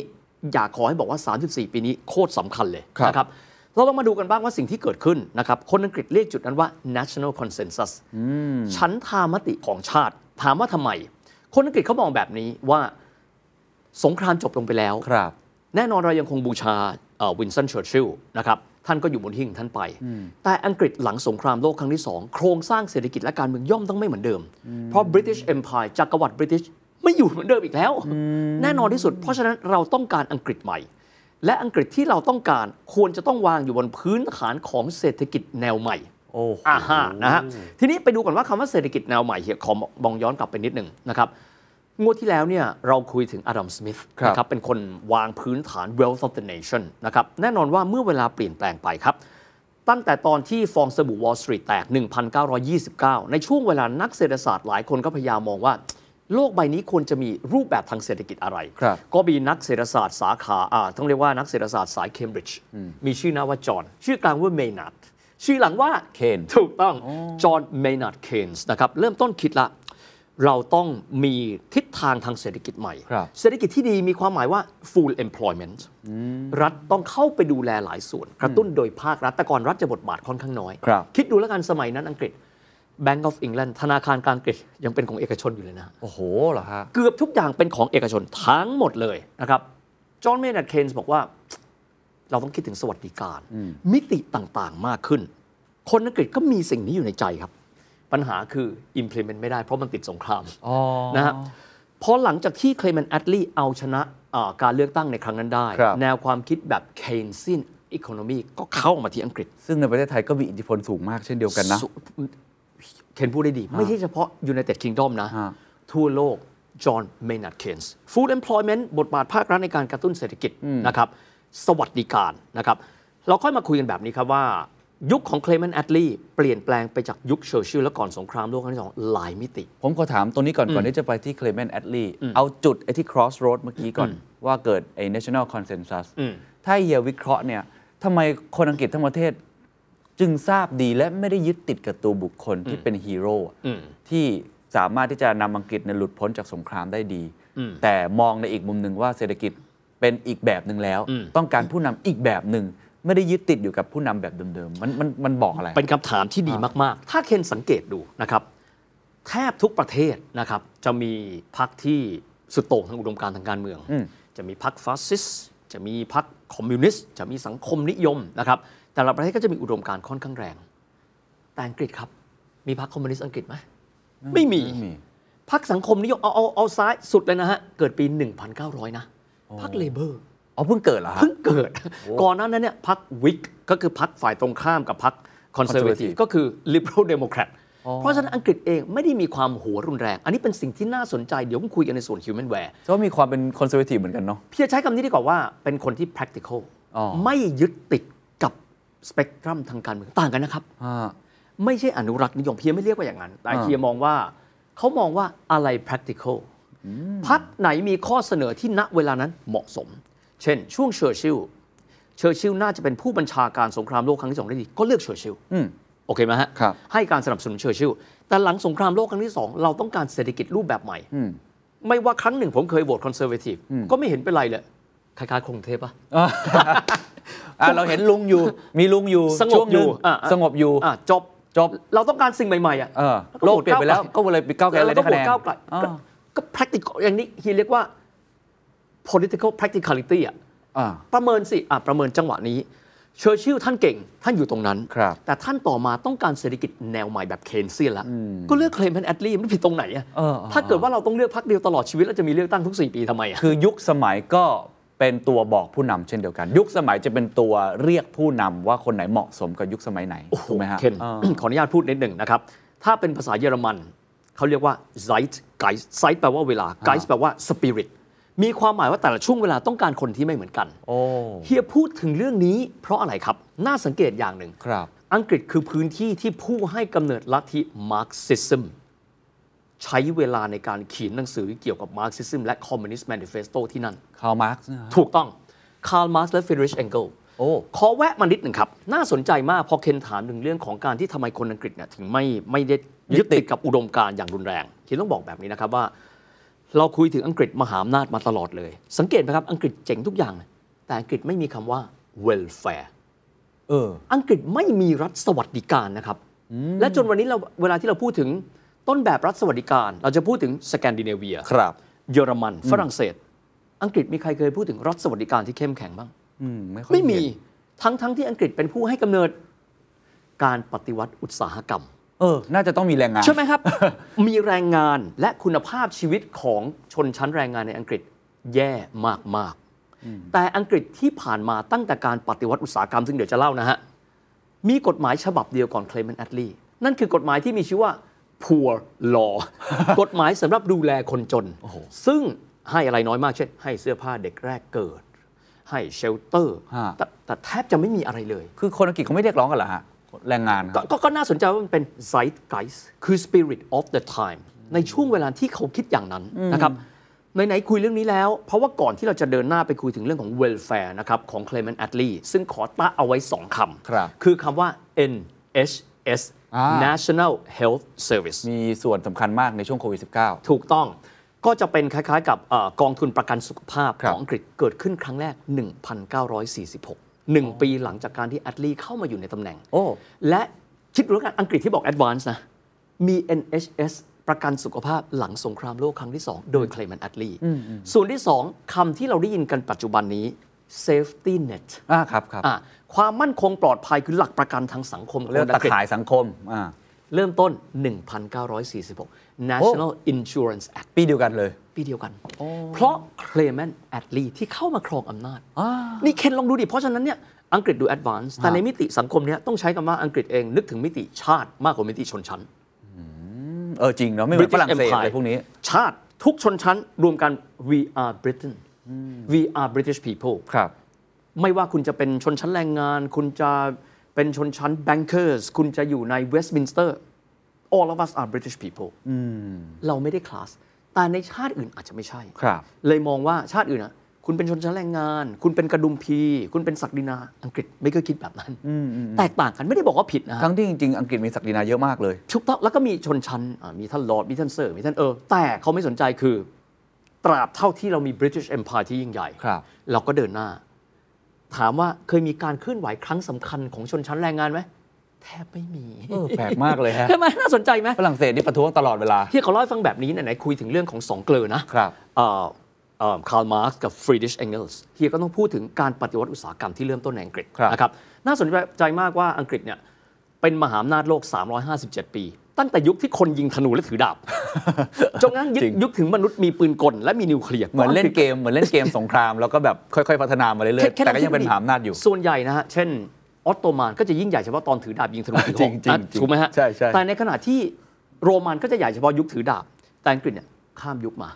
อยากขอให้บอกว่า 34 ปีนี้โคตรสำคัญเลย
ครับ
นะครับ เราลองมาดูกันบ้างว่าสิ่งที่เกิดขึ้นนะครับ คนอังกฤษเรียกจุดนั้นว่า national consensus ชั้นทามติของชาติ ถามว่าทำไม คนอังกฤษเขามองแบบนี้ว่าสงครามจบลงไปแล้ว
ครับ
แน่นอนเรายังคงบูชาวินสตันเชอร์ชิลนะครับ ท่านก็อยู่บนหิ้งท่านไป แต่อังกฤษหลังสงครามโลกครั้งที่ 2 โครงสร้างเศรษฐกิจและการเมืองย่อมต้องไม่เหมือนเดิม เพราะ British Empire จักรวรรดิบริติชไม่อยู่เหมือนเดิมอีกแล้ว แน่นอนที่สุด เพราะฉะนั้นเราต้องการอังกฤษใหม่ และอังกฤษที่เราต้องการควรจะต้องวางอยู่บนพื้นฐานของเศรษฐกิจแนวใหม่
โอ้โห
อ่าฮะนะฮะทีนี้ไปดูก่อนว่าคำว่าเศรษฐกิจแนวใหม่เฮียขอมองย้อนกลับไปนิดหนึ่งนะครับ งวดที่แล้วเนี่ยเราคุยถึงอดัมสมิธ
ครับ
นะครับเป็นคนวางพื้นฐาน wealth of the nation นะครับแน่นอนว่าเมื่อเวลาเปลี่ยนแปลงไปครับ ตั้งแต่ตอนที่ฟองสบู่วอลสตรีทแตก 1929 ในช่วงเวลานักเศรษฐศาสตร์หลายคนก็พยายามมองว่า โลกใบนี้ควรจะมีรูปแบบทางเศรษฐกิจอะไร
ครับ
ก็มีนักเศรษฐศาสตร์สาขาอ่าต้องเรียกว่านักเศรษฐศาสตร์สายเคมบริดจ์มีชื่อหน้าว่าจอห์นชื่อกลางว่าเมนาร์ดชื่อหลังว่า
Keynes
ถูกต้อง จอห์นเมนาร์ดเคนส์นะครับ เริ่มต้นคิดละ เราต้องมีทิศทางทางเศรษฐกิจใหม่
ครับ
เศรษฐกิจที่ดีมีความหมายว่า full employment รัฐต้องเข้าไปดูแลหลายส่วน กระตุ้นโดยภาครัฐแต่ก่อนรัฐจะบทบาทค่อนข้างน้อย
ครับ
คิดดูแล้วกันสมัยนั้นอังกฤษ Bank of England ธนาคารกลางอังกฤษยังเป็นของเอกชนอยู่เลยนะ
โอ้โหเหรอฮะ
เกือบทุกอย่างเป็นของเอกชนทั้งหมดเลยนะครับ จอห์นเมน r d เคนส์บอกว่า เราต้องคิดถึงสวัสดิการ มิติต่างๆมากขึ้น คนอังกฤษก็มีสิ่งนี้อยู่ในใจครับ ปัญหาคือ implement ไม่ได้เพราะมันติดสงคราม
อ๋อ
นะฮะพอหลังจากที่เคลเมนแอดลีเอาชนะอ่าการเลือกตั้งในครั้งนั้นได้
ครับ
แนวความคิดแบบ Keynesian economy ก็เข้ามาที่อังกฤษ
ซึ่งในประเทศไทยก็มีอิทธิพลสูงมากเช่นเดียวกันนะ
สุเคนพูดได้ดี ไม่ใช่เฉพาะยู i นเต็ดคิงดอมนะ
ฮะ
ทั่วโลก จอห์นเมนาร์ดเคนส์ฟู้ดเอ p ม o y ยเมนต์บทบาทภาครัฐในการกระตุ้นเศรษฐกิจนะครับสวัสดิการนะครับ เราค่อยมาคุยกันแบบนี้ครับว่า ยุคของเคลเมนต์แอดลีเปลี่ยนแปลงไปจากยุคเชอร์ชิลและก่อนสงครามโลกครั้งที่สองหลายมิติ
ผมขอถามตรงนี้ก่อนก่อนที่จะไปที่ Clement Attlee เอาจุดไอ้ที่ crossroad เมื่อกี้ก่อน ว่าเกิดไอ้ national consensus
อืม
ถ้าเฮียวิเคราะห์เนี่ยทำไมคนอังกฤษทั้งประเทศ จึงทราบดีและไม่ได้ยึดติดกับตัวบุคคลที่เป็นฮีโร่อะ
อืม
ที่สามารถที่จะนำอังกฤษเนี่ยหลุดพ้นจากสงครามได้ดี
อืม
แต่มองในอีกมุมหนึ่งว่าเศรษฐกิจเป็นอีกแบบหนึ่งแล้ว
อืม
ต้องการผู้นำอีกแบบหนึ่งไม่ได้ยึดติดอยู่กับผู้นำแบบเดิมๆมันมันมันบอกอะไร
เป็นคำถามที่ดีมาก ๆ ถ้าเคนสังเกตดูนะครับ แทบทุกประเทศนะครับ จะมีพรรคที่สุดโต่งทางอุดมการณ์ทางการเมือง
อืม
จะมีพรรคฟาสซิสต์จะมีพรรคคอมมิวนิสต์จะมีสังคมนิยมนะครับ แต่ละประเทศก็จะมีอุดมการณ์ค่อนข้างแรง แต่อังกฤษครับ มีพรรคคอมมิวนิสต์อังกฤษไหมไม่มี
ไม่มี
พรรคสังคมนิยมเอาเอาเอาซ้ายสุดเลยนะฮะ เกิดปี 1900 นะพรรคเลเบอร์
อ๋อเพิ่งเกิดเหรอฮะ
เพิ่งเกิด ก่อนหน้านั้นเนี่ยพักวิกก็คือพักฝ่ายตรงข้ามกับพักคอนเซอร์เวทีฟ
Conservative
ก็คือ Liberal Democrat เพราะฉะนั้นอังกฤษเองไม่ได้มีความหัวรุนแรง อันนี้เป็นสิ่งที่น่าสนใจเดี๋ยวผมคุยกันในส่วน Human w a r e
เพราะมีความเป็นคอนเซอร์เวทีฟเหมือนกันเนาะ
พี่จะใช้คำนี้ดีกว่าว่าเป็นคนที่ practical
อ๋อ
ไม่ยึดติดกับสเปกตรัมทางการเมืองต่างกันนะครับ
อ่า
ไม่ใช่อนุรักษ์นิยมเพียงไม่เรียกว่าอย่างนั้น แต่
อ่า
เพียมองว่าเขามองว่าอะไร practical พักไหนมีข้อเสนอที่ณเวลานั้นเหมาะสม เช่น ช่วงเชอร์ชิลลเชอร์ชิลลน่าจะเป็นผู้บัญชาการสงครามโลกครั้งที่สองได้ดี ก็เลือกเชอร์ชิลล
อืม <laughs>
โอเคไหมฮะ
ครับ
ให้การสนับสนุนเชอร์ชิลลแต่หลังสงครามโลกครั้งที่สองเราต้องการเศรษฐกิจรูปแบบใหม่
อืม
ไม่ว่าครั้งหนึ่งผมเคยโหวตคอนเซอร์เวทีฟก็ไม่เห็นเป็นไรเลยคล้ายๆกรุงเทพปะ <laughs>
อ่ะเราเห็นลุงอยู่ มีลุงอยู่
สงบ
ช่วหนึ่
อยู่อ่ะอ่ะ
สงบอยู่
อ่ะจบ
จบ
เราต้องการสิ่งใหม่ๆอ่ะ
เออโลกเปลี่ยนไปแล้ว ก็เลยไปก้าวไกลเลยได้คะแนน
วก้าวไกล
อ่า
ก็ก็ practical อย่างนี้เฮียเรียกว่า political practicality อ่ะ
อ่า
ประเมินสิอ่ะประเมินจังหวะนี้ เชอร์ชิลท่านเก่ง ท่านอยู่ตรงนั้น
ครับ
แต่ท่านต่อมาต้องการเศรษฐกิจแนวใหม่แบบเคนเซียนละก็เลือกเคลมแพนแอดลีมันผิดตรงไหนอ่ะ
เออเออ
ถ้าเกิดว่าเราต้องเลือกพักเดียวตลอดชีวิต แล้วจะมีเลือกตั้งทุก 4 ปีทำไมอ่ะ
คือยุคสมัยก็เป็นตัวบอกผู้นำเช่นเดียวกัน ยุคสมัยจะเป็นตัวเรียกผู้นำว่าคนไหนเหมาะสมกับยุคสมัยไหนถูกไหมฮะ
เคน
อ่า
ขออนุญาตพูดนิดหนึ่งนะครับ ถ้าเป็นภาษาเยอรมัน เขาเรียกว่า Zeit Geist Zeit แปลว่าเวลา Geist แปลว่า Spirit มีความหมายว่าแต่ละช่วงเวลาต้องการคนที่ไม่เหมือนกัน
โอ้
เฮียพูดถึงเรื่องนี้เพราะอะไรครับ น่าสังเกตอย่างหนึ่ง
ครับ
อังกฤษคือพื้นที่ที่ผู้ให้กำเนิดลัทธิมาร์กซิซึมใช้เวลาในการเขียนหนังสือเกี่ยวกับมาร์กซิซึมและคอมมิวนิสต์แมนิเฟสโตที่นั่น
คาร์ลมาร์กซ์นะฮะ
ถูกต้อง คาร์ลมาร์กและเฟดริชแองเกิล
โอ้
ขอแวะมานิดหนึ่งครับ น่าสนใจมากพอเคนถามถึงเรื่องของการที่ทำไมคนอังกฤษเนี่ยถึงไม่ไม่ได้ยึดติดกับอุดมการณ์อย่างรุนแรงเคนต้องบอกแบบนี้นะครับว่า เราคุยถึงอังกฤษมหาอำนาจมาตลอดเลย สังเกตไหมครับ อังกฤษเจ๋งทุกอย่างนะแต่อังกฤษไม่มีคำว่า welfare
เออ
อังกฤษไม่มีรัฐสวัสดิการนะครับ และจนวันนี้เราเวลาที่เราพูดถึงต้นแบบรัฐสวัสดิการ เราจะพูดถึงสแกนดิเนเวีย
ครับ
เยอรมัน ฝรั่งเศส อังกฤษมีใครเคยพูดถึงรัฐสวัสดิการที่เข้มแข็งบ้าง
อืม ไม่ค่อย
ไม่มี
เห็น
ทั้งทั้งที่อังกฤษเป็นผู้ให้กำเนิดการปฏิวัติอุตสาหกรรม
เออ น่าจะต้องมีแรงงาน
ใช่ไหมครับ มีแรงงานและคุณภาพชีวิตของชนชั้นแรงงานในอังกฤษแย่มาก ๆ แต่อังกฤษที่ผ่านมาตั้งแต่การปฏิวัติอุตสาหกรรมซึ่งเดี๋ยวจะเล่านะฮะ มีกฎหมายฉบับเดียวก่อนเคลเมนแอดลีนั่นคือกฎหมายที่มีชื่อว่า poor law กฎหมายสำหรับดูแลคนจน ซึ่งให้อะไรน้อยมากเช่น ให้เสื้อผ้าเด็กแรกเกิด ให้เชลเตอร์
ฮะ
แต่แต่แทบจะไม่มีอะไรเลย
คือคนอังกฤษเขาไม่เรียกร้องกันเหรอฮะ แรงงาน
กก็ก็น่าสนใจว่ามันเป็น zeitgeist คือ spirit of the time ในช่วงเวลาที่เขาคิดอย่างนั้นนะครับไหนๆคุยเรื่องนี้แล้ว เพราะว่าก่อนที่เราจะเดินหน้าไปคุยถึงเรื่องของ welfare นะครับของ Clement Attlee ซึ่งขอตะเอาไว้ 2คำ
ครับ
คือคำว่า NHS
อ่า
National Health Service
มีส่วนสำคัญมากในช่วงโควิด -19
ถูกต้องก็จะเป็นคล้ายๆกับเออกองทุนประกันสุขภาพ
ครั
ข
บ
องอังกฤษเกิดขึ้นครั้งแรก 1946หนึ่งปีหลังจากการที่แอดลีเข้ามาอยู่ในตำแหน่ง
โอ้
และคิดดูแล้วกันอังกฤษที่บอก Advance นะ มี NHS ประกันสุขภาพหลังสงครามโลกครั้งที่ 2 โดยเคล e ม n แอดลีส่วนที่ 2คำที่เราได้ยินกันปัจจุบันนี้ safety net
อ่าครับครับ
อ่ะความมั่นคงปลอดภัยคือหลักประกันทางสังคมของ
เรื่อง
คน
ตะ
อังกฤษ
ข่ายสังคมอ่า
เริ่มต้น 1946 National Insurance Act
ปีเดียวกันเลย
ปีเดียวกัน เพราะเคลเมนแอดลีที่เข้ามาครองอำนาจ นี่เคนลองดูดิ เพราะฉะนั้นเนี่ยอังกฤษดูแอดวานซ์แต่ในมิติสังคมเนี่ยต้องใช้คำว่าอังกฤษเองนึกถึงมิติชาติมากกว่ามิติชนชั้น
เออจริงเนาะไม่เหมือน
British
ฝรั่งเศส
Empire
อะไรพวกนี้
ชาติ ทุกชนชั้นรวมกัน we are Britain we are British people
ครับ
ไม่ว่าคุณจะเป็นชนชั้นแรงงาน คุณจะเป็นชนชั้น bankers คุณจะอยู่ในเวสต์มินสเตอร์ all of us are British people เราไม่ได้คลาส แต่ในชาติอื่นอาจจะไม่ใช่
ครับ
เลยมองว่าชาติอื่นอ่ะ คุณเป็นชนชั้นแรงงาน คุณเป็นกระดุมพี คุณเป็นศักดินา อังกฤษไม่เคยคิดแบบนั้น แตกต่างกันไม่ได้บอกว่าผิดนะฮะ
ทั้งที่จริงๆ อังกฤษมีศักดินาเยอะมากเลย
ถูกต้องแล้วก็มีชนชั้นอ่ามีท่านลอร์ดมีท่านเซอร์มีท่านเออ แต่เขาไม่สนใจคือ ตราบเท่าที่เรามี British Empire ที่ยิ่งใหญ่
ครับ
เราก็เดินหน้า ถามว่าเคยมีการเคลื่อนไหวครั้งสำคัญของชนชั้นแรงงานไหม แทบไม่มี
เออแปลกมากเลยฮะ
ใช่ไหมน่าสนใจไหม
ฝรั่งเศสนี่ประท้วงตลอดเวลา
ที่เขาเล่าให้ฟังแบบนี้ไหนๆคุยถึงเรื่องของสองเกลอนะครับ คาร์ลมาร์กกับฟรีดิชเองเกิลส์ที่ก็ต้องพูดถึงการปฏิวัติอุตสาหกรรมที่เริ่มต้นในอังกฤษ
ครับ
นะครับน่าสนใจมากว่าอังกฤษเนี่ย เป็นมหาอำนาจโลก 357 ปี ตั้งแต่ยุคที่คนยิงธนูและถือ
<laughs>
ดาบ จนกระทั้นยุคยุคถึงมนุษย์มีปืนกลและมีนิวเคลียร์
เหมือนเล่นเกม เหมือนเล่นเกมสงคราม แล้วก็แบบค่อยๆ พัฒนามาเรื่อยๆ แต่ก็ยังเป็นมหาอำนาจอยู่
ส่วนใหญ่นะฮะ เช่น ออตโตมันก็จะยิ่งใหญ่เฉพาะตอนถือดาบยิงธนูถือหอก
จริงๆจริงๆ
นะถูกไหมฮะ
ใช่ใช่
แต่ในขณะที่โรมันก็จะใหญ่เฉพาะยุคถือดาบ แต่อังกฤษเนี่ยข้ามยุคมา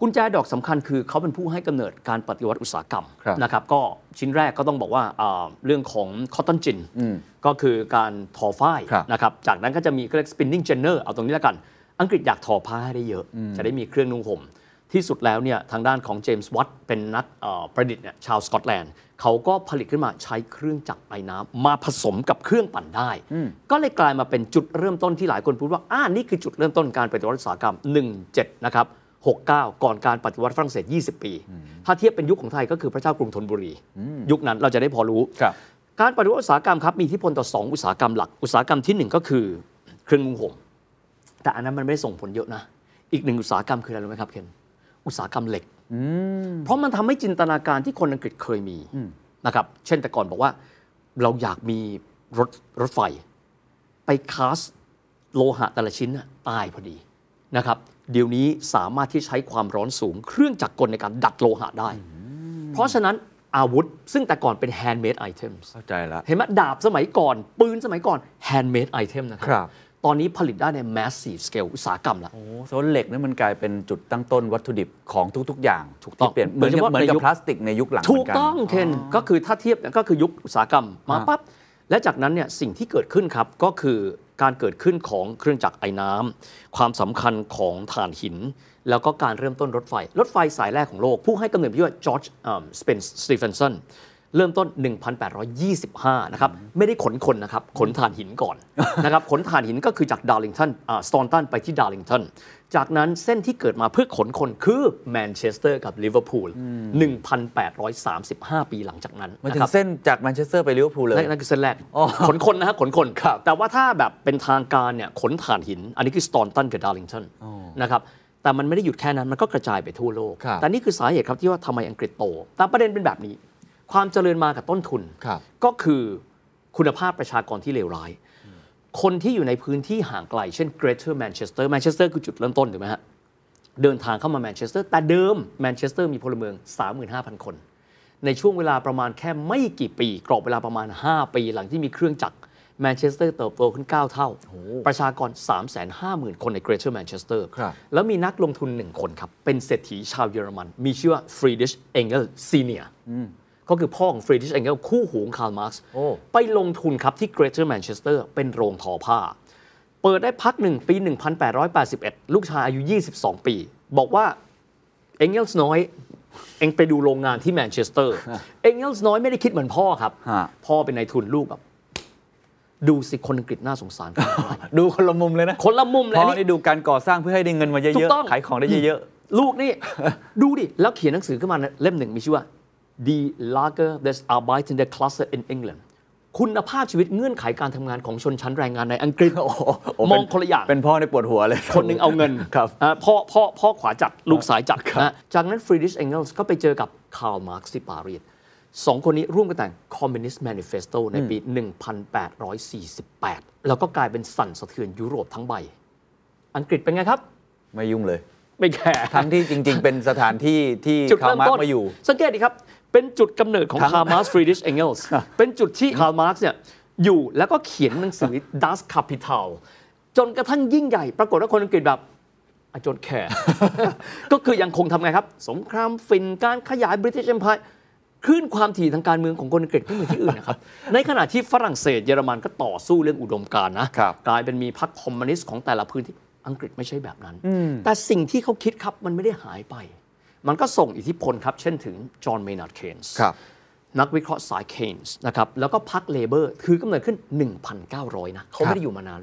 กุญแจดอกสำคัญคือเขาเป็นผู้ให้กำเนิดการปฏิวัติอุตสาหกรรม
ครับ
นะครับก็ชิ้นแรกก็ต้องบอกว่าอ่าเรื่องของคอตตอนจิน ก็คือการทอฝ้าย
ครับ
นะครับ จากนั้นก็จะมีก็เรียก spinning jenner เอาตรงนี้แล้วกัน อังกฤษอยากทอผ้าให้ได้เยอะ จะได้มีเครื่องนุ่งห่ม ที่สุดแล้วเนี่ยทางด้านของเจมส์วัตเป็นนักเอ่อประดิษฐ์เนี่ยชาวสกอตแลนด์ เขาก็ผลิตขึ้นมาใช้เครื่องจักรไอ้น้ำมาผสมกับเครื่องปั่นได้ ก็เลยกลายมาเป็นจุดเริ่มต้นที่หลายคนพูดว่าอ่านี่คือจุดเริ่มต้นการปฏิวัติอุตสาหกรรม 17 นะครับ 69 ก่อนการปฏิวัติฝรั่งเศส 20 ปี ถ้าเทียบเป็นยุคของไทยก็คือพระเจ้ากรุงธนบุรี ยุคนั้นเราจะได้พอรู้
ครับ
การปฏิวัติอุตสาหกรรมครับมีอิที่พลต่อ 2 อุตสาหกรรมหลัก อุตสาหกรรมทีหนึ่1 ก็คือเครื่องนุ่งห่มแต่อันนั้นมันไม่ได้ส่งผลเยอะนะ อีกหนึ่งอุตสาหกรรมคืออะไรรู้ไหมครับเคนอุตสาหกรรมเหล็ก เพราะมันทำให้จินตนาการที่คนอังกฤษเคยมีนะครับเช่นแต่ก่อนบอกว่าเราอยากมีรถรถไฟ ไปคาสโลหะแต่ละชิ้นน่ะตายพอดีนะครับเดี๋ยวนี้สามารถที่ใช้ความร้อนสูง เครื่องจักรกลในการดัดโลหะได้ เพราะฉะนั้นอาวุธซึ่งแต่ก่อนเป็น handmade items
เข้าใจละ
เห็นไหมดาบสมัยก่อน ปืนสมัยก่อน handmade item นะค
ครั
รับ ตอนนี้ผลิตได้ใน massive scale อุตสาหกรรมละ
โอ้โซนเหล็กนี่มันกลายเป็นจุดตั้งต้นวัตถุดิบของทุก ๆ อย่าง
ถูกต้อง
ที่เปลี่ยนเหมือนกับ
โดยเฉพาะ
เหมือนกับ
ในยุค
พลาสติกในยุคหลังเห
ถู
มื
ก
นน
ต้องเคนก็คือถ้าเทียบเนี่ยก็คือยุคอุตสาหกรรมมาปั๊บ และจากนั้นเนี่ยสิ่งที่เกิดขึ้นครับ ก็คือการเกิดขึ้นของเครื่องจักรไอ้น้ำความสำคัญของถ่านหิน แล้วก็การเริ่มต้นรถไฟ รถไฟสายแรกของโลก ผู้ให้กำเนิดพี่ว่าจอร์จสเปนสตีเฟนสันเริ่มต้น 1825 นะครับ ไม่ได้ขนคนนะครับ ขนถ่านหินก่อน นะครับขนถ่านหินก็คือจากดาร์ลิงตันสตอนตันไปที่ดาร์ลิงตัน จากนั้นเส้นที่เกิดมาเพื่อขนคนคือแมนเชสเตอร์กับลิเวอร์พูล 1,835 ปีหลังจากนั้น
มาถึ
นะครั
ง
บ
เส้นจากแมนเชสเตอร์ไปลิเวอร์พูลเลย
นั่นนั่นคือเส้นแรก
อ๋อ
ขนคนนะฮะขนคน แต่ว่าถ้าแบบเป็นทางการเนี่ยขนถ่านหิน อันนี้คือสตอนตันกับดาร์ลิงตันนะครับ แต่มันไม่ได้หยุดแค่นั้น มันก็กระจายไปทั่วโลก
ครับ
แต่นี่คือสาเหตุครับที่ว่าทำไมอังกฤษโต แต่ประเด็นเป็นแบบนี้ ความเจริญมากับต้นทุน
ครับ
ก็คือคุณภาพประชากรที่เลวร้าย คนที่อยู่ในพื้นที่ห่างไกล เช่น Greater Manchester Manchester คือจุดเริ่มต้นถูกไหมฮะ เดินทางเข้ามาแมนเชสเตอร์ แต่เดิมแมนเชสเตอร์มีพลเมือง 35,000 คน ในช่วงเวลาประมาณแค่ไม่กี่ปี กรอบเวลาประมาณ 5 ปีหลังที่มีเครื่องจักรแมนเชสเตอร์เติบโตขึ้น 9 เท่า ประชากร 350,000 คนใน Greater Manchester
ครับ
แล้วมีนักลงทุน 1 คนครับ เป็นเศรษฐีชาวเยอรมัน มีชื่อว่า Friedrich Engel Senior ก็คือพ่อของ Friedrich Engel คู่หูของ Karl Marx
โอ้
ไปลงทุนครับที่ Greater Manchester เป็นโรงทอผ้า เปิดได้พักหนึ่งปี 1881 ลูกชายอายุ 22 ปี บอกว่าเองเกลส์น้อย เองไปดูโรงงานที่แมนเชสเตอ
<laughs>
ร์ เองเกลส์น้อยไม่ได้คิดเหมือนพ่อครับ
ฮะ
พ่อเป็นนายทุนลูกแบบ ดูสิคนอังกฤษน่าสงสารขนาดไหน
ดูคนละมุมเลยนะ
คนละมุมเลย
พ่
อั
อน ได้
นี้
ดูการก่อสร้างเพื่อให้ได้เงินมาเย
ถู
อะ
กต้อง
ๆ ขายของได้เยอะ
ลูกนี่ <laughs> ดูดิ แล้วเขียนหนังสือขึ้นมาเล่มหนึ่งมีชื่อว่า Die Lage des Arbeitenden Klasse in England คุณภาพชีวิตเงื่อนไขาการทำงานของชนชั้นแรงงานในอังกฤษ
โอ้เป็น
มองคนละอย่าง
ๆ เป็นพ่อในปวดหัวเลย
คนหนึ่งเอาเงิน
ครับ
อ่าพ่อพ่อพ่อขวาจัดลูกซ้ายจัดนะจากนั้นฟรีดิชเองเกิลส์ก็ไปเจอกับคาร์ลมาร์กซ์ที่ปารีสสองคนนี้ร่วมกันแต่ง Communist Manifesto ในปี 1848 แล้วก็กลายเป็นสั่นสะเทือนยุโรปทั้งใบ อังกฤษเป็นไงครับ
ไม่ยุ่งเลย
ไม่แคร์
ทั้งที่จริง ๆ เป็นสถานที่ที่
จุด
คา
เริ่
ร์
ม
มาร์
ต้น
กมาอยู่
สังเกตดีครับ เป็นจุดกำเนิดของ
ครับ
คาร์มาร์กฟรีดิชเองเกิลส์
<laughs>
เป็นจุดที่คาร์มาร์กเนี่ยอยู่แล้วก็เขียนหนังสือ Das Kapital จนกระทั่งยิ่งใหญ่ ปรากฏว่าคนอังกฤษแบบ ไอ I don't care <laughs> ก็คือยังคงทำไงครับ สงครามฟินการขยายบริ i ิช e อ p มพายคลื่นความถี่ทางการเมืองของคนอังกฤษไม่เหมือนที่อื่นนะครับ ในขณะที่ฝรั่งเศสเยอรมันก็ต่อสู้เรื่องอุดมการณ์นะ
ครับ
กลายเป็นมีพรรคคอมมิวนิสต์ของแต่ละพื้นที่อังกฤษไม่ใช่แบบนั้น แต่สิ่งที่เขาคิดครับมันไม่ได้หายไป มันก็ส่งอิทธิพลครับ เช่นถึงจอห์นเมนาร์ดเคนส์ นักวิเคราะห์สายเคนส์นะครับแล้วก็พักเลเบอร์ถือกำเนิดขึ้น 1,900 นะเขาไม่ได้อยู่มานาน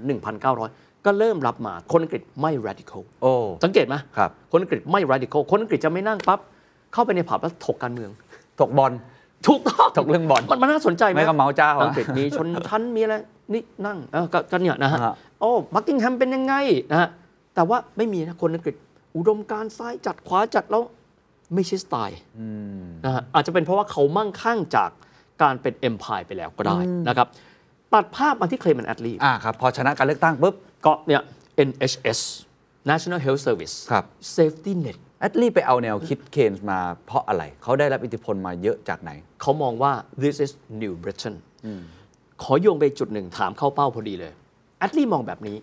1,900 ก็เริ่มรับมาคนอังกฤษไม่ radical
โอ้
สังเกตไหม
ครับ
คนอังกฤษไม่ radical คนอังกฤษจะไม่นั่งปั๊บ เข้าไปในผับแล้วถกการเมือง
ถกบอล
ถูกต้อง
ถกเรื่องบอล
มันมันน่าสนใจไหม
ไม่ก็เมาเจ้าอะ
อังกฤษมีชนชั้นมีอะไร นี่นั่งเออก็ก็เนี่ยนะฮะ
ฮะ
โอ้บักกิงแฮมเป็นยังไงนะฮะแต่ว่าไม่มีนะคนอังกฤษ อุดมการณ์ซ้ายจัดขวาจัดแล้วไม่ใช่สไตล์
อืม
นะฮะอาจจะเป็นเพราะว่าเขามั่งคั่งจากการเป็นเอ็มพายไปแล้วก็ได้นะครับ ตัดภาพมาที่เคลเมนแอดลี
อ่าครับ พอชนะการเลือกตั้งปุ๊บ
ก็เนี่ย NHS National Health Service
ครับ
Safety Net
แอดลี่ไปเอาแนวคิดเคนส์มาเพราะอะไร เขาได้รับอิทธิพลมาเยอะจากไหน
เขามองว่า this is New Britain ขอโยงไปจุดหนึ่งถามเข้าเป้าพอดีเลย แอดลีมองแบบนี้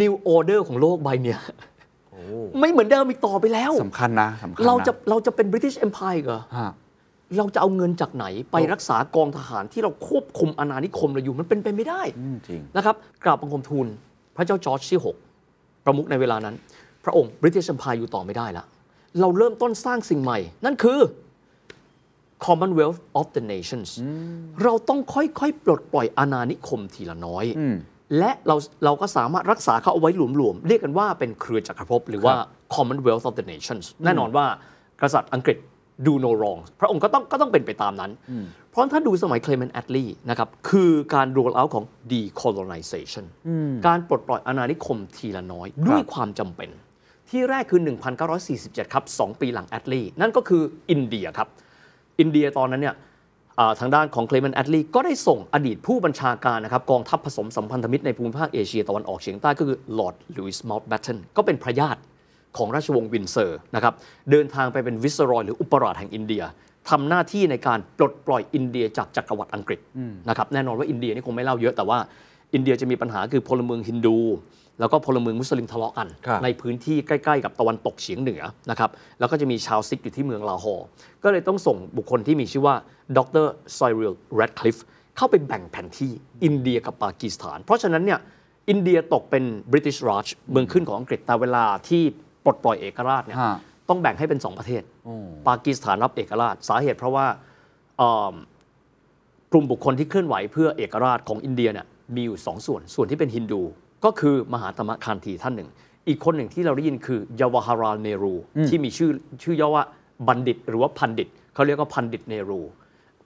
New Order ของโลกใบเนี่ยไม่เหมือนเดิมอีกต่อไปแล้ว
สำคัญนะสำคัญน
เราจะเราจะเป็น British Empire เหรอ
ฮะ
เราจะเอาเงินจากไหนไปรักษากองทหารที่เราควบคุมอาณานิคมเราอยู่มันเป็นไปไม่ได้
อืมจริง
นะครับกราบบังคมทูลพระเจ้าจอร์จที่ 6 ประมุขในเวลานั้น พระองค์บริเตนชัมพายอยู่ต่อไม่ได้ละเราเริ่มต้นสร้างสิ่งใหม่ นั่นคือ Commonwealth of the Nations เราต้องค่อยๆ ปลดปล่อยอาณานิคมทีละน้อย และเราเราก็สามารถรักษาเขาเอาไว้หลวมๆ เรียกกันว่าเป็นเครือจักรภพหรือว่า Commonwealth of the Nations แน่นอนว่ากษัตริย์อังกฤษดูโนรอง พระองค์ก็ต้องก็ต้องเป็นไปตามนั้น เพราะถ้าดูสมัยเคลเมนแอดลีนะครับ คือการ roll out ของ decolonization การปลดปล่อยอาณานิคมทีละน้อย ด้วยความจำเป็น ที่แรกคือ 1947 ครับ 2 ปีหลังแอดลีนั่นก็คืออินเดียครับ อินเดียตอนนั้นเนี่ยอ่าทางด้านของเคลเมนแอดลีก็ได้ส่งอดีตผู้บัญชาการนะครับกองทัพผสมสัมพันธมิตรในภูมิภาคเอเชียตะวันออกเฉียงใต้ก็คือลอร์ดลุยส์ม u ล t ์แบตเทนก็เป็นพระญาติของราชวงศ์วินเซอร์นะครับเดินทางไปเป็นวิสรอยหรืออุปราชแห่งอินเดียทำหน้าที่ในการปลดปล่อยอินเดียจากจักรวรรดิอังกฤษนะครับแน่นอนว่าอินเดียนี่คงไม่เล่าเยอะแต่ว่าอินเดียจะมีปัญหาคือพลเมืองฮินดู แล้วก็พลเมืองมุสลิมทะเลาะกัน
ครับ
ในพื้นที่ใกล้ๆ กับตะวันตกเฉียงเหนือนะครับ แล้วก็จะมีชาวซิกอยู่ที่เมืองลาฮอร์ ก็เลยต้องส่งบุคคลที่มีชื่อว่าดรไซริลแรดคลิฟเข้าไปแบ่งแผนที่อินเดียกับปากีสถาน เพราะฉะนั้นเนี่ยอินเดียตกเป็นบริติชราชเมืองขึ้นของอังกฤษแต่เวลาที่ปลดปล่อยเอกราชเนี่ย
ฮะ
ต้องแบ่งให้เป็น 2 ประเทศ ปากีสถานรับเอกราช สาเหตุเพราะว่าเอิ่ม กลุ่มบุคคลที่เคลื่อนไหวเพื่อเอกราชของอินเดียเนี่ยมีอยู่ 2 ส่วน ส่วนที่เป็นฮินดู ก็คือมหาตมะคานธีท่านหนึ่ง อีกคนหนึ่งที่เราได้ยินคือเยาวหาราเนรู ที่มีชื่อชื่อย่อว่าบัณฑิต หรือว่าพันดิต เขาเรียกว่าพันดิตเนรู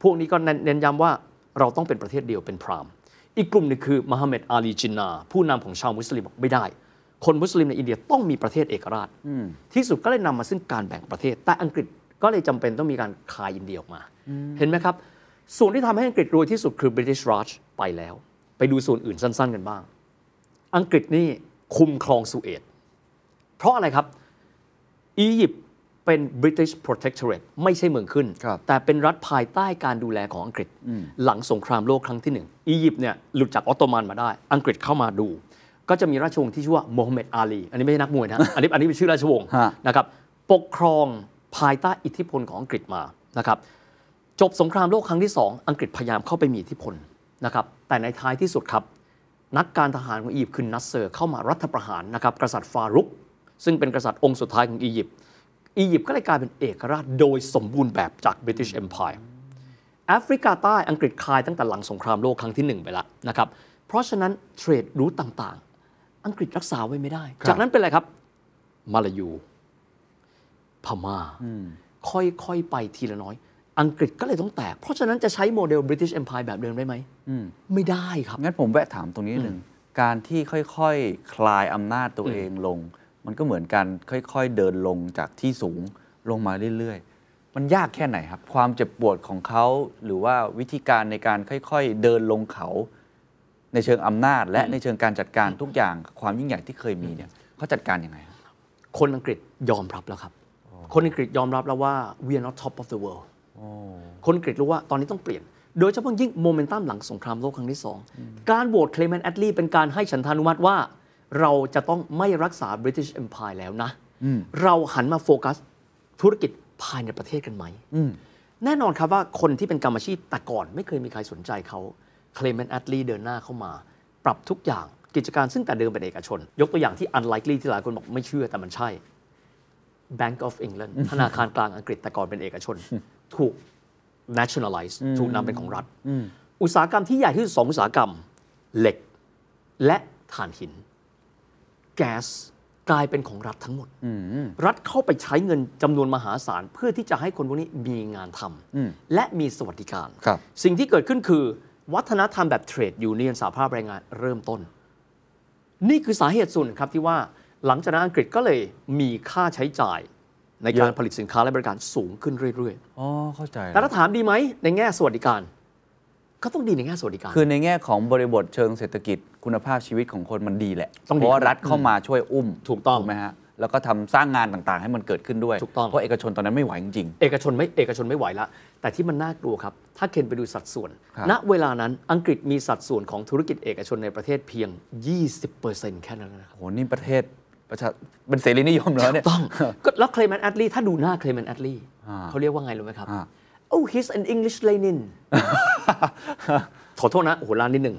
พวกนี้ก็เน้นเน้นย้ำว่าเราต้องเป็นประเทศเดียวเป็นพราหมณ์ อีกกลุ่มหนึ่งคือมหาเมดอาลีจินนา ผู้นำของชาวมุสลิมบอกไม่ได้ คนมุสลิมในอินเดียต้องมีประเทศเอกราช ที่สุดก็เลยนำมาซึ่งการแบ่งประเทศ แต่อังกฤษก็เลยจำเป็นต้องมีการคายอินเดียออกมา เห็นไหมครับ ส่วนที่ทำให้อังกฤษรวยที่สุดคือ British Raj ไปแล้ว ไปดูส่วนอื่นสั้น ๆ กันบ้าง อังกฤษนี่คุมครองสุเอต เพราะอะไรครับ อียิปต์เป็น British Protectorate ไม่ใช่เมืองขึ้น
ครับ
แต่เป็นรัฐภายใต้การดูแลของอังกฤษ หลังสงครามโลกครั้งที่หนึ่งอียิปต์เนี่ยหลุดจากออตโตมันมาได้ อังกฤษเข้ามาดู ก็จะมีราชวงศ์ที่ชื่อว่าโมฮัมเหม็ดอาลี อันนี้ไม่ใช่นักมวย
<laughs>
นะ อันนี้อันนี้เป็นชื่อราชวงศ์
ฮะ
นะครับปกครองภายใต้อิทธิพลของอังกฤษมานะครับ จบสงครามโลกครั้งที่ 2 อังกฤษพยายามเข้าไปมีอิทธิพลนะครับแต่ในท้ายที่สุดครับ นักการทหารของอียิปต์คือนัสเซอร์เข้ามารัฐประหารนะครับกษัตริย์ฟารุก ซึ่งเป็นกษัตริย์องค์สุดท้ายของอียิปต์อียิปต์ก็เลยกลายเป็นเอกราชโดยสมบูรณ์แบบจากบริ i ิช e อ p มพ e แอฟริกาใต้อังกฤษคลายตั้งแต่หลังสงครามโลกครั้งที่หนึ่งไปแล้วนะครับเพราะฉะนั้นเทรดรูทต่างๆ อังกฤษรักษาไว้ไม่ได้
ครับ
จากนั้นเป็นอะไรครับมาลายู พม่า ค่อย ๆ ไปทีละน้อย อังกฤษก็เลยต้องแตก เพราะฉะนั้นจะใช้โมเดล British Empire แบบเดิมได้ไหม ไม่ได้ครับ
งั้นผมแวะถามตรงนี้นิดหนึ่ง การที่ค่อยๆ คลายอำนาจตัวเองลง มันก็เหมือนการค่อยๆ เดินลงจากที่สูงลงมาเรื่อยๆ มันยากแค่ไหนครับ ความเจ็บปวดของเขา หรือว่าวิธีการในการค่อยๆ เดินลงเขา ในเชิงอำนาจ และในเชิงการจัดการทุกอย่างความยิ่งใหญ่ที่เคยมีเนี่ยเขาจัดการยังไงครับ
คนอังกฤษยอมรับแล้วครับ คนอังกฤษยอมรับแล้วว่า we are not top of the world คนอังกฤษรู้ว่าตอนนี้ต้องเปลี่ยน โดยเฉพาะยิ่งโมเมนตัมหลังสงครามโลกครั้งที่สอง การโหวตเคลเมนแอดลีเป็นการให้ฉันทานุมัติว่า เราจะต้องไม่รักษา British Empire แล้วนะ
อืม
เราหันมาโฟกัสธุรกิจภายในประเทศกันไหม
อืม
แน่นอนครับว่าคนที่เป็นกรรมอาชีพแต่ก่อนไม่เคยมีใครสนใจเขาเคลเมนต์แอดลีเดินหน้าเข้ามา ปรับทุกอย่างกิจการซึ่งแต่เดิมเป็นเอกชน ยกตัวอย่างที่ unlikely ที่หลายคนบอกไม่เชื่อแต่มันใช่ Bank of England ธนาคารกลางอังกฤษแต่ก่อนเป็นเอกชน ถูก nationalize ถูกนำเป็นของรัฐ อุตสาหกรรมที่ใหญ่ที่สุดสองอุตสาหกรรมเหล็ก และถ่านหิน แก๊สกลายเป็นของรัฐทั้งหมด รัฐเข้าไปใช้เงินจำนวนมหาศาล เพื่อที่จะให้คนพวกนี้มีงานทำ
อืม
และมีสวัสดิการ
ครับ
สิ่งที่เกิดขึ้นคือ วัฒนธรรมแบบเทรดยูเนียนสหภาพแรงงานเริ่มต้น นี่คือสาเหตุส่วนหนึ่งครับที่ว่าหลังจากนั้นอังกฤษก็เลยมีค่าใช้จ่าย ในการผลิตสินค้าและบริการสูงขึ้นเรื่อย
อ๋อ เข้าใจ
ๆแต่ถ้าถามดีไหมในแง่สวัสดิการ ก็ต้องดีในแง่สวัสดิการ
คือในแง่ของบริบทเชิงเศรษฐกิจคุณภาพชีวิตของคนมันดีแหละ
ต้องดี
เพราะว่ารัฐเข้ามาช่วยอุ้ม
ถูกต้อง
ไหมฮะ แล้วก็ทำสร้างงานต่างๆ ให้มันเกิดขึ้นด้วย
ถูกต้อง
เพราะเอกชนตอนนั้นไม่ไหวจริง
เอกชนไม่เอกชนไม่ไหวละแต่ที่มันน่ากลัวครับ ถ้าเคนไปดูสัดส่วน
ครับ
ณเวลานั้นอังกฤษมีสัดส่วนของธุรกิจเอกชนในประเทศเพียง 20%แค่นั้นนะ
ๆ
ครับ
โห นี่ประเทศประชาเป็นเสรีนิยมแล้วเนี่ย
ต้อง ก็แล้วเคลแมนแอดลีถ้าดูหน้าเคลแมนแอดลี
อ่า
เขาเรียกว่าไงรู้ไหมครับ
อ่า
oh he's an English
<laughs>
Lenin ขอโทษนะโอ้โหล้านนิดหนึ่ง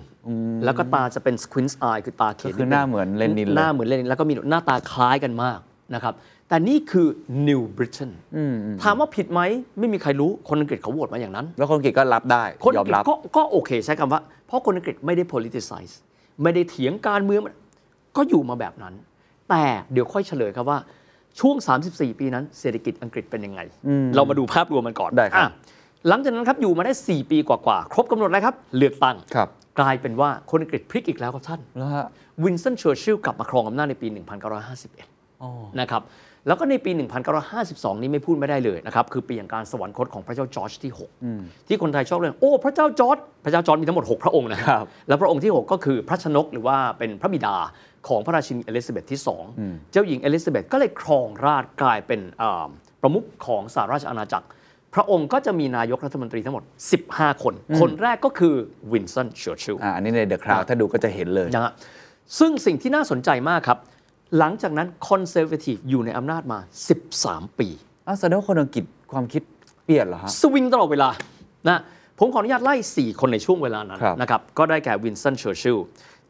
แล้วก็ตาจะเป็น squint eye คือตาเขียน
ก็คือหน้าเหมือนเลนินเลย
หน้าเหมือนเลนินแล้วก็มีหน้าตาคล้ายกันมากนะครับแต่นี่คือ New Britain ถามว่าผิดไหมไม่มีใครรู้คนอังกฤษเขาโหวตมาอย่างนั้น
แล้วคนอังกฤษก็รับได้
คน
ย
อั
อง ม
กฤษ
รับ
ก็ก็โอเคใช้คำว่า เพราะคนอังกฤษไม่ได้ politicize ไม่ได้เถียงการเมืองก็อยู่มาแบบนั้น แต่เดี๋ยวค่อยเฉลยครับว่า ช่วง 34 ปีนั้นเศรษฐกิจอังกฤษเป็นยังไง เรามาดูภาพรวมมันก่อน
ได้ครับ
อ่ะหลังจากนั้นครับอยู่มาได้ 4 ปีกว่าๆ ครบกำหนดแล้วครับ เลือกตั้ง
ครับ
กลายเป็นว่าคนอังกฤษพลิกอีกแล้วครับท่าน
แล้วฮะ
วินสตันเชอร์ชิลล์กลับมาครองอำนาจในปี
อ๋อ
1951 นะครับ แล้วก็ในปี 1952 นี้ไม่พูดไม่ได้เลยนะครับ คือปีแห่งการสวรรคตของพระเจ้าจอร์จที่ 6 ที่คนไทยชอบเรียกโอ้ พระเจ้าจอร์จพระเจ้าจอร์จมีทั้งหมด 6 พระองค์นะ
ครับ
แล้วพระองค์ที่ 6 ก็คือพระชนกหรือว่าเป็นพระบิดาของพระราชินีเอลิซาเบธที่ 2 เจ้าหญิงเอลิซาเบธก็เลยครองราชย์กลายเป็นอ่าประมุขของสหราชอาณาจักร พระองค์ก็จะมีนายกรัฐมนตรีทั้งหมด 15 คน คนแรกก็คือวินสตันเชอร์ชิลล์
อ่าอันนี้ในเดอะคราวถ้าดูก็จะเห็นเลย
นะฮะซึ่งสิ่งที่น่าสนใจมากครับ หลังจากนั้นคอนเซอร์เวทีฟอยู่ในอำนาจมา 13 ปี
อ้าวแสดงว่าคนอังกฤษความคิดเปลี่ยนเหรอฮะ
สวิงตลอดเวลานะผมขออนุญาตไล่ 4 คนในช่วงเวลานั้น
ครับ
นะครับ ก็ได้แก่วินสตันเชอร์ชิลล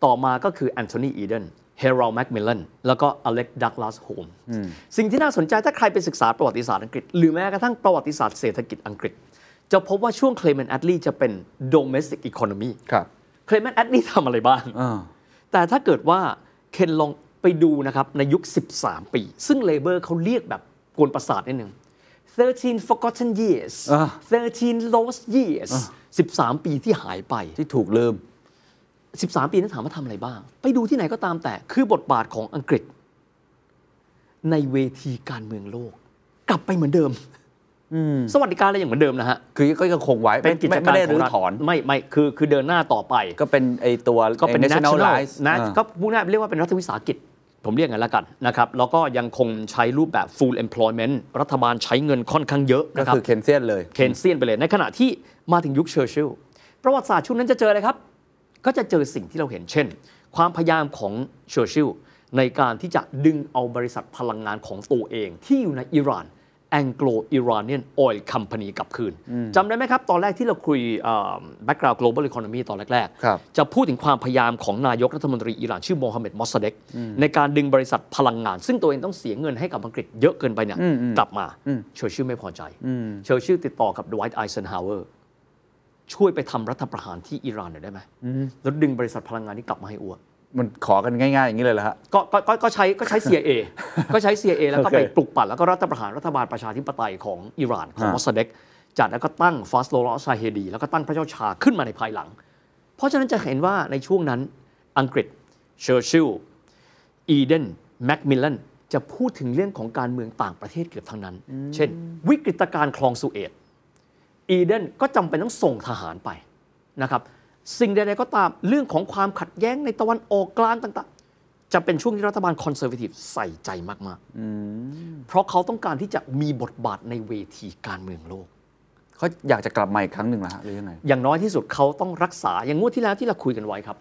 ต่อมาก็คือแอนโทนีอีเดนเฮรัลแม c มิลเลนแล้วก็อเล็กดักลาสโฮมสิ่งที่น่าสนใจถ้าใครไปศึกษาประวัติศาสตร์อังกฤษ หรือแม้กระทั่งประวัติศาสตร์เศรษฐกิจอังกฤษ จะพบว่าช่วงเคลเมนแอดลีจะเป็น domestic economy
ครับ
เคลเมนแอดลีทำอะไรบ้าง
อ่า
แต่ถ้าเกิดว่าเคนลองไปดูนะครับในยุค 13 ปี ซึ่งเลเบอร์เขาเรียกแบบกวนประสาทนิดนึง13 forgotten years
อ่ะ
13 lost years 13 ปีที่หายไป
ที่ถูกลืม
13 ปีนั้นถามว่าทำอะไรบ้าง ไปดูที่ไหนก็ตามแต่คือบทบาทของอังกฤษ ในเวทีการเมืองโลก กลับไปเหมือนเดิม สวัสดิการอะไรอย่างเหมือนเดิมนะฮะ
คือก็ยังคงไว้ไม่
เป็นกิจ
ไม่
การ
ไม่ได้
ขอ
รื้อ
งรัฐ
ถอน
ไม่ไม่คือคือเดินหน้าต่อไป
ก็เป็นไอตัว
ก็เป็น
ไอ้
national
nationalize
นะ
อ่า
ก็พูดง่ายๆเรียกว่าเป็นรัฐวิสาหกิจ ผมเรียกงั้นละกันนะครับ แล้วก็ยังคงใช้รูปแบบ full employment รัฐบาลใช้เงินค่อนข้างเยอะ
ก็
นะครับ
คือเคนเซียนเลย
เคนเซียนไปเลย ในขณะที่มาถึงยุคเชอร์ชิลลประวัติศาสตร์ช่วงนั้นจะเจออะไรครับ ก็จะเจอสิ่งที่เราเห็นเช่น ความพยายามของเชอร์ชิลลในการที่จะดึงเอาบริษัทพลังงานของตัวเอง ที่อยู่ในอิหร่าน Anglo Iranian Oil Company กลับคืนจำได้ไหมครับ ตอนแรกที่เราคุยเอ่อ background global economy ตอนแรก
ครับ
จะพูดถึงความพยายามของนายกรัฐมนตรีอิหร่านชื่อโมฮัมเหม็ดมอสซาเดกในการดึงบริษัทพลังงาน ซึ่งตัวเองต้องเสียเงินให้กับอังกฤษเยอะเกินไปเนี่ยกลับมาเชอร์ชิลลไม่พอใจเชอร์ชิลลติดต่อกับดไวท์ไอเซนฮาวเวอร์ ช่วยไปทำรัฐประหารที่อิหร่านหน่อยได้ไหมแล้วดึงบริษัทพลังงานนี้กลับมาให้อ้วน
มันขอกันง่าย ๆ อย่างนี้เลยเหรอฮะ
ก็ก็ก็ก็ใช้ก็ใช้ CIA ก็ใช้ CIA แล้วก็
โอเค
ไปปลุกปั่นแล้วก็รัฐประหารรัฐบาลประชาธิปไตยของอิหร่านของมอสซาเดกจากนั้นก็ตั้งฟาสโลลอชาเฮดี แล้วก็ตั้งพระเจ้าชาขึ้นมาในภายหลัง เพราะฉะนั้นจะเห็นว่าในช่วงนั้นอังกฤษเชอร์ชิลอีเดนแมคมิลลันจะพูดถึงเรื่องของการเมืองต่างประเทศเกือบทั้งนั้น เช่น วิกฤตการณ์คลองสุเอต อีเดนก็จำเป็นต้องส่งทหารไปนะครับ สิ่งใดๆก็ตามเรื่องของความขัดแย้งในตะวันออกกลางต่างๆ จะเป็นช่วงที่รัฐบาลคอนเซอร์เวทีฟใส่ใจมากๆเพราะเขาต้องการที่จะมีบทบาทในเวทีการเมืองโลก
เขาอยากจะกลับมาอีกครั้งหนึ่งเหรอฮะหรือยังไง
อย่างน้อยที่สุดเขาต้องรักษาอย่างงวดที่แล้วที่เราคุยกันไว้ครับ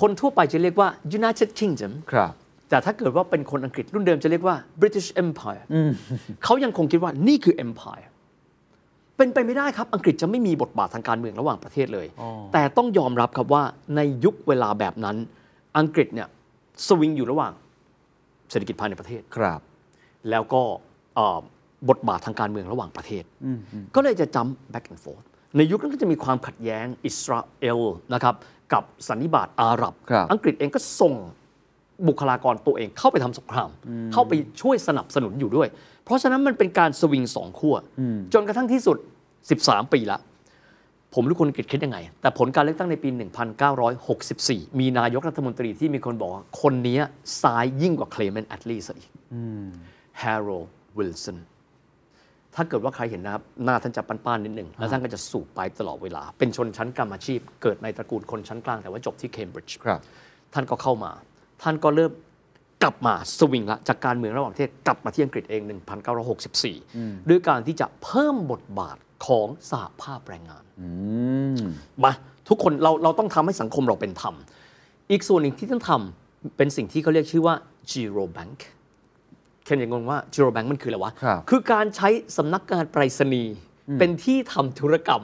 คนทั่วไปจะเรียกว่า United Kingdom
ครับ
แต่ถ้าเกิดว่าเป็นคนอังกฤษรุ่นเดิมจะเรียกว่า British Empire เขายังคงคิดว่านี่คือ Empire เป็นไปไม่ได้ครับ อังกฤษจะไม่มีบทบาททางการเมืองระหว่างประเทศเลย แต่ต้องยอมรับครับว่าในยุคเวลาแบบนั้น อังกฤษเนี่ยสวิงอยู่ระหว่างเศรษฐกิจภายในประเทศ
ครับ
แล้วก็เอ่อบทบาททางการเมืองระหว่างประเทศ ก็เลยจะจำ back and forth ในยุคนั้นก็จะมีความขัดแย้งอิสราเอลนะครับกับสันนิบาตอาหรับ
ครับ
อังกฤษเองก็ส่งบุคลากรตัวเองเข้าไปทำสงคราม เข้าไปช่วยสนับสนุนอยู่ด้วย เพราะฉะนั้นมันเป็นการสวิงสองขั้วจนกระทั่งที่สุด 13 ปีละ ผมรู้คนอังกฤษคิดยังไง แต่ผลการเลือกตั้งในปี 1964 มีนายกรัฐมนตรีที่มีคนบอกว่า คนนี้ซ้ายยิ่งกว่าเคลเมนต์แอดลีย์ซะอีก ฮร์โรลวิลสัน ถ้าเกิดว่าใครเห็นนะครับ หน้าท่านจะป้านๆนิดหนึ่ง แล้วท่านก็จะสูบไปตลอดเวลา เป็นชนชั้นกรรมอาชีพ เกิดในตระกูลคนชั้นกลางแต่ว่าจบที่เคมบริดจ์
ครับ
ท่านก็เข้ามา ท่านก็เริ่มกลับมาสวิงละ จากการเมืองระหว่างประเทศกลับมาที่อังกฤษเอง 1964 ด้วยการที่จะเพิ่มบทบาทของสหภาพแรงงาน
อืม
มาทุกคนเราเราต้องทำให้สังคมเราเป็นธรรม อีกส่วนหนึ่งที่ต้องทำเป็นสิ่งที่เขาเรียกชื่อว่า Giro Bank เคนยังงงว่า Giro Bank มันคืออะไรวะ
ครับ
อการใช้สำนักงานไปรษณีย์เป็นที่ทำธุรกรรม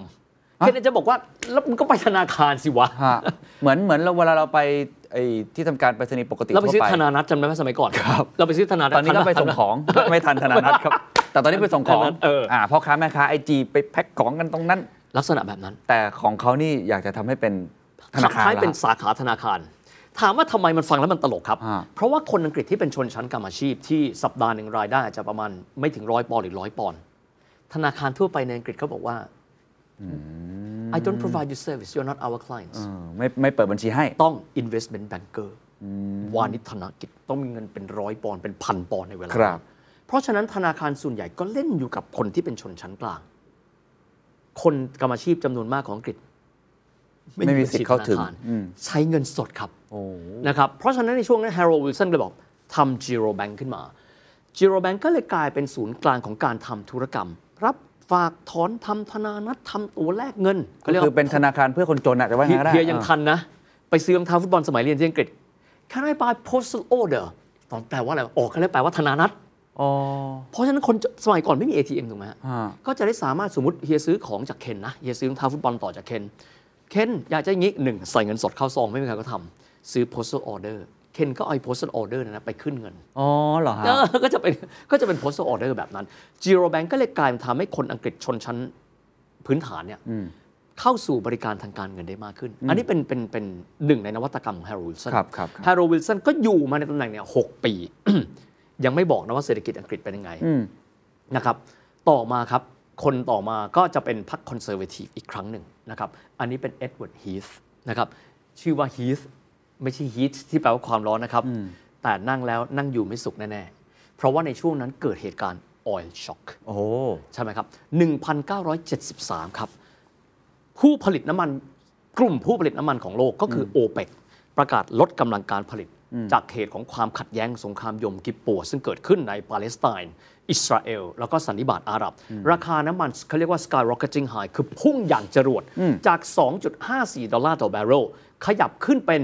เคนอาจจะบอกว่า แล้วมันก็ไปธนาคารสิวะ
ฮะ <laughs> เหมือนเหมือนเราเวลาเราไปไอ้ที่ทำการไปรษณีย์ปกติ
เราไปซื้อ
ทั่ว
ธนานัตจำได้ไหมสมัยก่อนครับเราไปซื้อธนานัต
ตอนนี้ก็ไปส่งของ
<laughs>
ไม่ทันธนานัตครับ แต่ตอนนี้ไปส่งของ
ธนานัตเอออ่
พ่อค้าแม่ค้าไอจีไปแพ็คของกันตรงนั้น
ลักษณะแบบนั้น
แต่ของเขานี่อยากจะทำให้เป็นธนาคาร
ทำให้เป็น
หรอฮะ
สาขาธนาคาร ถามว่าทำไมมันฟังแล้วมันตลกครับ
ฮะ
เพราะว่าคนอังกฤษที่เป็นชนชั้นกรรมอาชีพที่สัปดาห์หนึ่งรายได้อาจจะประมาณไม่ถึงร้อยปอนด์หรือร้อยปอนด์ธนาคารทั่วไปในอังกฤษเขาบอกว่า I don't provide you service you're not our clients
เออไม่ไม่เปิดบัญชีให้
ต้อง investment banker วานิชธนกิจต้องมีเงินเป็นร้อยปอนด์เป็นพันปอนด์ในเวลา
ครับ
เพราะฉะนั้นธนาคารส่วนใหญ่ก็เล่นอยู่กับคนที่เป็นชนชั้นกลาง คนกรรมอาชีพจำนวนมากของอังกฤษ
ไม่มีสิทธิ์เข้าถึง
บัญชีธนคร
อืม
ใช้เงินสดครับ
โอ้
นะครับ เพราะฉะนั้นในช่วงนั้นแฮร์โรลด์วิลสันเลยบอกทำ Giro Bank ขึ้นมา Giro Bank ก็เลยกลายเป็นศูนย์กลางของการทำธุรกรรม รับฝากถอนทำธนานัดทำตัวแลกเงิน
ก็
รียว่า
คือเป็นธนาคารเพื่อคนจนอะจะว่า
เฮีย
งั้นก็ได้
เฮียยัง
อ่ะ
ทันนะ ไปซื้อรองเท้าฟุตบอลสมัยเรียนที่อังกฤษ Can I buy postal order ตอนแปลว่าอะไรออกก็เลยแปลว่าธนานัต
อ๋อ
เพราะฉะนั้นคนจะสมัยก่อนไม่มี ATM ถูกไหมฮะ
อ่า
ก็จะได้สามารถสมมติเฮียซื้อของจากเคนนะเฮียซื้อรองเท้าฟุตบอลต่อจากเคนเคนอยากจะอย่างนี้หนึ่งใส่เงินสดเข้าซองไม่มีใครก็ทำซื้อ postal order เคนก็เอาไอ้ postal order เนยนะไปขึ้นเงิน
อ๋อเหรอฮะ
เออก็ <laughs> จะเป็นก็จะเป็น postal order แบบนั้น Giro Bank ก็เลยกลายเป็นทำให้คนอังกฤษชนชั้นพื้นฐานเนี่ยเข้าสู่บริการทางการเงินได้มากขึ้น อันนี้เป็นเป็นเป็นหนึ่งในนวัตกรรมของแฮร์โรวิลสัน
ครับครับครับ
แฮร์โรวิลสันก็อยู่มาในตำแหน่งเนี่ยหกปี <coughs> ยังไม่บอกนะว่าเศรษฐกิจอังกฤษเป็นยังไงนะครับ ต่อมาครับ คนต่อมาก็จะเป็นพรรคคอนเซอร์เวทีฟอีกครั้งหนึ่งนะครับ อันนี้เป็นเอ็ดเวิร์ดฮีธนะครับ ชื่อว่าฮีธไม่ใช่ฮีทที่แปลว่าความร้อนนะครับ แต่นั่งแล้วนั่งอยู่ไม่สุขแน่ ๆ เพราะว่าในช่วงนั้นเกิดเหตุการณ์ออยล์ช็อค
โอ้โห
ใช่ไหมครับ 1973 ครับ ผู้ผลิตน้ำมันกลุ่มผู้ผลิตน้ำมันของโลกก็คืออโอเปกประกาศลดกำลังการผลิต จากเหตุของความขัดแย้งสงครามยมกิปปัว ซึ่งเกิดขึ้นในปาเลสไตน์อิสราเอล แล้วก็สันนิบาตอาหรับ ราคาน้ำมันเขาเรียกว่า skyrocketing high คือพุ่งอย่างจรวด จาก 2.54 ดอลลาร์ต่อแบเรลขยับขึ้นเป็น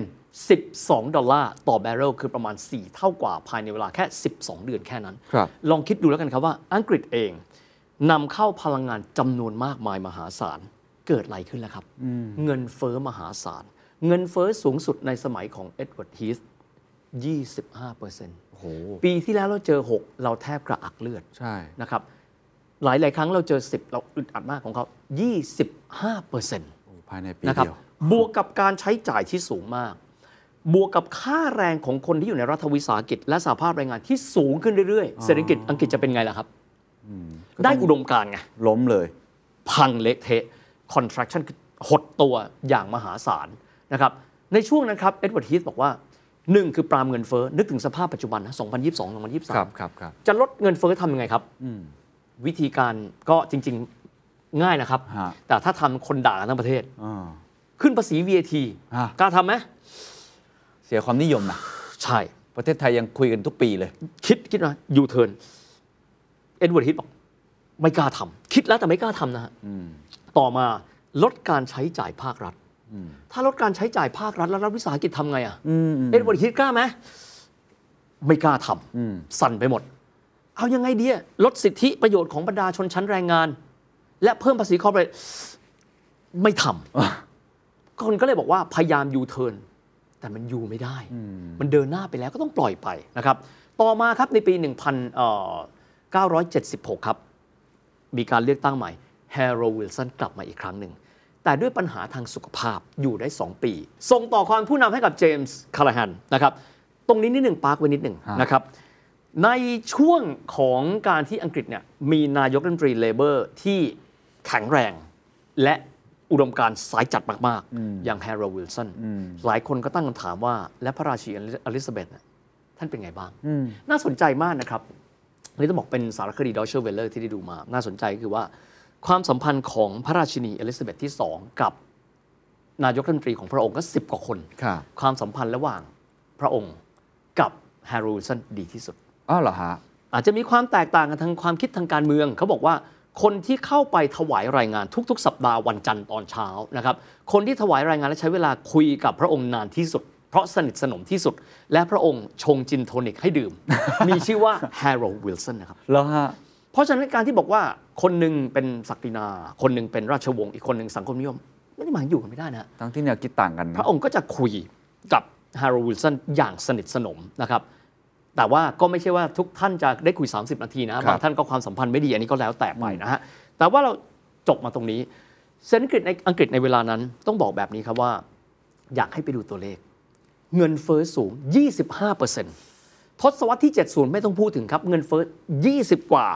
12 ดอลลาร์ต่อแบเรลคือประมาณ 4 เท่ากว่าภายในเวลาแค่ 12 เดือนแค่นั้น
ครับ
ลองคิดดูแล้วกันครับว่าอังกฤษเองนำเข้าพลังงานจำนวนมากมายมหาศาล เกิดอะไรขึ้นแล้วครับ เงินเฟ้อมหาศาล เงินเฟ้อสูงสุดในสมัยของเอ็ดเวิร์ดฮีส25เปอร์เซ็นต์
โอ้โห
ปีที่แล้วเราเจอ 6 เราแทบกระอักเลือด
ใช่
นะครับ หลาย ๆ ครั้งเราเจอ 10 เราอึดอัดมากของเขา25เปอร์เซ็นต์
ภายในปี
นะครับ
เดียว
บวกกับการใช้จ่ายที่สูงมาก บวกกับค่าแรงของคนที่อยู่ในรัฐวิสาหกิจ และสหภาพแรงงานที่สูงขึ้นเรื่อย ๆ เศรษฐกิจอังกฤษจะเป็นไงล่ะครับ ได้อุดมการณ์ไง
ล้มเลย
พังเละเทะ contraction คือหดตัวอย่างมหาศาลนะครับ ในช่วงนั้นครับ เอ็ดเวิร์ดฮีทบอกว่าหนึ่งคือปรามเงินเฟ้อ นึกถึงสภาพปัจจุบันนะ 2022
ครับ
2023
ครับครับ
จะลดเงินเฟ้อทำยังไงครับ วิธีการก็จริง ๆง่ายนะครับ
ฮะ
แต่ถ้าทำคนด่ากันทั้งประเทศ
อ่า
ขึ้นภาษี VAT
ฮะ
กล้าทำไหม
เสียความนิยมนะ
ใช่
ประเทศไทยยังคุยกันทุกปีเลย
คิดคิดว่ายูเทิร์นเอ็ดเวิร์ดฮิตบอก ไม่กล้าทำคิดแล้วแต่ไม่กล้าทำนะฮะต่อมาลดการใช้จ่ายภาครัฐ ถ้าลดการใช้จ่ายภาครัฐแล้วรัฐวิสาหกิจทำไงอ่ะ
อืมอืม
เอ็ดเวร์ดฮิตกล้าไหมไม่กล้าทำ
อืม
สั่นไปหมด เอายังไงดีอะลดสิทธิประโยชน์ของบรรดาชนชั้นแรงงาน และเพิ่มภาษีคอร์ปอเรทไม่ทำ คนก็เลยบอกว่าพยายามยูเทิร์นแต่มันยูไม่ได้ มันเดินหน้าไปแล้วก็ต้องปล่อยไปนะครับ ต่อมาครับในปี 1976 ครับ มีการเลือกตั้งใหม่แฮร์โรวิลสันกลับมาอีกครั้งหนึ่ง แต่ด้วยปัญหาทางสุขภาพอยู่ได้ 2 ปี ส่งต่อความผู้นำให้กับเจมส์คาร์แฮนนะครับ ตรงนี้นิดหนึ่งปาร์คไว้นิดหนึ่ง
ฮะ
นะครับ ในช่วงของการที่อังกฤษเนี่ยมีนายกรัฐมนตรีเลเบอร์ที่แข็งแรง และอุดมการณ์สายจัดมากๆ อย่างแฮร์โรวิลสัน หลายคนก็ตั้งคำถามว่า และพระราชินีอลิซาเบธเนี่ยท่านเป็นไงบ้าง น่าสนใจมากนะครับอันนี้ต้องบอกเป็นสารคดีดอชเชอร์เวลเลอร์ที่ได้ดูมา น่าสนใจก็คือว่า ความสัมพันธ์ของพระราชินีอลิซาเบธที่ 2 กับนายกรัฐมนตรีของพระองค์ก็ 10 กว่าคน
ครับ
ความสัมพันธ์ระหว่างพระองค์กับแฮร์โรวิลสันดีที่สุด
อ้าวเหรอฮะ
อาจจะมีความแตกต่างกันทางความคิดทางการเมือง เขาบอกว่าคนที่เข้าไปถวายรายงานทุก ๆ สัปดาห์วันจันทร์ตอนเช้านะครับ คนที่ถวายรายงานและใช้เวลาคุยกับพระองค์นานที่สุด เพราะสนิทสนมที่สุด และพระองค์ชงจินโทนิกให้ดื่ม มีชื่อว่าแฮร์โรวิลสันนะครับ
เหรอฮะ
เพราะฉะนั้นการที่บอกว่าคนหนึ่งเป็นศักดินา คนหนึ่งเป็นราชวงศ์อีกคนหนึ่งสังคมนิยมไม่ได้หมายอยู่กันไม่ได้นะ
ทั้งที่แนวคิดต่างกัน
พ
นะ
ระองค์ก็จะคุยกับฮาร์โรวิลสันอย่างสนิทสนมนะครับ แต่ว่าก็ไม่ใช่ว่าทุกท่านจะได้คุย 30 นาทีนะบางท่านก็ความสัมพันธ์ไม่ดีอันนี้ก็แล้วแต่ไปนะฮะ แต่ว่าเราจบมาตรงนี้เศรษฐกิจในอังกฤษในเวลานั้นต้องบอกแบบนี้ครับว่า อยากให้ไปดูตัวเลข เงินเฟ้อสูง 25%ทศวรรษที่ 70 ไม่ต้องพูดถึงครับ เงินเฟ้อ 20 กว่า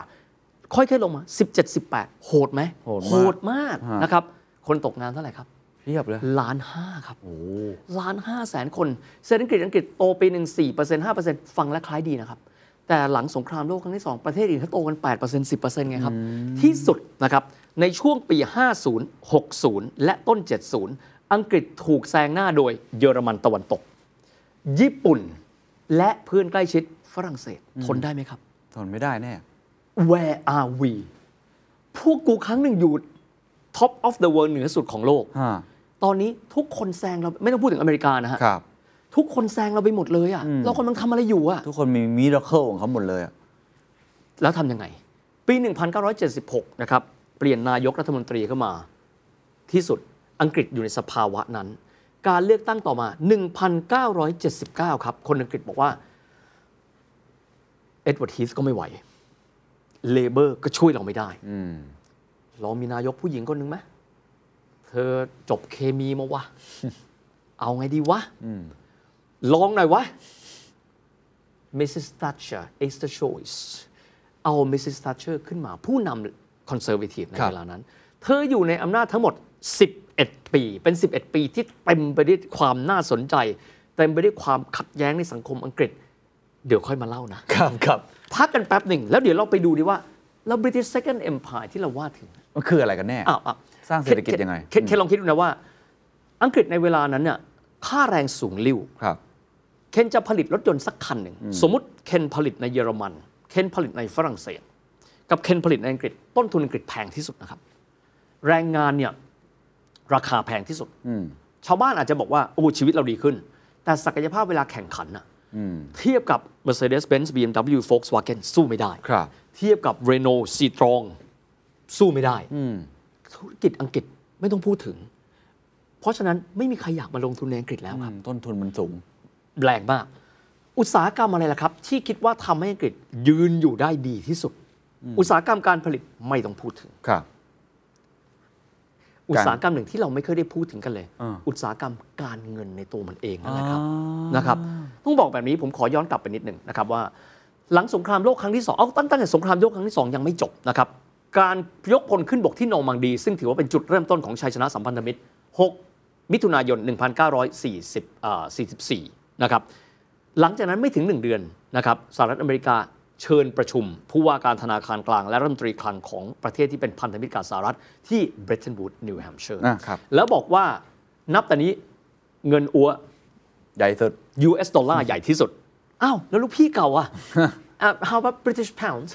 ค่อยๆลงมา 17 18 โหดไหมดมากนะครับคนตกงานเท่าไหร่ครับ
เพียบเลย
ล้านห้าครับล้านห้าแสนคน เศรษฐกิจอังกฤษโตปีหนึ่งสี่เปอร์เซ็นต์ห้าเปอร์เซ็นต์ฟังและคล้ายดีนะครับ แต่หลังสงครามโลกครั้งที่สองประเทศอื่นเขาโตกันแปดเปอร์เซ็นต์สิบเปอร์เซ็นต์ไงครับ ที่สุดนะครับ ในช่วงปี 50 60 และต้น 70 อังกฤษถูกแซงหน้าโดยเยอรมันตะวันตก ญี่ปุ่น และเพื่อนใกล้ชิดฝรั่งเศสทนได้ไหมครับ
ทนไม่ได้แน่
Where are we พวกกูครั้งหนึ่งอยู่ top of the world เหนือสุดของโลก
ฮะ
ตอนนี้ทุกคนแซงเราไม่ต้องพูดถึงอเมริกานะฮะ
ครับ
ทุกคนแซงเราไปหมดเลยอะ่ะ เรากำลังทำอะไรอยู่อะ่ะ
ทุกคนมีมิราเคิลของเขาหมดเลยอะ
แล้วทำยังไง ปี 1976 นะครับ เปลี่ยนนายกรัฐมนตรีเข้ามา ที่สุดอังกฤษอยู่ในสภาวะนั้น การเลือกตั้งต่อมา 1979 ครับ คนอังกฤษบอกว่า เอ็ดเวิร์ดฮีสก็ไม่ไหวเลเบอร์ก็ช่วยเราไม่ได้
อืม
เรามีนายกผู้หญิงคนหนึ่งไหมเธอจบเคมีมาวะ เอาไงดีวะ ลองหน่อยวะ Mrs. Thatcher is the choice เอา Mrs. Thatcher ขึ้นมาผู้นำคอนเซอร์ว i ทีฟใน
ครับ
เวลานั้น เธออยู่ในอำนาจทั้งหมด 11 ปี เป็น 11 ปีที่เต็มไปด้วยความน่าสนใจ เต็มไปด้วยความขัดแย้งในสังคมอังกฤษ เดี๋ยวค่อยมาเล่านะ
ครับครับ
พักกันแป๊บหนึ่ง แล้วเดี๋ยวเราไปดูดีว่าแล้ว British Second Empire ที่เราว่าถึง
มันคืออะไรกันแน่
อ้าวอ้าว
สร้างเศรษฐกิจยังไง
แค่แค่ลองคิดดูนะว่า อังกฤษในเวลานั้นเนี่ยค่าแรงสูงลิ่ว
ครับ
เคนจะผลิตรถยนต์สักคันหนึ่ง สมมติเคนผลิตในเยอรมัน เคนผลิตในฝรั่งเศส กับเคนผลิตในอังกฤษ ต้นทุนอังกฤษแพงที่สุดนะครับ แรงงานเนี่ยราคาแพงที่สุด
อืม
ชาวบ้านอาจจะบอกว่าโอ้ชีวิตเราดีขึ้น แต่ศักยภาพเวลาแข่งขันน่ะ
อืม
เทียบกับ Mercedes-Benz BMW Volkswagen สู้ไม่ได้
ครับ
เทียบกับ Renault c ีตรองสู้ไม่ได้
อืม
ธุรกิจอังกฤษไม่ต้องพูดถึง เพราะฉะนั้นไม่มีใครอยากมาลงทุนในอังกฤษแล้วครับ
ต้นทุนมันสูง
แรงมาก อุตสาหกรรมอะไรล่ะครับ ที่คิดว่าทำให้อังกฤษยืนอยู่ได้ดีที่สุด อุตสาหกรรมการผลิตไม่ต้องพูดถึง
ครับ
อุตสาหกรรมหนึ่งที่เราไม่เคยได้พูดถึงกันเลย
อ่า
อุตสาหกรรมการเงินในตัวมันเองนั่นแหละครับ นะครับต้องบอกแบบนี้ผมขอย้อนกลับไปนิดหนึ่งนะครับว่า หลังสงครามโลกครั้งที่สองเอาตั้งตั้งแต่สงครามโลกครั้งที่สองยังไม่จบนะครับการยกพลขึ้นบกที่นอร์มังดี ซึ่งถือว่าเป็นจุดเริ่มต้นของชัยชนะสัมพันธมิตร 6 มิถุนายน 1940อ่า44 นะครับ หลังจากนั้นไม่ถึง 1 เดือนนะครับสหรัฐอเมริกาเชิญประชุม ผู้ว่าการธนาคารกลางและรัฐมนตรีคลังของประเทศที่เป็นพันธมิตรกับสหรัฐที่เบรตันวูดนิวแฮมป์เชอร์
อ่าครับ
แล้วบอกว่านับแต่นี้เงินอัว
ใหญ่สุด
US ดอลลาร์ใหญ่ที่สุด อ้าว แล้วลูกพี่เก่าอ่ะ อ่ะ how about British pounds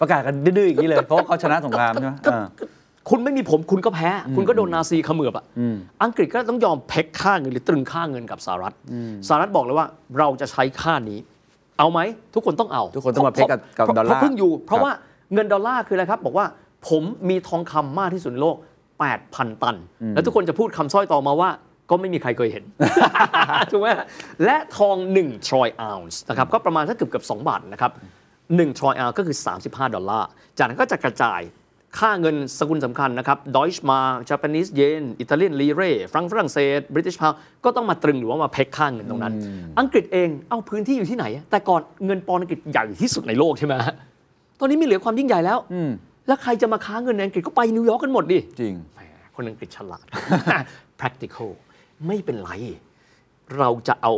ประกาศกันดื้อๆอย่างนี้เลย เพราะว่าเขาชนะสงครามใช่ไหม
ก็
อ่า
ก็ <laughs> คุณไม่มีผมคุณก็แพ้ คุณก็โดนนาซีเขมือบอ่ะอังกฤษก็ต้องยอมเพ็กค่าเงินหรือตรึงค่าเงินกับสหรัฐสหรัฐบอกเลยว่าเราจะใช้ค่านี้ เอาไหมทุกคนต้องเอา
ทุกคนต้องมาเพ็กกับกับ
พะ
ดอลลาร์
เพราะเพิ่งอยู่ เพราะ
ครับ
ว่าเงินดอลลาร์คืออะไรครับ บอกว่าผมมีทองคำมากที่สุดในโลก 8,000 ตัน แล้วทุกคนจะพูดคำสร้อยต่อมาว่า ก็ไม่มีใครเคยเห็น <laughs> ถูกไหมและทอง 1 ทรอยออนซ์นะครับก็ประมาณถ้าเกือบเกือบ2บาทนะครับ1ทรอยออนซ์ก็คือ 35 ดอลลาร์ จากนั้นก็จะกระจายค่าเงินสกุลสำคัญนะครับดอยช์มาจ a ปนิสเยนอิตาเลียนลีเร่ฟรังฝรั่งเศสบริติชพาวก็ต้องมาตรึงหรือว่ามาเพ็กค่าเงินตรงนั้น อังกฤษเองเอาพื้นที่อยู่ที่ไหน แต่ก่อนเงินปอนด์อังกฤษใหญ่ที่สุดในโลกใช่ไหมฮะตอนนี้ไม่เหลือความยิ่งใหญ่แล้วแล้วใครจะมาค้าเงินในอังกฤษก็ไปนิวยอร์กกันหมดดิ
จริง
แหมคนอังกฤษฉลาด <laughs> practical ไม่เป็นไร เราจะเอา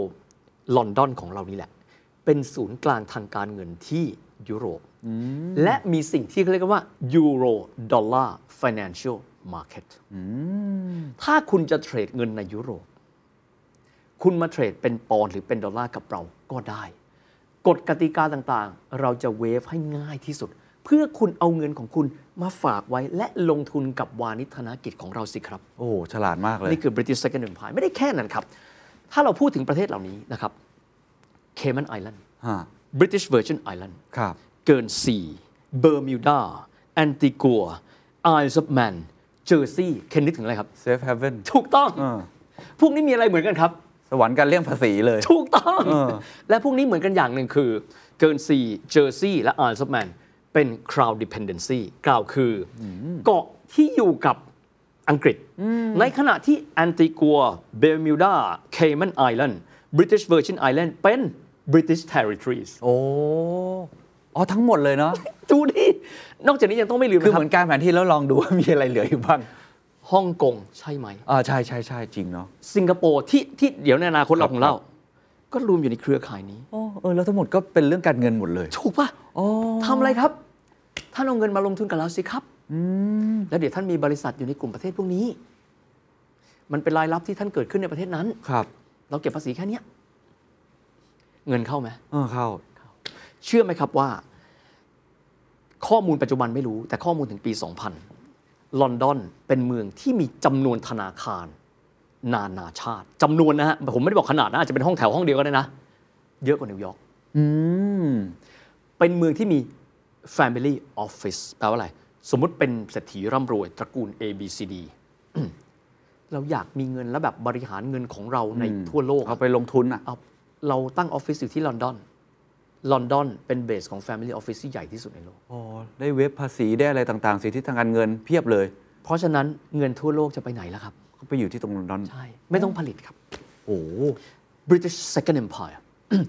ลอนดอนของเรานี่แหละ เป็นศูนย์กลางทางการเงินที่ยุโรป และมีสิ่งที่เขาเรียกกันว่า Euro Dollar Financial Market ถ้าคุณจะเทรดเงินในยุโรป คุณมาเทรดเป็นปอนด์หรือเป็นดอลลาร์กับเราก็ได้ กฎกติกาต่างๆ เราจะเวฟให้ง่ายที่สุด เพื่อคุณเอาเงินของคุณมาฝากไว้และลงทุนกับวานิธนกิจของเราสิครับ
โอ้โหฉลาดมากเลย
นี่คือ British Second Empire ไม่ได้แค่นั้นครับ ถ้าเราพูดถึงประเทศเหล่านี้นะครับ Cayman Island
ฮะ
British Virgin Island
ครับ
เกินสี่เบอร์มิวดาแอนติกัวไอซ์แมนเจอร์ซีย์เคนนึกถึงอะไรครับ
safe haven
ถูกต้อง
เออ
พวกนี้มีอะไรเหมือนกันครับ
สวรรค์การเลี่ยงภาษีเลย
<laughs> ถูกต้อง
เออ
และพวกนี้เหมือนกันอย่างหนึ่งคือ เกินซีเจอร์ซีและอาร์ซแมนเป็น crowd dependency กล่าวคืออเกาะที่อยู่กับอังกฤษ ในขณะที่แอนติกัวเบลมิวดาเคมันไอแลนด์บริติชเวอร์จินไอแลนด์เป็น British territories
โอ้อ๋อทั้งหมดเลยเนาะ
ดูดินอกจากนี้ยังต้องไม่ลืม
คือ
นะ
เห
ครั
มื
บ
อนการแผนที่แล้วลองดูว่ามีอะไรเหลืออยู่บ้าง
ฮ่องกงใช่ไหม
อ่าใช่ใช่ใช่จริงเนาะ
สิงคโปร์ที่ที่เดี๋ยวในอนาคต
ครั
เรา
บ
คงเล่า ก็รวมอยู่ในเครือข่ายนี้
โอ้เออแล้วทั้งหมดก็เป็นเรื่องการเงินหมดเลย
ถูกปะทำอะไรครับ ท่านเอาเงินมาลงทุนกับเราสิครับแล้วเดี๋ยวท่านมีบริษัทอยู่ในกลุ่มประเทศพวกนี้ มันเป็นรายรับที่ท่านเกิดขึ้นในประเทศนั้น
ครับ
เราเก็บภาษีแค่เนี้ยเงินเข้าไหม
เออเข้า
เชื่อไหมครับว่า ข้อมูลปัจจุบันไม่รู้ แต่ข้อมูลถึงปี 2000 ลอนดอนเป็นเมืองที่มีจำนวนธนาคาร นานาชาติจำนวนนะฮะผมไม่ได้บอกขนาดนะอาจจะเป็นห้องแถวห้องเดียวก็ได้นะ เยอะกว่านิวยอร์ก
อืม
เป็นเมืองที่มี Family Office แปลว่าอะไร สมมุติเป็นเศรษฐีร่ำรวย ตระกูล A B C D <clears throat> อืมเราอยากมีเงินแล้วแบบบริหารเงินของเราในทั่วโลกอะ
เอาไปลงทุนอ่ะ
เอาเราตั้งออฟฟิศอยู่ที่ลอนดอน ลอนดอนเป็นเบสของ Family Office ที่ใหญ่ที่สุดในโลก
อ๋อ ได้เว็บภาษีได้อะไรต่างๆ สิทธิทางการเงินเพียบเลย
เพราะฉะนั้นเงินทั่วโลกจะไปไหนล่ะครับ
ก็ไปอยู่ที่ตรงลอนดอน
ใช่ ไม่ต้องผลิตครับ
โอ้โห
British Second Empire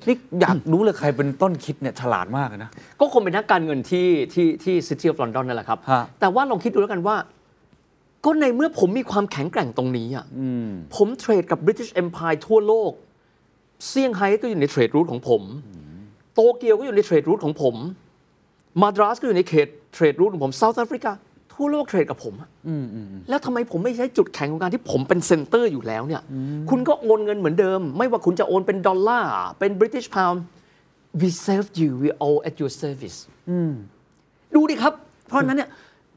นี่อยากรู้เลยใครเป็นต้นคิดเนี่ยฉลาดมากเลยนะ
ก็คงเป็นนักการเงินที่ที่ที่ City of London นั่นแหละครับ
ฮะ
แต่ว่าลองคิดดูแล้วกันว่า ก็ในเมื่อผมมีความแข็งแกร่งตรงนี้อ่ะผมเทรดกับ British Empire ทั่วโลก เซี่ยงไฮ้ก็อยู่ในเทรดรูทของผม โตเกียวก็อยู่ในเทรดรูทของผม มาดรัสก็อยู่ในเขตเทรดรูทของผมเซาท์แอฟริกาทั่วโลกเทรดกับผมอะแล้วทำไมผมไม่ใช้จุดแข็งของการที่ผมเป็นเซ็นเตอร์อยู่แล้วเนี่ย คุณก็โอนเงินเหมือนเดิม ไม่ว่าคุณจะโอนเป็นดอลลาร์เป็นบริติชพาว we serve you we all at your service ดูดิครับ เพราะฉะนั้นเนี่ย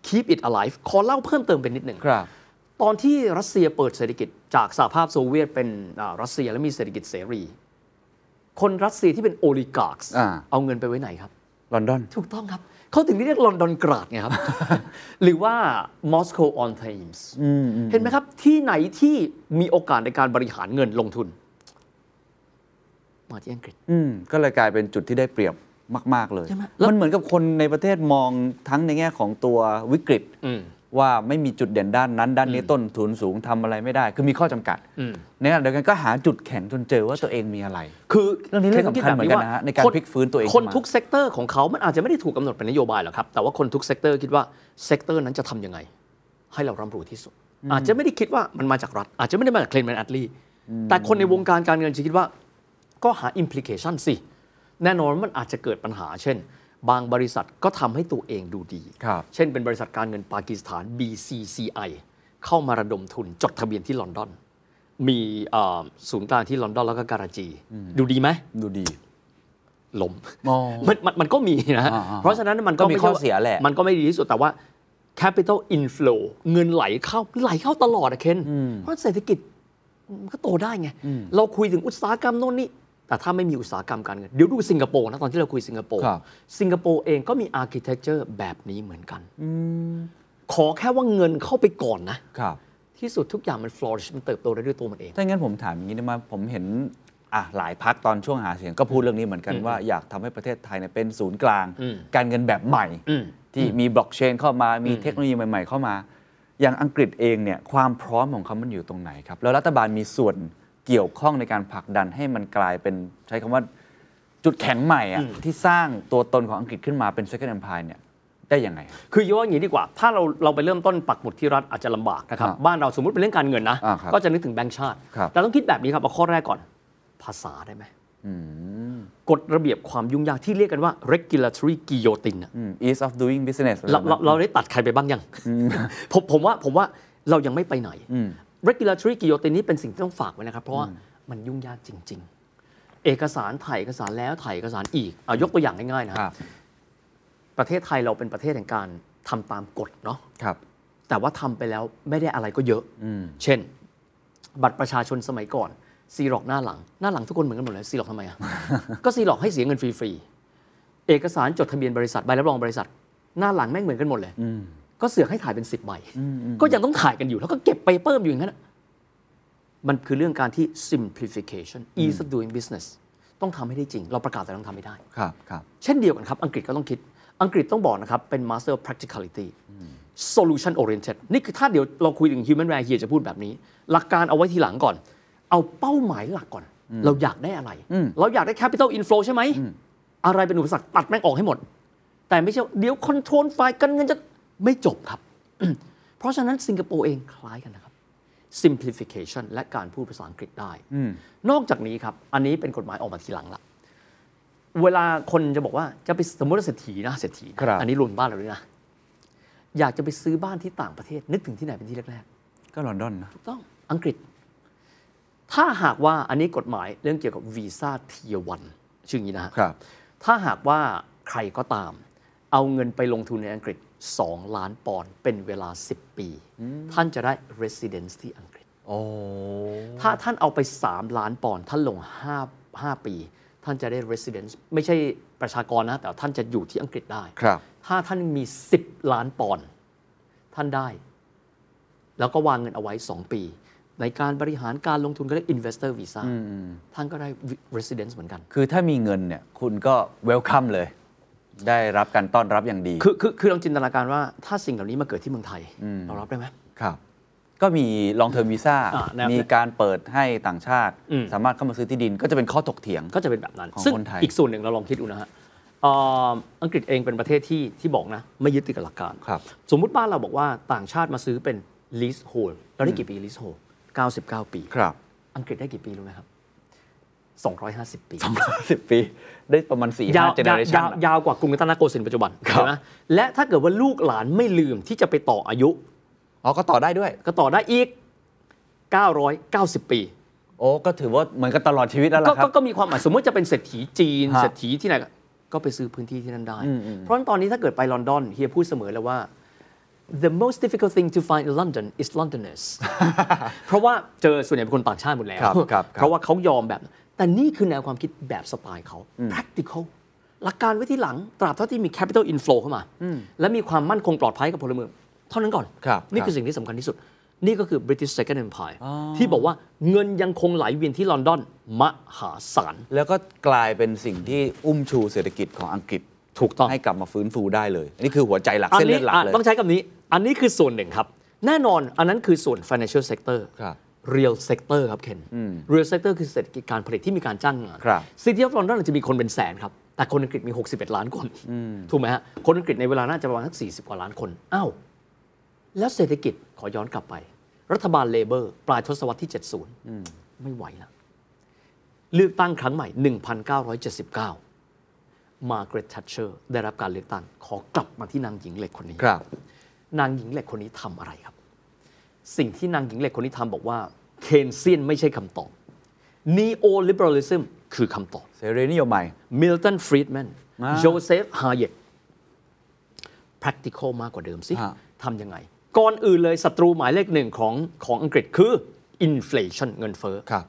keep it alive ขอเล่าเพิ่มเติมเป็นนิดหนึ่ง
ครับ
ตอนที่รัสเซียเปิดเศรษฐกิจจากสหภาพโซเวียตเป็นอ่ารัสเซียและมีเศรษฐกิจเสรี คนรัสเซียที่เป็นโอลิการ์ค
อ่า
เอาเงินไปไว้ไหนครับ
ลอนดอน
ถูกต้องครับ เขาถึงเรียกลอนดอนกราดไงครับ <laughs> หรือว่ามอสโกออนเทมส์เห็นไหมครับ ที่ไหนที่มีโอกาสในการบริหารเงินลงทุน มาที่อังกฤษ
อืม ก็เลยกลายเป็นจุดที่ได้เปรียบมาก ๆ เลย
ใช่ไหมแล้ว
มันเหมือนกับคนในประเทศมองทั้งในแง่ของตัววิกฤต
อืม
ว่าไม่มีจุดเด่นด้านนั้น ด้านนี้ต้นทุนสูงทำอะไรไม่ได้ คือมีข้อจำกัด
อืม
ในขณะเดียวกันก็หาจุดแข็งจนเจอว่าตัวเองมีอะไร
คือ
เรื่องนี้เรื่องสำคัญเหมือนกันนะฮะในการพลิกฟื้นตัวเองขึ้นมา
คนทุกเซกเตอร์ของเขามันอาจจะไม่ได้ถูกกำหนดเป็นนโยบายหรอกครับ แต่ว่าคนทุกเซกเตอร์คิดว่าเซกเตอร์นั้นจะทำยังไง ให้เราร่ำรวยที่สุด อาจจะไม่ได้คิดว่ามันมาจากรัฐ อาจจะไม่ได้มาจากเคลนแมนแอดลีแต่คนในวงการการเงินจะคิดว่า ก็หาอิมพลิเคชันสิ แน่นอนมันอาจจะเกิดปัญหา เช่น บางบริษัทก็ทำให้ตัวเองดูดี
ครับ
เช่นเป็นบริษัทการเงินปากีสถาน BCCI เข้ามาระดมทุนจดทะเบียนที่ลอนดอน มีเอ่อศูนย์กลางที่ลอนดอนแล้วก็การาจี ดูดีไหม
ดูดี
ล้ม
อ๋อ
มันมันมันก็มีนะฮะ
อ่าๆ
เพราะฉะนั้นมันก็
ก็มีข้อ
ไใช่ว่า
เสียแหละ
มันก็ไม่ดีที่สุดแต่ว่า capital inflow เงินไหลเข้าไหลเข้าตลอดอะเคนเพราะเศรษฐกิจมันก็โตได้ไง เราคุยถึงอุตสาหกรรมโน่นนี่ แต่ถ้าไม่มีอุตสาหกรรมการเงิน เดี๋ยวดูสิงคโปร์นะ ตอนที่เราคุยสิงคโปร์
ครับ
สิงคโปร์เองก็มี architecture แบบนี้เหมือนกัน ขอแค่ว่าเงินเข้าไปก่อนนะ
ครับ
ที่สุดทุกอย่างมัน flourish มันเติบโตได้ด้วยตัวมันเอง
ถ้างั้นผมถามอย่างนี้ได้ไหมผมเห็นอ่ะหลายพักตอนช่วงหาเสียงก็พูดเรื่องนี้เหมือนกันว่าอยากทำให้ประเทศไทยเนี่ยเป็นศูนย์กลาง
อืม
การเงินแบบใหม่
อืม
ที่มีบล็อกเชนเข้ามา มีเทคโนโลยีใหม่ ๆ เข้ามา อย่างอังกฤษเองเนี่ยความพร้อมของเขามันอยู่ตรงไหนครับ แล้วรัฐบาลมีส่วนเกี่ยวข้องในการผลักดันให้มันกลายเป็นใช้คำว่าจุดแข็งใหม่อะที่สร้างตัวตนของอังกฤษขึ้นมาเป็น Second Empire เนี่ยได้ยังไงครับ
คือย้อนอย่างนี้ดีกว่า ถ้าเราเราไปเริ่มต้นปักหมุดที่รัฐอาจจะลำบากนะครับ
ครับ
บ้านเราสมมติเป็นเรื่องการเงินนะ
อ่าครับ
ก็จะนึกถึงแบงก์ชาติ
ครับ
แต่ต้องคิดแบบนี้ครับเอาข้อแรกก่อน ภาษาได้ไหม
อืม
กฎระเบียบความยุ่งยากที่เรียกกันว่า regulatory guillotine อะ
อืม ease of doing business อะไร
เรา
แบบ
เรา
นั้น
เราได้ตัดใครไปบ้างยัง ผมผมว่าผมว่าเรายังไม่ไปไหน
อืม
regulatory guillotine นี่เป็นสิ่งที่ต้องฝากไว้นะครับ เพราะว่ามันยุ่งยากจริง ๆ เอกสารถ่ายเอกสารแล้วถ่ายเอกสารอีกเอายกตัวอย่างง่ายๆนะครับ ประเทศไทยเราเป็นประเทศแห่งการทำตามกฎเนาะ
ครับ
แต่ว่าทำไปแล้วไม่ได้อะไรก็เยอะ
อืม
เช่น บัตรประชาชนสมัยก่อน ซีหลอกหน้าหลัง หน้าหลังทุกคนเหมือนกันหมดเลยซีหลอกทำไมอ่ะ ก็ซีหลอกให้เสียเงินฟรีๆ เอกสารจดทะเบียนบริษัทใบรับรองบริษัท หน้าหลังแม่งเหมือนกันหมดเลย
อืม
ก็เสือกให้ถ่ายเป็นสิบใบ
อืมอืม
ก็ยังต้องถ่ายกันอยู่ แล้วก็เก็บไปเพิ่มอยู่อย่างนั้นอะมันคือเรื่องการที่ simplification ease of doing business ต้องทำให้ได้จริง เราประกาศแต่ต้องทำไม่ได้
ครับครับ
เช่นเดียวกันครับ อังกฤษก็ต้องคิด อังกฤษต้องบอกนะครับ เป็น master of practicality solution oriented นี่คือถ้าเดี๋ยวเราคุยถึง human right เฮียจะพูดแบบนี้ หลักการเอาไว้ทีหลังก่อน เอาเป้าหมายหลักก่อน เราอยากได้อะไร เราอยากได้ capital inflow ใช่ไหม อะไรเป็นอุปสรรคตัดแม่งออกให้หมด แต่ไม่ใช่ว่าเดี๋ยว control ฝ่ายกันเงินจะไม่จบครับ <clears throat> เพราะฉะนั้นสิงคโปร์เองคล้ายกันนะครับ simplification และการพูดภาษาอังกฤษได้ นอกจากนี้ครับ อันนี้เป็นกฎหมายออกมาทีหลังละ เวลาคนจะบอกว่าจะไปสมมติว่าเศรษฐีนะเศรษฐีนะครับ อันนี้รวมบ้านเราด้วยนะ อยากจะไปซื้อบ้านที่ต่างประเทศ นึกถึงที่ไหนเป็นที่แรก
ก็ลอนดอนนะ
ๆถูกต้องอังกฤษ ถ้าหากว่าอันนี้กฎหมายเรื่องเกี่ยวกับวีซ่าเทียวันชื่ออย่างนี้นะฮะ
ครับ
ถ้าหากว่าใครก็ตาม เอาเงินไปลงทุนในอังกฤษ 2 ล้านปอนด์เป็นเวลา 10 ปี ท่านจะได้ residence ที่อังกฤษ
โอ้
ถ้าท่านเอาไป 3 ล้านปอนด์ท่านลง5 5ปี ท่านจะได้ residence ไม่ใช่ประชากรนะ แต่ท่านจะอยู่ที่อังกฤษได้
ครับ
ถ้าท่านมี 10 ล้านปอนด์ท่านได้ แล้วก็วางเงินเอาไว้ 2 ปี ในการบริหารการลงทุนก็เรียก investor visa ท่านก็ได้ residence เหมือนกัน
คือถ้ามีเงินเนี่ย คุณก็เวลคัมเลย ได้รับการต้อนรับอย่างดี
คือคือคือลองจินตนาการว่าถ้าสิ่งเหล่านี้มาเกิดที่เมืองไทย เรารับได้ไหม
ครับ ก็มีลองเทอมวีซ่า
อ่าแนว
มีการเปิดให้ต่างชาติ
อืม
สามารถเข้ามาซื้อที่ดินก็จะเป็นข้อถกเถียง
ก็จะเป็นแบบนั้น
ของ
ซึ่ง
คนไทย
อีกส่วนหนึ่งเราลองคิดดูนะฮะเอ่ออังกฤษเองเป็นประเทศที่ที่บอกนะ ไม่ยึดติดกับหลักการ
ครับ
สมมุติบ้านเราบอกว่าต่างชาติมาซื้อเป็น leasehold เราได้กี่ปี leasehold 99 ปี
ครับ
อังกฤษได้กี่ปีรู้ไหมครับ 250 ปี
สิบปี ได้ประมาณสี่
ยา
ห้าว เจเนอเรชัน
ยาวยาวกว่ากรุงรัตนโกสินทร์ปัจจุบัน
ครับ
เห็นไหมและถ้าเกิดว่าลูกหลานไม่ลืมที่จะไปต่ออายุ
อ๋อ ก็ต่อได้ด้วย
ก็ต่อได้อีก 990 ปี
โอ้ ก็ถือว่าเหมือนกับตลอดชีวิตแล้ว
ก็
ล่ะครั
ก็
บ
ก็มีความหมายสมมติจะเป็นเศรษฐีจีน
ฮะ
เศรษฐีที่ไหนก็ก็ไปซื้อพื้นที่ที่นั่นได้ เพราะฉะนั้นตอนนี้ถ้าเกิดไปลอนดอนเฮียพูดเสมอเลยว่า the most difficult thing to find in London is Londoners เพราะว่าเจอส่วนใหญ่เป็นคนต่างชาติหมดแล้ว
ครับครับครับ
เพราะว่าเขายอมแบบนั้นแต่นี่คือแนวความคิดแบบสไตล์เขา practical หลักการไว้ที่หลังตราบเท่าที่มี capital inflow เข้ามา และมีความมั่นคงปลอดภัยกับพลเมือง เท่านั้นก่อน
ครับ
นี่คื
ครั
อบ สิ่งที่สำคัญที่สุด นี่ก็คือ British Second Empire ที่บอกว่าเงินยังคงไหลเวียนที่ลอนดอน มหาศาล
แล้วก็กลายเป็นสิ่งที่อุ้มชูเศรษฐกิจของอังกฤษ
ถูกต้อง
ให้กลับมาฟื้นฟูได้เลย อันนี้คือหัวใจหลัก
อัน
เส้น
นี้
เลือดหลัก
อ่ะ
เลย
ต้องใช้คำนี้ อันนี้คือส่วนหนึ่งครับ แน่นอนอันนั้นคือส่วน financial sector
ครับ
real sector ครับเคน real sector คือเศรษฐกิจการผลิตที่มีการจ้างงาน
ครับ
City of London อาจจะมีคนเป็นแสนครับ แต่คนอังกฤษมี 61 ล้านคนถูกไหมฮะ คนอังกฤษในเวลาน่าจะประมาณสัก40 กว่าล้านคน อ้าว แล้วเศรษฐกิจขอย้อนกลับไป รัฐบาลเลเบอร์ ปลายทศวรรษที่ 70 ไม่ไหวละเลือกตั้งครั้งใหม่ 1979 มาร์เกร็ตทัชเชอร์ได้รับการเลือกตั้ง ขอกลับมาที่นางหญิงเหล็กคนนี้
ครับ
นางหญิงเหล็กคนนี้ทำอะไรครับ สิ่งที่นางหญิงเหล็กคนนี้ทำบอกว่า เคนเซียนไม่ใช่คำตอบ Neoliberalism คือคำตอบ
เสรีนิยมใหม่
Milton Friedman
อ่า
Joseph Hayek practical มากกว่าเดิมสิ
ฮะ
ทำยังไง ก่อนอื่นเลยศัตรูหมายเลขหนึ่งของของอังกฤษคือ inflation เงินเฟ้อ
ครับ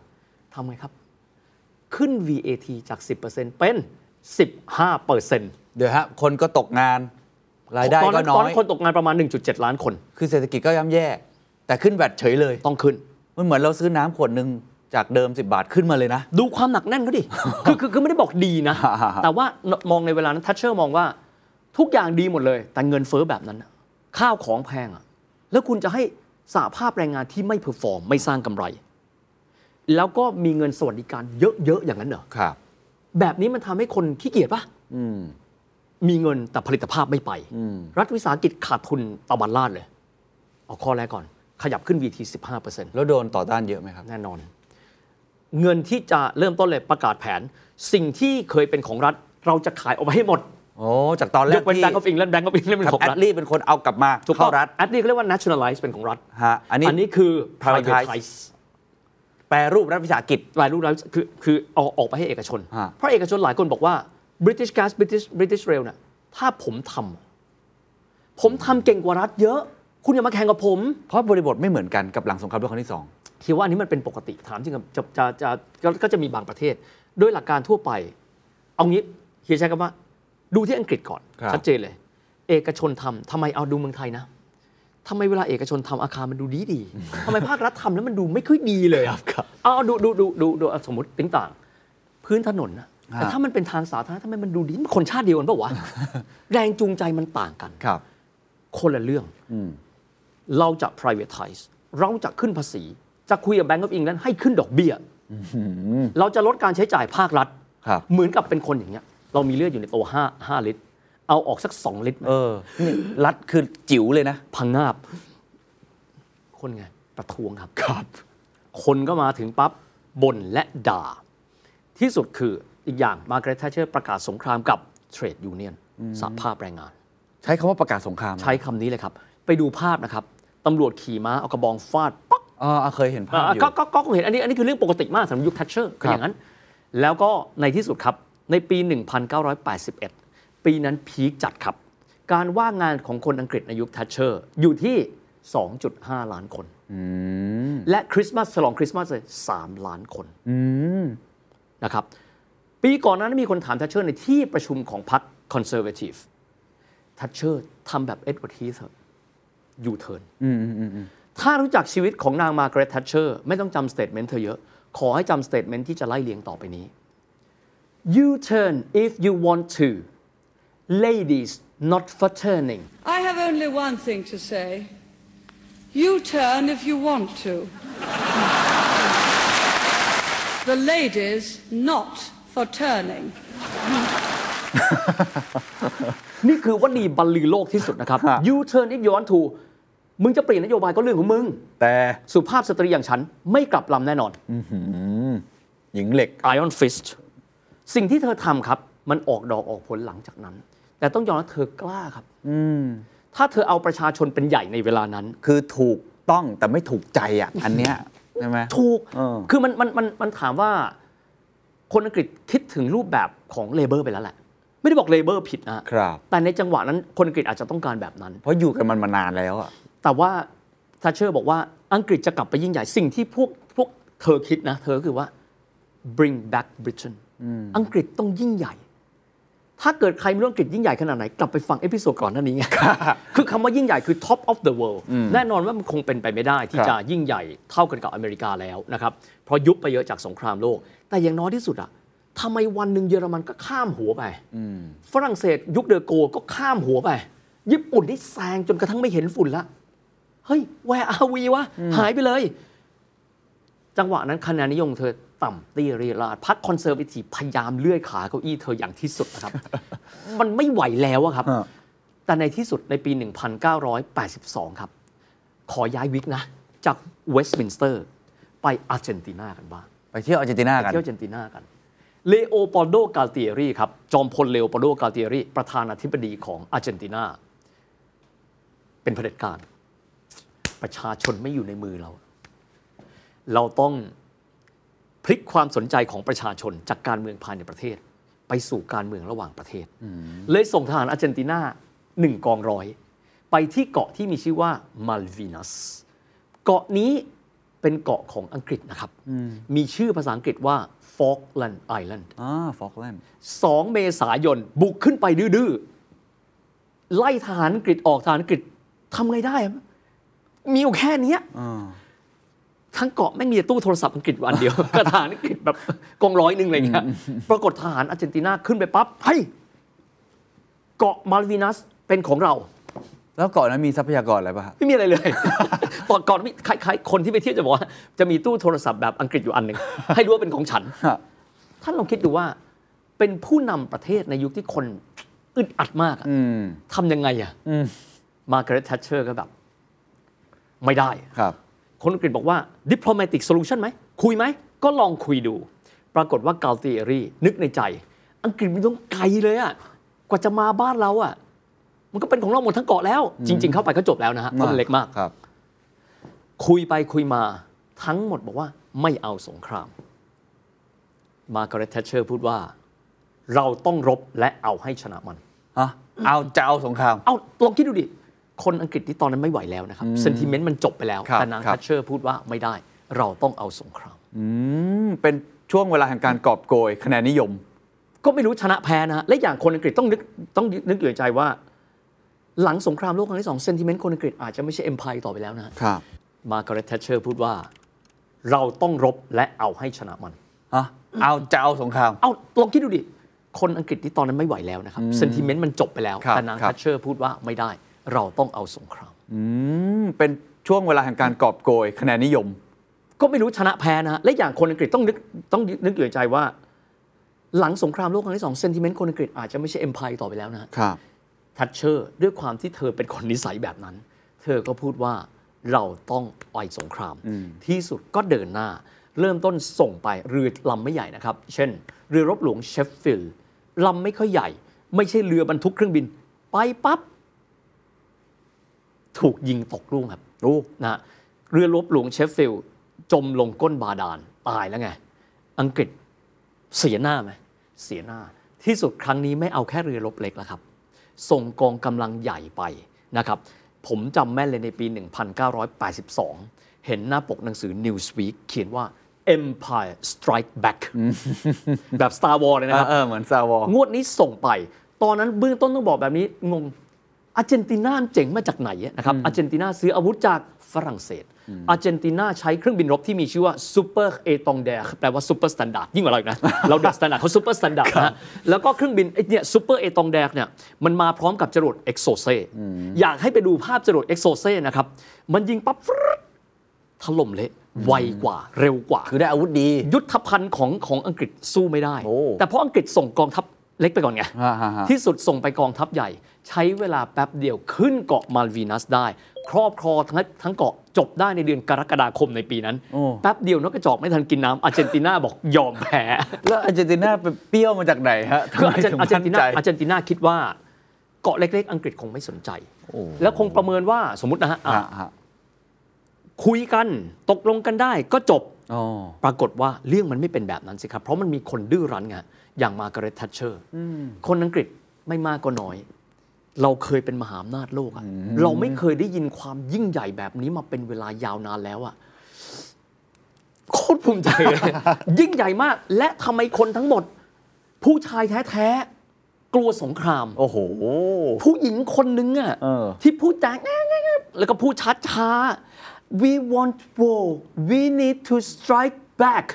ทำไงครับ ขึ้น VAT จาก 10%เป็น 15%
เดี๋ยวฮะคนก็ตกงาน รายได้
ตอน
ก็
นั้น
น้
ต
อ
อน
ย
นั้นคนตกงานประมาณ 1.7 ล้านคน
คือเศรษฐกิจก็ย่ำแย่ แต่ขึ้นแวดเฉยเลย
ต้องขึ้น
มันเหมือนเราซื้อน้ำขวดหนึ่งจากเดิม 10 บาทขึ้นมาเลยนะ
ดูความหนักแน่นก็ดิ <laughs> คือคือคือไม่ได้บอกดี
<laughs>
นะ แต่ว่ามองในเวลานั้นทัชเชอร์มองว่าทุกอย่างดีหมดเลย แต่เงินเฟ้อแบบนั้นน่ะข้าวของแพงอะแล้วคุณจะให้สหภาพแรงงานที่ไม่เพอร์ฟอร์ม ไม่สร้างกำไร แล้วก็มีเงินสวัสดิการเยอะ ๆ อย่างนั้นเหรอ
ครับ
แบบนี้มันทำให้คนขี้เกียจปะ
อืม
มีเงินแต่ผลิตภาพไม่ไป
อืม
รัฐวิสาหกิจขาดทุนตะวันลาดเลย เอาข้อแรกก่อน ขยับขึ้น VT 15%
แล้วโดนต่อต้านเยอะไหมครับ
แน่นอน เงินที่จะเริ่มต้นเลยประกาศแผน สิ่งที่เคยเป็นของรัฐ เราจะขายออกไปให้หมด
โอ้ จากตอนแร
ย
ก
กเป็น
ที่
แบงก์ออฟอิงแลนด์แบงก์ออฟอิงแลนด์เป็นของ
แอ
รั
ด
ฐ
ลี่เป็นคนเอากลับมาเข้ารัฐ
แอดนี่เขาเรียกว่า nationalize เป็นของรัฐ
ฮะ อันนี้
อันนี้คือ
privatize
privatize
แปรรูปรัฐวิสาหกิจ
รายรูปแล้วคือคือเอาออกไปให้เอกชน
ฮะ
เพราะเอกชนหลายคนบอกว่า British Gas British British Rail เนี่ยถ้าผมทำผมทำเก่งกว่ารัฐเยอะ คุณอย่ามาแข่งกับผม
เพราะบริบทไม่เหมือนกันกับหลังสงครามโลกครั้งที่สอง
คิดว่าอันนี้มันเป็นปกติถามจริงๆจะจะจะก็ก็จะมีบางประเทศ โด้วยหลักการทั่วไป เอางี้เฮียใช้คำว่า ดูที่อังกฤษก่อน
ครับ
ชัดเจนเลย เอกชนทำทำไมเอาดูเมืองไทยนะทำไมเวลาเอกชนทำอาคารมันดูดีดีๆ ทำไมภาครัฐทำแล้วมันดูไม่ค่อยดีเลยครับเอาเอาดูดูดูดูดูเอาสมมติติ้งต่าง พื้นถนนนะแต่ถ้ามันเป็นทางสาธารณะทำไมมันดูดีมันคนชาติเดียวกันเป <laughs> ล่าวะ แรงจูงใจมันต่างกัน
ครับ
คนละเรื่อง
อืม
เราจะ privatize เราจะขึ้นภาษี จะคุยกับ Bank of England ให้ขึ้นดอกเบี้ย เราจะลดการใช้จ่ายภาครัฐ
ครับ
เหมือนกับเป็นคนอย่างเงี้ย เรามีเลือดอยู่ในตัว5 5 ลิตร เอาออกสัก 2 ลิตรไหม
เออ นี่รัฐคือจิ๋วเลยนะ
พังงาบ คนไง ประท้วงครับ ครับ คนก็มาถึงปั๊บบ่นและด่า ที่สุดคืออีกอย่างมาเกร t ท a เชอร์ประกาศสงครามกับเทรดยูเนียนสหภาพแรงงาน
ใช้คำว่าประกาศสงคราม
ใช้คำนี้เลยครับ ไปดูภาพนะครับตำรวจขี่ม้าเอากระบองฟาดปัก
อ๋ออ่ะเคยเห็นภาพ
อ่า
อยู่
ก็ก็ก็คงเห็นอันนี้อันนี้คือเรื่องปกติมากสำหรับยุคทัชเชอร์เป็นอย่างนั้น แล้วก็ในที่สุดครับในปี 1981 ปีนั้นพีคจัดครับ การว่างงานของคนอังกฤษในยุคทัชเชอร์อยู่ที่ 2.5 ล้านคน และคริสต์มาสฉลองคริสต์มาสเลย3 ล้านคนนะครับปีก่อนหนานั้นมีคนถามทัชเชอร์ในที่ประชุมของพรรคคอนเซอร์เวทีฟทัชเชอร์ทำแบบเอ็ดเวิร์ดฮีสยูเทิร์น ถ้ารู้จักชีวิตของนางมาร์กาเร็ตทัชเชอร์ไม่ต้องจำสเตทเมนต์เธอเยอะ ขอให้จำสเตทเมนต์ที่จะไล่เลียงต่อไปนี้ you turn if you want to ladies not for turning
I have only one thing to say. You turn if you want to. the ladies not for turning.
นี่คือวลีบรรลือโลกที่สุดนะครับ
ฮะ
you turn if you want to มึงจะเปลี่ยนนโยบายก็เรื่องของมึง
แต่
สุภาพสตรีอย่างฉันไม่กลับลำแน่นอน
หญิงเหล็ก
Iron Fist สิ่งที่เธอทำครับ มันออกดอกออกผลหลังจากนั้น แต่ต้องยอมรับเธอกล้าครับถ้าเธอเอาประชาชนเป็นใหญ่ในเวลานั้น
คือถูกต้องแต่ไม่ถูกใจอ่ะ อันเนี้ย <laughs> ใช่ไหม
ถูก
เออ
คือมันมันมันมันถามว่า คนอังกฤษคิดถึงรูปแบบของเลเบอร์ไปแล้วแหละ ไม่ได้บอกเลเบอร์ผิดนะฮะ
ครับ
แต่ในจังหวะนั้นคนอังกฤษอาจจะต้องการแบบนั้น
เพราะอยู่กันมันมานานแล้วอ่ะ
แต่ว่าทัชเชอร์บอกว่าอังกฤษจะกลับไปยิ่งใหญ่ สิ่งที่พวกพวกเธอคิดนะ เธอก็คือว่า bring back Britain อังกฤษต้องยิ่งใหญ่ ถ้าเกิดใครไม่รู้อังกฤษยิ่งใหญ่ขนาดไหน กลับไปฟังเอพิโซดก่อนหน้า <laughs> นี้ไงคือคำว่ายิ่งใหญ่คือ top of the world แน่นอนว่ามันคงเป็นไปไม่ได้ ที่
ครับ
จะยิ่งใหญ่เท่ากันกับอเมริกาแล้วนะครับ เพราะยุบไปเยอะจากสงครามโลก แต่อย่างน้อยที่สุดอะทำไมวันหนึ่งเยอรมันก็ข้ามหัวไป ฝรั่งเศสยุคเดอโกก็ข้ามหัวไป ญี่ปุ่นนี่แซงจนกระทั่งไม่เห็นฝุ่นละ เฮ้ยแวร์อาวีวะ หายไปเลย จังหวะนั้นคะแนนนิยมเธอต่ำเตี้ยเรียราดพักคอนเซอร์วทีฟพยายามเลื่อยขาเก้าอี้เธออย่างที่สุดนะครับ
<laughs>
มันไม่ไหวแล้วอะครับ
ฮะ
แต่ในที่สุดในปี 1982 ครับ ขอย้ายวิกนะ จากเวสต์มินสเตอร์ ไปอาร์เจนตินากันบ้าง
ไปเที่ยวอาร์เจนตินา
ไป
กัน
เที่ยวอาร์เจนตินากัน เลโอปอลโด กาลเตียรีครับ จอมพลเลโอปอลโด กาลเตียรี ประธานาธิบดีของอาร์เจนตินา เป็นเผด็จการ ประชาชนไม่อยู่ในมือเรา เราต้องพลิกความสนใจของประชาชนจากการเมืองภายในประเทศ ไปสู่การเมืองระหว่างประเทศ เลยส่งทหารอาร์เจนตินาหนึ่งกองร้อย ไปที่เกาะที่มีชื่อว่ามัลวีนัสเกาะนี้เป็นเกาะของอังกฤษนะครับ มีชื่อภาษาอังกฤษว่า Falkland Island
อ่าฟอกแลนด์
2 เมษายน บุกขึ้นไปดื้อๆ ไล่ทหารอังกฤษออกทหารอังกฤษทำไงได้อะมีอยู่แค่เนี้ยทั้งเกาะไม่งมีแต่ตู้โทรศัพท์อังกฤษอยู่อันเดียว <laughs> กระฐานอังกฤษแบบกองร้อยหนึ่งอะไรเงี้ย <laughs> ปรากฏทหารอาร์เจนตินาขึ้นไปปั๊บเฮ้ยเกาะมาลวีนัสเป็นของเรา
แล้วเกาะนั้นมีทรัพยากรอะไรป่ะฮะ
ไม่มีอะไรเลย <laughs> ตอนก่อนมีคล้ายๆ คนที่ไปเที่ยวจะบอกว่า จะมีตู้โทรศัพท์แบบอังกฤษอยู่อันหนึ่ง <laughs> ให้รู้ว่าเป็นของฉัน
ฮะ
ท่านลองคิดดูว่า เป็นผู้นำประเทศในยุคที่คนอึดอัดมากอะ
อืม
ทำยังไงอะ
อืม
มาร์กาเร็ตแทชเชอร์ก็แบบ ไม่ได้อะ
ครับ
คนอังกฤษบอกว่า diplomatic solution ไหม คุยไหม ก็ลองคุยดู ปรากฏว่าเกาติเอรีนึกในใจ อังกฤษมันต้องไกลเลยอะกว่าจะมาบ้านเราอะมันก็เป็นของเราหมดทั้งเกาะแล้ว จริง ๆ เข้าไปก็จบแล้วนะฮะเพราะมันเล็กมาก
ครับ
คุยไปคุยมาทั้งหมดบอกว่าไม่เอาสงคราม มาร์กาเร็ตแทชเชอร์พูดว่า เราต้องรบและเอาให้ชนะมัน
ฮะ เอาจะเอาสงคราม
เอาลองคิดดูดิ คนอังกฤษที่ตอนนั้นไม่ไหวแล้วนะครับเซนติเมนต์มันจบไปแล้ว
ครับ
แต่นาง
ครั
แท
บ
ชเชอร์พูดว่าไม่ได้ เราต้องเอาสงคราม
อืม เป็นช่วงเวลาแห่งการกอบโกยคะแนนนิยม
ก็ไม่รู้ชนะแพ้นะฮะและอย่างคนอังกฤษต้องนึกต้องนึกอยู่ในใจว่า หลังสงครามโลกครั้งที่สองเซนติเมนต์คนอังกฤษอาจจะไม่ใช่เอ็มพายต่อไปแล้วนะฮะ
ครับ
มาร์กาเร็ตแทชเชอร์พูดว่า เราต้องรบและเอาให้ชนะมัน
ฮะ เอาจะเอาสงคราม
เอาลองคิดดูดิ คนอังกฤษที่ตอนนั้นไม่ไหวแล้วนะครับเซนติเมนต์มันจบไปแล้ว
ครับ
แต่นาง
ครั
ทั
บ
ชเชอร์พูดว่าไม่ได้ เราต้องเอาสงคราม
อืม เป็นช่วงเวลาแห่งการกอบโกยคะแนนนิยม
ก็ไม่รู้ชนะแพ้นะฮะและอย่างคนอังกฤษต้องนึกต้องนึกอยู่ในใจว่า หลังสงครามโลกครั้งที่สองเซนติเมนต์คนอังกฤษอาจจะไม่ใช่เอ็มพายต่อไปแล้วนะฮะ
ครับ
ทัชเชอร์ด้วยความที่เธอเป็นคนนิสัยแบบนั้น เธอก็พูดว่าเราต้องอ่อยสงคราม ที่สุดก็เดินหน้า เริ่มต้นส่งไปเรือลำไม่ใหญ่นะครับ เช่น เรือรบหลวงเชฟฟิลด์ลำไม่ค่อยใหญ่ ไม่ใช่เรือบรรทุกเครื่องบิน ไปปั๊บ ถูกยิงตกลูกครับ
โอ้
นะฮะเรือรบหลวงเชฟฟิลด์จมลงก้นบาดาลตายแล้วไง อังกฤษเสียหน้าไหมเสียหน้า ที่สุดครั้งนี้ไม่เอาแค่เรือรบเล็กแล้วครับ ส่งกองกำลังใหญ่ไปนะครับ ผมจำแม่นเลยในปี 1982 เห็นหน้าปกหนังสือ Newsweek เขียนว่า Empire Strike Back แบบ Star Wars เลย
เอ
นะค
อ
รับ
เออเหมือนซาวอ
งวดนี้ส่งไป ตอนนั้นเบื้องต้นต้องบอกแบบนี้ งง อาร์เจนตินาเจ๋งมาจากไหนอะนะครับ อาร์เจนตินาซื้ออาวุธจากฝรั่งเศส อาร์เจนตินาใช้เครื่องบินรบที่มีชื่อว่าซูเปอร์เอตองแดแปลว่าซูเปอร์สแตนดาร์ดยิ่งกว่าเราอีกนะ เราเดอะสแตนดาร์ดเขาซูเปอร์สแตนดาร์ดนะฮะแล้วก็เครื่องบินไอ้เนี่ยซูเปอร์เอตองแดเนี่ยมันมาพร้อมกับจรวดเอ็กโซเซอยากให้ไปดูภาพจรวดเอ็กโซเซนะครับมันยิงปั๊บฟรึ๊ดถล่มเละไวกว่าเร็วกว่า
คือได้อาวุธดี
ยุทธภัณฑ์ของของอังกฤษสู้ไม่ได้
โอ้
แต่เพราะอังกฤษส่งกองทัพเล็กไปก่อนไง
อ่าฮะฮะ
ที่สุดส่งไปกองทัพใหญ่ ใช้เวลาแป๊บเดียวขึ้นเกาะมาลวีนัสได้ ครอบครองทั้งทั้งเกาะจบได้ในเดือนกรกฎาคมในปีนั้น
โอ้
แป๊บเดียวนกกระจอกไม่ทันกินน้ำอาร์เจนตินาบอกยอมแพ้
แล้วอาร์เจนตินาไปเปรี้ยวมาจากไหนฮะทำ
คือ
ไม
อาร์เจน
ถึง
อาร์เจน
มั่น
ตินา
ใจ
อาร์เจนตินาคิดว่าเกาะเล็ก ๆ อังกฤษคงไม่สนใจ แล้วคงประเมินว่าสมมตินะฮะอ่ะ
ฮะฮะ
คุยกันตกลงกันได้ก็จบ
อ๋อ
ปรากฏว่าเรื่องมันไม่เป็นแบบนั้นสิครับ เพราะมันมีคนดื้อรั้นไงอย่างมาร์กาเร็ตทัชเชอร์คนอังกฤษไม่มากก็น้อย เราเคยเป็นมหาอำนาจโลกอะเราไม่เคยได้ยินความยิ่งใหญ่แบบนี้มาเป็นเวลายาวนานแล้วอะโคตรภูมิใจเลย
<laughs>
ยิ่งใหญ่มาก และทำไมคนทั้งหมด ผู้ชายแท้ๆ กลัวสงคราม
โอ้โห
ผู้หญิงคนนึงอะ
เออ
ที่พูดจาแง่ๆๆแล้วก็พูดช้าช้าๆ we want war we need to strike back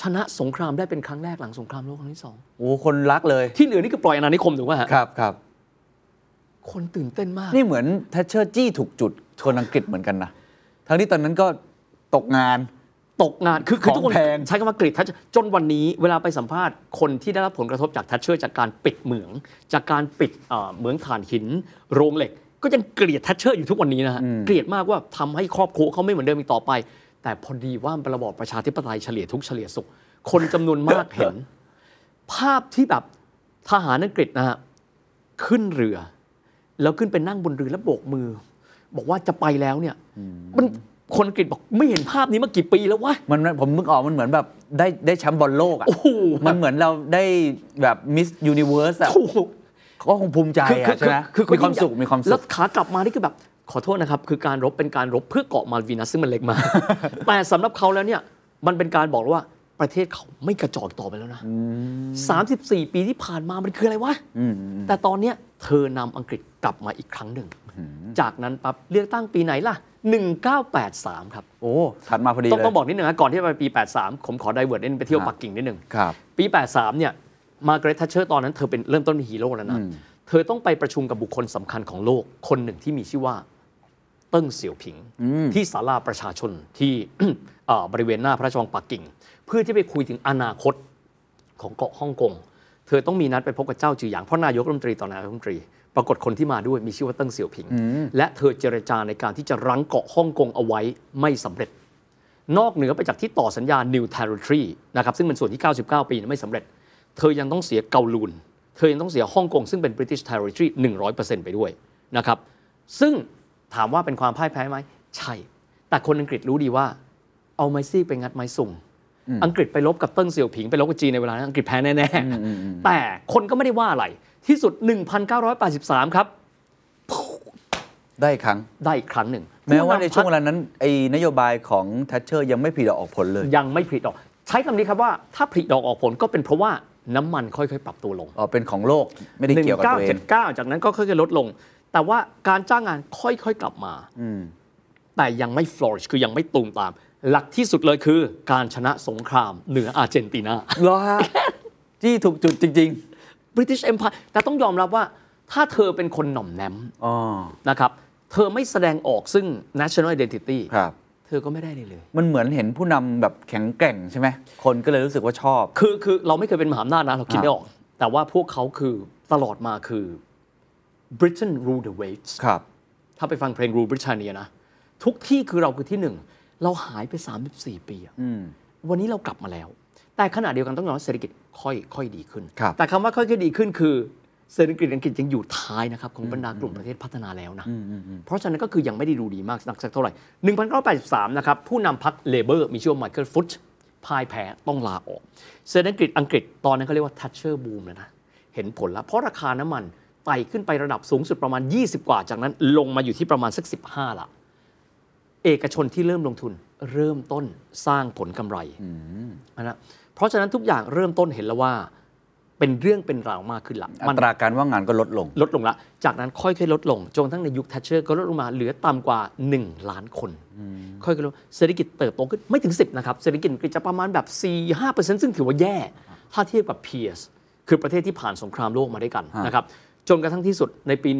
ชนะสงครามได้เป็นครั้งแรกหลังสงครามโลกครั้งที่สอง
โอ้โหคนรักเลย
ที่เหลือนี่คือปล่อยอาณานิคมถูกไหมฮะ
ครับครับ
คนตื่นเต้นมาก
นี่เหมือนแทชเชอร์จี้ถูกจุดคนอังกฤษเหมือนกันนะ ทั้งที่ตอนนั้นก็ตกงาน
ตกงานคือคือทุกค
ขอ
น
งแพง
ใช้คำว่ากรีดทัชจนวันนี้เวลาไปสัมภาษณ์คนที่ได้รับผลกระทบจากทัชเชอร์จากการปิดเหมือง จากการปิดเอ่อเหมืองถ่านหิน โรงเหล็ก ก็ยังเกลียดทัชเชอร์อยู่ทุกวันนี้นะฮะเกลียดมากว่าทำให้ครอบครัวเขาไม่เหมือนเดิมอีกต่อไป แต่พอดีว่ามันเป็นระบอบประชาธิปไตยเฉลี่ยทุกข์เฉลี่ยสุข คนจำนวนมากเห็น ภาพที่แบบทหารอังกฤษนะฮะขึ้นเรือ แล้วขึ้นไปนั่งบนเรือแล้วโบกมือ บอกว่าจะไปแล้วเนี่ย มันคนอังกฤษบอกไม่เห็นภาพนี้มากี่ปีแล้ววะ
มันผมนึกออกมันเหมือนแบบได้ได้แชมป์บอลโลกอะ
โอ้โห
มันเหมือนเราได้แบบมิสยูนิเวิร์สอะ
ถูก
ก็คงภูมิใจอะใช่ไหม
คือ
มีความสุขมีความ
แล้
สุ
ว
ข
ขากลับมานี่คือแบบ ขอโทษนะครับ คือการรบเป็นการรบเพื่อเกาะมาลวีนัสซึ่งมันเล็กมาก แต่สำหรับเขาแล้วเนี่ย มันเป็นการบอกว่าประเทศเขาไม่กระจอกต่อไปแล้วนะ 34 ปีที่ผ่านมามันคืออะไรวะ แต่ตอนเนี้ยเธอนำอังกฤษกลับมาอีกครั้งหนึ่ง จากนั้นปั๊บเลือกตั้งปีไหนล่ะ 1983 ครับ
โอ้ถัดมาพอดี
ต้อง
เลย
ต้องบอกนิดนึงนะก่อนที่จะไปปี 83 ผมขอไดเวิร์ดเล่นไปเที่ยว
ครับ
ปักกิ่งนิดนึง
ครับ
ปี 83 เนี่ย มาเกร t ทัชเชอร์ตอนนั้นเธอเป็นเริ่มต้นเป็นฮีโร่แล้วนะ เธอต้องไปประชุมกับบุคคลสำคัญของโลก คนหนึ่งที่มีชื่อว่า เติ้งเสี่ยวผิง ที่ศาลาประชาชนที่ <clears throat> เอ่อบริเวณหน้าพระราชวังปักกิ่ง เพื่อที่ไปคุยถึงอนาคตของเกาะฮ่องกง เธอต้องมีนัดไปพบกับเจ้าจือหยางเพราะนายกรัฐมนตรีตอนนายกรัฐมนตรี ปรากฏคนที่มาด้วยมีชื่อว่าเติ้งเสี่ยวผิง และเธอเจรจาในการที่จะรั้งเกาะฮ่องกงเอาไว้ไม่สำเร็จ นอกเหนือไปจากที่ต่อสัญญา New Territory นะครับซึ่งเป็นส่วนที่ 99 ปีไม่สำเร็จ เธอยังต้องเสียเกาลูน เธอยังต้องเสียฮ่องกงซึ่งเป็น British Territory 100%ไปด้วยนะครับ ซึ่งถามว่าเป็นความพ่ายแพ้ไหม ใช่ แต่คนอังกฤษรู้ดีว่า เอาไม้ซี่ไปงัดไม้สุ่มอังกฤษไปลบกับเติ้งเสี่ยวผิง ไปลบกับจีนในเวลานั้นอังกฤษแพ้แน่ๆ แต่คนก็ไม่ได้ว่าอะไรที่สุด 1983 ครับ
ได้อีกครั้ง
ได้อีกครั้งหนึ่ง
แม้ว่าในช่วงเวลานั้นไอ้นโยบายของทัชเชอร์ยังไม่ผลิดออกผลเลย
ยังไม่ผลิดอก ใช้คำนี้ครับว่าถ้าผลิดอกออกผลก็เป็นเพราะว่าน้ำมันค่อยๆ ปรับตัวลง
อ๋อ เป็นของโลกไม่ได้เกี่ยวกับตัวเอง
1979 จากนั้นก็ค่อยๆ ลดลง แต่ว่าการจ้างงานค่อยๆ กลับมา แต่ยังไม่ flourish คือยังไม่ตูมตาม หลักที่สุดเลยคือการชนะสงครามเหนืออาร์เจนตินา
เหรอฮะ จี้ถูกจุดจริง
British Empire แต่ต้องยอมรับว่าถ้าเธอเป็นคนหน่อมแนม
ๆ อ๋อ
นะครับ เธอไม่แสดงออกซึ่ง national identity
ครับ
เธอก็ไม่ได้เลยเลย
มันเหมือนเห็นผู้นำแบบแข็งแกร่งใช่ไหม คนก็เลยรู้สึกว่าชอบ
คือคือเราไม่เคยเป็นมหาอำนาจนะ เราคิด
อ่ะ
ไม่ออก แต่ว่าพวกเขาคือตลอดมาคือ Britain rule the waves
ครับ
ถ้าไปฟังเพลง Rule Britannia นะ ทุกที่คือเราคือที่หนึ่ง เราหายไป 34 ปีอะวันนี้เรากลับมาแล้ว แต่ขณะเดียวกันต้องยอมรับเศรษฐกิจค่อยค่อยดีขึ้น
ครับ
แต่คำว่าค่อยค่อยดีขึ้นคือเศรษฐกิจอังกฤษยังอยู่ท้ายนะครับ ของบรรดากลุ่มประเทศพัฒนาแล้วนะ เพราะฉะนั้นก็คือยังไม่ได้ดูดีมากนักสักเท่าไหร่ 1983 นะครับ ผู้นำพรรคเลเบอร์มีชื่อว่าไมเคิลฟุตพ่ายแพ้ต้องลาออก เศรษฐกิจอังกฤษตอนนั้นเขาเรียกว่าทัชเชอร์บูมแล้วนะ เห็นผลแล้วเพราะราคาน้ำมันไต่ขึ้นไประดับสูงสุดประมาณ 20 กว่า จากนั้นลงมาอยู่ที่ประมาณสัก 15 ละ เอกชนที่เริ่มลงทุนเริ่มต้นสร้างผลกำไรนะเพราะฉะนั้นทุกอย่างเริ่มต้นเห็นแล้วว่าเป็นเรื่องเป็นราวมากขึ้นละ
อั
มัน
ตราการว่างงานก็ลดลง
ลดลงละ จากนั้นค่อยๆ ลดลง จนกระทั้งในยุคทัชเชอร์ก็ลดลงมาเหลือต่ำกว่า 1 ล้านคน ค่อยๆลดเศรษฐกิจเติบโตขึ้นไม่ถึง 10 นะครับ เศรษฐกิจอังกฤษจะประมาณแบบ 4-5%ซึ่งถือว่าแย่ ถ้าเทียบกับเพียสคือประเทศที่ผ่านสงครามโลกมาด้วยกันนะครับ จนกระทั่งที่สุดในปี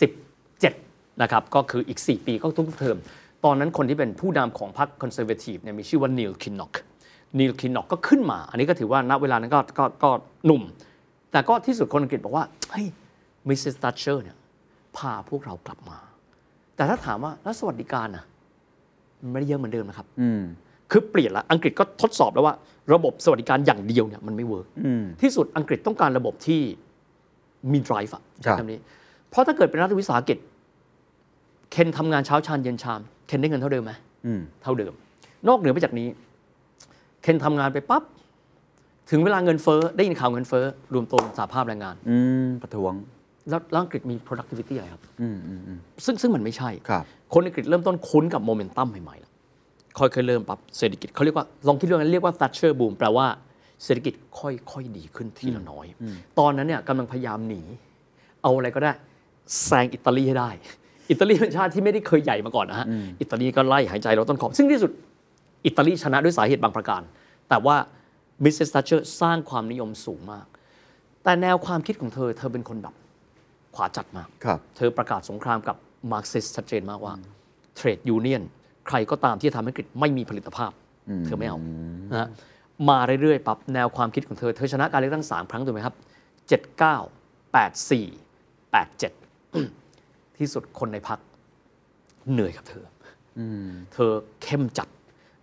1987 นะครับ ก็คืออีก 4 ปีก็ทุกเทอม ตอนนั้นคนที่เป็นผู้นำของพรรคคอนเซอร์เวทีฟเนี่ยมีชื่อว่านีลคินน็อกนีลคินน็อกก็ขึ้นมา อันนี้ก็ถือว่าณเวลานั้นก็ก็ก็หนุ่ม แต่ก็ที่สุดคนอังกฤษบอกว่า เฮ้ย มิสซิสตัชเชอร์เนี่ย พาพวกเรากลับมา แต่ถ้าถามว่า แล้วสวัสดิการนะมันไม่ได้เยอะเหมือนเดิมนะครับ คือเปลี่ยนละ อังกฤษก็ทดสอบแล้วว่า ระบบสวัสดิการอย่างเดียวเนี่ยมันไม่เวิร์กที่สุดอังกฤษต้องการระบบที่มี drive อะใช้
ครับ
คำนี้ เพราะถ้าเกิดเป็นรัฐวิสาหกิจ เคนทำงานเช้าชามเย็นชาม เคนได้เงินเท่าเดิมไหมเท่าเดิม นอกเหนือไปจากนี้ เคนทำงานไปปั๊บ ถึงเวลาเงินเฟ้อได้ยินข่าวเงินเฟ้อรวมตัวสหภาพแรงงาน
อืม ประท้วง
แล้วแล้วอังกฤษมี productivity อะไรครับซึ่งซึ่งมันไม่ใช่
ครับ
คนอังกฤษเริ่มต้นคุ้นกับโมเมนตัมใหม่ๆแล้วค่อยๆเริ่มปรับเศรษฐกิจเขาเรียกว่า ลองคิดเรื่องนั้นเรียกว่า Thatcher Boom แปลว่าเศรษฐกิจค่อยๆ ดีขึ้นทีละน้อย ตอนนั้นเนี่ยกำลังพยายามหนี เอาอะไรก็ได้แซงอิตาลีให้ได้ อิตาลีเป็นชาติที่ไม่ได้เคยใหญ่มาก่อนนะฮะ อิตาลีก็ไล่หายใจเราต้นขอบ ซึ่งที่สุด อิตาลีชนะด้วยสาเหตุบางประการ แต่ว่ามิสเซสทัชเชอร์สร้างความนิยมสูงมาก แต่แนวความคิดของเธอ เธอเป็นคนแบบขวาจัดมาก
ครับ
เธอประกาศสงครามกับมาร์กซิสชัดเจนมากว่าเทรดยูเนียนใครก็ตามที่ทำให้อังกฤษไม่มีผลิตภาพ เธอไม่เอานะฮะมาเรื่อยๆปั๊บแนวความคิดของเธอ เธอชนะการเลือกตั้ง 3 ครั้งถูกไหมครับ 79 84 87 ที่สุดคนในพักเหนื่อยกับเธออเธอเข้มจัด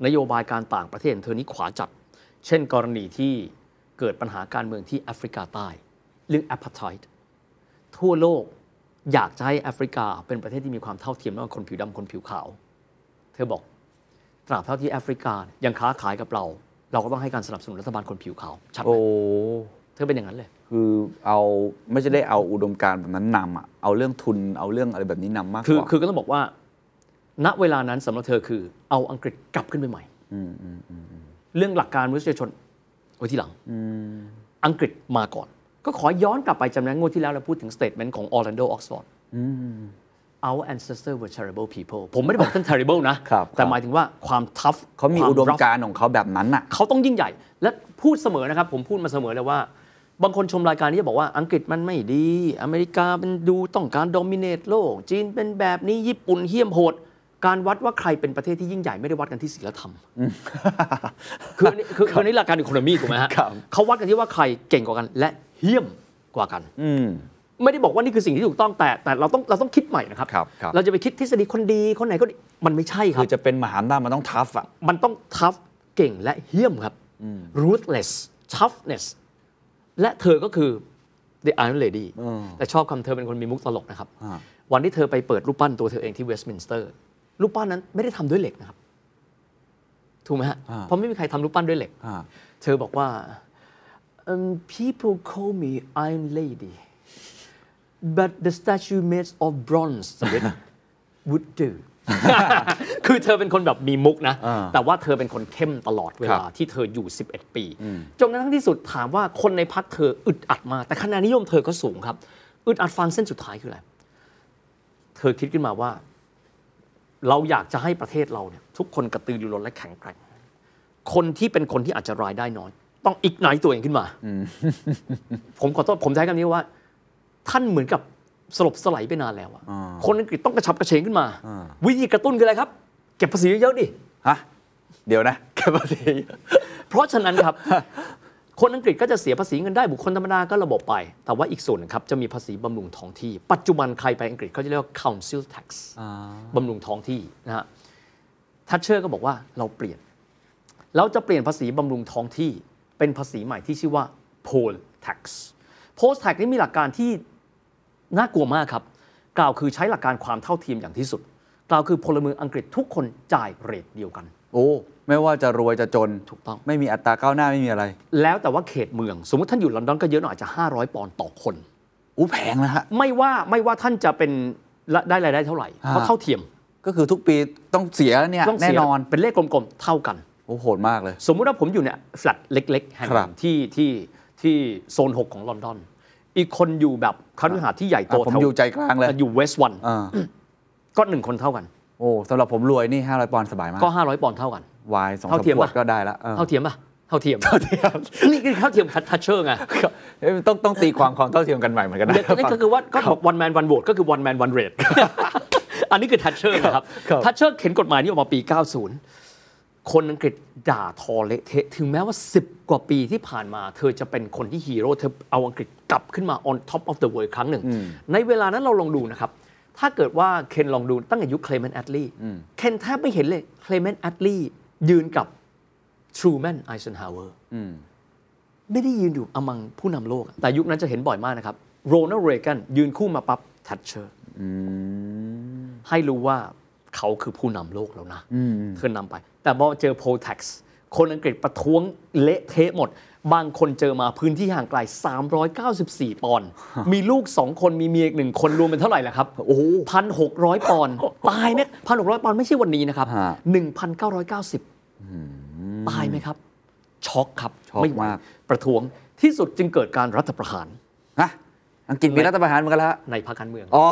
นโยบายการต่างประเทศของเธอนี้ขวาจัด เช่นกรณีที่เกิดปัญหาการเมืองที่แอฟริกาใต้ เรื่อง apartheid ทั่วโลกอยากจะให้แอฟริกาเป็นประเทศที่มีความเท่าเทียมระหว่างคนผิวดำคนผิวขาว เธอบอก ตราบเท่าที่แอฟริกายังค้าขายกับเรา เราก็ต้องให้การสนับสนุนรัฐบาลคนผิวขาวชัดไหม
โอ้
เธ ก็เป็นอย่างนั้นเลย
คือเอาไม่ใช่ได้เอาอุดมการณ์แบบนั้นนำอะเอาเรื่องทุนเอาเรื่องอะไรแบบนี้นำมากกว่า
คือคือก็ต้องบอกว่า ณเวลานั้นสำหรับเธอคือ เอาอังกฤษกลับขึ้นไปใหม่เรื่องหลักการมนุษยชนไว้ที่หลังอังกฤษมาก่อน ก็ขอย้อนกลับไปจำนั้นงวดที่แล้วเราพูดถึงสเต t เมนต์ของออร์แลนโดออกซฟอร์ด Our ancestors were terrible people ผมไม่ได้บอกท่าน terrible นะ
ครับ
แต่
ครับ
หมายถึงว่าความทัฟ
เขามีอุดมการณ์ของเขาแบบนั้นอะ
เขาต้องยิ่งใหญ่ และพูดเสมอนะครับ ผมพูดมาเสมอเลยว่า บางคนชมรายการนี้จะบอกว่าอังกฤษมันไม่ดี อเมริกามันดูต้องการ dominate โลก จีนเป็นแบบนี้ญี่ปุ่นเหี้ยมโหด การวัดว่าใครเป็นประเทศที่ยิ่งใหญ่ไม่ได้วัดกันที่ศีลธรรม คืออันนี้คือคืออันนี้หลักการอีโคโนมีถูกไหมฮะเขาวัดกันที่ว่าใครเก่งกว่ากัน และเหี้ยมกว่ากัน
อืม
ไม่ได้บอกว่านี่คือสิ่งที่ถูกต้องแต่แต่เราต้องเราต้องคิดใหม่นะครับ
ครับครับ
เราจะไปคิดทฤษฎีคนดีคนไหนก็ดีมันไม่ใช่ครั
คื
บ
อจะเป็นมหาอำนาจมันต้องทัฟอะ
มันต้อง tough เก่งและเหี้ยมครับ ruthless toughness และเธอก็คือ the Iron Lady แต่ชอบคำเธอเป็นคนมีมุกตลกนะครับ
อ่า
วันที่เธอไปเปิดรูปปั้นตัวเธอเองที่เวสต์มินสเตอร์รูปปั้นนั้นไม่ได้ทำด้วยเหล็กนะครับ ถูกไหมฮะ เพราะไม่มีใครทำรูปปั้นด้วยเหล็ก
อ่า
เธอบอกว่า um, people call me Iron Lady but the statue made of <laughs> bronze would do <laughs> คือเธอเป็นคนแบบมีมุกนะ แต่ว่าเธอเป็นคนเข้มตลอดเวลาที่เธออยู่ 11 ปีจนกระทั่งที่สุดถามว่าคนในพักเธออึดอัดมากแต่คะแนนนิยมเธอก็สูงครับ อึดอัดฟังเส้นสุดท้ายคืออะไร เธอคิดขึ้นมาว่า เราอยากจะให้ประเทศเราเนี่ยทุกคนกระตือรือร้นและแข็งแกร่ง คนที่เป็นคนที่อาจจะรายได้น้อย ต้องอีกไหนตัวเองขึ้นมา ผมขอโทษผมใช้คำนี้ว่า ท่านเหมือนกับสลบสไลด์ไปนานแล้วอะคนอังกฤษต้องกระชับกระเฉงขึ้นมา วิธีกระตุ้นคืออะไรครับ เก็บภาษีเยอะๆดิ
ฮะเดี๋ยวนะแค่ภาษี
เพราะฉะนั้น
<laughs>
ครับ คนอังกฤษก็จะเสียภาษีเงินได้บุคคลธรรมดาก็ระบบไป แต่ว่าอีกส่วนหนึงครับ จะมีภาษีบำรุงท้องที่ ปัจจุบันใครไปอังกฤษเขาจะเรียกว่า council tax บำรุงท้องที่นะฮะทัชเชอร์ก็บอกว่าเราเปลี่ยน เราจะเปลี่ยนภาษีบำรุงท้องที่ เป็นภาษีใหม่ที่ชื่อว่า poll tax poll tax นี่มีหลักการที่น่ากลัวมากครับ กล่าวคือใช้หลักการความเท่าเทียมอย่างที่สุด กล่าวคือพลเมืองอังกฤษทุกคนจ่ายเรทเดียวกัน
โอ้ไม่ว่าจะรวยจะจน
ถูกต้อง
ไม่มีอัตราก้าวหน้าไม่มีอะไร
แล้วแต่ว่าเขตเมือง สมมติท่านอยู่ลอนดอนก็เยอะหน่อยอาจจะ 500 ปอนด์ต่อคน
อู้แพงนะฮะ
ไม่ว่าไม่ว่าท่านจะเป็นละได้รายได้เท่าไหร่
ฮะ
เขาเท่าเทียม
ก็คือทุกปีต้องเสียเนี่ย
ต้อง
แน่
เสีย
นอน
เป็นเลขกลมๆ เท่ากัน
โอ้โหดมากเลย
สมมุติว่าผมอยู่เนี่ยแฟลตเล็กๆแห่งห
ครั
นึ่
บ
งที่ที่ที่โซน 6 ของลอนดอน อีกคนอยู่แบบคฤหาสน์ที่ใหญ่โต
อ่ะผม
แถว
อยู่ใจกลางเลย
อยู่เวสต์วัน
อ่า
ก็หนึ่งคนเท่ากัน
โอ้สำหรับผมรวยนี่ 500 ปอนด์สบายมาก
ก็ 500 ปอนด์เท่ากัน
วายสองสา
เท่าม เทียม
ขวด
ปะ
ก็ได้ละเออ
เท่าเทียมป่ะเท่าเทียมเท่าเทียมนี่คือเท่าเทียมทัชเชอร์ไง
เอ้ยต้องต้องตีความความเท่าเทียมกันใหม่เหมือนกันนะ
เด็กนั่นก็คือว่าก็บอก one man one vote ก็คือ one man one rate <laughs> อันนี้คือทัชเชอร์นะครับ
ครับ
ทัชเชอร์เข็นกฎหมายนี้ออกมาปี 90 คนอังกฤษด่าทอเละเทะ ถึงแม้ว่า 10 กว่าปีที่ผ่านมา เธอจะเป็นคนที่ฮีโร่เธอเอาอังกฤษกลับขึ้นมา on top of the world ครั้งหนึ่ง ในเวลานั้นเราลองดูนะครับ ถ้าเกิดว่าเคนลองดูตั้งแต่ยุคเคลเมนต์แอดลีย์เคนแทบไม่เห็นเลยเคลเมนต์แอดลีย์ยืนกับทรูแมนไอเซนฮาวเวอร์ ไม่ได้ยืนอยู่อมังผู้นำโลกอะแต่ยุคนั้นจะเห็นบ่อยมากนะครับ โรนัลเรแกันยืนคู่มาปั๊บทัชเชอร์ให้รู้ว่าเขาคือผู้นำโลกแล้วนะเธอนำไป แต่พอเจอโพลแท็กซ์คนอังกฤษประท้วงเละเทะหมด บางคนเจอมาพื้นที่ห่างไกล 394 ปอนด์ มีลูก 2 คนมีเมียอีกหนึ่งคนรวมเป็นเท่าไหร่ล่ะครับ โอ้พันหกร้อยปอนด์ตายไหมพันหกร้อยปอนด์ไม่ใช่วันนี้นะครับ
ฮะ
หนึ่งพันเก้าร้อยเก้าสิบ ตายไหมครับ ช็อกครับ
ช็อก
ไม่ไหว
มาก
ประท้วงที่สุดจึงเกิดการรัฐประหาร
ฮะอังกฤษมีรัฐประหารเหมือนกันละ
ในพรรคการเมือง
อ๋
<laughs>
อ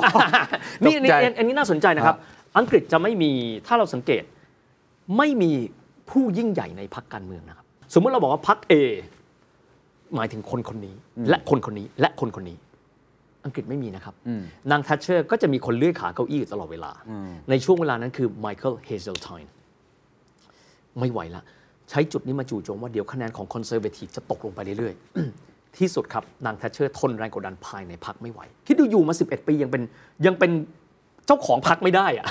นี่
ตก
นี่
ใจ
อันอันนี้น่าสนใจนะครับ อังกฤษจะไม่มีถ้าเราสังเกตไม่มีผู้ยิ่งใหญ่ในพรรคการเมืองนะครับ สมมติเราบอกว่าพรรค A หมายถึงคนคนนี้ และคนคนนี้และคนคนนี้ อังกฤษไม่มีนะครับ นางทัชเชอร์ก็จะมีคนเลื่อยขาเก้าอี้อยู่ตลอดเวลา ในช่วงเวลานั้นคือไมเคิลเฮเซลไทน์ ไม่ไหวละ ใช้จุดนี้มาจู่โจมว่าเดี๋ยวคะแนนของคอนเซอร์เวทีฟจะตกลงไปเรื่อยๆ <clears throat> ที่สุดครับ นางแทชเชอร์ทนแรงกดดันภายในพักไม่ไหว คิดดูอยู่มา 11 ปียังเป็นยังเป็นเจ้าของพักไม่ได้อะ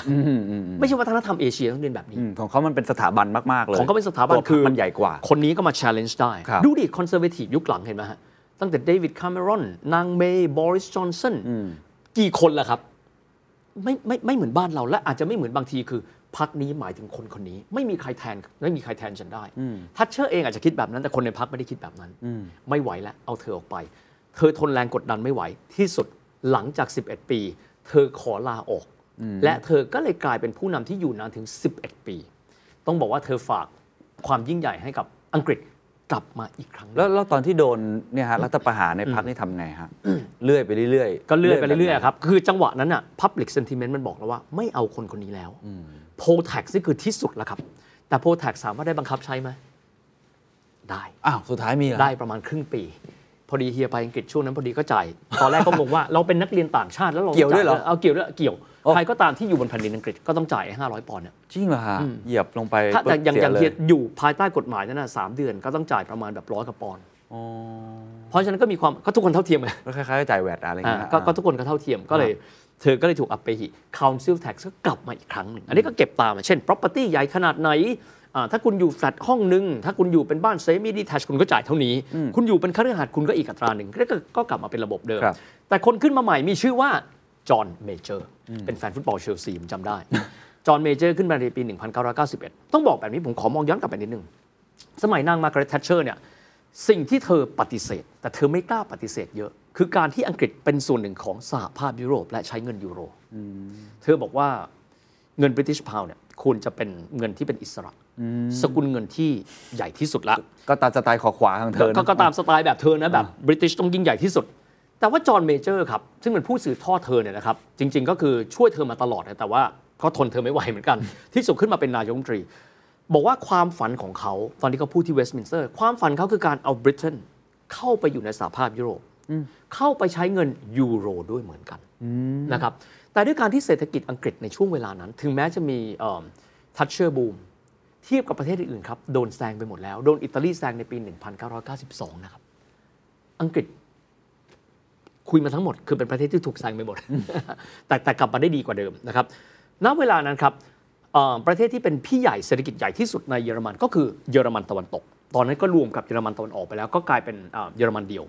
ไม่ใช่วัฒนธรรมเอเชียต้องเรียนแบบนี้
อืมของเขามันเป็นสถาบันมาก ๆ เลย
ของเขาเป็นสถาบัน
ตัวพรรค
คือ
มันใหญ่กว่า
คนนี้ก็มา challenge ได้
ครับ
ดูดิคอนเซอร์เวทีฟยุคหลังเห็นไหมฮะ ตั้งแต่เดวิดคาเมรอนนางเมย์บริสจอนสันกี่คนล่ะครับ ไม่ไม่ไม่เหมือนบ้านเราและอาจจะไม่เหมือนบางทีคือ พักนี้หมายถึงคนคนนี้ ไม่มีใครแทนไม่มีใครแทนฉันได้ทัชเชอร์เองอาจจะคิดแบบนั้นแต่คนในพักไม่ได้คิดแบบนั้นไม่ไหวแล้วเอาเธอออกไป เธอทนแรงกดดันไม่ไหว ที่สุดหลังจาก 11 ปี เธอขอลาออก และเธอก็เลยกลายเป็นผู้นำที่อยู่นานถึง 11 ปี ต้องบอกว่าเธอฝากความยิ่งใหญ่ให้กับอังกฤษกลับมาอีกครั้งหนึ่ง
แล้วแล้วตอนที่โดนเนี่ยฮะรัฐประหารในพักนี่ทำไงฮะ เลื่อยไปเรื่อยๆ
ก็เลื่อนไป
แบบ
เรื่อ
ห
ย
น
ๆครับ คือจังหวะนั้นอ่ะ public sentiment มันบอกแล้วว่าไม่เอาคนคนนี้แล้ว โพแท็กนี่คือที่สุดแล้วครับ แต่โพแท็กสามารถได้บังคับใช้ไหม ได้
อ้าว สุดท้ายมีเหรอ
ได้ประมาณครึ่งปี พอดีเฮียไปอังกฤษช่วงนั้นพอดีก็จ่าย ตอนแรกก็งงว่าเราเป็นนักเรียนต่างชาติแล้วเรา
เกี่ยวด้วยเหรอ
จ่าเอาเกี่ยวด้วยเกี่ยว
อ๋อ
ใครก็ตามที่อยู่บนแผ่นดินอังกฤษก็ต้องจ่ายไอ้500ปอนด์เนี่ย
จริงเหรอฮะ เหยียบลงไป
ถ้าแต่
ปุ๊บ
อย่างอย่าง
สี
เฮีย
เล
อยู่ภายใต้กฎหมายนั้นนะสามเดือนก็ต้องจ่ายประมาณแบบร้อยกว่าปอนด์
อ๋อ
เพราะฉะนั้นก็มีความก็ทุกคนเท่าเทียมไง
แล้วคล้ายๆจ่ายแวดอะไรอย่าง
อ่า
เงี้ย
ก็
อ่า
ก็ทุกคนก็เท่าเทียมก็เลย เธอก็เลยถูกอัปไปหิ council tax ก็กลับมาอีกครั้งหนึ่ง อันนี้ก็เก็บตามมาเช่น property ใหญ่ขนาดไหนอ่าถ้าคุณอยู่แฟลตห้องหนึ่งถ้าคุณอยู่เป็นบ้านเซมิดีแทชคุณก็จ่ายเท่านี้ คุณอยู่เป็นคฤหาสน์คุณก็อีกอัตราหนึ่งก็ก็ก็กลับมาเป็นระบบเดิม
ครับ
แต่คนขึ้นมาใหม่มีชื่อว่าจอห์นเมเจอร์เป็นแฟนฟุตบอลเชลซีผมจำได้ จอห์นเมเจอร์ขึ้นมาในปี 1991 ต้องบอกแบบนี้ผมขอมองย้อนกลับไปนิดนึง สมัยนางมาร์กาเร็ตแทชเชอร์เนี่ยสิ่งที่เธอปฏิเสธ แต่เธอไม่กล้าปฏิเสธเยอะ คือการที่อังกฤษเป็นส่วนหนึ่งของสหภาพยุโรป และใช้เงินยูโร เธอบอกว่าเงินบริติชพาวเนี่ยควรจะเป็นเงินที่เป็นอิสระ สกุลเงินที่ใหญ่ที่สุดละ
ก็ตามสไตล์ขอขวาของเธอนะ
ก็ก็ตามสไตล์แบบเธอนะ แบบบริติชต้องยิ่งใหญ่ที่สุด แต่ว่าจอห์นเมเจอร์ครับ ซึ่งเป็นผู้สืบทอดเธอเนี่ยนะครับ จริง ๆ ก็คือช่วยเธอมาตลอดนะแต่ว่าก็ทนเธอไม่ไหวเหมือน <laughs> กัน ที่สุดขึ้นมาเป็นนายกรัฐมนตรี บอกว่าความฝันของเขาตอนที่เขาพูดที่เวสต์มินสเตอร์ ความฝันเขาคือการเอาบริเตนเข้าไปอยู่ในสหภาพยุโรปเข้าไปใช้เงินยูโรด้วยเหมือนกันนะครับแต่ด้วยการที่เศรษฐกิจอังกฤษในช่วงเวลานั้น ถึงแม้จะมีทัชเชอร์บูม เทียบกับประเทศอื่นๆครับ โดนแซงไปหมดแล้ว โดนอิตาลีแซงในปี 1992 นะครับ อังกฤษ คุยมาทั้งหมด คือเป็นประเทศที่ถูกแซงไปหมด <laughs> แต่แต่กลับมาได้ดีกว่าเดิมนะครับณเวลานั้นครับเอ่อประเทศที่เป็นพี่ใหญ่เศรษฐกิจใหญ่ที่สุดในเยอรมันก็คือเยอรมันตะวันตก ตอนนั้นก็รวมกับเยอรมันตะวันออกไปแล้วก็กลายเป็นเอ่อเยอรมันเดียว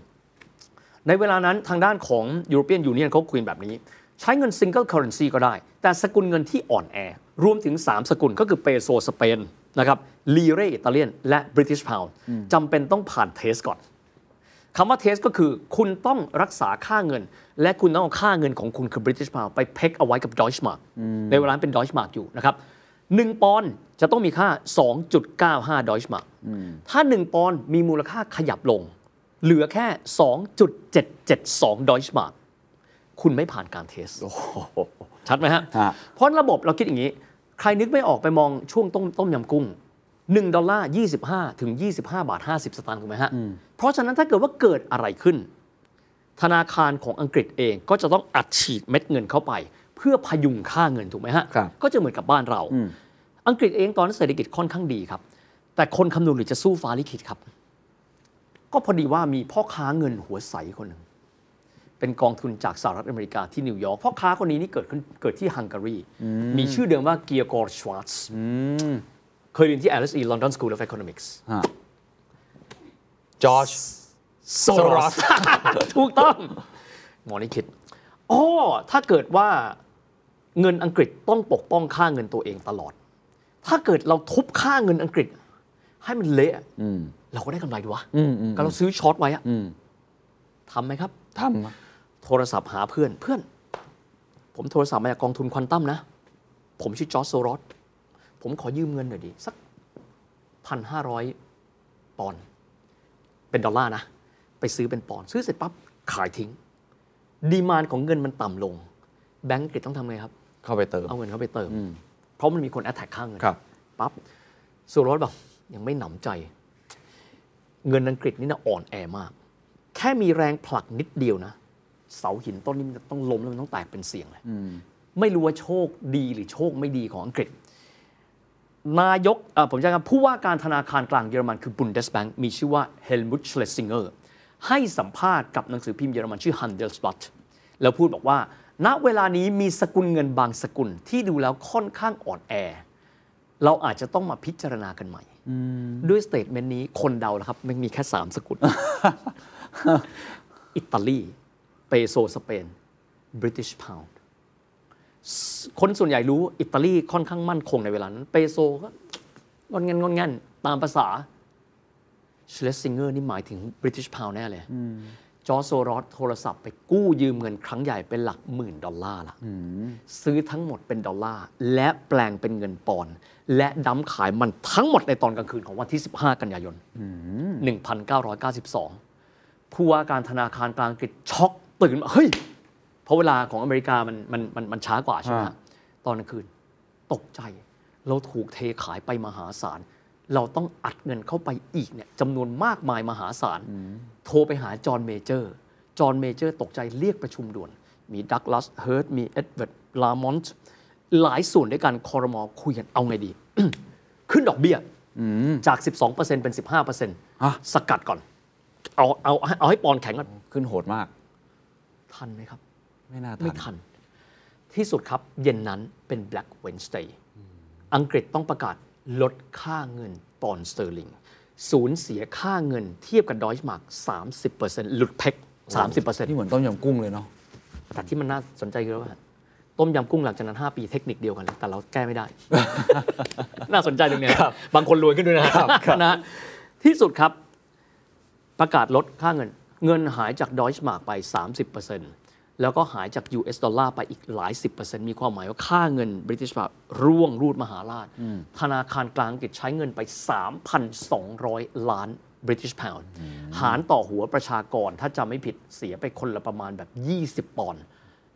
ในเวลานั้นทางด้านของยูโรเปียนยูเนียนเขาคุยแบบนี้ ใช้เงินซิงเกิลเคอร์เรนซีก็ได้ แต่สกุลเงินที่อ่อนแอ รวมถึง 3 สกุลก็คือเปโซสเปนนะครับลีเรอิตาเลียน และบริติชพาวด์จำเป็นต้องผ่านเทสก่อน คำว่าเทสก็คือคุณต้องรักษาค่าเงิน และคุณต้องเอาค่าเงินของคุณคือบริ i ิชพาวไปเพ็กเอาไว้กับดอยช์มาร์กในเวลานั้นเป็นดอยช์มาร์กอยู่นะครับหนึ่งปอนด์จะต้องมีค่า 2.95ดอยช์มาร์กถ้า 1 ปอนด์มีมูลค่าขยับลง เหลือแค่ 2.772ดอยช์มาร์กคุณไม่ผ่านการเทส ชัดไหมฮะ
ฮะ
เพราะระบบเราคิดอย่างนี้ ใครนึกไม่ออกไปมองช่วงต้มต้มยำกุ้ง 1 ดอลลาร์ 25 ถึง 25 บาท 50 สตางค์ถูกไหมฮะ เพราะฉะนั้นถ้าเกิดว่าเกิดอะไรขึ้น ธนาคารของอังกฤษเองก็จะต้องอัดฉีดเม็ดเงินเข้าไป เพื่อพยุงค่าเงินถูกไหมฮะ
ครับ
ก็จะเหมือนกับบ้านเรา อังกฤษเองตอนนั้นเศรษฐกิจค่อนข้างดีครับ แต่คนคำนวณหรือจะสู้ฟ้าลิขิตครับ ก็พอดีว่ามีพ่อค้าเงินหัวใสคนหนึ่ง เป็นกองทุนจากสหรัฐอเมริกาที่นิวยอร์กพ่อค้าคนนี้นี่เกิดขึ้นเกิดที่ฮังการี มีชื่อเดิมว่าเกียร์กอร์ชวาร์สเคยเรียนที่ LSE London School of Economics
จอร์จ
โซรอส <laughs> ถูกต้อง หมอนี่คิดอ๋อถ้าเกิดว่าเงินอังกฤษต้องปกป้องค่าเงินตัวเองตลอด ถ้าเกิดเราทุบค่าเงินอังกฤษ ให้มันเละอะเราก็ได้กำไรดีวะก็เราซื้อช็อตไว้อะทำไหมครับ
ทำอะ
โทรศัพท์หาเพื่อนเพื่อน ผมโทรศัพท์มาจากกองทุนควอนตัมนะ ผมชื่อจอร์จโซรอส ผมขอยืมเงินหน่อยดิ สักพันห้าร้อยปอนด์เป็นดอลลาร์นะ ไปซื้อเป็นปอนด์ซื้อเสร็จปั๊บ ขายทิ้ง ดีมานของเงินมันต่ำลง แบงก์อังกฤษต้องทำไงครับ
เข้าไปเติม
เอาเงินเข้าไปเติม เพราะมันมีคนแอ t แทกค่าเงิน
ครับ
ปั๊บสุรสบอกยังไม่หนำใจ เงินอังกฤษนี่นะอ่อนแอมาก แค่มีแรงผลักนิดเดียวนะ เสาหินต้นนี้มันจะต้องล้มแล้วมันต้องแตกเป็นเสียงเลยไม่รู้ว่าโชคดีหรือโชคไม่ดีของอังกฤษ นายกเอ่อผมจะคำผู้ว่าการธนาคารกลางเยอรมันคือ Bundesbank มีชื่อว่า Helmut Schlesinger ให้สัมภาษณ์กับหนังสือพิมพ์เยอรมันชื่อ Handelsblatt แล้วพูดบอกว่า ณเวลานี้มีสกุลเงินบางสกุลที่ดูแล้วค่อนข้างอ่อนแอ เราอาจจะต้องมาพิจารณากันใหม่ ด้วยสเตทเมนต์นี้คนเดาแล้วครับมันมีแค่ 3 ส <laughs> กุล อิตาลี เปโซสเปน บริติชพาวด์ คนส่วนใหญ่รู้อิตาลีค่อนข้างมั่นคงในเวลานั้น เปโซก็งอนเงินงอนเงินตามภาษาเชลซิงเกอร์นี่หมายถึงบริติชพาวแน่เลย จอร์จโซรอสโทรศัพท์ไปกู้ยืมเงินครั้งใหญ่เป็นหลักหมื่นดอลลาร์ละซื้อทั้งหมดเป็นดอลลาร์และแปลงเป็นเงินปอนด์และดั้มขายมันทั้งหมดในตอนกลางคืนของวันที่ 15 กันยายน 1992 ผู้ว่าการธนาคารกลางอังกฤษช็อกตื่นมาเฮ้ย เพราะเวลาของอเมริกามันมันมันมันช้ากว่าใช่ไหมฮะตอนกลางคืน ตกใจ เราถูกเทขายไปมหาศาล เราต้องอัดเงินเข้าไปอีกเนี่ยจำนวนมากมายมหาศาล โทรไปหาจอห์นเมเจอร์ จอห์นเมเจอร์ตกใจเรียกประชุมด่วน มีดักล a สเฮิร์ตมีเอ็ดเวิร์ดลามอนต์หลายส่วนด้วยกันคอรมอคุยกันเอาไงดี <coughs> ขึ้นดอกเบี้ยจาก 12%เป็น 15%สกัดก่อน เอาเอาเอาให้ปอนด์แข็งก่อน
ขึ้นโหดมาก
ทันไหมครับ
ไม่น่า
ไม่
ทัน
ทัน ที่สุดครับเย็นนั้นเป็น Black Wednesday อังกฤษต้องประกาศลดค่าเงินปอนด์สเตอร์ลิงสูญเสียค่าเงินเทียบกับดอยช์มาร์ก30%หลุดเพ็ก
นี่
30%
เหมือนต้มยำกุ้งเลยเนาะ
แต่ที่มันน่าสนใจคือว่าต้มยำกุ้งหลังจากนั้น 5 ปีเทคนิคเดียวกันเลย แต่เราแก้ไม่ได้ <laughs> น่าสนใจตรงเนี้ยบางคนรวยขึ้นด้วยนะนะฮะที่สุดครับ ประกาศลดค่าเงิน เงินหายจากดอยช์มาร์กไป 30%แล้วก็หายจาก US ดอลลาร์ไปอีกหลาย 10%มีความหมายว่าค่าเงินบริติชบาทร่วงรูดมหาราช ธนาคารกลางอังกฤษใช้เงินไป 3,200 ล้านบริติชพาวด์หารต่อหัวประชากรถ้าจำไม่ผิดเสียไปคนละประมาณแบบ 20 ปอนด์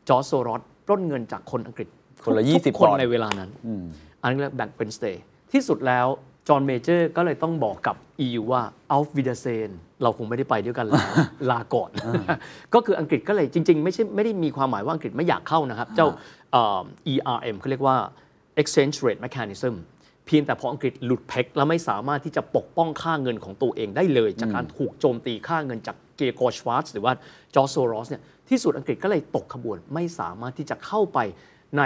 จอร์จโซรอสปล้นเงินจากคนอังกฤษ
คนละ
ทุก
20
คน
ปอนด์
ในเวลานั้น อันนี้เรียกแบงก์เป็นสเตย์ที่สุดแล้ว จอห์นเมเจอร์ก็เลยต้องบอกกับ EU ว่าอัลวิดาเซน เราคงไม่ได้ไปด้วยกัน <laughs> แล้ว ลาก่อน <laughs> ก็คืออังกฤษก็เลยจริง ๆ ไม่ใช่ไม่ได้มีความหมายว่าอังกฤษไม่อยากเข้านะครับ เจ้าเอ่อ ERM เขาเรียกว่า exchange rate mechanism เพียงแต่พออังกฤษหลุดเพ็กแล้วไม่สามารถที่จะปกป้องค่าเงินของตัวเองได้เลย จากการถูกโจมตีค่าเงินจากเกโกชวาร์ z หรือว่าจอร์จโซรอสเนี่ยที่สุดอังกฤษก็เลยตกขบวนไม่สามารถที่จะเข้าไป ใน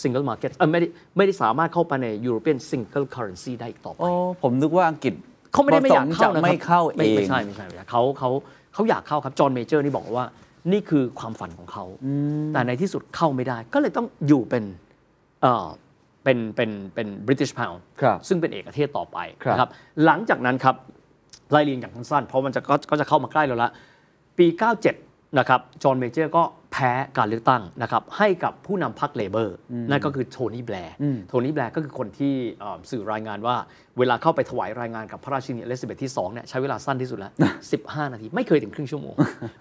ซิงเกิลมาร์เก็ตไม่ได้ไม่ได้สามารถเข้าไปใน European Single Currency ได้อีกต่อไป
โอ้ ผมนึกว่าอังกฤษ
เขาไม่ได้ไม่อยากเข้า
ประสงค์จะ
นะ
ไม่เข้าเอ
ไม่
ง
ไม่ใช่ไม่ใช่ไม่ใช่เขาเขาเขาอยากเข้าครับจอห์นเมเจอร์นี่บอกว่านี่คือความฝันของเขา แต่ในที่สุดเข้าไม่ได้ ก็เลยต้องอยู่เป็นเอ่อเป็นเป็นเป็น British Pound
ครับ
ซึ่งเป็นเอกเทศต่อไป
ครับ
นะหลังจากนั้นครับ ไล่เรียงอย่างสั้นๆเพราะมันจะก็ก็จะเข้ามาใกล้แล้วละ ปี 97 นะครับ จอห์น เมเจอร์ก็แพ้การเลือกตั้งนะครับ ให้กับผู้นำพรรคเลเบอร์ นั่นก็คือโทนี่แบร์โทนี่แบร์ก็คือคนที่เอ่อสื่อรายงานว่า เวลาเข้าไปถวายรายงานกับพระราชินีอลิซาเบธที่ 2 เนี่ย ใช้เวลาสั้นที่สุด <laughs> แล้ว 15 นาที ไม่เคยถึงครึ่งชั่ <laughs> วโมง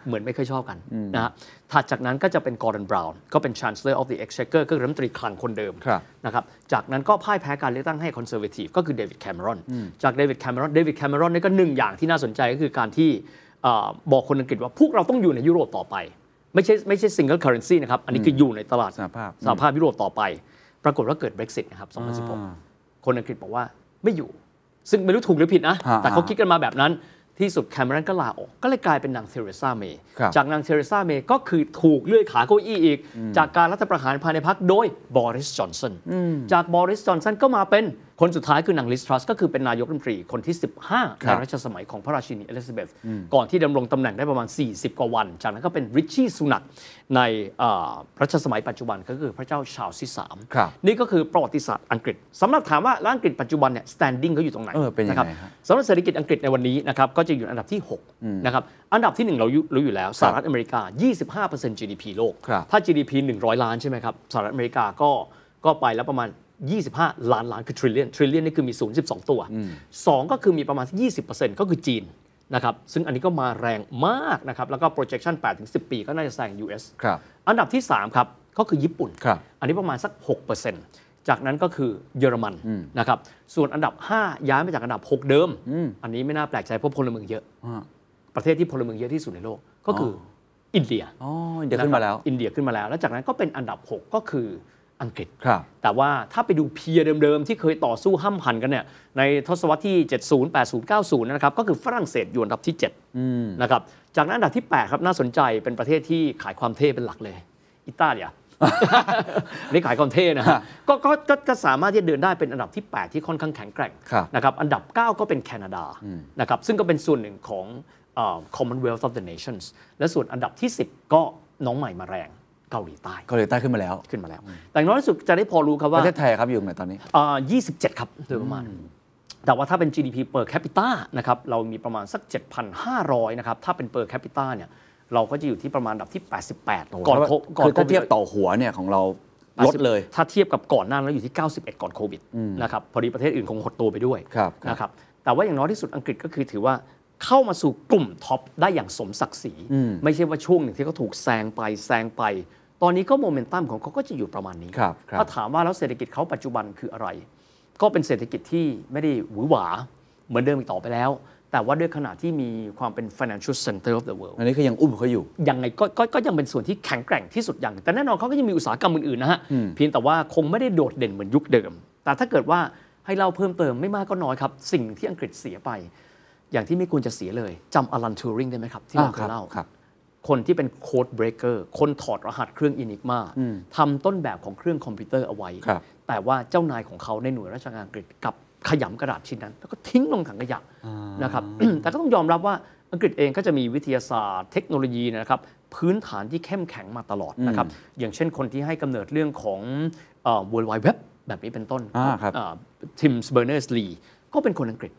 เหมือนไม่เคยชอบกันนะฮะถัดจากนั้นก็จะเป็นกอร์ดอนบราวน์ก็เป็น Chancellor of the Exchequer ก็คือรัฐมนตรีคลังคนเดิม
ครับ
นะครับ จากนั้นก็พ่ายแพ้การเลือกตั้งให้คอนเซอร์เวทีฟก็คือเดวิดแคมรอน จากเดวิดแคมรอน เดวิดแคมรอนนี่ก็หนึ่งอย่างที่น่าสนใจก็คือการที่เอ่อบอกคนอังกฤษว่าพวกเราต้องอยู่ในยุโรปต่อไป ไม่ใช่ไม่ใช่ซิงเกิลเคอร์เรนซีนะครับ อันนี้คืออยู่ในตลาด
สหภาพ
สหภาพยุโรปต่อไป ปรากฏว่าเกิด Brexit นะครับ 2016 คนอังกฤษบอกว่าไม่อยู่ ซึ่งไม่รู้ถูกหรือผิดนะ
ฮะ
แต่เขาคิดกันมาแบบนั้น ที่สุดแคมรอนก็ลาออก ก็เลยกลายเป็นนางเทเรซาเมย์
ครับ
จากนางเทเรซาเมย์ก็คือถูกเลื่อยขาเก้าอี้อีก จากการรัฐประหารภายในพักโดยบอริสจอนสัน จากบอริสจอนสันก็มาเป็นคนสุดท้ายคือนางลิสทรัสก็คือเป็นนายกรัฐมนตรีคนที่ 15
ค
ใน
รับ
รัชสมัยของพระราชินีอลิซาเบธก่อนที่ดำรงตำแหน่งได้ประมาณ 40 กว่าวัน จากนั้นก็เป็นริชชี่สุนักในเอ่อรัชสมัยปัจจุบันก็คือพระเจ้าชาร์ลส์ที่สาม
ครับ
นี่ก็คือประวัติศาสตร์อังกฤษสำหรับถามว่าแล้วอังกฤษปัจจุบันเนี่ย standing เขาอยู่ตรงไหน
เออเป็นยังไง
ะครับ
ฮะ
สำหรับเศรษฐกิจอังกฤษในวันนี้นะครับก็จะอยู่อันดับที่ 6 นะครับ อันดับที่ 1 เรารู้รู้อยู่แล้วสหรัฐอเมริกา 25% GDP โลก
ครับ
ถ้า GDP 100 ล้านใช่ไหมครับสหรัฐอเมริกาก็ก็ไปแล้วประมาณ 25 ล้านล้านคือ trillion trillion นี่คือมี 0 12 ตัว 2 ก็คือมีประมาณ 20%ก็คือจีนนะครับซึ่งอันนี้ก็มาแรงมากนะครับแล้วก็ projection 8-10 ปี ก็น่าจะแซง US
ครับ
อันดับที่ 3 ครับ ก็คือญี่ปุ่น
ครับ
อันนี้ประมาณสัก 6%จากนั้นก็คือเยอรมันนะครับ ส่วนอันดับ 5 ย้ายมาจากอันดับ 6 เดิม อันนี้ไม่น่าแปลกใจเพราะพลเมืองเยอะ ประเทศที่พลเมืองเยอะที่สุดในโลกก็คือออินเดีย
อ๋ออินเดียขึ้นมาแล้ว
ะครับอินเดียขึ้นมาแล้ว แล้วจากนั้นก็เป็นอันดับ 6 ก็คืออังกฤษ
ครับ
แต่ว่าถ้าไปดูเพียร์เดิมๆ ที่เคยต่อสู้ห้ำหันกันเนี่ยในทศวรรษที่ 70 80 90 นะครับก็คือฝรั่งเศสอยู่อันดับที่7นะครับจากนั้นอันดับที่ 8 ครับน่าสนใจเป็นประเทศที่ขายความเท่เป็นหลักเลย อิตาเลีย อันนี่ขายความเท่นะฮะก็ก็ก็ก็สามารถที่จะเดินได้เป็นอันดับที่ 8 ที่ค่อนข้างแข็งแกร่ง
ครับ
นะครับอันดับ 9 ก็เป็นแคนาดานะครับซึ่งก็เป็นส่วนหนึ่งของเอ่อ Commonwealth of the Nations และส่วนอันดับที่ 10 ก็น้องใหม่มาแรง เกาหลีใต้
เกาหลีใต้ขึ้นมาแล้ว
ขึ้นมาแล้ว แต่อย่างน้อยที่สุดจะได้พอรู้ครับ
ป
ว่า
ระเทศไทยครับอยู่ตรงไหนตอนนี้
อ่า27 ครับโดยประมาณ แต่ว่าถ้าเป็น GDP per capita นะครับ เรามีประมาณสัก 7,500 นะครับ ถ้าเป็น per capita เนี่ย เราก็จะอยู่ที่ประมาณอันดับที่ 88 ก่อนโคก่อน
คือ
โค
ถ้า
วิ
เทีย
ด
บต่อหัวเนี่ยของเราลดเลย
ถ้าเทียบกับก่อนหน้านั้นเราอยู่ที่ 91 ก่อนโควิดนะครับ พอดีประเทศอื่นคงหดตัวไปด้วย
ครับครับ
นะครับ แต่ว่าอย่างน้อยที่สุดอังกฤษก็คือถือว่าเข้ามาสู่กลุ่มท็อปได้อย่างสมศักดิ์ศรี ไม่ใช่ว่าช่วงหนึ่งที่เขาถูกแซงไปแซงไป ตอนนี้ก็โมเมนตัมของเขาก็จะอยู่ประมาณนี้
ครับครับ
ถ้าถามว่าแล้วเศรษฐกิจเขาปัจจุบันคืออะไร ก็เป็นเศรษฐกิจที่ไม่ได้หวือหวา เหมือนเดิมอีกต่อไปแล้ว แต่ว่าด้วยขนาดที่มีความเป็น financial center of the world
อันนี้คือยังอุ้มเขาอยู่
ยังไงกก็ก็ยังเป็นส่วนที่แข็งแกร่งที่สุดอย่างหนึ่งแต่แน่นอนเขาก็ยังมีอุตสาหกรรมอื่นๆนะฮะ เพียงแต่ว่าคงไม่ได้โดดเด่นเหมือนยุคเดิม แต่ถ้าเกิดว่าให้เล่าเพิ่มเติมไม่มากก็น้อยครับ สิ่งที่อังกฤษเสียไป อย่างที่ไม่ควรจะเสียเลยจำอลันทูริงได้ไหมครับ ที่เรา
อ่าค
เค
รับ
ยเล่า
ครับ
คนที่เป็นโค้ดเบรกเกอร์คนถอดรหัสเครื่องอินิกมาทำต้นแบบของเครื่องคอมพิวเตอร์เอาไว้
ครับ
แต่ว่าเจ้านายของเขาในหน่วยราชการอังกฤษกลับขยำกระดาษชิ้นนั้น แล้วก็ทิ้งลงถังขยะนะครับ แต่ก็ต้องยอมรับว่าอังกฤษเองก็จะมีวิทยาศาสตร์ เทคโนโลยีนะครับ พื้นฐานที่เข้มแข็งมาตลอดนะครับ อย่างเช่นคนที่ให้กำเนิดเรื่องของเอ่อ World Wide Web แบบนี้เป็นต้น
อ่าครับ
ทิมส์เบอร์เนอร์สลีก็เป็นคนอังกฤษ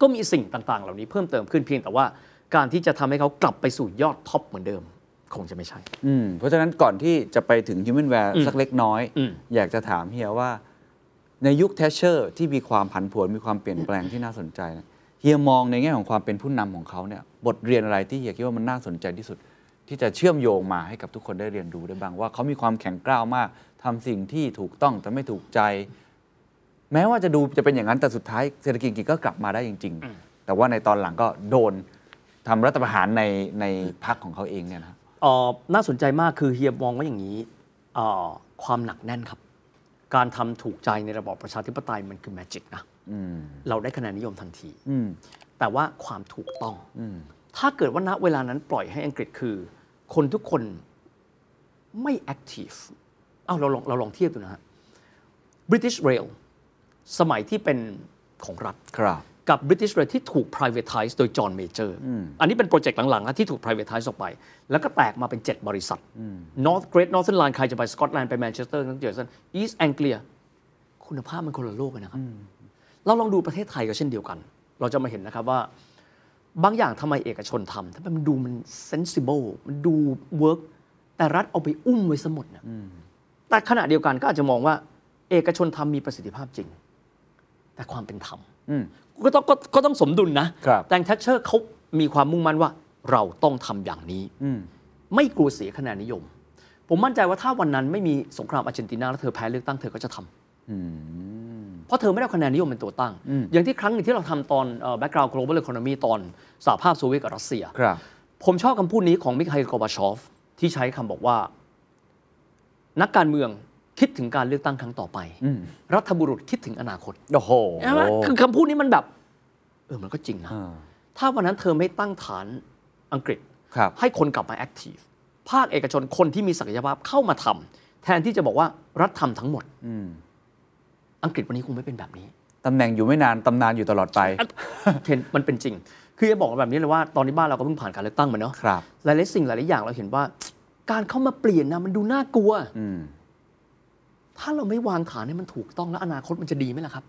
ก็มีสิ่งต่างๆ เหล่านี้เพิ่มเติมขึ้นเพียงแต่ว่าการที่จะทำให้เขากลับไปสู่ยอดท็อปเหมือนเดิม คงจะไม่ใช่
อืมเพราะฉะนั้นก่อนที่จะไปถึง Humanware สักเล็กน้อย
อืม
อยากจะถามเฮียว่า ในยุคแทชเชอร์ที่มีความผันผวนมีความเปลี่ยนแปลงที่น่าสนใจนะเฮียมองในแง่ของความเป็นผู้นำของเขาเนี่ยบทเรียนอะไรที่เฮียคิดว่ามันน่าสนใจที่สุด ที่จะเชื่อมโยงมาให้กับทุกคนได้เรียนรู้ได้บ้างว่าเขามีความแข็งกร้าวมากทำสิ่งที่ถูกต้องแต่ไม่ถูกใจ แม้ว่าจะดูจะเป็นอย่างนั้นแต่สุดท้ายเศรษฐกิจอังกฤษก็กลับมาได้จริง ๆ แต่ว่าในตอนหลังก็โดนทำรัฐประหารในในพรรคของเขาเองเนี่ยนะครับ
เอ่อน่าสนใจมากคือเฮียมองว่าอย่างนี้เอ่อความหนักแน่นครับ การทำถูกใจในระบอบประชาธิปไตยมันคือแมจิกนะเราได้คะแนนนิยมทันที
อืม
แต่ว่าความถูกต้อง ถ้าเกิดว่าณเวลานั้นปล่อยให้อังกฤษคือ คนทุกคนไม่แอคทีฟเอาเราลองเราลองเทียบดูนะฮะ British Rail สมัยที่เป็นของรัฐ
ครับ
กับ British Rail ที่ถูก privatize โดย John Major อันนี้เป็นโปรเจกต์หลังๆนะที่ถูก privatize ออกไป แล้วก็แตกมาเป็น 7 บริษัท North Great Northern Line ใครจะไปสกอตแลนด์ไปแมนเชสเตอร์นั่นเจอสัน East Anglia คุณภาพมันคนละโลกเลยนะครับ เราลองดูประเทศไทยก็เช่นเดียวกัน เราจะมาเห็นนะครับว่า บางอย่างทำไมเอกชนทำทำไมมันดูมัน sensible มันดู work แต่รัฐเอาไปอุ้มไว้สมดนะแต่ขณะเดียวกันก็อาจจะมองว่า เอกชนทำมีประสิทธิภาพจริง แต่ความเป็นธรรม ก็ต้องก็ก็ต้องสมดุลนะครับ แต่แทชเชอร์เขามีความมุ่งมั่นว่าเราต้องทำอย่างนี้ ไม่กลัวเสียคะแนนนิยม ผมมั่นใจว่าถ้าวันนั้นไม่มีสงครามอาร์เจนตินาแล้วเธอแพ้เลือกตั้งเธอก็จะทำเพราะเธอไม่ได้เอาคะแนนนิยมเป็นตัวตั้ง อย่างที่ครั้งหนึ่งที่เราทำตอนแบ็กกราวด์ global economy ตอนสหภาพโซเวียตกับรัสเซีย
ครับ
ผมชอบคำพูดนี้ของมิคาอิลกอร์บาชอฟ ที่ใช้คำบอกว่า นักการเมืองคิดถึงการเลือกตั้งครั้งต่อไป รัฐบุรุษคิดถึงอนาคต
โอ้โห
ใช่ไหมคือคำพูดนี้มันแบบ เออ มันก็จริงนะ
อ่า
ถ้าวันนั้นเธอไม่ตั้งฐานอังกฤษ
ครับ
ให้คนกลับมาแอคทีฟ ภาคเอกชนคนที่มีศักยภาพเข้ามาทำแทนที่จะบอกว่ารัฐทำทั้งหมด อังกฤษวันนี้คงไม่เป็นแบบนี้
ตำแหน่งอยู่ไม่นาน ตำนานอยู่ตลอดไป
เห็นมันเป็นจริง คือจะบอกแบบนี้เลยว่าตอนนี้บ้านเราก็เพิ่งผ่านการเลือกตั้งมาเนาะ
ครับ
หลายๆสิ่งหลายๆอย่างเราเห็นว่า การเข้ามาเปลี่ยนนะมันดูน่ากลัว
อืม
ถ้าเราไม่วางฐานให้มันถูกต้องแล้วอนาคตมันจะดีไหมล่ะครับ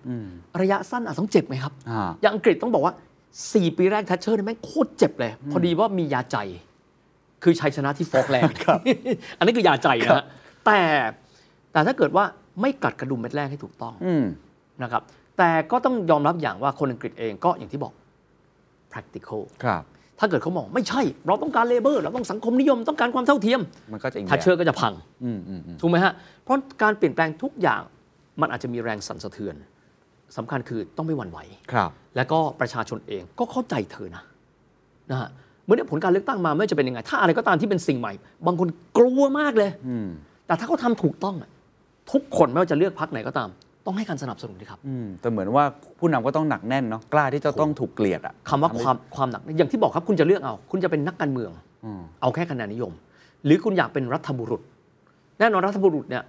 ระยะสั้นอาจต้องเจ็บไหมครับ
อ่า
อย่างอังกฤษต้องบอกว่า 4 ปีแรกทัชเชอร์เนี่ยแม่งโคตรเจ็บเลย พอดีว่ามียาใจ คือชัยชนะที่ฟอกแลนด์ <laughs> อันนี้คือยาใจนะฮะแต่แต่ถ้าเกิดว่าไม่กัดกระดุมเม็ดแรกให้ถูกต้อง
อืม
นะครับ แต่ก็ต้องยอมรับอย่างว่าคนอังกฤษเองก็อย่างที่บอก practical
ครับ
ถ้าเกิดเขามองไม่ใช่ เราต้องการเลเบอร์เราต้องสังคมนิยมต้องการความเท่าเทียม
มันก็จะอีกแบ
ทัช
บ
เชอร์ก็จะพัง
อืมอืมอืม
ถูกไหมฮะ เพราะการเปลี่ยนแปลงทุกอย่างมันอาจจะมีแรงสั่นสะเทือนสำคัญคือต้องไม่หวั่นไหว
ครับ
และก็ประชาชนเองก็เข้าใจเธอนะนะฮะเมื่อได้ผลการเลือกตั้งมาไม่ว่าจะเป็นยังไง ถ้าอะไรก็ตามที่เป็นสิ่งใหม่ บางคนกลัวมากเลย
อืม
แต่ถ้าเขาทำถูกต้องอะทุกคนไม่ว่าจะเลือกพรรคไหนก็ตาม ต้องให้การสนับสนุนดีครับ
อืม แต่เหมือนว่าผู้นำก็ต้องหนักแน่นเนาะ กล้าที่จะต้องถูกเกลียดอะ
คำว่าความความหนักอย่างที่บอกครับคุณจะเลือกเอา คุณจะเป็นนักการเมือง
อืม
เอาแค่คะแนนนิยม หรือคุณอยากเป็นรัฐบุรุษ แน่นอนรัฐบุรุษเนี่ย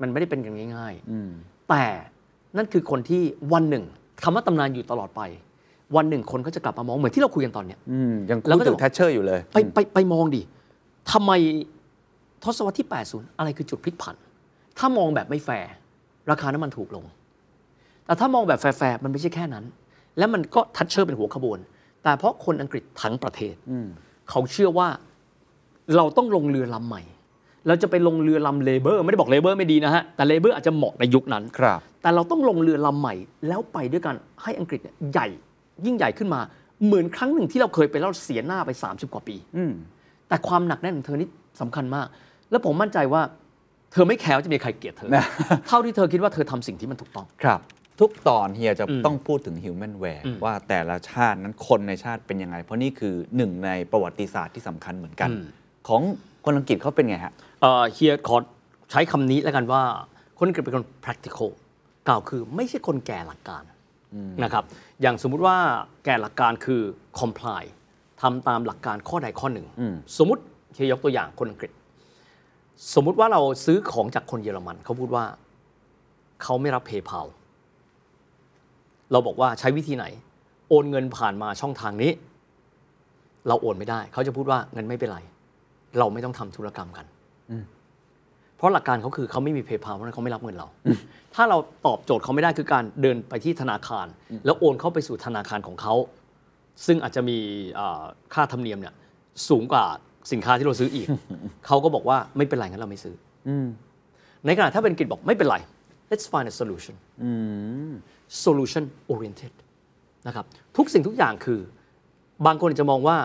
มันไม่ได้เป็นกันง่าย
อืม
ๆ แต่นั่นคือคนที่วันหนึ่งคำว่าตำนานอยู่ตลอดไป วันหนึ่งคนก็จะกลับมามองเหมือนที่เราคุยกันตอนเนี้ย
อืม ยัง
แล้ว
พู
ก็
ด
จะ
ถึ
บ
ง
อก
แทชเชอร์อยู่เลย
ไปไปไปมองดิทำไม ทศวรรษที่ 80 อะไรคือจุดพลิกผัน ถ้ามองแบบไม่แฟร์ราคาน้ำมันถูกลง แต่ถ้ามองแบบแฟร์ๆมันไม่ใช่แค่นั้น และมันก็ทัดเชอร์เป็นหัวขบวน แต่เพราะคนอังกฤษทั้งประเทศเขาเชื่อว่าเราต้องลงเรือลำใหม่ เราจะไปลงเรือลำเลเบอร์ไม่ได้บอกเลเบอร์ไม่ดีนะฮะ แต่เลเบอร์อาจจะเหมาะในยุคนั้น
ครับ
แต่เราต้องลงเรือลำใหม่ แล้วไปด้วยกันให้อังกฤษเนี่ยใหญ่ยิ่งใหญ่ขึ้นมา เหมือนครั้งหนึ่งที่เราเคยไปแล้วเสียหน้าไป 30 กว่าปี
อืม
แต่ความหนักแน่นของเธอนี่สำคัญมาก แล้วผมมั่นใจว่า เธอไม่แคร์ว่าจะมีใครเกลียดเธอ
นะ
เท่าที่เธอคิดว่าเธอทำสิ่งที่มันถูกต้อง
ครับ ทุกตอนเฮียจะ
อืม
ต้องพูดถึงฮิวแมนแวร์
อืม
ว่าแต่ละชาตินั้นคนในชาติเป็นยังไง เพราะนี่คือหนึ่งในประวัติศาสตร์ที่สำคัญเหมือนกัน
อืม
ของคนอังกฤษเขาเป็นไงฮะ
เอ่อเฮียขอใช้คำนี้แล้วกันว่า คนอังกฤษเป็นคน practical กล่าวคือไม่ใช่คนแก่หลักการนะครับอย่างสมมุติว่าแก่หลักการคือ comply ทำตามหลักการข้อใดข้อหนึ่ง
อืม
สมมติเฮียยกตัวอย่างคนอังกฤษ สมมุติว่าเราซื้อของจากคนเยอรมันเขาพูดว่าเขาไม่รับ PayPal เราบอกว่าใช้วิธีไหน โอนเงินผ่านมาช่องทางนี้ เราโอนไม่ได้ เขาจะพูดว่าเงินไม่เป็นไร เราไม่ต้องทำธุรกรรมกัน เพราะหลักการเขาคือเขาไม่มีเพย์พาเพราะฉะนั้นเขาไม่รับเงินเรา ถ้าเราตอบโจทย์เขาไม่ได้คือการเดินไปที่ธนาคาร แล้วโอนเข้าไปสู่ธนาคารของเขา ซึ่งอาจจะมีเอ่อค่าธรรมเนียมเนี่ยสูงกว่าสินค้าที่เราซื้อ <laughs> อีก เขาก็บอกว่าไม่เป็นไรงั้นเราไม่ซื้ออในขณะถ้าเป็นอังกฤษบอกไม่เป็นไร let's find a solution solution oriented นะครับทุกสิ่งทุกอย่างคือบางคนอาจจะมองว่า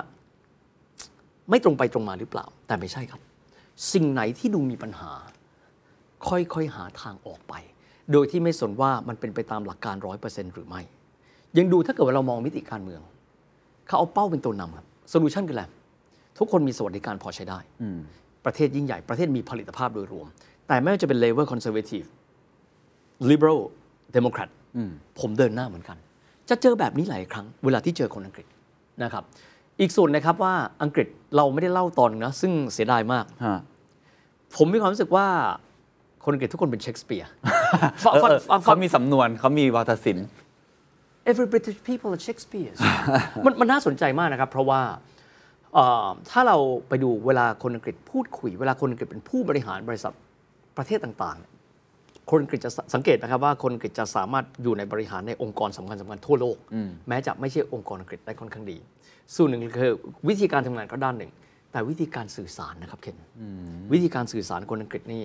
ไม่ตรงไปตรงมาหรือเปล่า แต่ไม่ใช่ครับ สิ่งไหนที่ดูมีปัญหา ค่อยๆ หาทางออกไป โดยที่ไม่สนว่ามันเป็นไปตามหลักการร้อยเปอร์เซ็นหรือไม่ ยังดูถ้าเกิดว่าเรามองมิติการเมือง เขาเอาเป้าเป็นตัวนำครับโซลูชันคืออะไรทุกคนมีสวัสดิการพอใช้ได้ ประเทศยิ่งใหญ่ ประเทศมีผลิตภาพโดยรวม แต่ไม่ว่าจะเป็น Labour Conservative Liberal Democrat ผมเดินหน้าเหมือนกัน จะเจอแบบนี้หลายครั้ง เวลาที่เจอคนอังกฤษนะครับ อีกส่วนนะครับว่าอังกฤษเราไม่ได้เล่าตอนหนึ่งนะ ซึ่งเสียดายมาก
ฮะ
ผมมีความรู้สึกว่าคนอังกฤษทุกคนเป็นเชคสเปียร์
เออเออเขามีสำนวนเขามีวาทศิลป์
every British people are Shakespeare <laughs> มันมันน่าสนใจมากนะครับ เพราะว่าเอ่อถ้าเราไปดูเวลาคนอังกฤษพูดคุย เวลาคนอังกฤษเป็นผู้บริหารบริษัทประเทศต่างๆเนี่ยคนอังกฤษจะสสังเกตนะครับว่าคนอังกฤษจะสามารถอยู่ในบริหารในองค์กรสำคัญสำคัญๆทั่วโลก แม้จะไม่ใช่องค์กรอังกฤษได้ค่อนข้างดี ส่วนหนึ่งคือวิธีการทำงานก็ด้านหนึ่ง แต่วิธีการสื่อสารนะครับเคนวิธีการสื่อสารคนอังกฤษนี่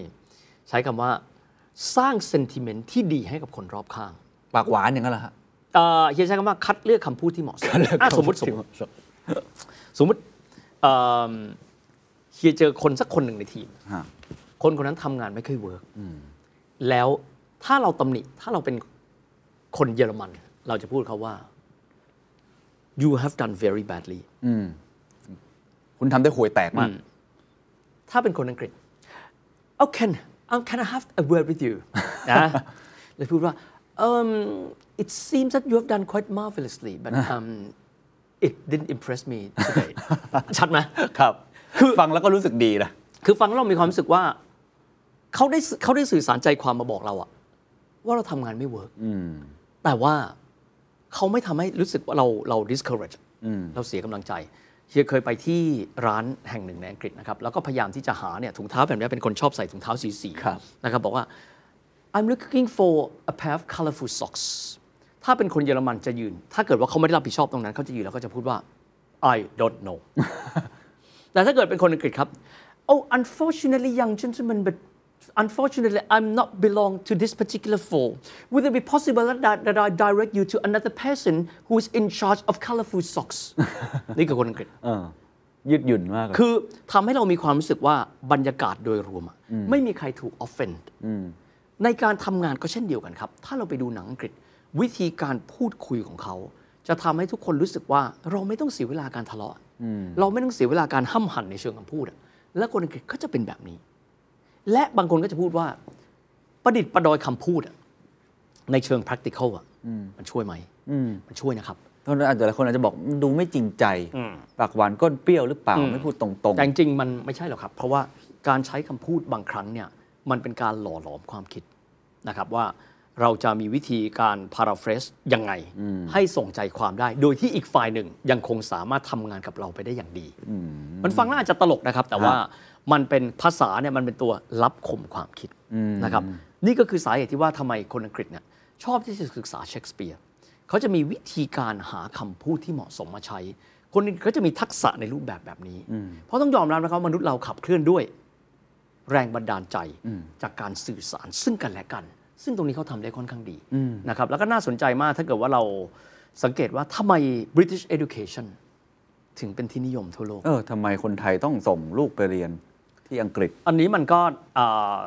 ใช้คำว่าสร้างเซนติเมนต์ที่ดีให้กับคนรอบข้าง
ปากหวานอย่างนั้นเหรอฮะ
เอ่อเฮียใช้คำว่าคัดเลือกคำพูดที่เหมาะสมอ่ะสมมติสมมติสมมติเอ่อเฮียเจอคนสักคนหนึ่งในทีม
ฮะ
คนคนนั้นทำงานไม่ค่อยเวิร์กแล้วถ้าเราตำหนิถ้าเราเป็นคนเยอรมัน เราจะพูดเขาว่า you have done very badly
อืม คุณทำได้ห่วยแตกมาก
ถ้าเป็นคนอังกฤษ oh can um, can I have a word with <laughs> you นะแล้วพูดว่า um, it seems that you have done quite marvelously <laughs> but um, it didn't impress me <laughs> today ชัดไหม
ครับ คือฟังแล้วก็รู้สึกดีนะ
คือฟังแล้วเรามีความรู้สึกว่าเขาได้สื่อเขาได้สื่อสารใจความมาบอกเราอะว่าเราทำงานไม่เวิร์กแต่ว่าเขาไม่ทำให้รู้สึกว่าเราเรา discourage เราเสียกำลังใจเฮียเคยไปที่ร้านแห่งหนึ่งในอังกฤษนะครับ แล้วก็พยายามที่จะหาเนี่ยถุงเท้าแบบนี้เป็นคนชอบใส่ถุงเท้าสีสี
ครับ
นะครับ บอกว่า I'm looking for a pair of colorful socks ถ้าเป็นคนเยอรมันจะยืน ถ้าเกิดว่าเขาไม่ได้รับผิดชอบตรงนั้นเขาจะยืนแล้วก็จะพูดว่า I don't know แต่ถ้าเกิดเป็นคนอังกฤษครับ Oh unfortunately young gentleman but unfortunately I'm not belong to this particular floor would it be possible that, that I direct you to another person who is in charge of colorful socks <laughs> นี่คือคนอังกฤษ
ยืดหยุ่นมากเลย
คือทำให้เรามีความรู้สึกว่าบรรยากาศโดยรวมอะไม่มีใครถูกออฟเฟนในการทำงานก็เช่นเดียวกันครับ ถ้าเราไปดูหนังอังกฤษ วิธีการพูดคุยของเขา จะทำให้ทุกคนรู้สึกว่าเราไม่ต้องเสียเวลาการทะเลาะเราไม่ต้องเสียเวลาการห้ำหั่นในเชิงคำพูดอะและคนอังกฤษก็จะเป็นแบบนี้ และบางคนก็จะพูดว่า ประดิษฐ์ประดอยคำพูดอะในเชิง practical อะมันช่วยไหมมันช่วยนะครับ
เพราะฉะนั้นอาจจะหลายคนอาจจะบอกดูไม่จริงใจ ปากหวานก้นเปรี้ยวหรือเปล่า ไม่พูดตรง
แต่จริงๆ มันไม่ใช่หรอกครับ เพราะว่าการใช้คำพูดบางครั้งเนี่ยมันเป็นการหล่อหลอมความคิดนะครับว่าเราจะมีวิธีการพาราเฟรสยังไง ให้ส่งใจความได้ โดยที่อีกฝ่ายหนึ่งยังคงสามารถทำงานกับเราไปได้อย่างดี มันฟังแล้วอาจจะตลกนะครับ แต่ว่า มันเป็นภาษาเนี่ยมันเป็นตัวรับข่มความคิดนะครับนี่ก็คือสาเหตุที่ว่าทำไมคนอังกฤษเนี่ยชอบที่จะศึกษาเชคสเปียร์เขาจะมีวิธีการหาคำพูดที่เหมาะสมมาใช้ คนอังกฤษเขาจะมีทักษะในรูปแบบแบบนี้ เพราะต้องยอมรับนะครับว่ามนุษย์เราขับเคลื่อนด้วย แรงบันดาลใจจากการสื่อสารซึ่งกันและกัน ซึ่งตรงนี้เขาทำได้ค่อนข้างดีนะครับแล้วก็น่าสนใจมากถ้าเกิดว่าเราสังเกตว่าทำไม British education ถึงเป็นที่นิยมทั่วโลก
เออทำไมคนไทยต้องส่งลูกไปเรียนที่อังกฤษ
อันนี้มันก็เอ่อ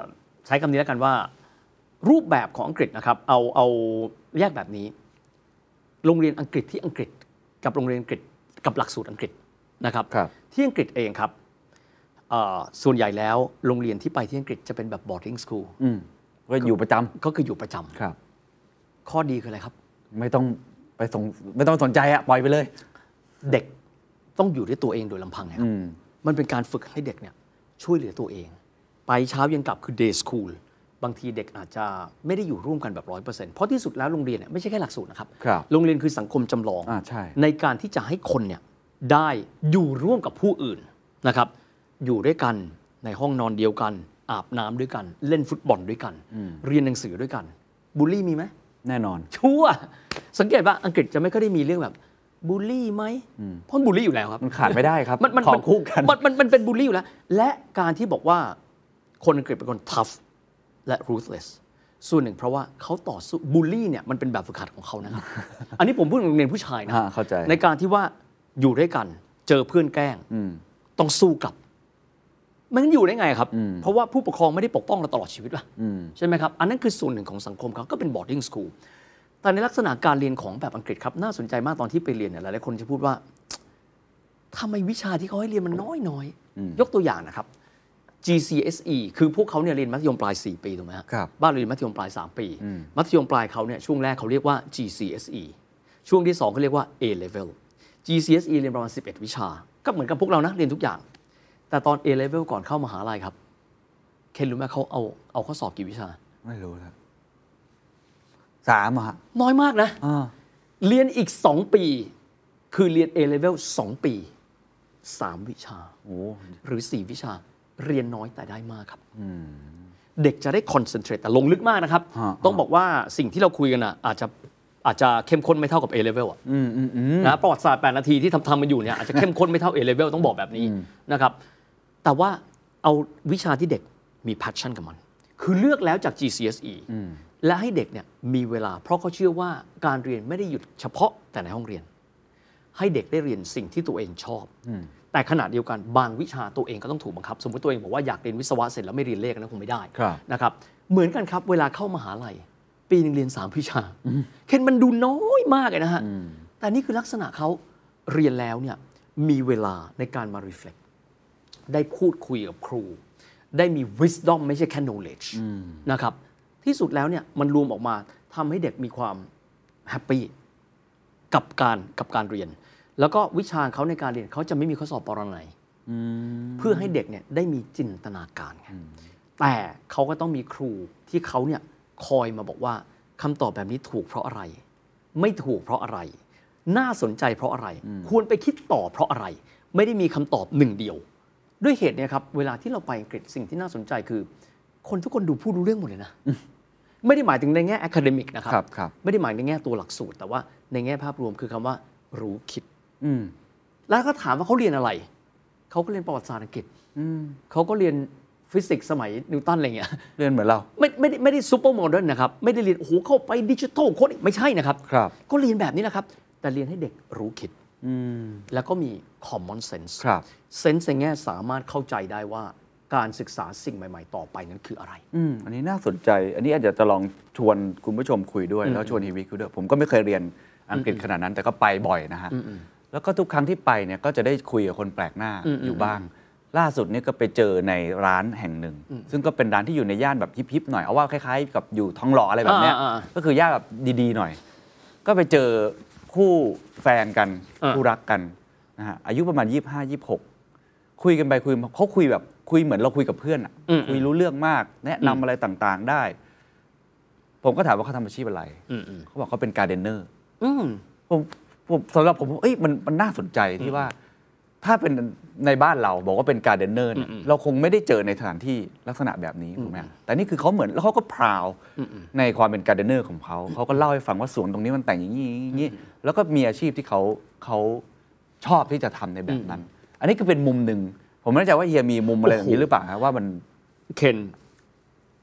ใช้คำนี้แล้วกันว่า รูปแบบของอังกฤษนะครับเอาเอาแยกแบบนี้ โรงเรียนอังกฤษที่อังกฤษ กับโรงเรียนอังกฤษกับหลักสูตรอังกฤษนะครับ
ครับ
ที่อังกฤษเองครับเอ่อส่วนใหญ่แล้วโรงเรียนที่ไปที่อังกฤษจะเป็นแบบ boarding school
อืมก็อยู่ประจำ
ก็คืออยู่ประจำ
ครับ
ข้อดีคืออะไรครับ
ไม่ต้องไปสงไม่ต้องสนใจอะปล่อยไปเลย
เด็กต้องอยู่ด้วยตัวเองโดยลำพังนะครับ มันเป็นการฝึกให้เด็กเนี่ยช่วยเหลือตัวเอง ไปเช้าเย็นกลับคือ day school บางทีเด็กอาจจะไม่ได้อยู่ร่วมกันแบบร้อยเปอร์เซ็นต์เพราะที่สุดแล้วโรงเรียนเนี่ยไม่ใช่แค่หลักสูตรนะครับ
ครับ
โรงเรียนคือสังคมจำลอง
อ่าใช่
การที่จะให้คนเนี่ยได้อยู่ร่วมกับผู้อื่นนะครับ อยู่ด้วยกันในห้องนอนเดียวกัน อาบน้ำด้วยกัน เล่นฟุตบอลด้วยกัน เรียนหนังสือด้วยกันบูลลี่มีไหม
แน่นอน
ชั่วสังเกตว่าอังกฤษจะไม่ค่อยได้มีเรื่องแบบบูลลี่ไหมเพราะบูลลี่อยู่แล้วครับ
มันขาดไม่ได้ครับ
มันมัน
ของคู่กัน
มันมันมันเป็นบูลลี่อยู่แล้ว และการที่บอกว่าคนอังกฤษเป็นคน tough และ ruthless ส่วนหนึ่งเพราะว่าเขาต่อสู้บูลลี่เนี่ยมันเป็นแบบฝึกหัดของเขา
<laughs>
นะครับ อันนี้ผมพูดถึงโรงเรียนผู้ชายนะ
อ่าเข้าใจ
การที่ว่าอยู่ด้วยกัน เจอเพื่อนแกล้งต้องสู้กลับ ไมันอยู่ได้ไงครับ เพราะว่าผู้ปกครองไม่ได้ปกป้องเราตลอดชีวิตว่ะใช่ไหมครับ อันนั้นคือส่วนหนึ่งของสังคมเขาก็เป็น boarding school แต่ในลักษณะการเรียนของแบบอังกฤษครับ น่าสนใจมากตอนที่ไปเรียนเนี่ยหลายๆคนจะพูดว่าทำไมวิชาที่เขาให้เรียนมันน้อยน้อยๆยกตัวอย่างนะครับ GCSE คือพวกเขาเนี่ยเรียนมัธยมปลาย 4 ปีถูกไหมฮะ
ครับ
บ้านเราเรียนมัธยมปลาย 3 ปี มัธยมปลายเขาเนี่ยช่วงแรกเขาเรียกว่า GCSE ช่วงที่ 2เขาเรียกว่า A level GCSE เรียนประมาณ 11 วิชา ก็เหมือนกับพวกเรานะเรียนทุกอย่าง แต่ตอน A level ก่อนเข้ามหาลัยครับ เคนรู้ไหมเขาเอาเอาข้อสอบกี่วิชา
ไม่รู้แล้วสามอะฮะ
น้อยมากนะ
อ่า
เรียนอีก 2 ปี คือเรียน A level 2 ปี 3 วิชา
โอ้
หรือ 4 วิชาเรียนน้อยแต่ได้มากครับ เด็กจะได้คอนเซนเทรตแต่ลงลึกมากนะครับ ต้องบอกว่าสิ่งที่เราคุยกันอ่ะอาจจะอาจจะเข้มข้นไม่เท่ากับ A level อ่ะนะประวัติศาสตร์ 8 นาทีที่ทำทำมันอยู่เนี่ยอาจจะเข้มข้นไม่เท่า A level ต้องบอกแบบนี้นะครับ แต่ว่าเอาวิชาที่เด็กมี passion กับมัน คือเลือกแล้วจาก GCSE และให้เด็กเนี่ยมีเวลา เพราะเขาเชื่อว่าการเรียนไม่ได้หยุดเฉพาะแต่ในห้องเรียน ให้เด็กได้เรียนสิ่งที่ตัวเองชอบ แต่ขณะเดียวกันบางวิชาตัวเองก็ต้องถูกบังคับ สมมติตัวเองบอกว่าอยากเรียนวิศวะเสร็จแล้วไม่เรียนเลขนะคงไม่ได้นะครับ เหมือนกันครับ เวลาเข้ามหาลัย ปีหนึงเรียน 3 วิชา เคนมันดูน้อยมากเลยนะฮะ แต่นี่คือลักษณะเขาเรียนแล้วเนี่ยมีเวลาในการมา reflect ได้พูดคุยกับครู ได้มี wisdom ไม่ใช่แค่ knowledge นะครับ ที่สุดแล้วเนี่ยมันรวมออกมาทำให้เด็กมีความ happy กับการกับการเรียน แล้วก็วิชาเขาในการเรียนเขาจะไม่มีข้อสอบปรนัยเพื่อให้เด็กเนี่ยได้มีจินตนาการไงแต่เขาก็ต้องมีครูที่เขาเนี่ยคอยมาบอกว่าคำตอบแบบนี้ถูกเพราะอะไร ไม่ถูกเพราะอะไร น่าสนใจเพราะอะไร ควรไปคิดต่อเพราะอะไร ไม่ได้มีคำตอบหนึ่งเดียว ด้วยเหตุเนี่ยครับเวลาที่เราไปอังกฤษสิ่งที่น่าสนใจคือ คนทุกคนดูพูดรู้เรื่องหมดเลยนะ ไม่ได้หมายถึงในแง่อะคาเดมิกนะครับ
ครับครับ
ไม่ได้หมายในแง่ตัวหลักสูตร แต่ว่าในแง่ภาพรวมคือคำว่ารู้คิด
อืม
แล้วก็ถามว่าเขาเรียนอะไร เขาก็เรียนประวัติศาสตร์อังกฤษเขาก็เรียนฟิสิกส์สมัยนิวตันอะไรเงี้ย
เรียนเหมือนเรา
ไม่ไม่ได้ไม่ได้ซูเปอร์โมเดิร์นนะครับ ไม่ได้เรียนโอ้โหเข้าไปดิจิทัลโคดไม่ใช่นะครับ
ครับ
ก็เรียนแบบนี้แหละครับ แต่เรียนให้เด็กรู้คิดแล้วก็มี common sense
ครับ
sense ในแง่สามารถเข้าใจได้ว่าการศึกษาสิ่งใหม่ ๆ ต่อไปนั้นคืออะไร
อืมอันนี้น่าสนใจ อันนี้อาจจะลองชวนคุณผู้ชมคุยด้วย แล้วชวนฮีวิกคุยด้วย ผมก็ไม่เคยเรียนอังกฤษขนาดนั้น แต่ก็ไปบ่อยนะฮะ แล้วก็ทุกครั้งที่ไปเนี่ยก็จะได้คุยกับคนแปลกหน้าอยู่บ้าง ล่าสุดเนี่ยก็ไปเจอในร้านแห่งหนึ่ง ซึ่งก็เป็นร้านที่อยู่ในย่านแบบฮิปๆหน่อย เอาว่าคล้ายๆ กับอยู่ทองหล่ออะไรแบบเนี้ย
อ่าอ่า
ก็คือย่านแบบดีๆหน่อย ก็ไปเจอคู่แฟนกัน
อ่า
คู่รักกันนะฮะอายุประมาณ 25 26 คุยกันไปคุยมาเขาคุยแบบคุยเหมือนเราคุยกับเพื่อนอะ
อืม
คุยรู้เรื่องมาก แนะนำอะไรต่างๆได้ ผมก็ถามว่าเขาทำอาชีพอะไร
อืมอืม
เขาบอกเขาเป็นการเดนเนอร์
อืม
ผมผมสำหรับผมเอ้ยมันมันน่าสนใจที่ว่า
ถ้าเป็นในบ้านเราบอกว่าเป็นการเดนเนอร์เนี่ยเราคงไม่ได้เจอในสถานที่ลักษณะแบบนี้ถูกไหมแต่นี่คือเขาเหมือนแล้วเขาก็พราวในความเป็นการเดนเนอร์ของเขาเขาก็เล่าให้ฟังว่าสวนตรงนี้มันแต่งอย่างนี้อย่างนี้แล้วก็มีอาชีพที่เขาเขาชอบที่จะทำในแบบนั้น อันนี้ก็เป็นมุมหนึ่งผมไม่แน่ใจว่าเฮียมีมุมอะไรแบบนี้หรือเปล่าฮะว่ามัน
เคน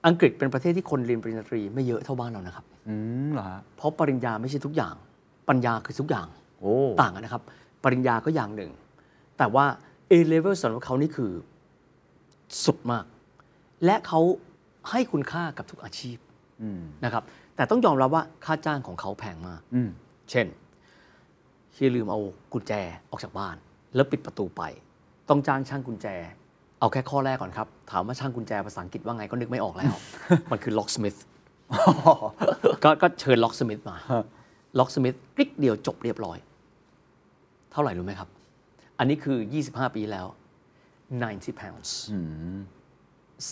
อังกฤษเป็นประเทศที่คนเรียนปริญญาตรีไม่เยอะเท่าบ้านเรานะครับ
อืมเหรอฮะ
เพราะปริญญาไม่ใช่ทุกอย่าง ปัญญาคือทุกอย่าง
โอ้
ต่างกันนะครับ ปริญญาก็อย่างหนึ่ง แต่ว่า A level สำหรับเขานี่คือสุดมาก และเขาให้คุณค่ากับทุกอาชีพ
อืม
นะครับ แต่ต้องยอมรับว่าค่าจ้างของเขาแพงมาก
อืม
เช่นที่ลืมเอากุญแจออกจากบ้าน แล้วปิดประตูไป ต้องจ้างช่างกุญแจ เอาแค่ข้อแรกก่อนครับ ถามว่าช่างกุญแจภาษาอังกฤษว่าไงก็นึกไม่ออก
<laughs>
แล้ว มันคือ locksmith <laughs> ก็ก็เชิญ locksmith มา locksmith กริกเดียวจบเรียบร้อย เท่าไหร่รู้ไหมครับ อันนี้คือ 25 ปีแล้ว 90 pounds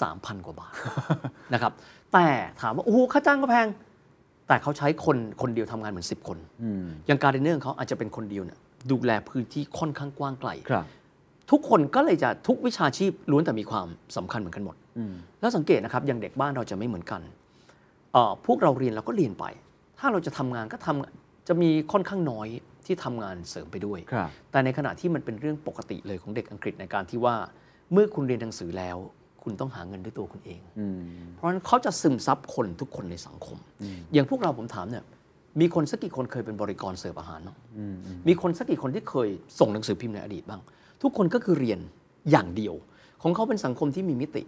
3,000 กว่าบาท <laughs> นะครับ แต่ถามว่า โอ้โหค่าจ้างก็แพง แต่เขาใช้คนคนเดียวทำงานเหมือน 10 คน
อืม
อย่างการเดนเนอร์ของเขาอาจจะเป็นคนเดียวเนี่ยดูแลพื้นที่ค่อนข้างกว้างไกล
ครับ
ทุกคนก็เลยจะทุกวิชาชีพล้วนแต่มีความสำคัญเหมือนกันหมด
อืม
แล้วสังเกตนะครับอย่างเด็กบ้านเราจะไม่เหมือนกันเอ่อพวกเราเรียนเราก็เรียนไป ถ้าเราจะทำงานก็ทำจะมีค่อนข้างน้อยที่ทำงานเสริมไปด้วย
ครับ
แต่ในขณะที่มันเป็นเรื่องปกติเลยของเด็กอังกฤษในการที่ว่า เมื่อคุณเรียนหนังสือแล้ว คุณต้องหาเงินด้วยตัวคุณเอง
อืม
เพราะฉะนั้นเขาจะซึมซับคนทุกคนในสังคม อย่างพวกเราผมถามเนี่ย มีคนสักกี่คนเคยเป็นบริกรเสิร์ฟอาหารบ้าง
อืมอืม
มีคนสักกี่คนที่เคยส่งหนังสือพิมพ์ในอดีตบ้าง ทุกคนก็คือเรียนอย่างเดียว ของเขาเป็นสังคมที่มีมิติ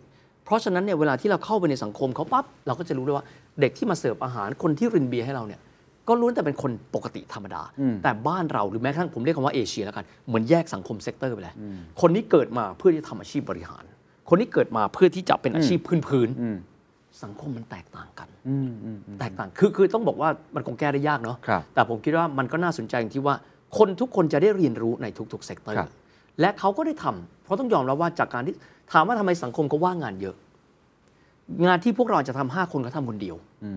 เพราะฉะนั้นเนี่ยเวลาที่เราเข้าไปในสังคมเขาปั๊บเราก็จะรู้เลยว่าเด็กที่มาเสิร์ฟอาหารคนที่รินเบียร์ให้เราเนี่ย ก็ล้วนแต่เป็นคนปกติธรรมดา แต่บ้านเราหรือแม้กระทั่งผมเรียกคำว่าเอเชียแล้วกันเหมือนแยกสังคมเซกเตอร์ไปเลยคนนี้เกิดมาเพื่อที่จะทำอาชีพบริหาร คนนี้เกิดมาเพื่อที่จะเป็นอาชีพพื้นๆ
อืม
สังคมมันแตกต่างกัน
อืมอืมอืม
แตกต่าง คือ คือต้องบอกว่ามันคงแก้ได้ยากเนาะ
ครับ
แต่ผมคิดว่ามันก็น่าสนใจอย่างที่ว่า คนทุกคนจะได้เรียนรู้ในทุกๆเซกเตอร์
ครับ
และเขาก็ได้ทำ เพราะต้องยอมรับว่าจากการที่ถามว่าทำไมสังคมก็ว่างงานเยอะ งานที่พวกเราจะทำห้าคนก็ทำคนเดียว
อื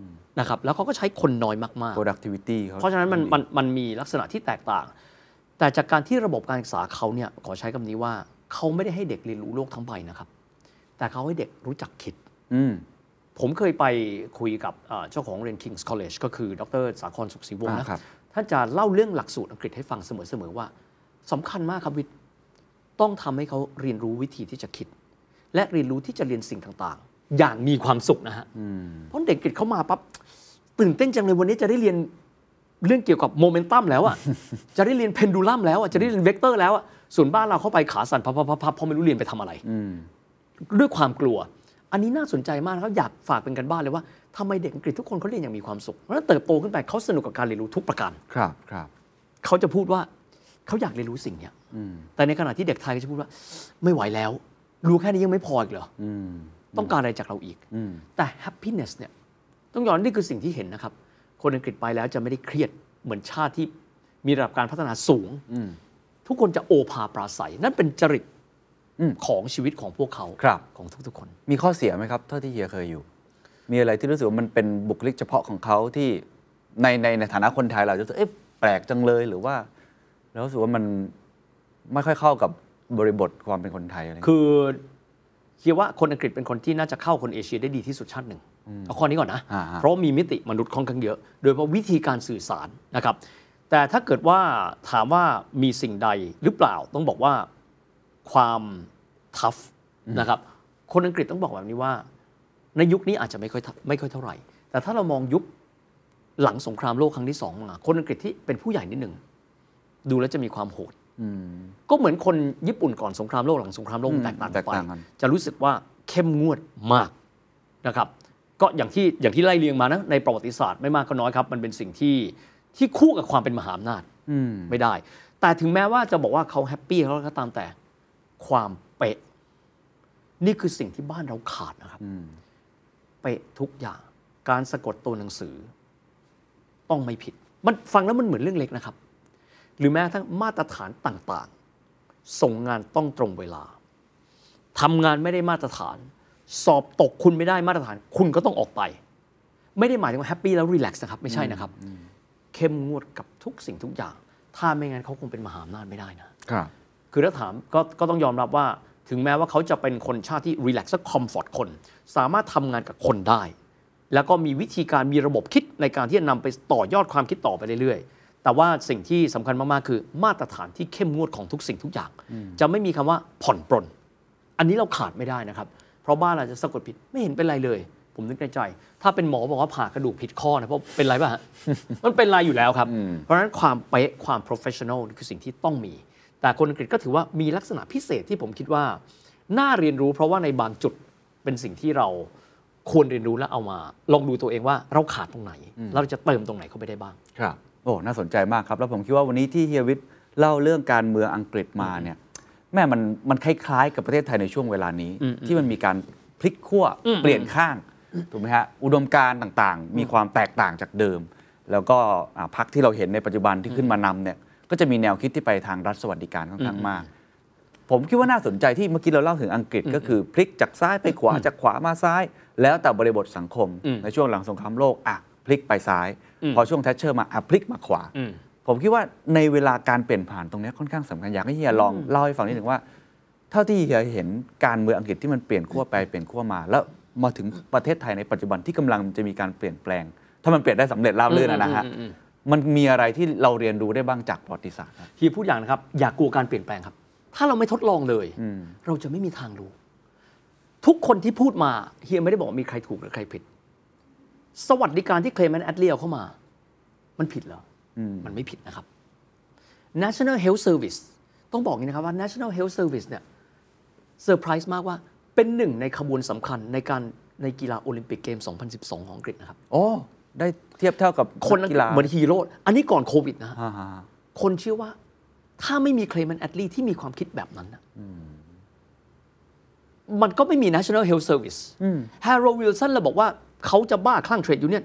ม
นะครับ แล้วเขาก็ใช้คนน้อยมากๆ
productivity ข
เพราะฉะนั้นมันมันมันมีลักษณะที่แตกต่าง แต่จากการที่ระบบการศึกษาเขาเนี่ยขอใช้คำนี้ว่าเขาไม่ได้ให้เด็กเรียนรู้โลกทั้งใบนะครับ แต่เขาให้เด็กรู้จักคิด
อืม
ผมเคยไปคุยกับเอ่อเจ้าของโรงเรียน King's College ก็คือ ดรสาครสุขศรีวงศ์นะ
อ่าครับ
ท่านจะเล่าเรื่องหลักสูตรอังกฤษให้ฟังเสมอ ๆ ว่าสำคัญมากครับวิทย์ต้องทำให้เขาเรียนรู้วิธีที่จะคิด และเรียนรู้ที่จะเรียนสิ่งต่างๆ อย่างมีความสุขนะฮะเพราะเด็กอังกฤษเขามาปั๊บตื่นเต้นจังเลยวันนี้จะได้เรียนเรื่องเกี่ยวกับโมเมนตัมแล้วอ่ะ จะได้เรียนเพนดูลัมแล้วอ่ะจะได้เรียนเวกเตอร์แล้วอ่ะส่วนบ้านเราเข้าไปขาสั่นพับๆๆๆเพราะไม่รู้เรียนไปทำอะไร
อืม
ด้วยความกลัว อันนี้น่าสนใจมากนะครับ อยากฝากเป็นกันบ้านเลยว่าทำไมเด็กอังกฤษทุกคนเขาเรียนอย่างมีความสุข เพราะฉะนั้นเติบโตขึ้นไปเขาสนุกกับการเรียนรู้ทุกประการ
ครับครับ
เขาจะพูดว่าเขาอยากเรียนรู้สิ่งเนี้ย
อืม
แต่ในขณะที่เด็กไทยก็จะพูดว่า ไม่ไหวแล้ว รู้แค่นี้ยังไม่พออีกเหรอ
อืม
ต้องการอะไรจากเราอีก
อืม
แต่ happiness เนี่ยต้องยอมรับนี่คือสิ่งที่เห็นนะครับ คนอังกฤษไปแล้วจะไม่ได้เครียดเหมือนชาติที่มีระดับการพัฒนาสูง
อืม
ทุกคนจะโอภาปราศัย นั่นเป็นจริต
อืม
ของชีวิตของพวกเขา
ครับ
ของทุกๆคน
มีข้อเสียไหมครับเท่าที่เฮียเคยอยู่ มีอะไรที่รู้สึกว่ามันเป็นบุคลิกเฉพาะของเขาที่ในในในฐานะคนไทยเราจะรู้สึกเอ๊ะแปลกจังเลยหรือว่าเรารู้สึกว่ามันไม่ค่อยเข้ากับบริบทความเป็นคนไทยอะไรอย่างเงี้ย
คือคิดว่าคนอังกฤษเป็นคนที่น่าจะเข้าคนเอเชียได้ดีที่สุดชาติหนึ่งเอาข้อนี้ก่อนนะ
าฮะ
เพราะมีมิติมนุษย์ค่อนข้างเยอะ โดยเฉพาะวิธีการสื่อสารนะครับ แต่ถ้าเกิดว่าถามว่ามีสิ่งใดหรือเปล่าต้องบอกว่าความทัฟนะครับ คนอังกฤษต้องบอกแบบนี้ว่า ในยุคนี้อาจจะไม่ค่อยทัไม่ค่อยเท่าไหร่ แต่ถ้าเรามองยุคหลังสงครามโลกครั้งที่สองมาคนอังกฤษที่เป็นผู้ใหญ่นิดหนึ่งดูแล้วจะมีความโหด
อืม
ก็เหมือนคนญี่ปุ่นก่อนสงครามโลกหลังสงครามโลก
อืม
แตกต่าง
แต
กัน
ก
ไป
ต่างกัน
จะรู้สึกว่าเข้มงวดมากนะครับ ก็อย่างที่อย่างที่ไล่เรียงมานะในประวัติศาสตร์ไม่มากก็น้อยครับ มันเป็นสิ่งที่ที่คู่กับความเป็นมหาอำนาจ
อืม
ไม่ได้ แต่ถึงแม้ว่าจะบอกว่าเขาแฮปปี้เขาก็ตามแต่ความเป๊ะ นี่คือสิ่งที่บ้านเราขาดนะครับ
อืม
เป๊ะทุกอย่าง การสะกดตัวหนังสือ ต้องไม่ผิด มันฟังแล้วมันเหมือนเรื่องเล็กนะครับ หรือแม้กระทั้งมาตรฐานต่างๆ ส่งงานต้องตรงเวลาทำงานไม่ได้มาตรฐาน สอบตกคุณไม่ได้มาตรฐาน คุณก็ต้องออกไป ไม่ได้หมายถึงว่าแฮปปี้แล้วรีแลกซ์นะครับ ไม่ใช่นะครับ เข้มงวดกับทุกสิ่งทุกอย่าง ถ้าไม่งั้นเขาคงเป็นมหาอำนาจไม่ได้นะ
ครับ
คือถ้าถามก็ก็ต้องยอมรับว่าถึงแม้ว่าเขาจะเป็นคนชาติที่รีแลกซ์และคอมฟอร์ตคน สามารถทำงานกับคนได้ แล้วก็มีวิธีการมีระบบคิดในการที่จะนำไปต่อยอดความคิดต่อไปเรื่อยๆ แต่ว่าสิ่งที่สำคัญมากๆ คือมาตรฐานที่เข้มงวดของทุกสิ่งทุกอย่าง จะไม่มีคำว่าผ่อนปรน อันนี้เราขาดไม่ได้นะครับ เพราะบ้านเราจะสะกดผิดไม่เห็นเป็นไรเลย ผมนึกในใจ ถ้าเป็นหมอบอกว่าผ่ากระดูกผิดข้อนะเพราะเป็นไรป่ <laughs> ะฮะ มันเป็นไรอยู่แล้วครับ เพราะฉะนั้นความเป๊ะความ professional นี่คือสิ่งที่ต้องมี แต่คนอังกฤษก็ถือว่ามีลักษณะพิเศษที่ผมคิดว่า น่าเรียนรู้เพราะว่าในบางจุดเป็นสิ่งที่เราควรเรียนรู้และเอามา ลองดูตัวเองว่าเราขาดตรงไหน เราจะเติมตรงไหนเข้าไปได้บ้าง
ครับ โอ้ น่าสนใจมากครับ แล้วผมคิดว่าวันนี้ที่เฮียวิทย์เล่าเรื่องการเมืองอังกฤษมาเนี่ย แม่มันมันคล้ายๆ กับประเทศไทยในช่วงเวลานี้ ที่มันมีการพลิกขั้วเปลี่ยนข้าง ถูกไหมฮะ อุดมการณ์ต่างๆ มีความแตกต่างจากเดิม แล้วก็อ่าพรรคที่เราเห็นในปัจจุบันที่ขึ้นมานำเนี่ย ก็จะมีแนวคิดที่ไปทางรัฐสวัสดิการค่อนข้างมาก ผมคิดว่าน่าสนใจที่เมื่อกี้เราเล่าถึงอังกฤษก็คือพลิกจากซ้ายไปขวาจากขวามาซ้าย แล้วแต่บริบทสังคม
อืม
ในช่วงหลังสงครามโลกอ่ะพลิกไปซ้าย พอช่วงแทชเชอร์มาอ่ะพลิกมาขวา
อืม
ผมคิดว่าในเวลาการเปลี่ยนผ่านตรงเนี้ยค่อนข้างสำคัญอยากให้เฮียลองเล่าให้ฟังนิดหนึ่งว่า เท่าที่เฮียเห็นการเมืองอังกฤษที่มันเปลี่ยนขั้วไปเปลี่ยนขั้วมา แล้วมาถึงประเทศไทยในปัจจุบันที่กำลังจะมีการเปลี่ยนแปลง ถ้ามันเปลี่ยนได้สำเร็จราบรื่นอะนะฮะมันมีอะไรที่เราเรียนรู้ได้บ้างจากประวัติศาสตร์ครับ
ทีพูดอย่างนะครับอย่ากลัวการเปลี่ยนแปลงครับ ถ้าเราไม่ทดลองเลย เราจะไม่มีทางรู้ ทุกคนที่พูดมาเฮียไม่ได้บอกว่ามีใครถูกหรือใครผิด สวัสดิการที่เคลเมนต์แอดเลียเข้ามา มันผิดเหรอมันไม่ผิดนะครับ National Health Service ต้องบอกอย่างนี้นะครับว่า National Health Service เนี่ยเซอร์ไพรส์มากว่าเป็นหนึ่งในขบวนสำคัญในการในกีฬาโอลิมปิกเกม 2012 ของอังกฤษนะครับ
โอ้ ได้เทียบเท่ากับ
คน
ก
อังกฤ
กี
ษ
ฬา
เหมือนฮีโร่อันนี้ก่อนโควิดนะฮะ
อ่าฮะ
คนเชื่อว่าถ้าไม่มีเคลมันแอดลีที่มีความคิดแบบนั้นนะมันก็ไม่มี National Health Service ฮร์โรวิลสันเราบอกว่าเขาจะบ้าคลั่งเทรดยูเนี่ย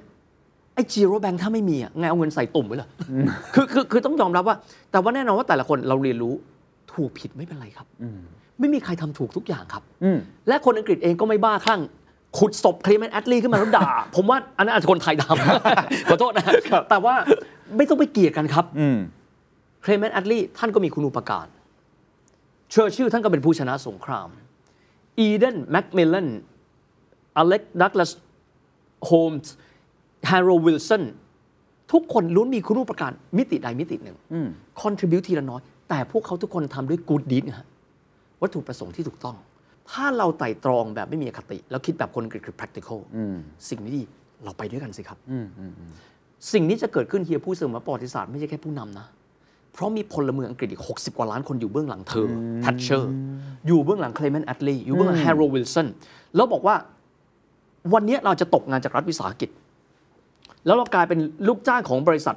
ไอ้จีโรแบงถ้าไม่มีอ่ะไงเอาเงินใส่ตุ่มไว้เหรออคือคือคือต้องยอมรับว่า แต่ว่าแน่นอนว่าแต่ละคนเราเรียนรู้ถูกผิดไม่เป็นไรครับ ไม่มีใครทำถูกทุกอย่างครับ
อืม
และคนอังกฤษเองก็ไม่บ้าคลั่งขุดศพเคลเมนแอดลีขึ้นมาแล้วด่า ผมว่าอันนั้นอาจจะคนไทยทำ ขอโทษนะแต่ว่าไม่ต้องไปเกลียดกันครับ
อืม
เคลเมนต์แอดลีย์ท่านก็มีคุณูปการ เชอร์ชิลลท่านก็เป็นผู้ชนะสงคราม อีเดนแม็กมิลเลนอเล็กดักลาสโฮมส์ฮาร์โรวิลสันทุกคนล้วนมีคุณูปการมิติใดมิติหนึ่ง contribu ทีละน้อย แต่พวกเขาทุกคนทำด้วยกูดดีนะฮะวัตถุประสงค์ที่ถูกต้อง ถ้าเราไต่ตรองแบบไม่มีอคติ แล้วคิดแบบคนอังกฤษคือ practical สิ่งนี้ดีเราไปด้วยกันสิครับ สิ่งนี้จะเกิดขึ้นเฮียพูดเสมอว่าประวัติศาสตร์ไม่ใช่แค่ผู้นำนะ เพราะมีพลเมืองอังกฤษอีก 60 กว่าล้านคนอยู่เบื้องหลังเธอทัชเชอร์ อยู่เบื้องหลังเคลเมนต์แอดลีย์อยู่เบื้องหลังแฮร์โรวิลสันแล้วบอกว่าวันนี้เราจะตกงานจากรัฐวิสาหกิจ แล้วเรากลายเป็นลูกจ้างของบริษัท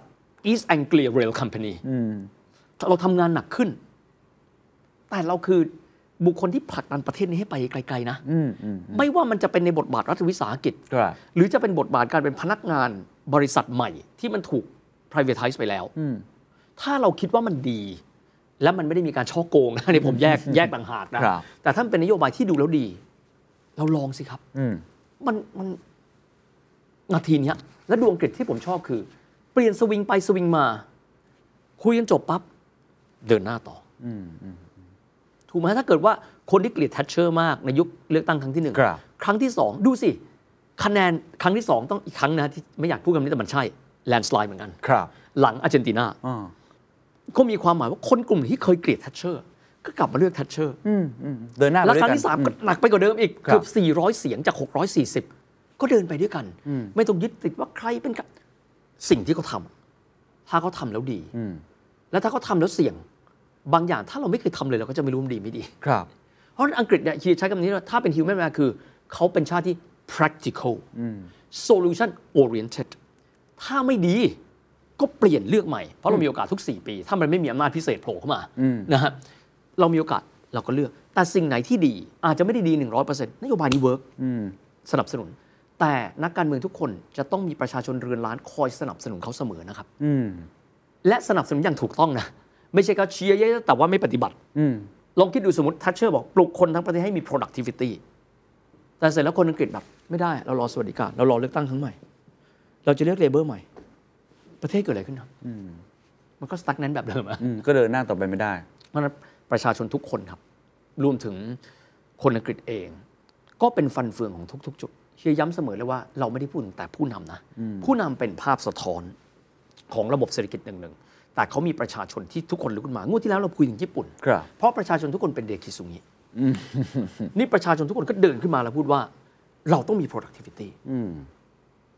East Anglia Rail Company เราทำงานหนักขึ้น แต่เราคือบุคคลที่ผลักดันประเทศนี้ให้ไปไกลๆนะ
อืม อืม
ไม่ว่ามันจะเป็นในบทบาทรัฐวิสาหกิจ
ครับ
หรือจะเป็นบทบาทการเป็นพนักงานบริษัทใหม่ที่มันถูก privatize ไปแล้ว ถ้าเราคิดว่ามันดี และมันไม่ได้มีการช่อโกงนะ <laughs> นี่ผมแยกแยกต่างหากนะครับ แต่ถ้ามันเป็นนโยบายที่ดูแล้วดี เราลองสิครับ
อืม
มันมันนาทีเนี้ย และดวงกฤษที่ผมชอบคือ เปลี่ยนสวิงไปสวิงมา คุยกันจบปับ๊บเดินหน้าต่ออถูกไหมถ้าเกิดว่าคนที่เกลียดแทชเชอร์มากในยุคเลือกตั้งครั้งที่หนึ่ง
ครับ
ครั้งที่สองดูสิ คะแนนครั้งที่สองต้องอีกครั้งนะที่ไม่อยากพูดคำนี้แต่มันใช่แลนสไลด์เหมือนกัน
ครับ
หลังอาร์เจนตินา
อ่า
ก็มีความหมายว่าคนกลุ่มที่เคยเกลียดแทชเชอร์ ก็กลับมาเลือกแทชเชอร์
อืม อืม เดินหน้า
แล้ว
ไป
ครั้ง
ด้วยกัน
ที่ 3 ก็
อื
หนักไปกว่าเดิมอีก
ครับ
เกือบ 400 เสียงจาก 640 ก็เดินไปด้วยกัน ไม่ต้องยึดติดว่าใครเป็นใครสิ่งที่เขาทำถ้าเขาทำแล้วดี
อืม
และถ้าเขาทำแล้วเสี่ยง บางอย่างถ้าเราไม่เคยทำเลยเราก็จะไม่รู้ว่ามันดีไม่ดี
ครับ
เพราะฉะนั้นอังกฤษเนี่ยคีย์ใช้คำนี้ว่าถ้าเป็น human man คือ เขาเป็นชาติที่ practical solution oriented ถ้าไม่ดีก็เปลี่ยนเลือกใหม่ เพราะเรามีโอกาสทุก 4 ปี ถ้ามันไม่มีอำนาจพิเศษโผล่เข้ามานะฮะเรามีโอกาสเราก็เลือก แต่สิ่งไหนที่ดีอาจจะไม่ได้ดี 100%นโยบายนี้เวิร์กสนับสนุน แต่นักการเมืองทุกคนจะต้องมีประชาชนเรือนล้านคอยสนับสนุนเขาเสมอนะครับ
อืม
และสนับสนุนอย่างถูกต้องนะ ไม่ใช่ก็เชียร์เยอะแต่ว่าไม่ปฏิบัติ
อืม
ลองคิดดูสมมติทัชเชอร์บอก ปลุกคนทั้งประเทศให้มี productivity แต่เสร็จแล้วคนอังกฤษแบบ ไม่ได้อะเรารอสวัสดิการ เรารอเลือกตั้งครั้งใหม่ เราจะเลือกเลเบอร์ใหม่ ประเทศเกิดอะไรขึ้นครับ มันก็สตั๊กแนั้นแบบเดิมอะ
อืมก็เดินหน้าต่อไปไม่ได้
มันประชาชนทุกคนครับ รวมถึงคนอังกฤษเอง ก็เป็นฟันเฟืองของทุก ๆ จุดเชียร์ย้ำเสมอเลยว่าเราไม่ได้พูดถึงแต่ผู้นำนะ ผู้นำเป็นภาพสะท้อน ของระบบเศรษฐกิจหนึ่งๆ แต่เขามีประชาชนที่ทุกคนลุกขึ้นมางวดที่แล้วเราคุยถึงญี่ปุ่น
ครับ
เพราะประชาชนทุกคนเป็นเดคิซุงินี่ประชาชนทุกคนก็เดินขึ้นมาแล้วพูดว่า เราต้องมี productivity
อืม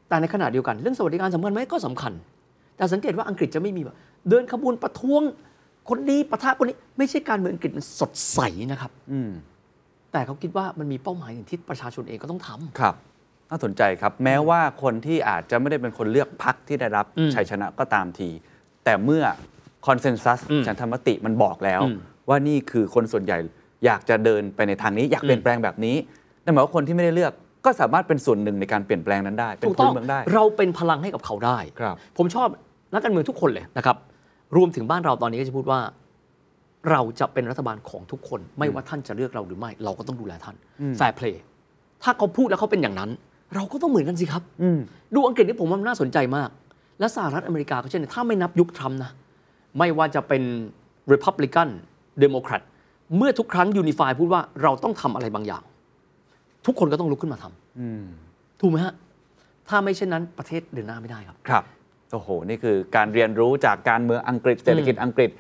แต่ในขณะเดียวกันเรื่องสวัสดิการสำคัญไหมก็สำคัญ แต่สังเกตว่าอังกฤษจะไม่มีแบบเดินขบวนประท้วงคนนี้ประทะคนนี้ไม่ใช่การเมืองอังกฤษมันสดใสนะครับ
อืม
แต่เขาคิดว่ามันมีเป้าหมายอย่างที่ประชาชนเองก็ต้องทำ
ครับ น่าสนใจครับ แม้ว่าคนที่อาจจะไม่ได้เป็นคนเลือกพักที่ได้รับ
อืม
ชัยชนะก็ตามที แต่เมื่อคอนเซนแซส
อืม
ฉันธรรมติมันบอกแล้ว
อืม
ว่านี่คือคนส่วนใหญ่อยากจะเดินไปในทางนี้ อยากเปลี่ยนแปลงแบบนี้นั่นหมายว่าคนที่ไม่ได้เลือกก็สามารถเป็นส่วนหนึ่งในการเปลี่ยนแปลงนั้นได้ เป็น
ถูก
พ
ต้
ล
อง
เมืองได้
เราเป็นพลังให้กับเขาได้
ครับ
ผมชอบนักการเมืองทุกคนเลยนะครับ รวมถึงบ้านเราตอนนี้ก็จะพูดว่า เราจะเป็นรัฐบาลของทุกคน ไม่ว่าท่านจะเลือกเราหรือไม่ เราก็ต้องดูแลท่านแฟร์เพลย์ถ้าเขาพูดแล้วเขาเป็นอย่างนั้น เราก็ต้องเหมือนกันสิครับ
อืม
ดูอังกฤษนี่ผมว่ามันน่าสนใจมาก และสหรัฐอเมริกาก็เช่นกันถ้าไม่นับยุคทรัมป์นะ ไม่ว่าจะเป็น Republican Democrat เมื่อทุกครั้งยูนิฟายพูดว่าเราต้องทำอะไรบางอย่าง ทุกคนก็ต้องลุกขึ้นมาทำถูกไหมฮะ ถ้าไม่เช่นนั้นประเทศเดินหน้าไม่ได้ครับ
ครับ โอ้โห นี่คือการเรียนรู้จากการเมืองอังกฤษ เศรษฐกิจอังกฤษ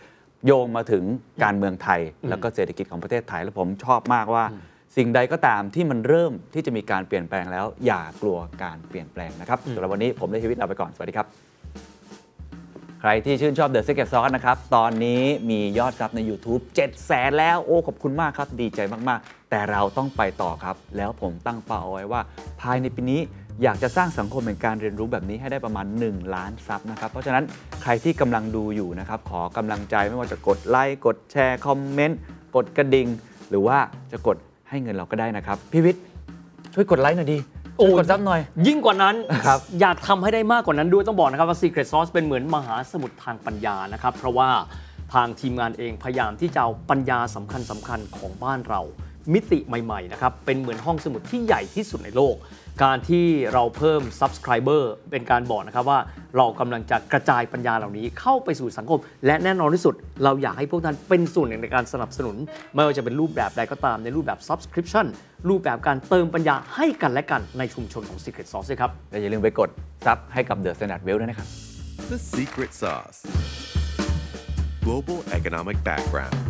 โยงมาถึงการเมืองไทย แล้วก็เศรษฐกิจของประเทศไทย แล้วผมชอบมากว่า สิ่งใดก็ตามที่มันเริ่มที่จะมีการเปลี่ยนแปลงแล้ว อย่ากลัวการเปลี่ยนแปลงนะครับสำหรับวันนี้ผมและชีวิตลาไปก่อน สวัสดีครับ ใครที่ชื่นชอบ The Secret Sauce นะครับ ตอนนี้มียอดซับใน YouTube 7 0 0แสนแล้ว โอ้ ขอบคุณมากครับ ดีใจมาก ๆ แต่เราต้องไปต่อครับ แล้วผมตั้งเป้าเอาไว้ว่า ภายในปีนี้อยากจะสร้างสังคมแห่งการเรียนรู้แบบนี้ให้ได้ประมาณ 1 ล้านซับนะครับ เพราะฉะนั้นใครที่กำลังดูอยู่นะครับ ขอกำลังใจไม่ว่าจะกดไลค์ กดแชร์ คอมเมนต์ กดกระดิ่ง หรือว่าจะกดให้เงินเราก็ได้นะครับ พี่วิทย์ช่วยกดไลค์หน่อยดีช่วยกดซับหน่อย
ยิ่งกว่านั้น
ครับ
อยากทำให้ได้มากกว่านั้นด้วยต้องบอกนะครับว่า Secret Sauce เป็นเหมือนมหาสมุทรทางปัญญานะครับ เพราะว่าทางทีมงานเองพยายามที่จะเอาปัญญาสำคัญสคัญๆของบ้านเรา มิติใหม่ๆนะครับเป็นเหมือนห้องสมุดที่ใหญ่ที่สุดในโลก การที่เราเพิ่ม subscriber เป็นการบอกนะครับว่าเรากำลังจะกระจายปัญญาเหล่านี้เข้าไปสู่สังคม และแน่นอนที่สุด เราอยากให้พวกท่านเป็นส่วนหนึ่งในการสนับสนุน ไม่ว่าจะเป็นรูปแบบใดก็ตามในรูปแบบ subscription รูปแบบการเติมปัญญาให้กันและกันในชุมชนของ Secret Sauce ด้วยครับ
และอย่าลืมไปกดซับให้กับ The Standard Well ด้วยนะครับ
The Secret Sauce Global Economic Background